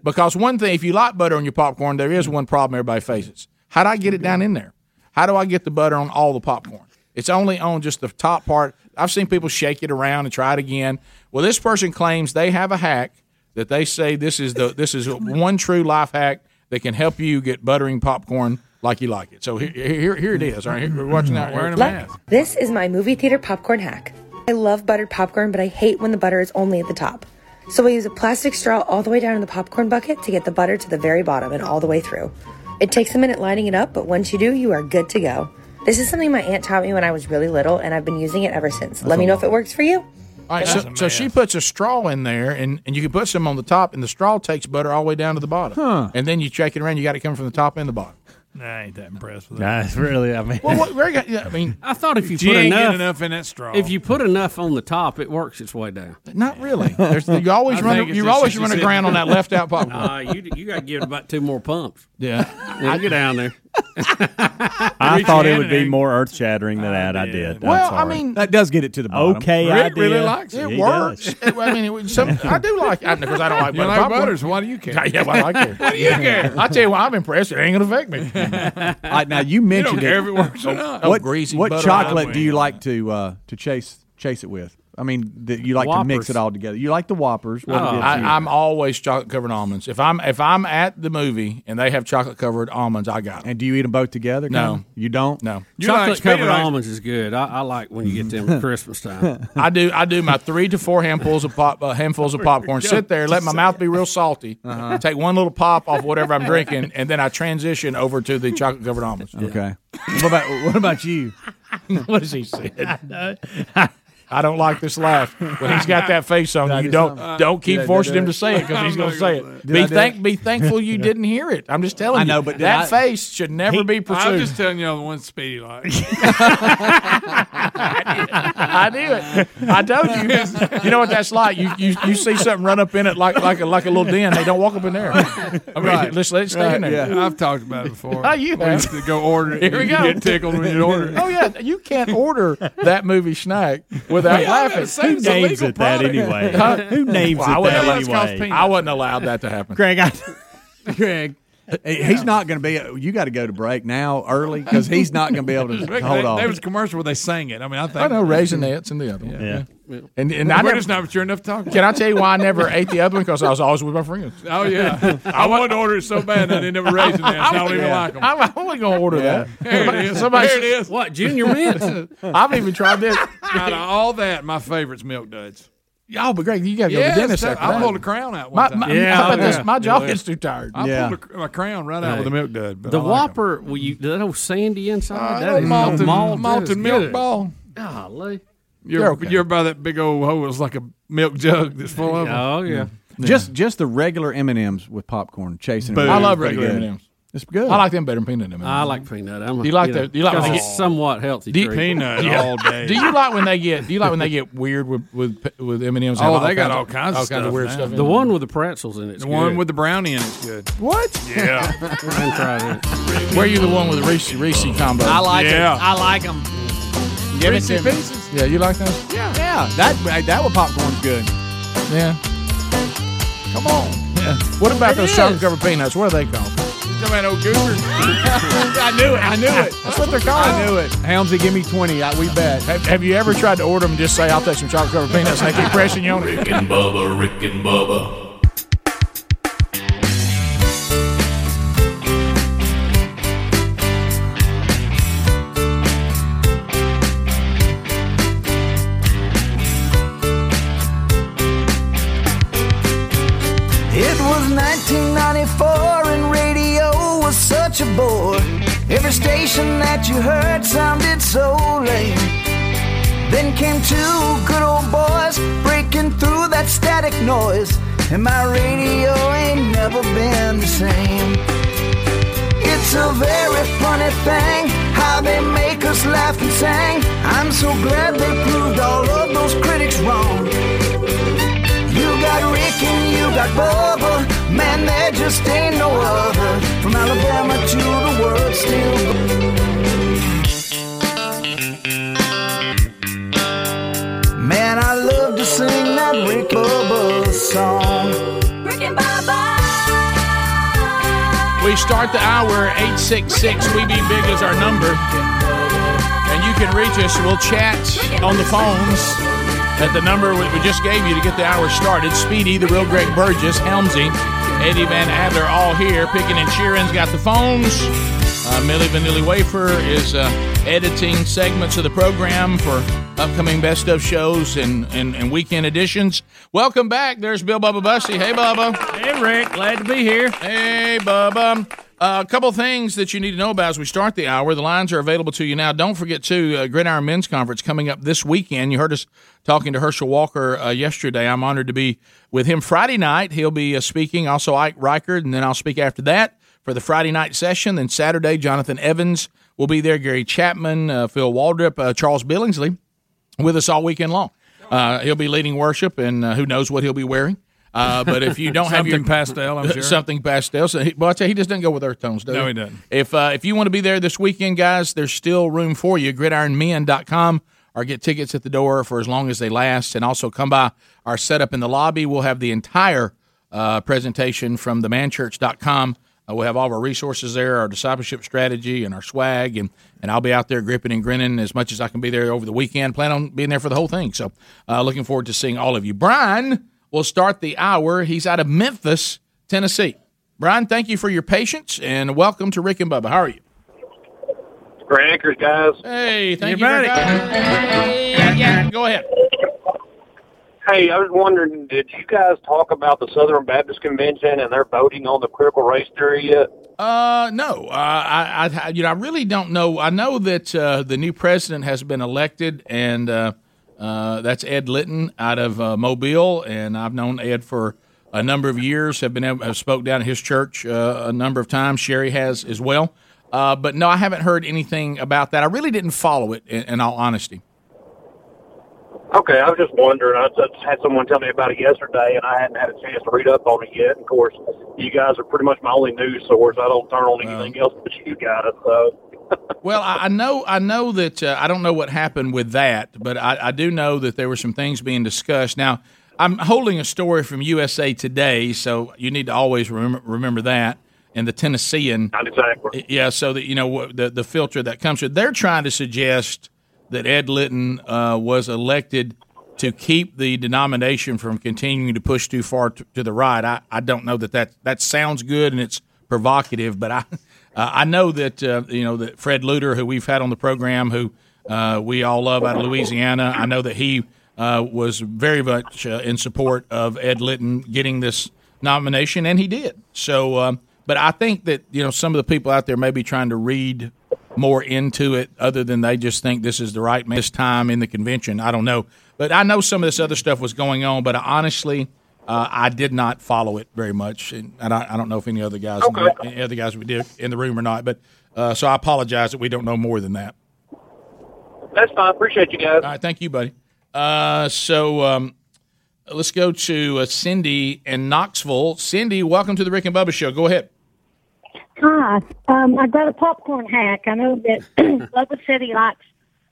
[SPEAKER 10] because one thing, if you like butter on your popcorn, there is one problem everybody faces. How do I get it down in there? How do I get the butter on all the popcorn? It's only on just the top part. I've seen people shake it around and try it again. Well, this person claims they have a hack that they say this is the this is one true life hack that can help you get buttering popcorn like you like it. So here here, here it is. All right, here, we're watching that. Wearing a mask.
[SPEAKER 7] This is my movie theater popcorn hack. I love buttered popcorn, but I hate when the butter is only at the top. So I use a plastic straw all the way down in the popcorn bucket to get the butter to the very bottom and all the way through. It takes a minute lining it up, but once you do, you are good to go. This is something my aunt taught me when I was really little, and I've been using it ever since. Let me know if it works for you.
[SPEAKER 10] All right, so, so she puts a straw in there, and, and you can put some on the top, and the straw takes butter all the way down to the bottom.
[SPEAKER 5] Huh.
[SPEAKER 10] And then you check it around. You got to come from the top and the bottom.
[SPEAKER 5] Nah, I ain't that impressed with that.
[SPEAKER 6] That's really, I mean,
[SPEAKER 10] Well, what, Greg, I I mean,
[SPEAKER 16] I thought if you
[SPEAKER 5] She
[SPEAKER 16] put
[SPEAKER 5] ain't
[SPEAKER 16] enough,
[SPEAKER 5] get enough in that straw.
[SPEAKER 16] If you put enough on the top, it works its way down.
[SPEAKER 10] Not really. There's, you always
[SPEAKER 16] I
[SPEAKER 10] run.
[SPEAKER 16] think it's
[SPEAKER 10] You
[SPEAKER 16] just-
[SPEAKER 10] always
[SPEAKER 16] it's
[SPEAKER 10] run
[SPEAKER 16] just-
[SPEAKER 10] aground on that left out popcorn.
[SPEAKER 16] Nah, you you got to give it about two more pumps.
[SPEAKER 10] Yeah,
[SPEAKER 16] I get down there.
[SPEAKER 6] I
[SPEAKER 16] Reach
[SPEAKER 6] thought
[SPEAKER 16] your
[SPEAKER 6] it
[SPEAKER 16] hand
[SPEAKER 6] would be more earth shattering than that. I did. I'm
[SPEAKER 10] Well, I
[SPEAKER 6] sorry.
[SPEAKER 10] mean-
[SPEAKER 23] that does get it to the bottom.
[SPEAKER 6] Okay,
[SPEAKER 10] Rick
[SPEAKER 6] idea.
[SPEAKER 10] really likes it. It
[SPEAKER 6] He
[SPEAKER 10] works.
[SPEAKER 6] does.
[SPEAKER 10] It- I mean, it was some, I do like. I because I don't like
[SPEAKER 5] You
[SPEAKER 10] butter
[SPEAKER 5] like
[SPEAKER 10] popcorn.
[SPEAKER 5] butter, so why do you care?
[SPEAKER 10] Yeah, why do I care?
[SPEAKER 5] What do you care?
[SPEAKER 10] I tell you what, I'm impressed. It ain't gonna affect me.
[SPEAKER 23] All right, now you mentioned
[SPEAKER 10] care
[SPEAKER 23] it.
[SPEAKER 10] if it works or not.
[SPEAKER 23] What,
[SPEAKER 10] Oh, greasy
[SPEAKER 23] what
[SPEAKER 10] butter
[SPEAKER 23] chocolate
[SPEAKER 10] on
[SPEAKER 23] do you
[SPEAKER 10] wings.
[SPEAKER 23] like to uh, to chase chase it with? I mean, that you like to mix
[SPEAKER 10] Whoppers.
[SPEAKER 23] it all together. You like the Whoppers. What
[SPEAKER 10] Oh,
[SPEAKER 23] gives you?
[SPEAKER 10] I, I'm always chocolate covered almonds. If I'm if I'm at the movie and they have chocolate covered almonds, I got them.
[SPEAKER 23] And do you eat them both together?
[SPEAKER 10] No,
[SPEAKER 23] Kevin? you don't.
[SPEAKER 10] No,
[SPEAKER 16] Chocolate covered almonds is good. I, I like when you get them at Christmas time.
[SPEAKER 10] I do. I do my three to four handfuls of pop, uh, handfuls of popcorn. Sit there, let my mouth be real salty.
[SPEAKER 23] Uh-huh.
[SPEAKER 10] Take one little pop off whatever I'm drinking, and then I transition over to the chocolate covered almonds.
[SPEAKER 23] Okay. what about what about you?
[SPEAKER 10] what does he say? I don't like this laugh when he's got that face on. You don't don't keep
[SPEAKER 23] Did I do
[SPEAKER 10] forcing him
[SPEAKER 23] that?
[SPEAKER 10] to say it because he's going to say it.
[SPEAKER 23] Did I
[SPEAKER 10] Be
[SPEAKER 23] do
[SPEAKER 10] thank
[SPEAKER 23] it?
[SPEAKER 10] be thankful you didn't hear it. I'm just telling
[SPEAKER 23] I
[SPEAKER 10] you.
[SPEAKER 23] know, but did
[SPEAKER 10] that
[SPEAKER 23] I-
[SPEAKER 10] face should never be pursued.
[SPEAKER 5] I'm just telling y'all the one Speedy likes.
[SPEAKER 10] I knew it. I told you. You know what that's like. You, you you see something run up in it like like a like a little den. They don't walk up in there. I mean,
[SPEAKER 5] Right.
[SPEAKER 10] just let it stay in
[SPEAKER 5] Right,
[SPEAKER 10] there.
[SPEAKER 5] yeah. I've talked about it before.
[SPEAKER 10] Oh, you
[SPEAKER 5] We
[SPEAKER 10] have.
[SPEAKER 5] used to go order it.
[SPEAKER 10] Here we
[SPEAKER 5] You
[SPEAKER 10] go.
[SPEAKER 5] Get tickled when you order it.
[SPEAKER 10] Oh yeah, you can't order that movie snack without
[SPEAKER 5] Yeah, I was
[SPEAKER 10] laughing.
[SPEAKER 5] gonna say, Who it's a names legal it that product. anyway? Who names
[SPEAKER 10] Well, I
[SPEAKER 5] it
[SPEAKER 10] wouldn't
[SPEAKER 5] that
[SPEAKER 10] allow- it's called
[SPEAKER 5] anyway?
[SPEAKER 10] peanuts. I wasn't allowed that to happen.
[SPEAKER 6] Greg, I,
[SPEAKER 23] Greg. He's not going to be. You got to go to break now early because he's not going to be able to
[SPEAKER 5] Rick,
[SPEAKER 23] hold
[SPEAKER 5] they-
[SPEAKER 23] on.
[SPEAKER 5] There was a commercial where they sang it. I mean, I think
[SPEAKER 10] I know raisinets and the other one. Yeah. And and
[SPEAKER 5] We're
[SPEAKER 10] I never,
[SPEAKER 5] just not sure enough to talk.
[SPEAKER 10] Can I tell you why I never ate the other one? Because I was always with my friends.
[SPEAKER 5] Oh yeah, I wanted to order it so bad I ended up raising that. I don't even
[SPEAKER 10] Yeah.
[SPEAKER 5] like them.
[SPEAKER 10] I'm, I'm only gonna order that.
[SPEAKER 5] There it is.
[SPEAKER 10] Somebody-
[SPEAKER 5] there it is.
[SPEAKER 16] What Junior Mints?
[SPEAKER 10] I've even tried this.
[SPEAKER 5] Out of all that, my favorite's milk duds.
[SPEAKER 10] Oh, but Greg, you got to go to
[SPEAKER 5] Yes,
[SPEAKER 10] the dentist
[SPEAKER 5] that-
[SPEAKER 10] after
[SPEAKER 5] I
[SPEAKER 10] that.
[SPEAKER 5] pulled a crown out
[SPEAKER 10] My,
[SPEAKER 5] one
[SPEAKER 10] my,
[SPEAKER 5] time.
[SPEAKER 16] Yeah,
[SPEAKER 10] how about
[SPEAKER 16] oh,
[SPEAKER 10] this?
[SPEAKER 16] yeah.
[SPEAKER 10] My jaw
[SPEAKER 16] Yeah.
[SPEAKER 10] gets too tired.
[SPEAKER 5] I
[SPEAKER 16] Yeah.
[SPEAKER 5] pulled a, cr- my crown right out with a milk dud. but
[SPEAKER 16] The
[SPEAKER 5] I like 'em.
[SPEAKER 16] Whopper, will you that old sandy
[SPEAKER 5] Uh,
[SPEAKER 16] inside?
[SPEAKER 5] that
[SPEAKER 16] that is
[SPEAKER 5] malted,
[SPEAKER 16] no malt. that
[SPEAKER 5] malted
[SPEAKER 16] is
[SPEAKER 5] milk
[SPEAKER 16] good.
[SPEAKER 5] ball.
[SPEAKER 16] Golly.
[SPEAKER 5] You're,
[SPEAKER 23] They're okay.
[SPEAKER 5] you're by that big old hole. It's like a milk jug that's full of 'em.
[SPEAKER 16] Oh yeah.
[SPEAKER 10] Mm.
[SPEAKER 23] Just just the regular M and M's with popcorn chasing. it.
[SPEAKER 5] Boom.
[SPEAKER 10] I love
[SPEAKER 23] Pretty
[SPEAKER 10] regular
[SPEAKER 23] good.
[SPEAKER 10] M&Ms.
[SPEAKER 23] It's good.
[SPEAKER 10] I like them better than peanut M&Ms.
[SPEAKER 16] I like peanut. I'm a,
[SPEAKER 10] Do you like that- do you like-
[SPEAKER 16] 'cause
[SPEAKER 10] Oh.
[SPEAKER 16] it's somewhat healthy
[SPEAKER 10] Do you-
[SPEAKER 16] treat.
[SPEAKER 5] Peanut
[SPEAKER 10] Yeah.
[SPEAKER 5] all day.
[SPEAKER 10] Do you like when they get? Do you like when they get weird with with with M and M's?
[SPEAKER 5] Oh, they got all kinds of stuff
[SPEAKER 10] weird
[SPEAKER 5] now.
[SPEAKER 10] stuff. in
[SPEAKER 16] The
[SPEAKER 10] them.
[SPEAKER 16] one with the pretzels in it.
[SPEAKER 5] The one with the brownie in it's good.
[SPEAKER 10] what?
[SPEAKER 5] Yeah.
[SPEAKER 10] Where you the one with the Reese Reese combo?
[SPEAKER 17] I like
[SPEAKER 5] Yeah.
[SPEAKER 17] it. I like them.
[SPEAKER 10] Give it
[SPEAKER 23] Reese's
[SPEAKER 10] to me. Yeah, you like those?
[SPEAKER 23] Yeah, yeah. That hey, that with popcorn's good.
[SPEAKER 10] Yeah. Come on. Yeah. What about
[SPEAKER 23] It
[SPEAKER 10] those
[SPEAKER 23] is.
[SPEAKER 10] chocolate covered peanuts? What are they called? Come on, old goober. I knew it. I knew it. That's what they're calling. I knew it.
[SPEAKER 29] Helmsy, give me 20. I, we bet.
[SPEAKER 10] Have, have you ever tried to order them and just say, I'll take some chocolate covered peanuts and they keep pressing you on it?
[SPEAKER 13] Rick and Bubba, Rick and Bubba,
[SPEAKER 17] It was 1994 and radio was such a bore. Every station that you heard sounded so lame. Then came two good old boys breaking through that static noise. And my radio ain't never been the same. It's a very funny thing how they make us laugh and sing. I'm so glad they proved all of those critics wrong. You got Rick and you got Bubba. Man, there just ain't no other. From Alabama to the world, still. Man, I love to sing that Rick Bubba song. Rick and
[SPEAKER 10] We start the hour 866 We Be Big is our number. And you can reach us. We'll chat on the phones at the number we we just gave you to get the hour started. Speedy, the real Greg Burgess, Helmsy, Eddie Van Adler, all here. Picking and cheering's got the phones. Uh, Millie Vanilli Wafer is uh, editing segments of the program for upcoming best of shows and, and, and weekend editions. Welcome back. There's Bill Bubba Bussy. Hey, Bubba. Hey, Rick. Glad to be here. Hey, Bubba. Uh, a couple things that you need to know about as we start the hour. The lines are available to you now. Don't forget, too, uh, Gridiron Men's Conference coming up this weekend. You heard us talking to Herschel Walker uh, yesterday. I'm honored to be with him Friday night. He'll be uh, speaking, also Ike Reichard, and then I'll speak after that for the Friday night session. Then Saturday, Jonathan Evans will be there, Gary Chapman, uh, Phil Waldrip, uh, Charles Billingsley with us all weekend long. Uh, he'll be leading worship, and uh, who knows what he'll be wearing. Uh, but if you don't have your
[SPEAKER 5] Something pastel, I'm sure.
[SPEAKER 10] something pastel. So, he, well, I tell you, he just doesn't go with earth tones, does
[SPEAKER 5] No, he doesn't.
[SPEAKER 10] If uh, if you want to be there this weekend, guys, there's still room for you. GridironMen.com or get tickets at the door for as long as they last, and also come by our setup in the lobby. We'll have the entire uh, presentation from themanchurch.com. Uh, we'll have all of our resources there, our discipleship strategy, and our swag, and and I'll be out there gripping and grinning as much as I can be there over the weekend. Plan on being there for the whole thing. So, uh, looking forward to seeing all of you. Brian will start the hour. He's out of Memphis, Tennessee. Brian, thank you for your patience and welcome to Rick and Bubba. How are you?
[SPEAKER 21] Great anchors, guys.
[SPEAKER 10] Hey, thank you. For Hey, yeah, go ahead.
[SPEAKER 21] Hey, I was wondering, did you guys talk about the Southern Baptist Convention and their voting on the critical race theory yet?
[SPEAKER 10] Uh, no, uh, I, I, I- you know, I really don't know. I know that uh, the new president has been elected, and uh, uh, that's Ed Litton out of uh, Mobile, and I've known Ed for a number of years. Have been have spoke down at his church uh, a number of times. Sherry has as well, uh, but no, I haven't heard anything about that. I really didn't follow it, in, in all honesty.
[SPEAKER 21] Okay, I was just wondering. I just had someone tell me about it yesterday, and I hadn't had a chance to read up on it yet. Of course, you guys are pretty much my only news source. I don't turn on anything else but you guys. So,
[SPEAKER 10] Well, I, I know I know that uh, I don't know what happened with that, but I, I do know that there were some things being discussed. Now, I'm holding a story from USA Today, so you need to always remember, remember that. And the Tennessean,
[SPEAKER 21] exactly.
[SPEAKER 10] yeah. So that you know what- the the filter that comes through, they're trying to suggest that Ed Litton uh, was elected to keep the denomination from continuing to push too far t- to the right. I, I don't know that, that that sounds good and it's provocative, but I uh, I know that uh, you know that Fred Luter, who we've had on the program, who uh, we all love out of Louisiana, I know that he uh, was very much uh, in support of Ed Litton getting this nomination, and he did. So, um, but I think that you know some of the people out there may be trying to read more into it other than they just think this is the right man this time in the convention. I don't know. But I know some of this other stuff was going on, but I, honestly, uh, I did not follow it very much. And, and I, I don't know if any other guys, any other guys we did in the room or not. But uh, so I apologize that we don't know more than that.
[SPEAKER 21] that's fine. Appreciate you guys.
[SPEAKER 10] All right, thank you, buddy. Uh, so um, let's go to uh, Cindy in Knoxville. Cindy, welcome to the Rick and Bubba Show. Go ahead.
[SPEAKER 30] Hi, um, I've got a popcorn hack. I know that Bubba said he likes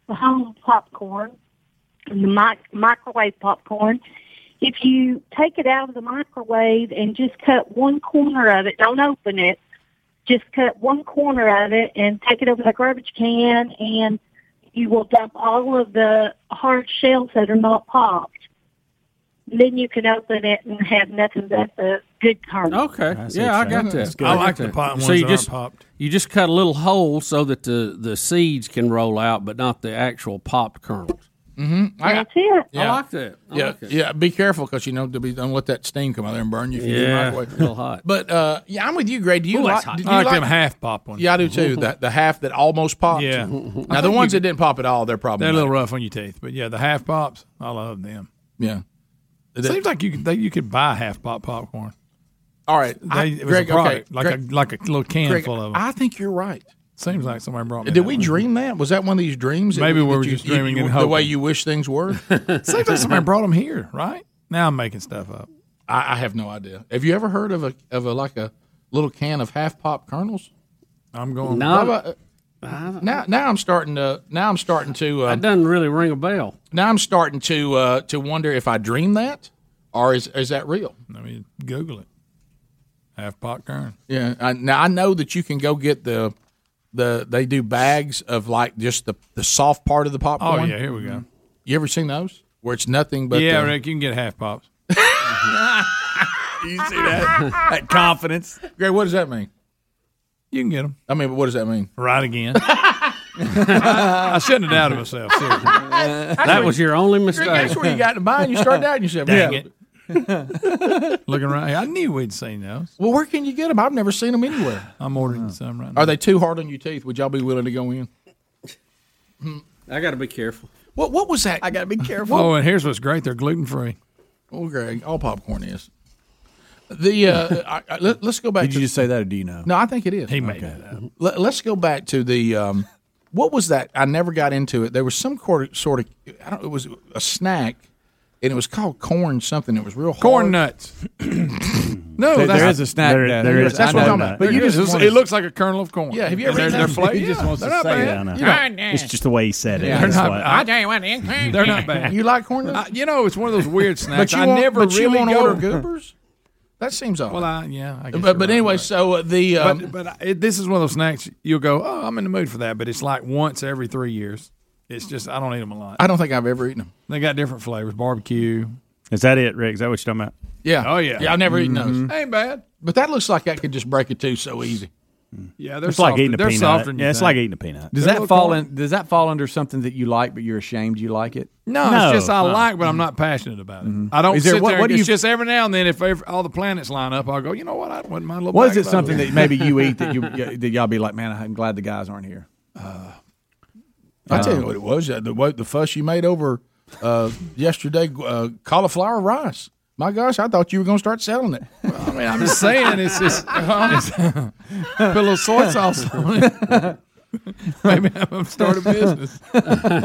[SPEAKER 30] the home popcorn, the mic- microwave popcorn. If you take it out of the microwave and just cut one corner of it, don't open it,
[SPEAKER 19] just cut one corner out of it and take it over the garbage can and you will dump all of the hard shells that are not popped. Then you can open it and have nothing but the good kernel.
[SPEAKER 16] Okay. yeah, I got that.
[SPEAKER 5] I like the pot ones that aren't
[SPEAKER 16] just,
[SPEAKER 5] popped.
[SPEAKER 16] You just cut a little hole so that the, the seeds can roll out, but not the actual popped kernels.
[SPEAKER 10] Mm-hmm. I,
[SPEAKER 19] That's it.
[SPEAKER 16] I like that. I
[SPEAKER 10] yeah,
[SPEAKER 16] like it.
[SPEAKER 10] yeah. Be careful because you know to be don't let that steam come out there and burn you. If you do
[SPEAKER 16] Yeah,
[SPEAKER 10] microwave.
[SPEAKER 16] a little hot.
[SPEAKER 10] But uh, yeah, I'm with you, Greg. Do you
[SPEAKER 5] Ooh,
[SPEAKER 10] like?
[SPEAKER 5] that's hot.
[SPEAKER 10] do
[SPEAKER 5] I
[SPEAKER 10] you
[SPEAKER 5] like them half pop ones.
[SPEAKER 10] Yeah, I do too. the, the half that almost popped.
[SPEAKER 5] Yeah.
[SPEAKER 10] Now the ones that didn't pop at all, they're probably
[SPEAKER 5] they're a little rough on your teeth, but yeah, the half pops, I love them.
[SPEAKER 10] Yeah.
[SPEAKER 5] It seems like you could they, you could buy half pop popcorn.
[SPEAKER 10] All right,
[SPEAKER 5] they,
[SPEAKER 10] I-
[SPEAKER 5] it was
[SPEAKER 10] Greg,
[SPEAKER 5] a product,
[SPEAKER 10] okay,
[SPEAKER 5] like
[SPEAKER 10] Greg-
[SPEAKER 5] a like a little can
[SPEAKER 10] Greg,
[SPEAKER 5] full of them.
[SPEAKER 10] I think you're right.
[SPEAKER 5] Seems like somebody brought me.
[SPEAKER 10] Did we dream that? Was that one of these dreams? that-
[SPEAKER 5] Maybe we
[SPEAKER 10] that
[SPEAKER 5] were
[SPEAKER 10] you-
[SPEAKER 5] just
[SPEAKER 10] you-
[SPEAKER 5] dreaming
[SPEAKER 10] you-
[SPEAKER 5] and
[SPEAKER 10] the way
[SPEAKER 5] hoping.
[SPEAKER 10] you wish things were.
[SPEAKER 5] Seems like somebody brought them here, right? Now I'm making stuff up.
[SPEAKER 10] I, I have no idea. Have you ever heard of a of a like a little can of half pop kernels? uh,
[SPEAKER 5] I'm going.
[SPEAKER 16] No.
[SPEAKER 10] now now I'm starting to now I'm starting to. Uh,
[SPEAKER 16] That doesn't really ring a bell.
[SPEAKER 10] now I'm starting to uh, to wonder if I dream that or is is that real?
[SPEAKER 5] I mean, Google it. Half popcorn.
[SPEAKER 10] Yeah. I, now I know that you can go get the the they do bags of like just the the soft part of the popcorn.
[SPEAKER 5] Oh yeah, here we go.
[SPEAKER 10] You ever seen those where it's nothing but uh,
[SPEAKER 5] yeah,
[SPEAKER 10] the-
[SPEAKER 5] Rick, you can get half pops.
[SPEAKER 10] you see that that confidence, Greg? What does that mean?
[SPEAKER 5] You can get them.
[SPEAKER 10] I mean, but what does that mean?
[SPEAKER 5] Right again. I shouldn't have doubted myself. seriously.
[SPEAKER 16] That was your only mistake.
[SPEAKER 10] That's where you got to buy and you start doubting yourself.
[SPEAKER 5] Dang it. Looking right, I knew we'd seen those.
[SPEAKER 10] Well, where can you get them? I've never seen them anywhere.
[SPEAKER 5] I'm ordering some right now.
[SPEAKER 10] Are they too hard on your teeth? Would y'all be willing to go in?
[SPEAKER 16] I got to be careful.
[SPEAKER 10] What What was that? I got to be careful.
[SPEAKER 5] Oh, and here's what's great: they're gluten free.
[SPEAKER 10] Oh, Greg, all popcorn is. The uh, I, I, let, us go back.
[SPEAKER 23] Did
[SPEAKER 10] to,
[SPEAKER 23] you just say that, or do you know?
[SPEAKER 10] No, I think it is.
[SPEAKER 5] He made that up.
[SPEAKER 10] Let, us go back to the um, what was that? I never got into it. There was some quarter, sort of. I don't. It was a snack, and it was called corn something. It was real hard.
[SPEAKER 5] Corn nuts.
[SPEAKER 10] No,
[SPEAKER 23] There-
[SPEAKER 10] that's-
[SPEAKER 23] there is a snack.
[SPEAKER 10] There-
[SPEAKER 23] that-
[SPEAKER 10] there is. That's
[SPEAKER 23] I
[SPEAKER 10] what I'm
[SPEAKER 23] know
[SPEAKER 10] talking
[SPEAKER 23] that.
[SPEAKER 10] about.
[SPEAKER 5] But you just it looks like a kernel of corn.
[SPEAKER 10] Yeah, have you ever
[SPEAKER 5] And
[SPEAKER 10] eaten
[SPEAKER 5] they're,
[SPEAKER 10] those?
[SPEAKER 5] they're fla-
[SPEAKER 10] He
[SPEAKER 5] yeah,
[SPEAKER 10] just wants to
[SPEAKER 5] they're not
[SPEAKER 10] say
[SPEAKER 5] bad.
[SPEAKER 10] it, I know.
[SPEAKER 5] You
[SPEAKER 10] Yeah.
[SPEAKER 5] know,
[SPEAKER 6] It's just the way he said it.
[SPEAKER 5] Yeah,
[SPEAKER 6] That's
[SPEAKER 5] they're not
[SPEAKER 6] why.
[SPEAKER 5] bad.
[SPEAKER 26] tell you what, it ain't crazy.
[SPEAKER 5] They're not bad.
[SPEAKER 10] You like corn
[SPEAKER 5] I,
[SPEAKER 10] nuts?
[SPEAKER 5] you know, it's one of those weird snacks.
[SPEAKER 10] you
[SPEAKER 5] I
[SPEAKER 10] won't-
[SPEAKER 5] never
[SPEAKER 10] but you
[SPEAKER 5] really
[SPEAKER 10] won't
[SPEAKER 5] go
[SPEAKER 10] order goobers. That seems odd.
[SPEAKER 5] Well, I, yeah, I guess you're
[SPEAKER 10] but but
[SPEAKER 5] right.
[SPEAKER 10] anyway, so uh, the um,
[SPEAKER 5] but, but I- it, this is one of those snacks you'll go, oh, I'm in the mood for that, but it's like once every three years. It's just I don't eat them a lot.
[SPEAKER 10] I don't think I've ever eaten them.
[SPEAKER 5] They got different flavors, barbecue.
[SPEAKER 6] Is that it, Rick? Is that what you're talking about?
[SPEAKER 10] Yeah.
[SPEAKER 5] Oh, yeah. Mm-hmm.
[SPEAKER 10] Yeah, I've never eaten those.
[SPEAKER 5] Ain't bad. Hmm.
[SPEAKER 10] But that looks like I could just break it too so easy.
[SPEAKER 5] Yeah, they're
[SPEAKER 6] it's like
[SPEAKER 5] softer-
[SPEAKER 6] eating a
[SPEAKER 5] they're
[SPEAKER 6] peanut.
[SPEAKER 5] Softer than you
[SPEAKER 6] yeah, it's
[SPEAKER 5] think.
[SPEAKER 6] like eating a peanut.
[SPEAKER 23] Does
[SPEAKER 5] They're
[SPEAKER 23] that
[SPEAKER 5] little
[SPEAKER 23] fall
[SPEAKER 5] corn-
[SPEAKER 23] in? Does that fall under something that you like, but you're ashamed you like it?
[SPEAKER 5] No,
[SPEAKER 6] No,
[SPEAKER 5] it's just I
[SPEAKER 6] no.
[SPEAKER 5] like, but I'm not passionate about it. I don't
[SPEAKER 23] Is there-
[SPEAKER 5] sit
[SPEAKER 23] what-
[SPEAKER 5] there.
[SPEAKER 23] what do
[SPEAKER 5] it's
[SPEAKER 23] you-
[SPEAKER 5] just every now and then, if ev- all the planets line up, I'll go. You know what? I wouldn't mind a little.
[SPEAKER 23] Was
[SPEAKER 5] bag
[SPEAKER 23] it
[SPEAKER 5] of
[SPEAKER 23] something
[SPEAKER 5] those."
[SPEAKER 23] that maybe you eat that you that y'all be like, man, I'm glad the guys aren't here.
[SPEAKER 10] I tell you
[SPEAKER 5] Um,
[SPEAKER 10] what it was. uh, The, what, the fuss you made over uh, yesterday uh, cauliflower rice. My gosh, I thought you were going to start selling it.
[SPEAKER 5] I mean, I'm just saying, it's just it's- put a little soy sauce on it. maybe I'm starting a business.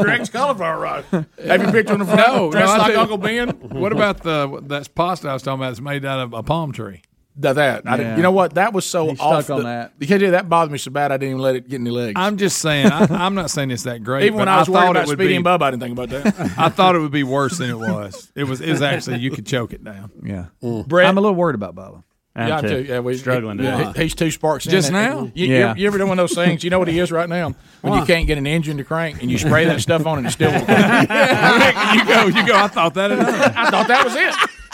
[SPEAKER 10] Greg's cauliflower rice. Have you picked on the front?
[SPEAKER 5] No, no,
[SPEAKER 10] Dressed
[SPEAKER 5] I
[SPEAKER 10] like
[SPEAKER 5] think-
[SPEAKER 10] Uncle Ben.
[SPEAKER 5] What about the that's pasta I was talking about? It's made out of a palm tree.
[SPEAKER 10] Now that I didn't-
[SPEAKER 23] Yeah.
[SPEAKER 10] you know what that was so
[SPEAKER 23] He's
[SPEAKER 10] off
[SPEAKER 23] stuck on
[SPEAKER 10] the-
[SPEAKER 23] that.
[SPEAKER 10] The idea that bothered me so bad I didn't even let it get any legs.
[SPEAKER 5] I'm just saying. I, I'm not saying it's that great.
[SPEAKER 10] Even when
[SPEAKER 5] but
[SPEAKER 10] I was worried
[SPEAKER 5] thought
[SPEAKER 10] about
[SPEAKER 5] it would
[SPEAKER 10] Speedy
[SPEAKER 5] be,
[SPEAKER 10] and Bubba, I didn't think about that.
[SPEAKER 5] I thought it would be worse than it was. It was. It was actually you could choke it down.
[SPEAKER 23] Yeah,
[SPEAKER 10] Brett,
[SPEAKER 23] I'm a little worried about Bubba.
[SPEAKER 10] Yeah,
[SPEAKER 6] I'm
[SPEAKER 10] I too. Yeah, we
[SPEAKER 6] struggling
[SPEAKER 10] he-
[SPEAKER 6] today.
[SPEAKER 10] he- he's two sparks in
[SPEAKER 5] Just
[SPEAKER 10] it.
[SPEAKER 5] now?
[SPEAKER 10] You,
[SPEAKER 23] Yeah.
[SPEAKER 10] you, you ever done one of those things? You know what he is right now? When you can't get an engine to crank and you spray that stuff on it, and it still. won't crank.
[SPEAKER 5] you go. You go. I thought that. Enough.
[SPEAKER 10] I thought that was it.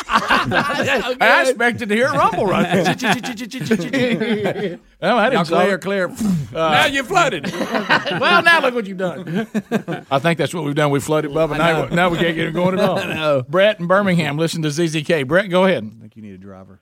[SPEAKER 10] I expected to hear a rumble right there. oh, I didn't clear, clear.
[SPEAKER 5] now you flooded.
[SPEAKER 10] well, now look what you've done. I think that's what we've done. We flooded Bubba. Now, now we can't get him going at all. Brett in Birmingham, listen to ZZK. Brett, go ahead.
[SPEAKER 23] I think you need a driver.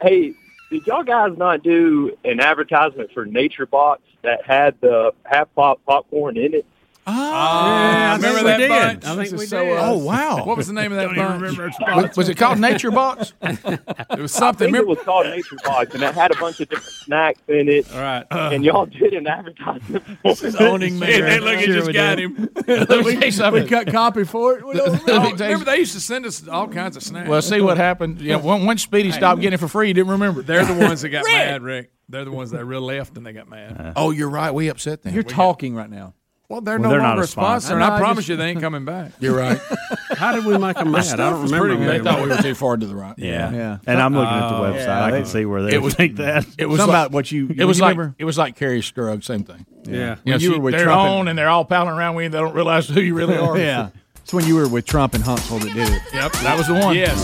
[SPEAKER 11] Hey, did y'all guys not do an advertisement for Nature Box that had the half pop popcorn in it?
[SPEAKER 5] yeah, Ah, I remember that bunch.
[SPEAKER 16] I think we
[SPEAKER 5] So,
[SPEAKER 16] did.
[SPEAKER 5] uh,
[SPEAKER 10] Oh wow!
[SPEAKER 5] What was the name of that bunch?
[SPEAKER 10] was, was it called Nature Box?
[SPEAKER 5] It was
[SPEAKER 11] I
[SPEAKER 5] something.
[SPEAKER 11] think it
[SPEAKER 5] Remember,
[SPEAKER 11] was called Nature Box, and it had a bunch of different snacks in it.
[SPEAKER 16] All right.
[SPEAKER 11] and y'all did an advertisement for it.
[SPEAKER 23] Owning man.
[SPEAKER 5] it just got him.
[SPEAKER 10] Let me tell you something.
[SPEAKER 23] cut copy for it. We don't remember.
[SPEAKER 5] Oh, remember, they used to send us all kinds of snacks.
[SPEAKER 10] Well, see what happened. Yeah, when, once Speedy stopped getting it for free, he didn't remember.
[SPEAKER 5] They're the ones that got mad, Rick. They're the ones that really left and they got mad.
[SPEAKER 10] Oh, you're Oh, right. We upset them.
[SPEAKER 23] You're talking right now.
[SPEAKER 5] Well, they're
[SPEAKER 6] Well,
[SPEAKER 5] no
[SPEAKER 6] they're not
[SPEAKER 5] longer
[SPEAKER 6] a
[SPEAKER 5] a
[SPEAKER 6] sponsor.
[SPEAKER 5] sponsor, and
[SPEAKER 6] No,
[SPEAKER 5] I,
[SPEAKER 6] I
[SPEAKER 5] promise
[SPEAKER 6] just-
[SPEAKER 5] you they ain't coming back.
[SPEAKER 6] You're right.
[SPEAKER 16] How did we make them
[SPEAKER 5] Our
[SPEAKER 16] mad? I
[SPEAKER 5] stuff
[SPEAKER 16] don't
[SPEAKER 5] was
[SPEAKER 16] remember.
[SPEAKER 5] pretty
[SPEAKER 16] very
[SPEAKER 5] good. They thought
[SPEAKER 16] well.
[SPEAKER 5] we were too far to the right.
[SPEAKER 6] Yeah. And I'm looking at the website. I can see where they
[SPEAKER 10] it
[SPEAKER 6] would
[SPEAKER 10] was
[SPEAKER 6] think that.
[SPEAKER 10] It was
[SPEAKER 6] Something
[SPEAKER 10] like-
[SPEAKER 6] about what you-
[SPEAKER 10] It was
[SPEAKER 6] you
[SPEAKER 10] like
[SPEAKER 6] remember?
[SPEAKER 10] it was like Carrie Scruggs, same thing.
[SPEAKER 6] Yeah.
[SPEAKER 10] You
[SPEAKER 6] When
[SPEAKER 10] know,
[SPEAKER 6] you
[SPEAKER 10] she-
[SPEAKER 6] were with
[SPEAKER 10] they're
[SPEAKER 6] Trump and-
[SPEAKER 10] on and they're all palling around with you. They don't realize who you really are.
[SPEAKER 23] yeah. It's when you were with Trump and Huntsville that did it.
[SPEAKER 10] Yep, that was the one.
[SPEAKER 5] Yes.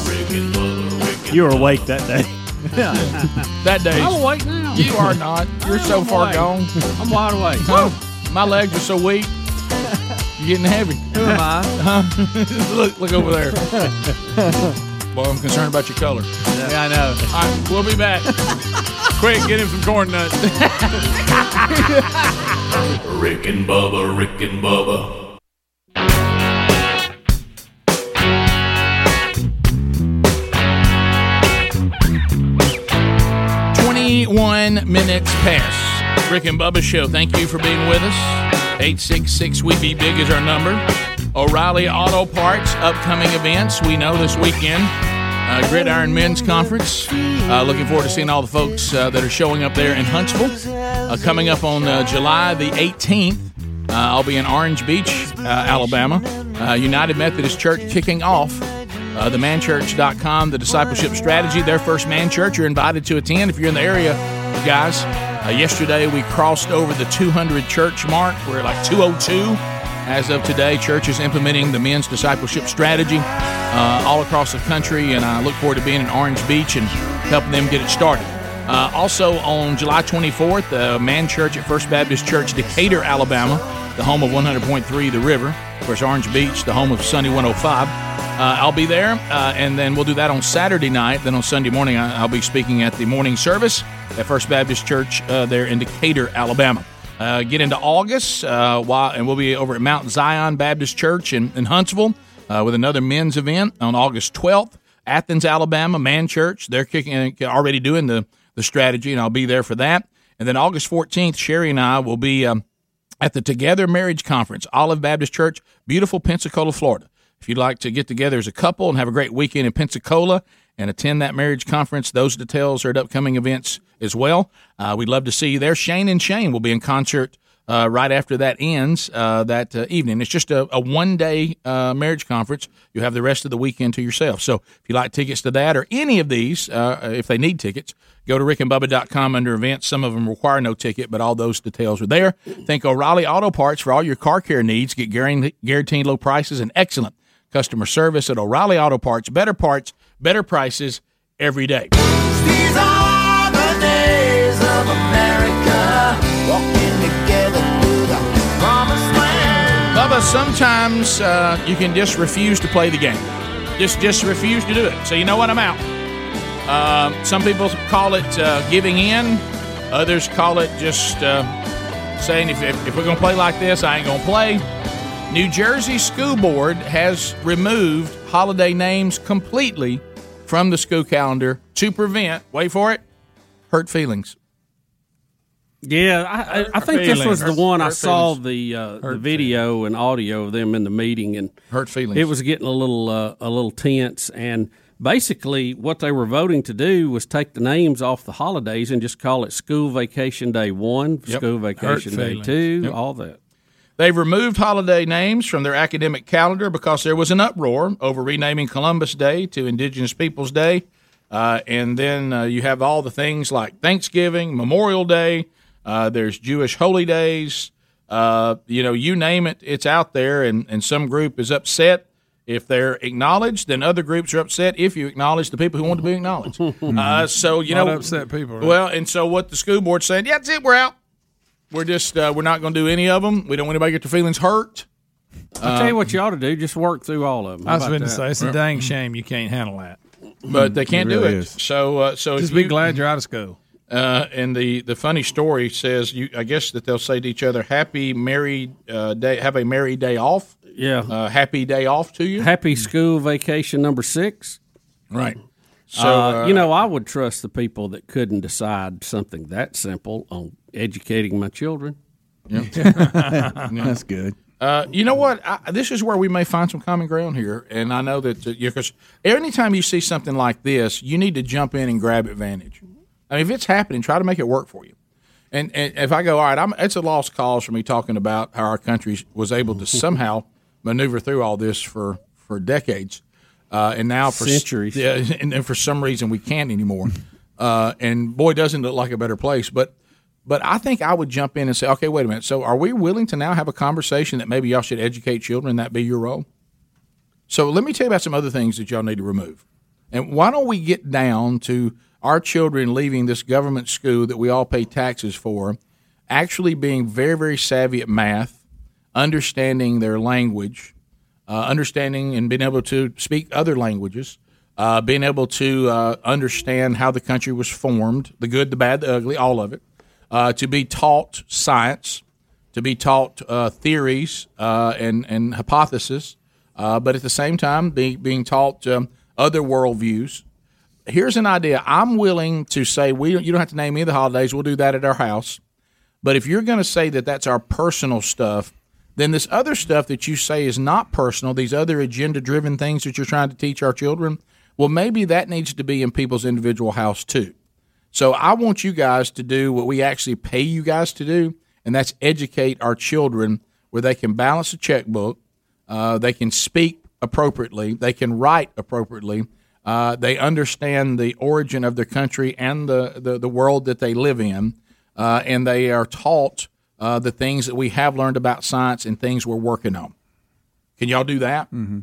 [SPEAKER 6] You were awake that day.
[SPEAKER 23] Yeah.
[SPEAKER 10] that day.
[SPEAKER 5] I'm awake now.
[SPEAKER 10] You are not. You're
[SPEAKER 5] I
[SPEAKER 10] so
[SPEAKER 5] am
[SPEAKER 10] far
[SPEAKER 5] awake.
[SPEAKER 10] gone.
[SPEAKER 5] I'm wide awake.
[SPEAKER 10] Huh? My legs are so weak. You're getting heavy. Who
[SPEAKER 5] am I?
[SPEAKER 10] Huh? look, look over there. Boy, I'm concerned about your color.
[SPEAKER 5] Yeah,
[SPEAKER 10] I know. All right, we'll be back.
[SPEAKER 5] Quick, get him some corn nuts.
[SPEAKER 13] Rick and Bubba, Rick and Bubba.
[SPEAKER 10] Twenty-one minutes past. Rick and Bubba show. Thank you for being with us. Eight six six. We be big is our number. O'Reilly Auto Parts upcoming events. We know this weekend. Uh, Gridiron Men's Conference. Uh, looking forward to seeing all the folks uh, that are showing up there in Huntsville. Uh, coming up on uh, July the 18th, uh, I'll be in Orange Beach, uh, Alabama. Uh, United Methodist Church kicking off. Uh, themanchurch.com, the discipleship strategy, their first man church. You're invited to attend if you're in the area, guys. Uh, yesterday we crossed over the 200 church mark. We're at like 202. As of today, church is implementing the men's discipleship strategy uh, all across the country, and I look forward to being in Orange Beach and helping them get it started. Uh, also, on July 24th, the Man Church at First Baptist Church, Decatur, Alabama, the home of 100.3 The River. Of course, Orange Beach, the home of Sunny 105. Uh, I'll be there, uh, and then we'll do that on Saturday night. Then on Sunday morning, I- I'll be speaking at the morning service at First Baptist Church uh, there in Decatur, Alabama. Uh, get into August, uh, while, and we'll be over at Mount Zion Baptist Church in, in Huntsville uh, with another men's event on August 12th. Athens, Alabama, Man Church. They're kicking, uh, already doing the, the strategy, and I'll be there for that. And then August 14th, Sherry and I will be. Um, at the Together Marriage Conference, Olive Baptist Church, beautiful Pensacola, Florida. If you'd like to get together as a couple and have a great weekend in Pensacola and attend that marriage conference, those details are at upcoming events as well. Uh, we'd love to see you there. Shane and Shane will be in concert uh, right after that ends uh, that uh, evening. It's just a, a one day uh, marriage conference. You have the rest of the weekend to yourself. So if you like tickets to that or any of these, uh, if they need tickets, go to rickandbubba.com under events. Some of them require no ticket, but all those details are there. Thank O'Reilly Auto Parts for all your car care needs. Get guaran- guaranteed low prices and excellent customer service at O'Reilly Auto Parts. Better parts, better prices every day.
[SPEAKER 26] These are the days of America. Walking together through the promised land.
[SPEAKER 10] Bubba, sometimes uh, you can just refuse to play the game. Just just refuse to do it. So you know what? I'm out. Uh, some people call it uh, giving in. Others call it just uh, saying if, if, if we're going to play like this, I ain't going to play. New Jersey School Board has removed holiday names completely from the school calendar to prevent, wait for it, hurt feelings.
[SPEAKER 16] Yeah, I, I, I think this was the
[SPEAKER 10] Hurt-
[SPEAKER 16] one I
[SPEAKER 10] hurt
[SPEAKER 16] saw
[SPEAKER 10] feelings.
[SPEAKER 16] the uh, the video and audio of them in the meeting and
[SPEAKER 10] hurt feelings.
[SPEAKER 16] It was getting a little uh, a little tense and basically what they were voting to do was take the names off the holidays and just call it school vacation day 1,
[SPEAKER 10] Yep.
[SPEAKER 16] school
[SPEAKER 10] Hurt
[SPEAKER 16] vacation day
[SPEAKER 10] feelings.
[SPEAKER 16] 2,
[SPEAKER 10] Yep.
[SPEAKER 16] all that.
[SPEAKER 10] They've removed holiday names from their academic calendar because there was an uproar over renaming Columbus Day to Indigenous Peoples Day. Uh, and then uh, you have all the things like Thanksgiving, Memorial Day, uh, there's Jewish holy days. Uh, you know, you name it, it's out there, and, and some group is upset. If they're acknowledged, then other groups are upset if you acknowledge the people who want to be acknowledged. Uh, so, you
[SPEAKER 5] Lot
[SPEAKER 10] know,
[SPEAKER 5] of upset people, right?
[SPEAKER 10] Well, and so what the school board's saying, yeah, that's it, we're out. We're just uh, we're not going to do any of them. We don't want anybody to get their feelings hurt. Uh,
[SPEAKER 16] I'll tell you what you ought to do, just work through all of them.
[SPEAKER 5] I was going to say, it's a dang shame you can't handle that.
[SPEAKER 10] but they can't
[SPEAKER 5] It
[SPEAKER 10] do
[SPEAKER 5] really
[SPEAKER 10] it.
[SPEAKER 5] is.
[SPEAKER 10] So uh, so
[SPEAKER 5] Just be glad you're out of school.
[SPEAKER 10] Uh, and the the funny story says you I guess that they'll say to each other, "Happy merry uh, day, have a merry day off."
[SPEAKER 16] Yeah.
[SPEAKER 10] Uh, happy day off to you.
[SPEAKER 16] Happy school vacation number 6.
[SPEAKER 10] Right. So,
[SPEAKER 16] So, uh,
[SPEAKER 10] uh,
[SPEAKER 16] you know, I would trust the people that couldn't decide something that simple on educating my children.
[SPEAKER 10] That's
[SPEAKER 23] good.
[SPEAKER 10] Uh, you know what? I, this is where we may find some common ground here, and I know that because anytime you see something like this, you need to jump in and grab advantage. I mean, if it's happening, try to make it work for you. And, and if I go, all right, I'm, it's a lost cause for me talking about how our country was able to somehow maneuver through all this for, for decades. Uh, and now for
[SPEAKER 16] Centuries.
[SPEAKER 10] Yeah, and, and for some reason we can't anymore. Uh, and boy, doesn't it look like a better place. But but I think I would jump in and say, okay, wait a minute. So are we willing to now have a conversation that maybe y'all should educate children? That be your role. So let me tell you about some other things that y'all need to remove. And why don't we get down to our children leaving this government school that we all pay taxes for, actually being very, very savvy at math, understanding their language, uh, understanding and being able to speak other languages, uh, being able to uh, understand how the country was formed, the good, the bad, the ugly, all of it, uh, to be taught science, to be taught uh, theories uh, and, and hypothesis, uh, but at the same time, be, being taught um, other worldviews. Here's an idea. I'm willing to say we don't, you don't have to name any of the holidays. We'll do that at our house. But if you're going to say that that's our personal stuff, then this other stuff that you say is not personal, these other agenda driven things that you're trying to teach our children, well, maybe that needs to be in people's individual house too. So I want you guys to do what we actually pay you guys to do, and that's educate our children where they can balance a checkbook, uh, they can speak appropriately, they can write appropriately, uh, they understand the origin of their country and the, the, the world that they live in, uh, and they are taught uh, the things that we have learned about science and things we're working on. Can y'all do that? Mm-hmm.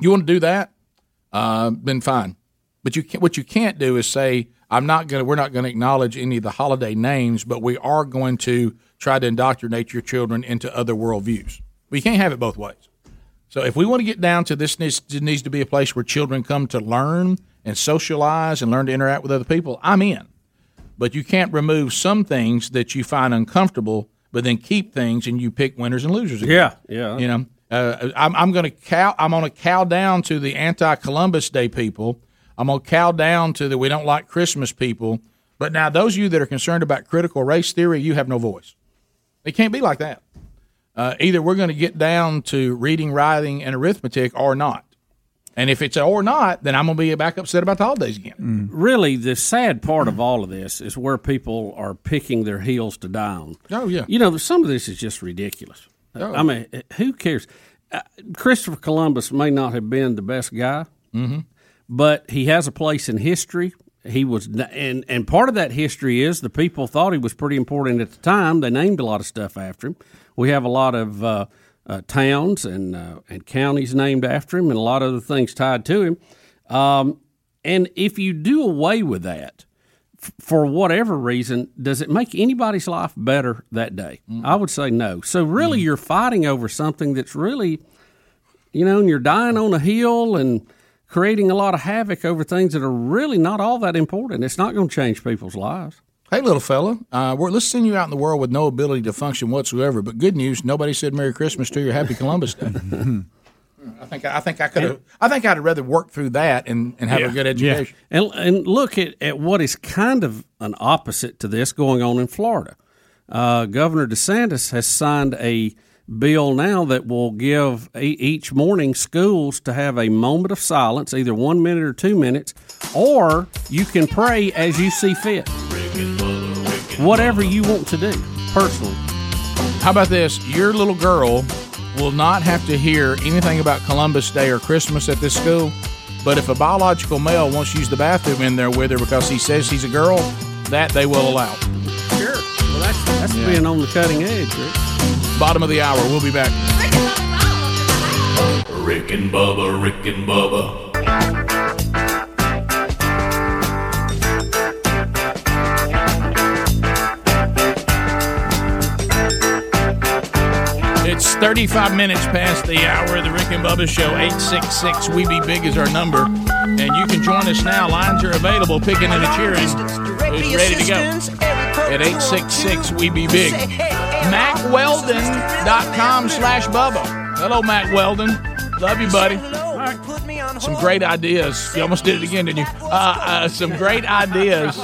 [SPEAKER 10] You want to do that? Uh, then fine. But you can, what you can't do is say I'm not going. to We're not going to acknowledge any of the holiday names, but we are going to try to indoctrinate your children into other worldviews. We can't have it both ways. So if we want to get down to this, needs, it needs to be a place where children come to learn and socialize and learn to interact with other people. I'm in but you can't remove some things that you find uncomfortable, but then keep things and you pick winners and losers.
[SPEAKER 16] Yeah, yeah.
[SPEAKER 10] You know, uh, I'm, I'm going to cow. I'm going to cow down to the anti-Columbus Day people. I'm going to cow down to the we don't like Christmas people. But now those of you that are concerned about critical race theory, you have no voice. It can't be like that. Uh, either we're going to get down to reading, writing, and arithmetic, or not. And if it's a or not, then I'm going to be back upset about the holidays again.
[SPEAKER 16] Really, the sad part of all of this is where people are picking their heels to die on.
[SPEAKER 10] Oh yeah.
[SPEAKER 16] You know, some of this is just ridiculous.
[SPEAKER 10] Oh.
[SPEAKER 16] I mean, who cares? Uh, Christopher Columbus may not have been the best guy,
[SPEAKER 5] Mm-hmm.
[SPEAKER 10] Mhm.
[SPEAKER 16] but he has a place in history. He was, and and part of that history is the people thought he was pretty important at the time. They named a lot of stuff after him. We have a lot of uh, uh, towns and uh, and counties named after him, and a lot of other things tied to him. Um, and if you do away with that, f- for whatever reason, does it make anybody's life better that day? I would say no. So really, you're fighting over something that's really, you know, and you're dying on a hill and creating a lot of havoc over things that are really not all that important. It's not going to change people's lives.
[SPEAKER 10] Hey, little fella, uh, we're, let's send you out in the world with no ability to function whatsoever. But good news, nobody said Merry Christmas to you or Happy Columbus Day. I think I think I could have. I think I'd have rather worked through that and, and have a good education.
[SPEAKER 16] And, and look at, at what is kind of an opposite to this going on in Florida. Uh, Governor DeSantis has signed a bill now that will give e each morning schools to have a moment of silence, either one minute or two minutes, or you can pray as you see fit. Whatever you want to do, personally.
[SPEAKER 10] How about this? Your little girl will not have to hear anything about Columbus Day or Christmas at this school. But if a biological male wants to use the bathroom in there with her because he says he's a girl, that they will allow.
[SPEAKER 16] Sure. Well, that's, that's being on the cutting edge,
[SPEAKER 10] Bottom of the hour. We'll be back.
[SPEAKER 13] Rick and Bubba, Rick and Bubba.
[SPEAKER 10] It's 35 minutes past the hour of the Rick and Bubba Show. 866 We Be Big is our number. And you can join us now. Lines are available. Picking and a cheering. Who's ready to go? At 866 We Be Big. MacWeldon.com slash Bubba. Hello, Mac Weldon. Love you, buddy. Some great ideas. You almost did it again, didn't you? Uh, uh, some great ideas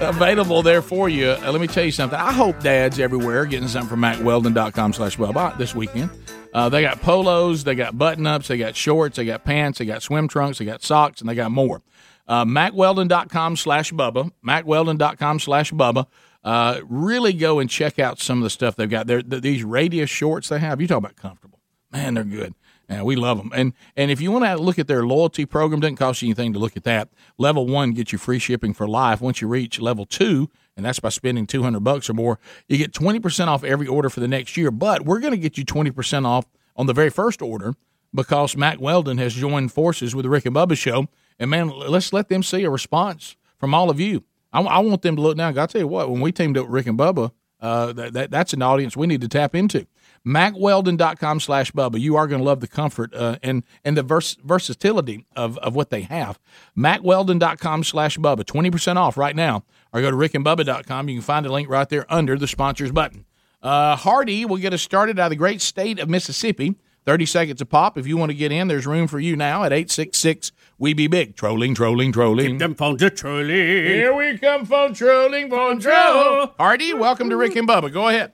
[SPEAKER 10] available there for you. Uh, let me tell you something. I hope dads everywhere are getting something from MacWeldon.com slash Bubba this weekend. Uh, they got polos, they got button ups, they got shorts, they got pants, they got swim trunks, they got socks, and they got more. Uh, MacWeldon.com slash Bubba. MacWeldon.com slash Bubba. Uh, really go and check out some of the stuff they've got. They're, th- these radius shorts they have, you talk about comfortable. Man, they're good. And we love them. And and if you want to look at their loyalty program, doesn't cost you anything to look at that. Level one gets you free shipping for life. Once you reach level two, and that's by spending two hundred bucks or more, you get twenty percent off every order for the next year. But we're going to get you twenty percent off on the very first order because Mac Weldon has joined forces with the Rick and Bubba Show. And man, let's let them see a response from all of you. I, I want them to look now. I tell you what, when we teamed up with Rick and Bubba, uh, that, that that's an audience we need to tap into. MacWeldon.com slash Bubba. You are going to love the comfort uh, and and the vers- versatility of, of what they have. MacWeldon.com slash Bubba. 20% off right now. Or go to rickandbubba.com. You can find the link right there under the sponsors button. Uh, Hardy will get us started out of the great state of Mississippi. 30 seconds a pop. If you want to get in, there's room for you now at 866 We Be Big. Trolling, trolling, trolling. Keep them phones a trolling. Here we come, phone trolling, phone troll. Hardy, welcome to Rick and Bubba. Go ahead.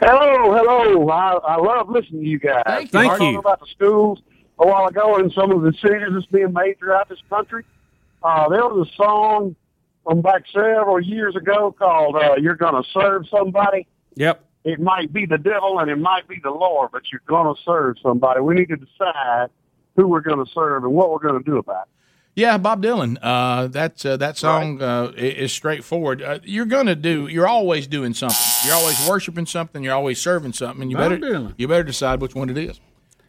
[SPEAKER 12] Hello, hello. I, I love listening to you guys.
[SPEAKER 10] you. Thank
[SPEAKER 12] I
[SPEAKER 10] you.
[SPEAKER 12] talking about the schools a while ago and some of the decisions that's being made throughout this country. Uh, there was a song from back several years ago called uh, "You're Gonna Serve Somebody."
[SPEAKER 16] Yep.
[SPEAKER 12] It might be the devil and it might be the Lord, but you're gonna serve somebody. We need to decide who we're gonna serve and what we're gonna do about it.
[SPEAKER 10] Yeah, Bob Dylan. Uh, that uh, that song uh, i- is straightforward. Uh, you're gonna do. You're always doing something. You're always worshiping something. You're always serving something. And you
[SPEAKER 5] Bob
[SPEAKER 10] better
[SPEAKER 5] Dylan.
[SPEAKER 10] you better decide which one it is.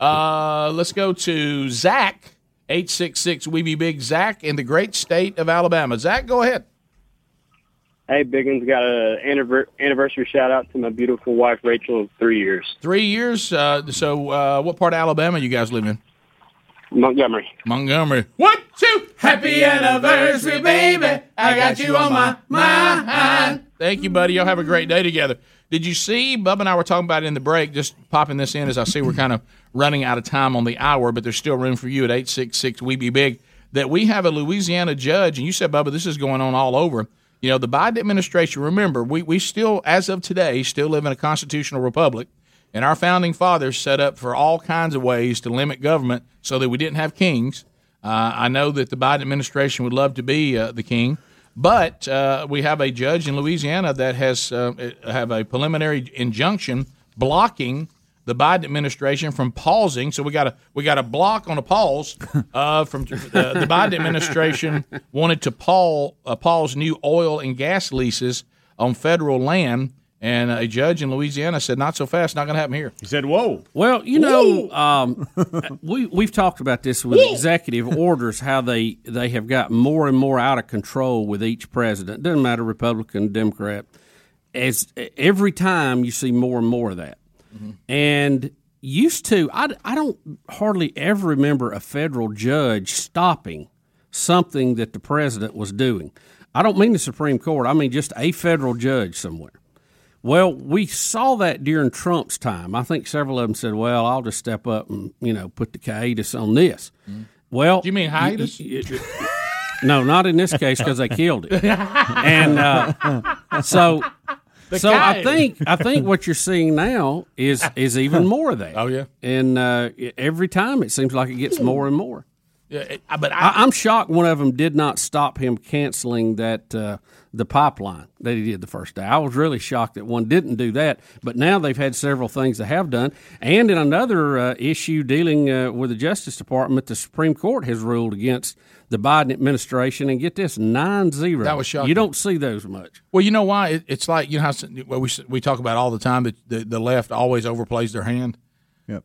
[SPEAKER 10] Uh, let's go to Zach eight six six. We be big Zach in the great state of Alabama. Zach, go ahead.
[SPEAKER 21] Hey, Biggins, got an anniversary shout out to my beautiful wife, Rachel, of three years.
[SPEAKER 10] Three years. Uh, so, uh, what part of Alabama you guys live in?
[SPEAKER 21] Montgomery.
[SPEAKER 10] Montgomery.
[SPEAKER 21] One, two.
[SPEAKER 10] Happy anniversary, baby. I got you on my mind. Thank you, buddy. Y'all have a great day together. Did you see Bub and I were talking about it in the break, just popping this in as I see we're kind of running out of time on the hour, but there's still room for you at 866 We Be Big. That we have a Louisiana judge, and you said, Bubba, this is going on all over. You know, the Biden administration, remember, we, we still, as of today, still live in a constitutional republic. And our founding fathers set up for all kinds of ways to limit government so that we didn't have kings. Uh, I know that the Biden administration would love to be uh, the king, but uh, we have a judge in Louisiana that has uh, have a preliminary injunction blocking the Biden administration from pausing. So we got a we got a block on a pause uh, from uh, the Biden administration wanted to pause uh, pause new oil and gas leases on federal land. And a judge in Louisiana said, "Not so fast. Not going to happen here." He
[SPEAKER 21] said, "Whoa."
[SPEAKER 10] Well,
[SPEAKER 21] you
[SPEAKER 10] know,
[SPEAKER 16] um, we we've talked about this with executive orders how they they have gotten more and more out of control with each president. Doesn't matter Republican, Democrat. As every time you see more and more of that,
[SPEAKER 5] Mm-hmm.
[SPEAKER 16] and used to I I don't hardly ever remember a federal judge stopping something that the president was doing. I don't mean the Supreme Court. I mean just a federal judge somewhere. Well, we saw that during Trump's time. I think several of them said, "Well, I'll just step up and you know put the hiatus on this." Well, you
[SPEAKER 10] mean hiatus?
[SPEAKER 16] no, not in this case because they killed it. And uh, so,
[SPEAKER 5] The
[SPEAKER 16] so I
[SPEAKER 5] hiatus.
[SPEAKER 16] think I think what you're seeing now is is even more of that.
[SPEAKER 10] Oh yeah,
[SPEAKER 16] and uh, every time it seems like it gets more and more.
[SPEAKER 10] Yeah, it- I- but I,
[SPEAKER 16] I, I'm shocked one of them did not stop him canceling that uh, the pipeline that he did the first day. I was really shocked that one didn't do that. But now they've had several things they have done, and in another uh, issue dealing uh, with the Justice Department, the Supreme Court has ruled against the Biden administration. And get this, nine zero.
[SPEAKER 10] That was shocking.
[SPEAKER 16] You don't see those much.
[SPEAKER 10] Well, you know why? It, it's like you know how s- well, we s- we talk about all the time that the, the left always overplays their hand.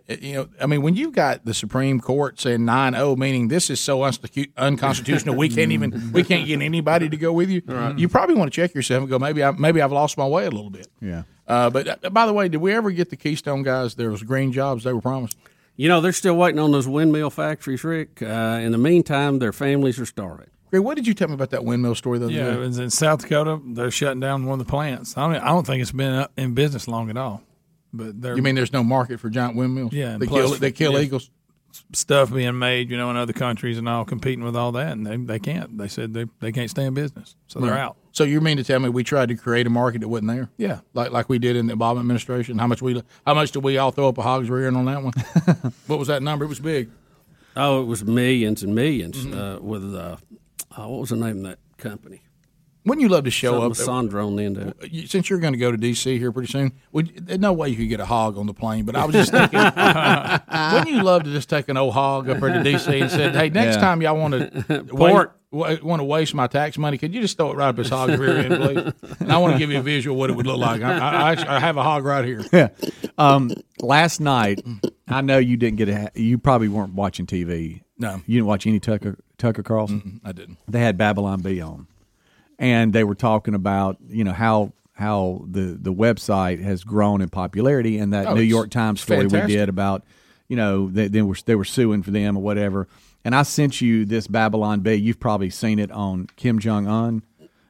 [SPEAKER 10] It- you know, I mean, when you've got the Supreme Court saying 9-0, meaning this is so unstu- unconstitutional, we can't even we can't get anybody to go with you. You probably want to check yourself and go, maybe I maybe I've lost my way a little bit.
[SPEAKER 23] Yeah.
[SPEAKER 10] Uh, but uh, by the way, did we ever get the Keystone guys? There was green jobs they were promised.
[SPEAKER 16] You know they're still waiting on those windmill factories, Rick. Uh, in the meantime, their families are starving.
[SPEAKER 10] Greg, what did you tell me about that windmill story the other
[SPEAKER 5] Yeah,
[SPEAKER 10] day?
[SPEAKER 5] it was in South Dakota. They're shutting down one of the plants. I don't, I don't think it's been up in business long at all. But they're,
[SPEAKER 10] You mean there's no market for giant windmills?
[SPEAKER 5] Yeah, and
[SPEAKER 10] they
[SPEAKER 5] plus-
[SPEAKER 10] kill they kill
[SPEAKER 5] yeah,
[SPEAKER 10] eagles.
[SPEAKER 5] Stuff being made, you know, in other countries and all competing with all that, and they, they can't. They said they, they can't stay in business, so they're
[SPEAKER 10] Right.
[SPEAKER 5] out.
[SPEAKER 10] So you mean to tell me we tried to create a market that wasn't there?
[SPEAKER 5] Yeah.
[SPEAKER 10] like like we did in the Obama administration. How much we how much did we all throw up a hog's rear end on that one? what was that number? It was big. Mm-hmm.
[SPEAKER 16] uh, Oh, it was millions and 1000000s uh, with uh, oh, what was the name of that company?
[SPEAKER 10] Wouldn't you love to show
[SPEAKER 16] Something
[SPEAKER 10] up?
[SPEAKER 16] with Sandra on the end of
[SPEAKER 10] it. Since you're going to go to D.C. here pretty soon, would, there's no way you could get a hog on the plane. But I was just thinking, wouldn't you love to just take an old hog up here to D.C. and said, "Hey, next
[SPEAKER 5] Yeah.
[SPEAKER 10] time y'all want to
[SPEAKER 5] Pork.
[SPEAKER 10] want to waste my tax money, could you just throw it right up this hog rear end, please?" And I want to give you a visual of what it would look like. I, I, I actually- I have a hog right here.
[SPEAKER 4] Yeah. Um, last night, I know you didn't get a. You probably weren't watching TV.
[SPEAKER 10] No.
[SPEAKER 4] you didn't watch any Tucker Tucker Carlson.
[SPEAKER 10] I didn't.
[SPEAKER 4] They had Babylon B on, and they were talking about you know how how the the website has grown in popularity, and that
[SPEAKER 5] Oh,
[SPEAKER 4] New
[SPEAKER 5] it's
[SPEAKER 4] York Times story we
[SPEAKER 5] fantastic.
[SPEAKER 4] did about you know they, they were they were suing for them or whatever. And I sent you this Babylon B. You've probably seen it on Kim Jong Un.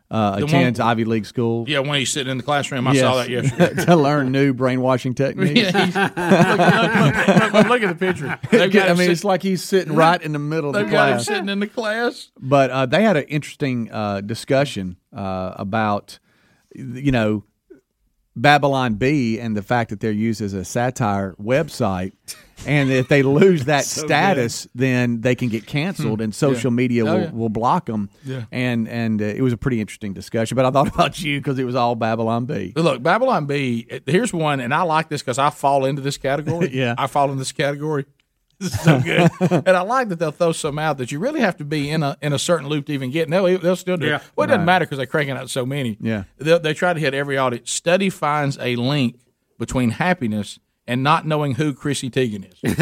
[SPEAKER 4] Uh,
[SPEAKER 10] The one-
[SPEAKER 4] attends Ivy League school
[SPEAKER 10] Yeah, when he's sitting in the classroom, I saw that
[SPEAKER 4] Yes.
[SPEAKER 10] yesterday.
[SPEAKER 4] to learn new brainwashing techniques.
[SPEAKER 10] Yeah, he's- look, look, look, look, look at the picture. They've got
[SPEAKER 4] I
[SPEAKER 10] him
[SPEAKER 4] mean,
[SPEAKER 10] sit-
[SPEAKER 4] it's like he's sitting right in the middle of
[SPEAKER 10] They've
[SPEAKER 4] the
[SPEAKER 10] got him
[SPEAKER 4] class.
[SPEAKER 10] sitting in the class.
[SPEAKER 4] But uh, they had an interesting uh, discussion uh, about, you know, Babylon B and the fact that they're used as a satire website. And if they lose that
[SPEAKER 5] So good.
[SPEAKER 4] status, then they can get canceled,
[SPEAKER 5] Hmm.
[SPEAKER 4] and social
[SPEAKER 5] Yeah.
[SPEAKER 4] media
[SPEAKER 5] Oh,
[SPEAKER 4] will,
[SPEAKER 5] yeah.
[SPEAKER 4] will block them.
[SPEAKER 5] Yeah.
[SPEAKER 4] And and uh, it was a pretty interesting discussion. But I thought about you because it was all Babylon B.
[SPEAKER 10] Look, Babylon B. Here's one, and I like this because I fall into this category. yeah, I fall in this category. This is so good, and I like that they'll throw some out that you really have to be in a in a certain loop to even get. And they'll they'll still do.
[SPEAKER 5] Yeah.
[SPEAKER 10] it. Well, it doesn't
[SPEAKER 5] Right.
[SPEAKER 10] matter because they're cranking out so many.
[SPEAKER 5] Yeah.
[SPEAKER 10] They, they try to hit every audience. Study finds a link between happiness and not knowing who Chrissy Teigen is.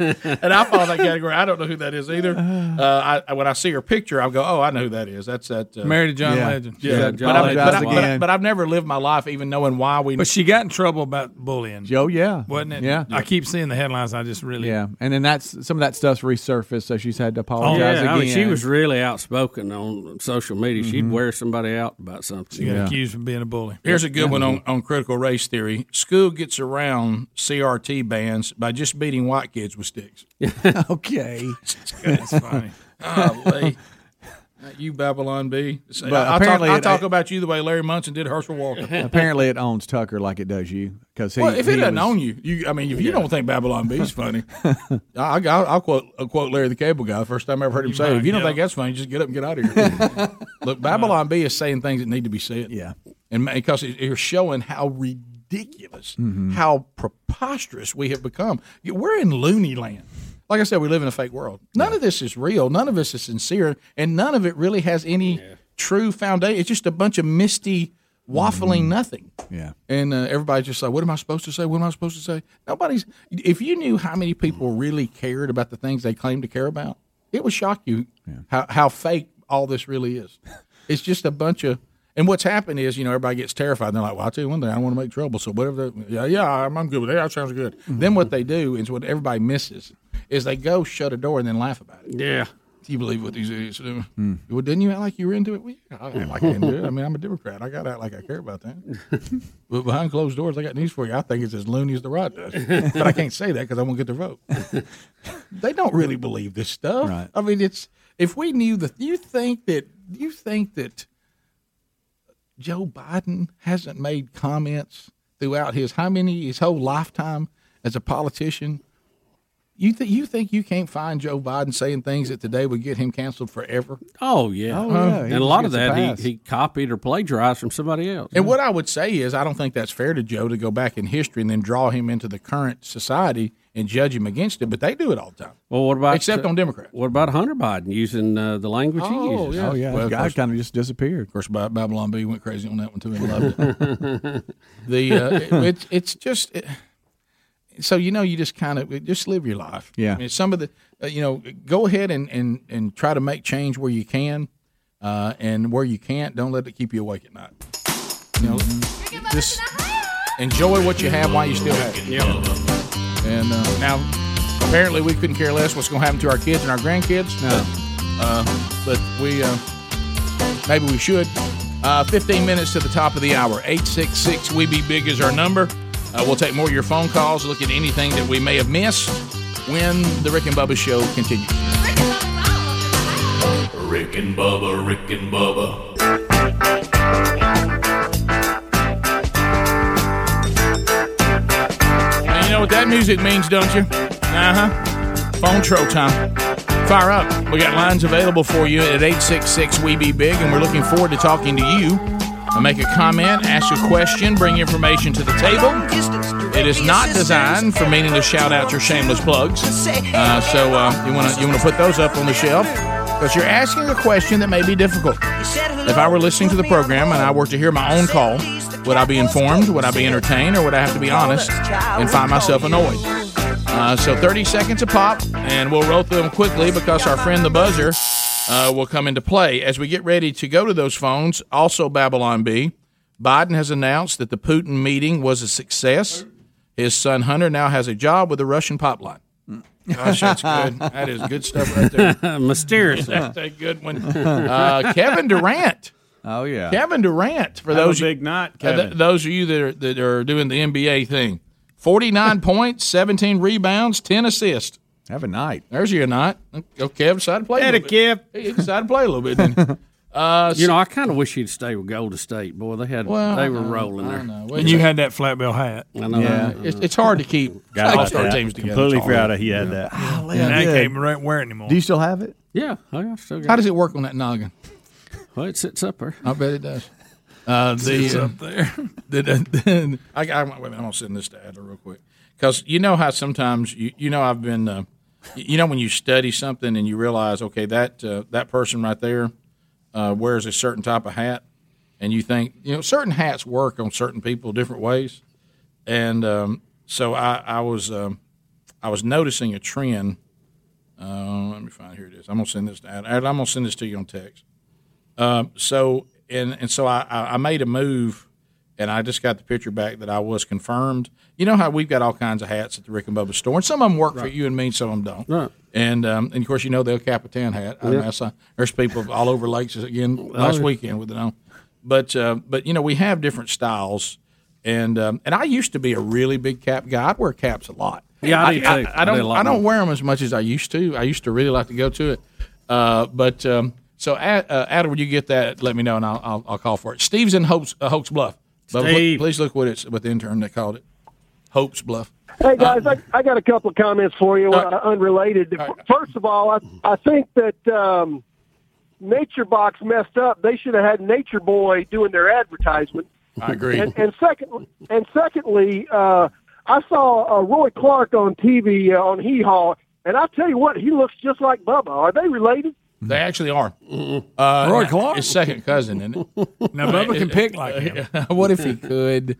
[SPEAKER 10] and I fall in that category. I don't know who that is either. Uh, I, when I see her picture, I go, "Oh, I know who that is. That's that uh,
[SPEAKER 5] Married to John Yeah. Legend.
[SPEAKER 10] Yeah,
[SPEAKER 5] Yeah,
[SPEAKER 10] but,
[SPEAKER 5] John
[SPEAKER 10] I,
[SPEAKER 5] Legend.
[SPEAKER 10] but, I, but, I,
[SPEAKER 5] Again.
[SPEAKER 10] but I've never lived my life even knowing why we.
[SPEAKER 5] But she got in trouble about bullying.
[SPEAKER 4] Oh yeah,
[SPEAKER 5] Wasn't it?
[SPEAKER 4] Yeah.
[SPEAKER 5] I keep seeing the headlines. I just really.
[SPEAKER 4] Yeah, and then that's some of that stuff's resurfaced, so she's had to
[SPEAKER 16] Oh,
[SPEAKER 4] apologize
[SPEAKER 16] yeah,
[SPEAKER 4] again.
[SPEAKER 16] I mean, she was really outspoken on social media.
[SPEAKER 10] Mm-hmm.
[SPEAKER 16] She'd wear somebody out about something.
[SPEAKER 10] She got Yeah.
[SPEAKER 5] accused of being a bully.
[SPEAKER 10] Here's a good one on, on critical race theory. School gets around CRT bans by just beating white kids with sticks.
[SPEAKER 4] okay.
[SPEAKER 10] That's funny. Golly. Not You Babylon B. Say,
[SPEAKER 4] But
[SPEAKER 10] I- I,
[SPEAKER 4] apparently
[SPEAKER 10] talk, I
[SPEAKER 4] it-
[SPEAKER 10] talk about you the way Larry Munson did Herschel Walker.
[SPEAKER 4] Apparently, it owns Tucker like it does you because he.
[SPEAKER 10] well, if it
[SPEAKER 4] he
[SPEAKER 10] doesn't
[SPEAKER 4] was-
[SPEAKER 10] own you, you, I mean, if you don't think Babylon B is funny, I, I, I'll quote I'll quote Larry the Cable Guy. First time I ever heard him say, it. "If you don't think that's funny, just get up and get out of here." Look, Babylon B is saying things that need to be said.
[SPEAKER 4] Yeah,
[SPEAKER 10] and because it- you're showing how ridiculous,
[SPEAKER 4] Mm-hmm,
[SPEAKER 5] Mhm.
[SPEAKER 10] how preposterous we have become. We're in loony land. Like I said, we live in a fake world. None of this is real. None of this is sincere, and none of it really has any true foundation. It's just a bunch of misty, waffling nothing.
[SPEAKER 4] Yeah.
[SPEAKER 10] And uh, everybody's just like, what am I supposed to say? What am I supposed to say? Nobody's. If you knew how many people really cared about the things they claim to care about, it would shock you how, how fake all this really is. It's just a bunch of. And what's happened is, you know, everybody gets terrified. They're like, well, I'll tell you one thing, I don't want to make trouble. So whatever, the, yeah, yeah, I'm, I'm good with that. That sounds good. Then what they do is what everybody misses is they go shut a door and then laugh about it.
[SPEAKER 5] Yeah.
[SPEAKER 10] Do you believe what these idiots do? Well, didn't you act like you were into it? Well, yeah, I act like I into it. I mean, I'm a Democrat. I got to act like I care about that. but behind closed doors, I got news for you. I think it's as loony as the rod does. but I can't say that because I won't get the vote. they don't really believe this stuff.
[SPEAKER 5] Right.
[SPEAKER 10] I mean, it's if we knew that you think that you think that Joe Biden hasn't made comments throughout his how many his whole lifetime as a politician. You think you think you can't find Joe Biden saying things that today would get him canceled forever?
[SPEAKER 16] Oh yeah,
[SPEAKER 10] Oh, yeah.
[SPEAKER 16] and
[SPEAKER 10] He
[SPEAKER 16] a lot of
[SPEAKER 10] just gets a
[SPEAKER 16] that
[SPEAKER 10] pass.
[SPEAKER 16] he, he copied or plagiarized from somebody else.
[SPEAKER 10] And what I would say is, I don't think that's fair to Joe to go back in history and then draw him into the current society and judge him against it. But they do it all the time.
[SPEAKER 16] Well, what about
[SPEAKER 10] Except on Democrats?
[SPEAKER 16] What about Hunter Biden using uh, the language he
[SPEAKER 10] Oh,
[SPEAKER 16] uses?
[SPEAKER 10] yeah. Oh, yeah. Well, of Guy course-
[SPEAKER 4] kind of just disappeared. Of
[SPEAKER 10] course, Ba- Babylon B went crazy on that one too and loved it. the uh, it- it's it's just it- so you know you just kind of just live your life.
[SPEAKER 4] Yeah.
[SPEAKER 10] I mean, some of the uh, you know go ahead and and and try to make change where you can, uh, and where you can't, don't let it keep you awake at night. You know, just enjoy what you have while you still have it. And uh, now, apparently, we couldn't care less what's going to happen to our kids and our grandkids. No. Uh, but we, uh, maybe we should. Uh, 15 minutes to the top of the hour. 866 We Be Big is our number. Uh, we'll take more of your phone calls, look at anything that we may have missed when the Rick and Bubba show continues.
[SPEAKER 13] Rick and Bubba, Rick and Bubba.
[SPEAKER 10] And you know what that music means, don't you? Uh huh. Phone tro Uh-huh. time. Fire up. We got lines available for you at 866 We Be Big, and we're looking forward to talking to you. And make a comment, ask a question, bring information to the table. It is not designed for meaning to shout out your shameless plugs. Uh, so uh, you want to you want to put those up on the shelf because you're asking a question that may be difficult. If I were listening to the program and I were to hear my own call, would I be informed? Would I be entertained? Or would I have to be honest and find myself annoyed? Uh, so 30 seconds a pop, and we'll roll through them quickly because our friend the buzzer uh, will come into play. As we get ready to go to those phones, also Babylon B, Biden has announced that the Putin meeting was a success. His son Hunter now has a job with the Russian pipeline. Gosh, that's good. That is good stuff right there.
[SPEAKER 16] Mysteriously.
[SPEAKER 10] That's a good one. Uh, Kevin Durant.
[SPEAKER 23] Oh yeah,
[SPEAKER 10] Kevin Durant. For
[SPEAKER 23] Have a
[SPEAKER 10] those
[SPEAKER 23] big night,
[SPEAKER 10] uh, th-
[SPEAKER 23] Kevin.
[SPEAKER 10] those of you that are, that are doing the NBA thing, forty nine points, seventeen rebounds, ten assists.
[SPEAKER 23] Have a night.
[SPEAKER 10] There's your night. Go, Kev. Decided to play.
[SPEAKER 16] Had
[SPEAKER 10] a
[SPEAKER 16] a
[SPEAKER 10] little bit. He decided to play a little bit. Then. Uh,
[SPEAKER 16] you know, I kind of wish he'd stay with Golden State. Boy, they had
[SPEAKER 10] Well,
[SPEAKER 16] they were
[SPEAKER 10] I know,
[SPEAKER 16] rolling there.
[SPEAKER 5] And you had that flat bill hat.
[SPEAKER 16] I know. Uh-huh.
[SPEAKER 5] Yeah.
[SPEAKER 10] It's, it's hard to keep
[SPEAKER 16] Got
[SPEAKER 10] all
[SPEAKER 16] about
[SPEAKER 10] star
[SPEAKER 16] that.
[SPEAKER 10] teams together.
[SPEAKER 16] Completely
[SPEAKER 10] It's hard.
[SPEAKER 16] forgot he had
[SPEAKER 10] Yeah.
[SPEAKER 16] that. Oh,
[SPEAKER 5] and I
[SPEAKER 16] yeah.
[SPEAKER 5] can't re- wear it anymore.
[SPEAKER 10] Do you
[SPEAKER 23] still have it?
[SPEAKER 16] Yeah, I still got
[SPEAKER 10] How does it work on that noggin?
[SPEAKER 16] Well, it sits up there.
[SPEAKER 10] I bet it does. Uh,
[SPEAKER 5] Sits
[SPEAKER 10] the, uh,
[SPEAKER 5] up there.
[SPEAKER 10] the- the- the- I, I, wait a minute, I'm gonna send this to Adler real quick because you know how sometimes you, you know I've been uh, you you know when you study something and you realize okay that uh, that person right there uh, wears a certain type of hat and you think you know certain hats work on certain people different ways and um, so I, I was um, I was noticing a trend. Uh, let me find here it is. I'm gonna send this to Adler. Adler, I'm gonna send this to you on text. Um, so and and so I, I I made a move, and I just got the picture back that I was confirmed. You know how we've got all kinds of hats at the Rick and Bubba store, and some of them work for
[SPEAKER 5] Right.
[SPEAKER 10] you and me, and some of them don't.
[SPEAKER 5] Right.
[SPEAKER 10] And um, and of course you know the El Capitan hat. I
[SPEAKER 5] Yeah.
[SPEAKER 10] mean, I saw- there's people all over lakes again last
[SPEAKER 5] yeah.
[SPEAKER 10] weekend with it on. But uh, but you know we have different styles, and um, and I used to be a really big cap guy. I'd wear caps a lot.
[SPEAKER 5] Yeah, I did
[SPEAKER 10] I,
[SPEAKER 5] too.
[SPEAKER 10] I,
[SPEAKER 5] I did a
[SPEAKER 10] don't
[SPEAKER 5] lot
[SPEAKER 10] I don't
[SPEAKER 5] more.
[SPEAKER 10] wear them as much as I used to. I used to really like to go to it, uh, but um, so Ad, uh, Adam, when you get that, let me know and I'll I'll, I'll call for it. Steve's in Hope's uh, Hope's Bluff. But look-
[SPEAKER 5] Steve.
[SPEAKER 10] please look what it's what the intern they called it, Hope's Bluff.
[SPEAKER 12] Hey guys, I, I got a couple of comments for you, uh, unrelated. First of all, I, I think that um, Nature Box messed up. They should have had Nature Boy doing their advertisement.
[SPEAKER 10] I agree.
[SPEAKER 12] And, and second, and secondly, uh, I saw uh, Roy Clark on TV uh, on Hee Haw, and I tell you what, he looks just like Bubba. Are they related?
[SPEAKER 10] They actually are. Uh,
[SPEAKER 5] Roy Clark?
[SPEAKER 10] his second cousin, isn't it?
[SPEAKER 5] Now, Bubba can pick like him.
[SPEAKER 10] what if he could?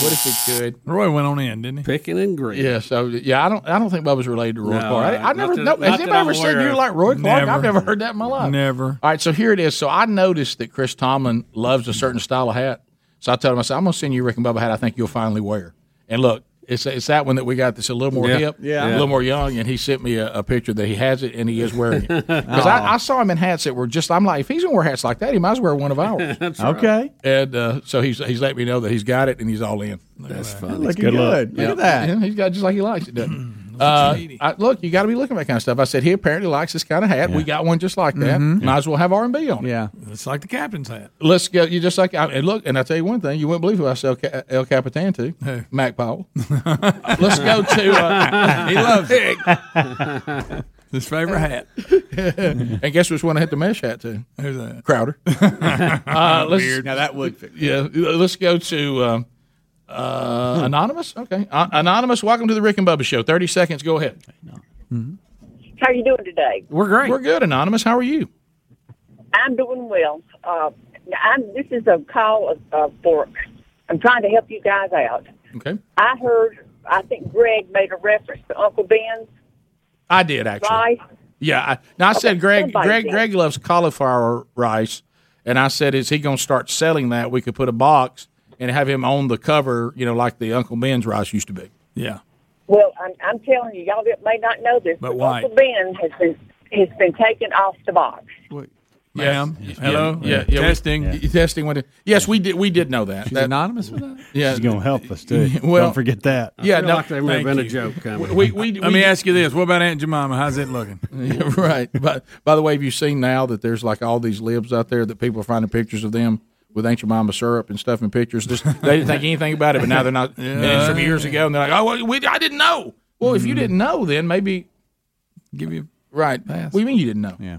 [SPEAKER 10] What if he could?
[SPEAKER 5] Roy went on in, didn't he?
[SPEAKER 16] Picking and green.
[SPEAKER 10] Yeah, so yeah, I don't, I don't think Bubba's related to Roy
[SPEAKER 5] No,
[SPEAKER 10] Clark. I, I
[SPEAKER 5] not
[SPEAKER 10] never,
[SPEAKER 5] that-
[SPEAKER 10] no,
[SPEAKER 5] not
[SPEAKER 10] has
[SPEAKER 5] that
[SPEAKER 10] anybody
[SPEAKER 5] I'm
[SPEAKER 10] ever said
[SPEAKER 5] aware
[SPEAKER 10] you
[SPEAKER 5] of.
[SPEAKER 10] like Roy Clark? I've
[SPEAKER 5] Never.
[SPEAKER 10] never heard that in my life.
[SPEAKER 5] Never.
[SPEAKER 10] All right, so here it is. So I noticed that Chris Tomlin loves a certain style of hat. So I told him, I said, I'm going to send you a Rick and Bubba hat. I think you'll finally wear. And look, it's it's that one that we got that's a little more
[SPEAKER 5] Yeah.
[SPEAKER 10] hip,
[SPEAKER 5] Yeah.
[SPEAKER 10] a
[SPEAKER 5] Yeah.
[SPEAKER 10] little more young. And he sent me a, a picture that he has it and he is wearing it. Because I, I saw him in hats that were just, I'm like, if he's going to wear hats like that, he might as well wear one of ours.
[SPEAKER 16] That's
[SPEAKER 6] right. Okay.
[SPEAKER 10] And uh, so he's he's let me know that he's got it and he's all in.
[SPEAKER 16] That's
[SPEAKER 6] funny. Looking Good luck. good. Look at that.
[SPEAKER 10] Yeah, he's got it just like he likes it, doesn't he? Uh, I, look, you got to be looking at that kind of stuff. I said he apparently likes this kind of hat. We got one just like that.
[SPEAKER 6] Mm-hmm.
[SPEAKER 5] Mhm.
[SPEAKER 10] Might as well have R and B on it.
[SPEAKER 23] Yeah,
[SPEAKER 5] It's like the captain's hat.
[SPEAKER 10] let's go. You just like I, and look, and I tell you one thing, you wouldn't believe who I sell Ca- El Capitan to,
[SPEAKER 5] Who?
[SPEAKER 10] Mac Powell. let's go to uh, he loves it.
[SPEAKER 5] His favorite hat.
[SPEAKER 10] and guess which one I hit the mesh hat to?
[SPEAKER 5] Who's that?
[SPEAKER 10] Crowder. uh, let's,
[SPEAKER 5] Beard. Now, that would fit.
[SPEAKER 10] Yeah, let's go to uh, uh, anonymous. Okay, uh, anonymous. Welcome to the Rick and Bubba Show. Thirty seconds. Go ahead.
[SPEAKER 25] How you doing today?
[SPEAKER 16] We're great.
[SPEAKER 10] We're good. Anonymous. How are you?
[SPEAKER 25] I'm doing well. Uh, I'm, this is a call uh, for. I'm trying to help you guys out.
[SPEAKER 10] Okay.
[SPEAKER 25] I heard. I think Greg made a reference to Uncle Ben's
[SPEAKER 10] I did actually.
[SPEAKER 25] rice.
[SPEAKER 10] Yeah. I, now I said Greg.
[SPEAKER 25] somebody
[SPEAKER 10] Greg.
[SPEAKER 25] did.
[SPEAKER 10] Greg loves cauliflower rice, and I said, is he going to start selling that? We could put a box and have him on the cover, you know, like the Uncle Ben's rice used to be.
[SPEAKER 5] Yeah.
[SPEAKER 25] Well, I'm, I'm telling you, y'all that may not know this,
[SPEAKER 10] But why?
[SPEAKER 25] Uncle Ben has been has been taken off the box.
[SPEAKER 5] Ma'am. Hello.
[SPEAKER 10] Yeah. yeah,
[SPEAKER 5] Testing.
[SPEAKER 10] We, Testing. What? Yes, we did. We did know that.
[SPEAKER 5] She's
[SPEAKER 10] that
[SPEAKER 23] anonymous with that.
[SPEAKER 10] Yeah.
[SPEAKER 6] She's gonna help us too.
[SPEAKER 10] Well-
[SPEAKER 6] Don't forget that.
[SPEAKER 10] Yeah,
[SPEAKER 16] I feel
[SPEAKER 10] no,
[SPEAKER 16] like there may have
[SPEAKER 10] thank
[SPEAKER 16] been a
[SPEAKER 10] you.
[SPEAKER 16] joke coming.
[SPEAKER 10] We- we- we-
[SPEAKER 5] Let me ask you this: What about Aunt Jemima? How's it looking?
[SPEAKER 10] Yeah, right. But by the way, have you seen now that there's like all these libs out there that people are finding pictures of them with ancient mama syrup and stuff in pictures? Just, they didn't think anything about it, but now they're not. and it's
[SPEAKER 5] Mm.
[SPEAKER 10] from years ago, and they're like, "Oh, well, we, I didn't know." Well, if you didn't know, then maybe
[SPEAKER 5] give you
[SPEAKER 10] Right. What do you mean you didn't know?
[SPEAKER 23] Yeah.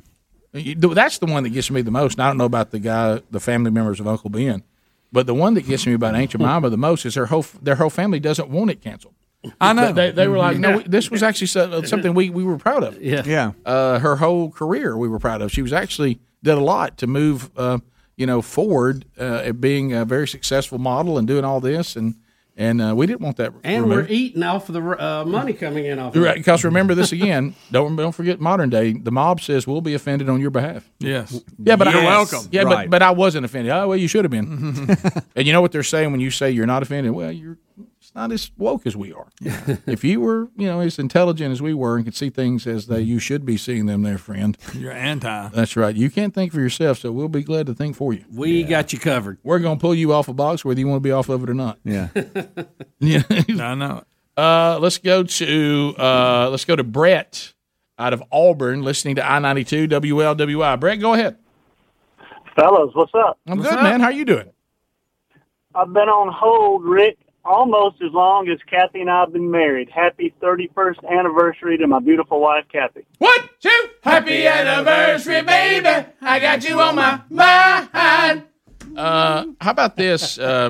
[SPEAKER 10] You- th- That's the one that gets me the most. And I don't know about the guy, the family members of Uncle Ben, but the one that gets me about Aunt Jemima the most is her whole f- their whole family doesn't want it canceled.
[SPEAKER 5] I know.
[SPEAKER 10] They, they were like,
[SPEAKER 5] Mhm.
[SPEAKER 10] no, we- this was actually so- uh, something we, we were proud of.
[SPEAKER 5] Yeah.
[SPEAKER 23] Yeah.
[SPEAKER 10] Uh, her whole career we were proud of. She was actually did a lot to move, uh, you know, forward uh, at being a very successful model and doing all this. And, and uh, we didn't want that.
[SPEAKER 16] And
[SPEAKER 10] removed.
[SPEAKER 16] we're eating off of the uh, money coming in off.
[SPEAKER 10] Right, because remember this again. Don't don't forget modern day. The mob says we'll be offended on your behalf.
[SPEAKER 5] Yes.
[SPEAKER 10] Yeah, but I,
[SPEAKER 5] You're welcome.
[SPEAKER 10] Yeah,
[SPEAKER 5] Right.
[SPEAKER 10] but but I wasn't offended. Oh well, you should have been. and you know what they're saying when you say you're not offended? Well, you're it's not as woke as we are. if you were, you know, as intelligent as we were and could see things as they you should be seeing them, there, friend.
[SPEAKER 5] You're anti.
[SPEAKER 10] That's right. You can't think for yourself, so we'll be glad to think for you.
[SPEAKER 16] We got you covered.
[SPEAKER 10] We're gonna pull you off a box whether you want to be off of it or not.
[SPEAKER 23] Yeah.
[SPEAKER 10] yeah.
[SPEAKER 5] I know.
[SPEAKER 10] Uh, let's go to uh, let's go to Brett out of Auburn, listening to I ninety two WLWI. Brett, go ahead.
[SPEAKER 20] Fellas, what's up?
[SPEAKER 10] I'm good, man. How are you doing?
[SPEAKER 20] I've been on hold, Rick, almost as long as Kathy and I have been married. Happy 31st anniversary to my beautiful wife, Kathy.
[SPEAKER 10] What? Two?
[SPEAKER 26] Happy anniversary, baby. I got you on my mind.
[SPEAKER 10] Uh, how about this? Uh,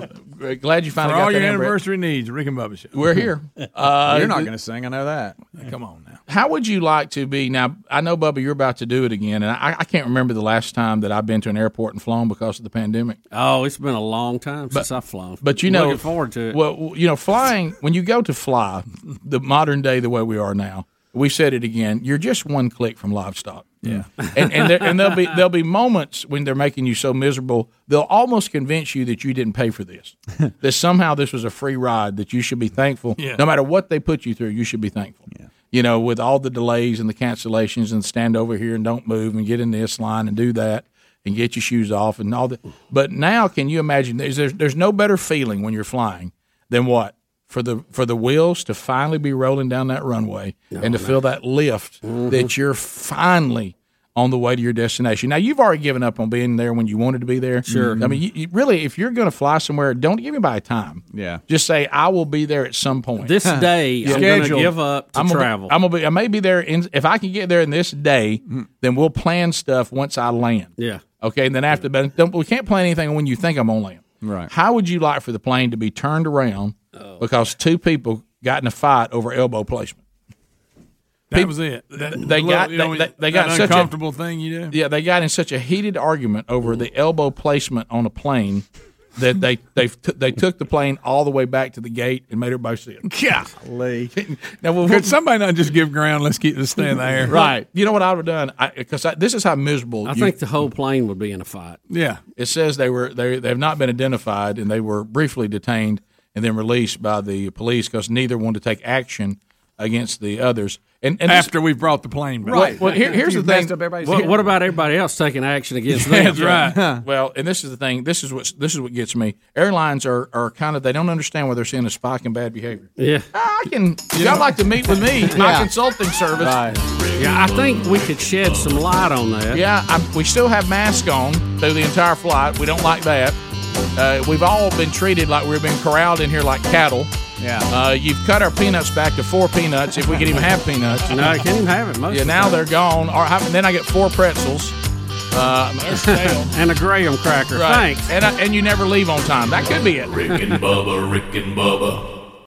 [SPEAKER 10] glad you finally
[SPEAKER 5] For
[SPEAKER 10] got
[SPEAKER 5] all
[SPEAKER 10] that
[SPEAKER 5] your
[SPEAKER 10] in, Brett.
[SPEAKER 5] anniversary needs, Rick and Bubba Show.
[SPEAKER 10] We're here. Uh,
[SPEAKER 5] You're not
[SPEAKER 10] th-
[SPEAKER 5] going
[SPEAKER 23] to sing. I know that.
[SPEAKER 5] Come on now.
[SPEAKER 10] How would you like to be now? I know, Bubba, you're about to do it again, and I, I can't remember the last time that I've been to an airport and flown because of the pandemic.
[SPEAKER 16] Oh, it's been a long time since I've flown.
[SPEAKER 10] But you know,
[SPEAKER 16] looking forward to it.
[SPEAKER 10] Well, you know, flying when you go to fly, the modern day the way we are now, we said it again. You're just one click from livestock.
[SPEAKER 5] Yeah.
[SPEAKER 10] and and, there, and there'll be there'll be moments when they're making you so miserable they'll almost convince you that you didn't pay for this that somehow this was a free ride that you should be thankful
[SPEAKER 5] Yeah.
[SPEAKER 10] no matter what they put you through you should be thankful you know with all the delays and the cancellations and stand over here and don't move and get in this line and do that and get your shoes off and all that but now can you imagine there's there's, there's no better feeling when you're flying than what for the for the wheels to finally be rolling down that runway and to feel that lift that you're finally on the way to your destination. Now you've already given up on being there when you wanted to be there.
[SPEAKER 5] Sure.
[SPEAKER 10] I mean, you, you really, if you're going to fly somewhere, don't give anybody time.
[SPEAKER 23] Yeah.
[SPEAKER 10] Just say I will be there at some point.
[SPEAKER 16] This day, I'm gonna give up to
[SPEAKER 10] I'm gonna be-
[SPEAKER 16] travel.
[SPEAKER 10] I'm gonna be. I may be there in, if I can get there in this day. Then we'll plan stuff once I land.
[SPEAKER 16] yeah.
[SPEAKER 10] Okay, and then after, but don't, we can't plan anything when you think I'm on land.
[SPEAKER 23] Right.
[SPEAKER 10] How would you like for the plane to be turned around
[SPEAKER 16] Oh,
[SPEAKER 10] because two people got in a fight over elbow placement?
[SPEAKER 5] That
[SPEAKER 10] People-
[SPEAKER 5] was it. That-
[SPEAKER 10] they
[SPEAKER 5] look,
[SPEAKER 10] got
[SPEAKER 5] you know,
[SPEAKER 10] they, they- they got
[SPEAKER 5] that
[SPEAKER 10] in such a
[SPEAKER 5] uncomfortable thing you do.
[SPEAKER 10] yeah, they got in such a heated argument over the elbow placement on a plane that they they t- they took the plane all the way back to the gate and made everybody see it.
[SPEAKER 5] Yeah.
[SPEAKER 23] Golly.
[SPEAKER 10] Now, well,
[SPEAKER 5] Could somebody not just give ground? Let's keep this stay in the air.
[SPEAKER 10] Right. You know what I would have done? Because I, this is how miserable.
[SPEAKER 16] I
[SPEAKER 10] you-
[SPEAKER 16] think the whole plane would be in a fight.
[SPEAKER 5] Yeah.
[SPEAKER 10] It says they were they they have not been identified and they were briefly detained and then released by the police because neither wanted to take action against the others. And, and
[SPEAKER 5] After we brought the plane back.
[SPEAKER 10] Right. Well, here- here's the thing.
[SPEAKER 16] What, what about everybody else taking action against them?
[SPEAKER 10] well, and this is the thing. This is what this is what gets me. Airlines are, are kind of they don't understand why they're seeing a spike in bad behavior.
[SPEAKER 16] Yeah.
[SPEAKER 10] I can. Y'all like to meet with me, my
[SPEAKER 16] Yeah.
[SPEAKER 10] consulting service.
[SPEAKER 16] Yeah, I think we could shed some light on that.
[SPEAKER 10] Yeah, i we still have masks on through the entire flight. We don't like that. Uh, we've all been treated like we've been corralled in here like cattle.
[SPEAKER 23] Yeah.
[SPEAKER 10] Uh, you've cut our peanuts back to four peanuts if we can even have peanuts.
[SPEAKER 16] No, I can't even have it. Most
[SPEAKER 10] yeah,
[SPEAKER 16] of the
[SPEAKER 10] now
[SPEAKER 16] time.
[SPEAKER 10] they're gone. Or I, then I get four pretzels. Uh,
[SPEAKER 16] and a graham cracker.
[SPEAKER 10] Thanks. And, I, and you never leave on time. That could be it.
[SPEAKER 13] Rick and Bubba, Rick and Bubba.